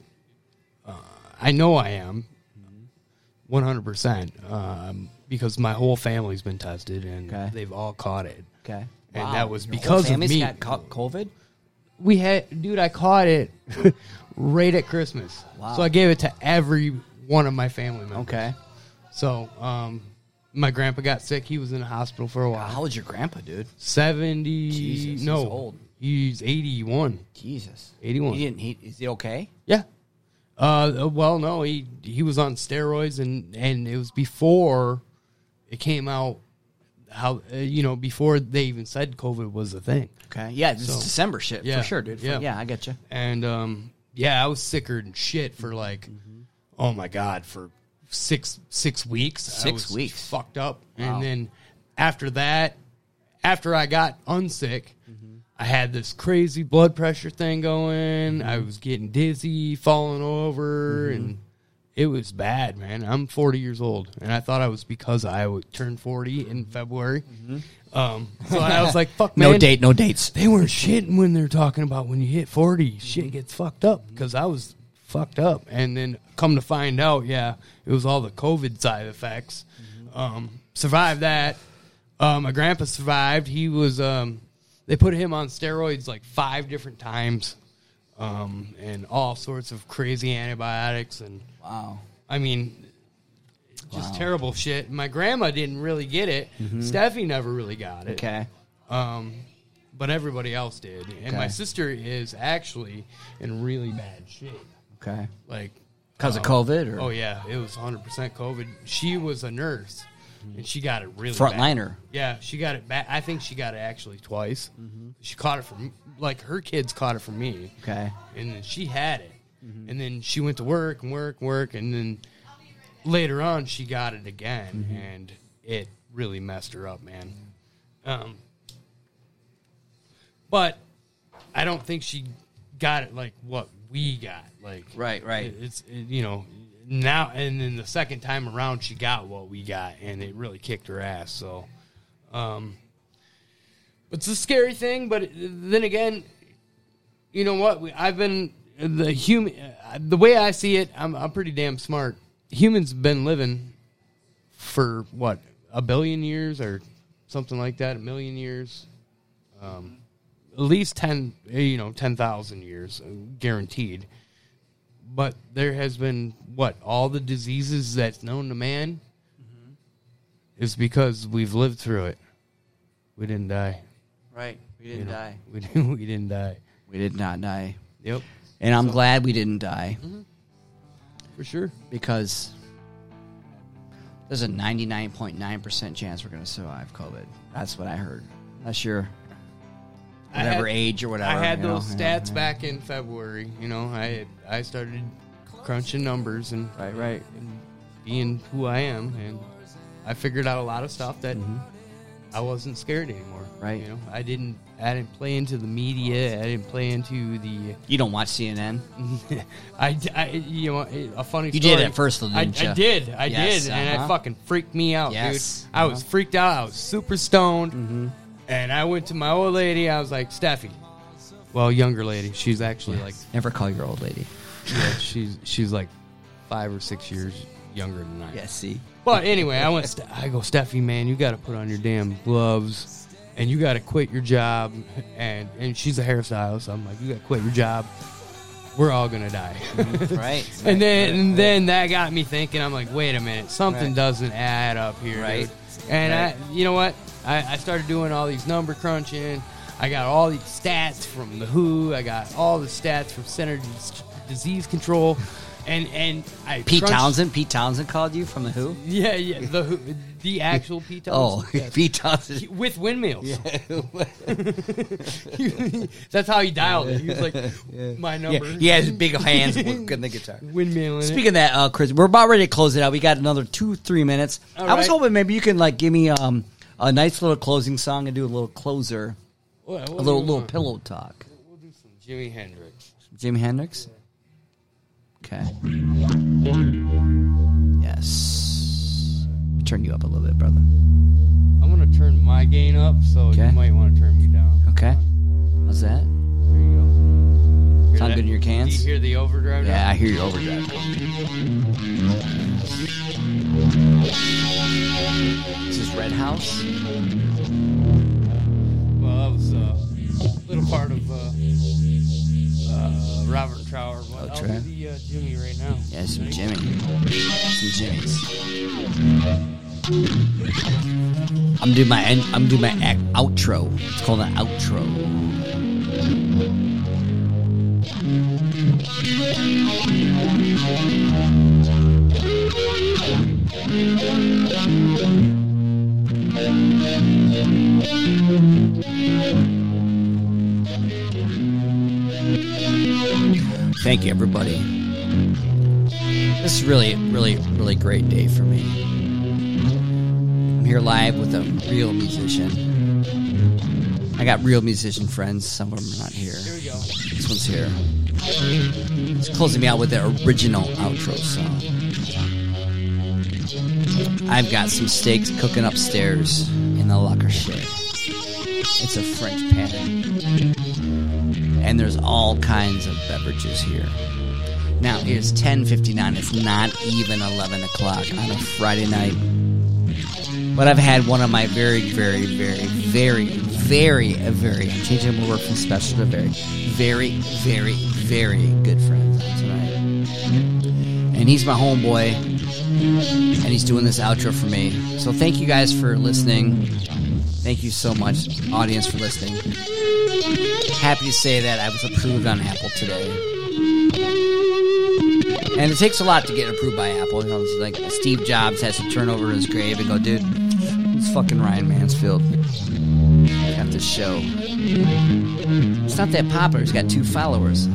[SPEAKER 2] uh, I know I am,
[SPEAKER 1] Mm-hmm.
[SPEAKER 2] one hundred percent, um, because my whole family's been tested and
[SPEAKER 1] Okay.
[SPEAKER 2] they've all caught it.
[SPEAKER 1] Okay.
[SPEAKER 2] And
[SPEAKER 1] Wow.
[SPEAKER 2] that was
[SPEAKER 1] Your whole
[SPEAKER 2] because of
[SPEAKER 1] family's
[SPEAKER 2] me.
[SPEAKER 1] got co- COVID.
[SPEAKER 2] we had dude i caught it right at christmas
[SPEAKER 1] Wow.
[SPEAKER 2] so i gave it to every one of my family members
[SPEAKER 1] Okay.
[SPEAKER 2] so um my grandpa got sick he was in the hospital for a while
[SPEAKER 1] How old's your grandpa, dude?
[SPEAKER 2] 70
[SPEAKER 1] Jesus, he's
[SPEAKER 2] no
[SPEAKER 1] old.
[SPEAKER 2] he's 81
[SPEAKER 1] Jesus.
[SPEAKER 2] 81.
[SPEAKER 1] He didn't. He, is he okay?
[SPEAKER 2] yeah uh well no he he was on steroids and and it was before it came out how uh, you know before they even said covid was a thing
[SPEAKER 1] Okay. Yeah. This
[SPEAKER 2] So-
[SPEAKER 1] is December shit
[SPEAKER 2] Yeah.
[SPEAKER 1] for sure, dude. For-
[SPEAKER 2] Yeah.
[SPEAKER 1] yeah. I get you.
[SPEAKER 2] and um, yeah, I was sicker than shit for like, oh my god, for six six weeks. I
[SPEAKER 1] Six
[SPEAKER 2] was
[SPEAKER 1] weeks.
[SPEAKER 2] fucked up,
[SPEAKER 1] Wow.
[SPEAKER 2] and then after that, after I got unsick, I had this crazy blood pressure thing going. I
[SPEAKER 1] Mm-hmm.
[SPEAKER 2] was getting dizzy, falling over, and. It was bad, man. I'm 40 years old, and I thought I was because I would turn 40 in February. Um, so I was like, "Fuck, man."
[SPEAKER 1] Mm-hmm. No date. No dates.
[SPEAKER 2] they weren't shitting when they're talking about when you hit 40 shit gets fucked up because i was fucked up and then come to find out yeah it was all the covid side effects um, survived that um, my grandpa survived he was um, they put him on steroids like five different times um, and all sorts of crazy antibiotics and
[SPEAKER 1] Wow.
[SPEAKER 2] I mean, just terrible shit. My grandma didn't really get it. Steffi never really got it.
[SPEAKER 1] Okay.
[SPEAKER 2] Um, but everybody else did. And my
[SPEAKER 1] Okay.
[SPEAKER 2] sister is actually in really bad shape.
[SPEAKER 1] Okay.
[SPEAKER 2] Like,
[SPEAKER 1] Because of
[SPEAKER 2] uh,
[SPEAKER 1] COVID or
[SPEAKER 2] Oh, yeah. It was 100% COVID. She was a nurse and she got it really bad.
[SPEAKER 1] frontliner.
[SPEAKER 2] Yeah, she got it back. I think she got it actually twice. She caught it from, like, her kids caught it from me
[SPEAKER 1] Mm-hmm. Okay. Mm-hmm.
[SPEAKER 2] and then she had it, and then she went to work and work work, and then later on she got it again,
[SPEAKER 1] Mm-hmm.
[SPEAKER 2] and it really messed her up, man. Um, but I don't think she got it like what we got, like
[SPEAKER 1] Right, right.
[SPEAKER 2] it- It's it, you know now, and then the second time around she got what we got, and it really kicked her ass. So. Um, it's a scary thing, but then again, you know what? We, I've been the human. uh, The way I see it, I'm, I'm pretty damn smart. Humans been living for what a billion years or something like that, a million years, um, at least ten, uh, you know, ten thousand years, uh, guaranteed. But there has been what all the diseases that's known to man
[SPEAKER 1] Mm-hmm.
[SPEAKER 2] is because we've lived through it. We didn't die.
[SPEAKER 1] Right. We
[SPEAKER 2] you know. We didn't. We didn't die.
[SPEAKER 1] We did not die.
[SPEAKER 2] Yep,
[SPEAKER 1] And I'm glad we didn't die
[SPEAKER 2] Mm-hmm. for sure.
[SPEAKER 1] because there's a 99.9% chance we're going to survive COVID. That's what I heard. That's your
[SPEAKER 2] I
[SPEAKER 1] whatever
[SPEAKER 2] had-
[SPEAKER 1] age or whatever.
[SPEAKER 2] I had
[SPEAKER 1] you know, Mm-hmm.
[SPEAKER 2] those
[SPEAKER 1] yeah,
[SPEAKER 2] stats
[SPEAKER 1] yeah.
[SPEAKER 2] back in February. You know, I I started crunching numbers and
[SPEAKER 1] Right, right.
[SPEAKER 2] being who I am, and I figured out a lot of stuff that I wasn't scared anymore.
[SPEAKER 1] Mm-hmm. Right.
[SPEAKER 2] You know, I didn't I didn't play into the media. I didn't play into the.
[SPEAKER 1] You don't watch CNN?
[SPEAKER 2] I, I you know a funny.
[SPEAKER 1] You
[SPEAKER 2] story.
[SPEAKER 1] did at first, though,
[SPEAKER 2] I,
[SPEAKER 1] didn't
[SPEAKER 2] I
[SPEAKER 1] ya?
[SPEAKER 2] did. I
[SPEAKER 1] Yes,
[SPEAKER 2] did, and
[SPEAKER 1] uh-huh.
[SPEAKER 2] it fucking freaked me out,
[SPEAKER 1] Yes, uh-huh. Mm-hmm.
[SPEAKER 2] dude. I was freaked out. I was super stoned. And I went to my old lady. I was like, Steffi. Well, younger lady. She's actually like
[SPEAKER 1] Never call your old lady.
[SPEAKER 2] yeah, she's she's like five or six years younger than I. am.
[SPEAKER 1] Yeah, see.
[SPEAKER 2] But anyway, I went. Ste- I go, Steffi, man, you got to put on your damn gloves, and you got to quit your job. And and she's a hairstylist. I'm like, you got to quit your job. We're all gonna die.
[SPEAKER 1] Right.
[SPEAKER 2] and then and then that got me thinking. I'm like, wait a minute, something
[SPEAKER 1] Right.
[SPEAKER 2] doesn't add up here, dude."
[SPEAKER 1] Right.
[SPEAKER 2] And
[SPEAKER 1] Right.
[SPEAKER 2] I, you know what? I, I started doing all these number crunching. I got all these stats from the WHO. I got all the stats from Center Dis- Disease Control, and and I
[SPEAKER 1] Pete
[SPEAKER 2] crunched-
[SPEAKER 1] Townsend. Pete Townsend called you from the Who.
[SPEAKER 2] Yeah, yeah, the WHO the actual Pete
[SPEAKER 1] Oh,
[SPEAKER 2] Townsend. yes.
[SPEAKER 1] Pete Townsend.
[SPEAKER 2] With windmills. That's how he dialed it. He was like, my
[SPEAKER 1] Yeah,
[SPEAKER 2] number.
[SPEAKER 1] he has big hands working the guitar.
[SPEAKER 2] Windmill. in it.
[SPEAKER 1] Speaking of that, uh, Chris, we're about ready to close it out. We got another two, three minutes.
[SPEAKER 2] All
[SPEAKER 1] I was
[SPEAKER 2] right.
[SPEAKER 1] hoping maybe you can like give me um, a nice little closing song and do a little closer,
[SPEAKER 2] What- what
[SPEAKER 1] a
[SPEAKER 2] do you
[SPEAKER 1] little little
[SPEAKER 2] want?
[SPEAKER 1] pillow talk.
[SPEAKER 2] Jimi Hendrix.
[SPEAKER 1] Jimi Hendrix. Okay. Yes. Turn you up a little bit, brother.
[SPEAKER 2] I'm gonna turn my gain up, so
[SPEAKER 1] Okay.
[SPEAKER 2] you might want to turn me down.
[SPEAKER 1] Okay. How's that?
[SPEAKER 2] There you go. Hear
[SPEAKER 1] Sound
[SPEAKER 2] that?
[SPEAKER 1] good in your cans?
[SPEAKER 2] Do you hear the overdrive?
[SPEAKER 1] Yeah,
[SPEAKER 2] now?
[SPEAKER 1] I hear you overdrive. This is Red House.
[SPEAKER 2] Well, that was uh, a little part of uh, uh, Robert Trower. What
[SPEAKER 1] Oh,
[SPEAKER 2] I'll
[SPEAKER 1] Trower.
[SPEAKER 2] do the uh, Jimmy right now.
[SPEAKER 1] Yeah, some Jimmy. Some Jimmys. I'm doing my end, I'm doing my ac- outro. It's called an outro. Thank you, everybody. This is really, really, really great day for me. I'm here live with a real musician. I got real musician friends. Some of them are not here.
[SPEAKER 2] Here we go.
[SPEAKER 1] This one's here. It's closing me out with the original outro song. I've got some steaks cooking upstairs in the locker shed. It's a French pan. And there's all kinds of beverages here. Now it is 10:59. It's not even 11 o'clock on a Friday night. But I've had one of my very, very, very, very, very, very, I'm changing my word from special to very, very, very, very good friends on tonight. And he's my homeboy, and he's doing this outro for me. So thank you guys for listening. Thank you so much, audience, for listening. Happy to say that I was approved on Apple today. And it takes a lot to get approved by Apple. You know, it's like Steve Jobs has to turn over his grave and go, dude, it's fucking Ryan Mansfield. We have this show. It's not that popular. He's got two followers.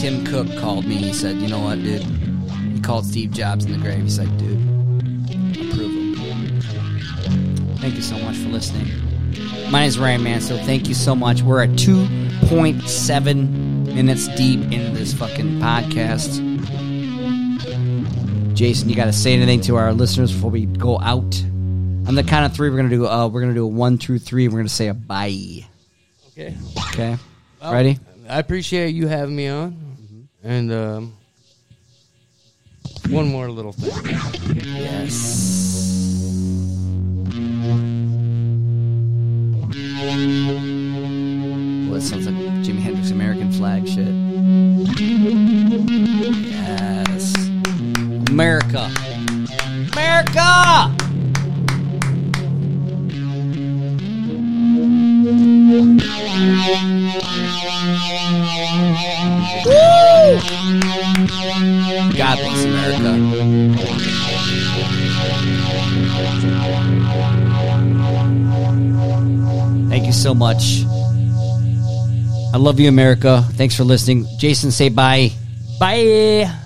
[SPEAKER 1] Tim Cook called me. He said, you know what, dude? He called Steve Jobs in the grave. He's like, dude, approve him. Thank you so much for listening. My name is Ryan Mansfield. Thank you so much. We're at 2.7 minutes deep into this fucking podcast. Jason, you got to say anything to our listeners before we go out? On the count of three, we're gonna do. Uh, we're gonna do a one, two, three. And we're gonna say a bye.
[SPEAKER 2] Okay.
[SPEAKER 1] Okay, ready?
[SPEAKER 2] I appreciate you having me on. And um, one more little thing.
[SPEAKER 1] Yes. Well, that sounds like Jimi Hendrix American flag shit. Yes. America. America! Woo! God bless America. Thank you so much. I love you, America. Thanks for listening. Jason, say bye. Bye.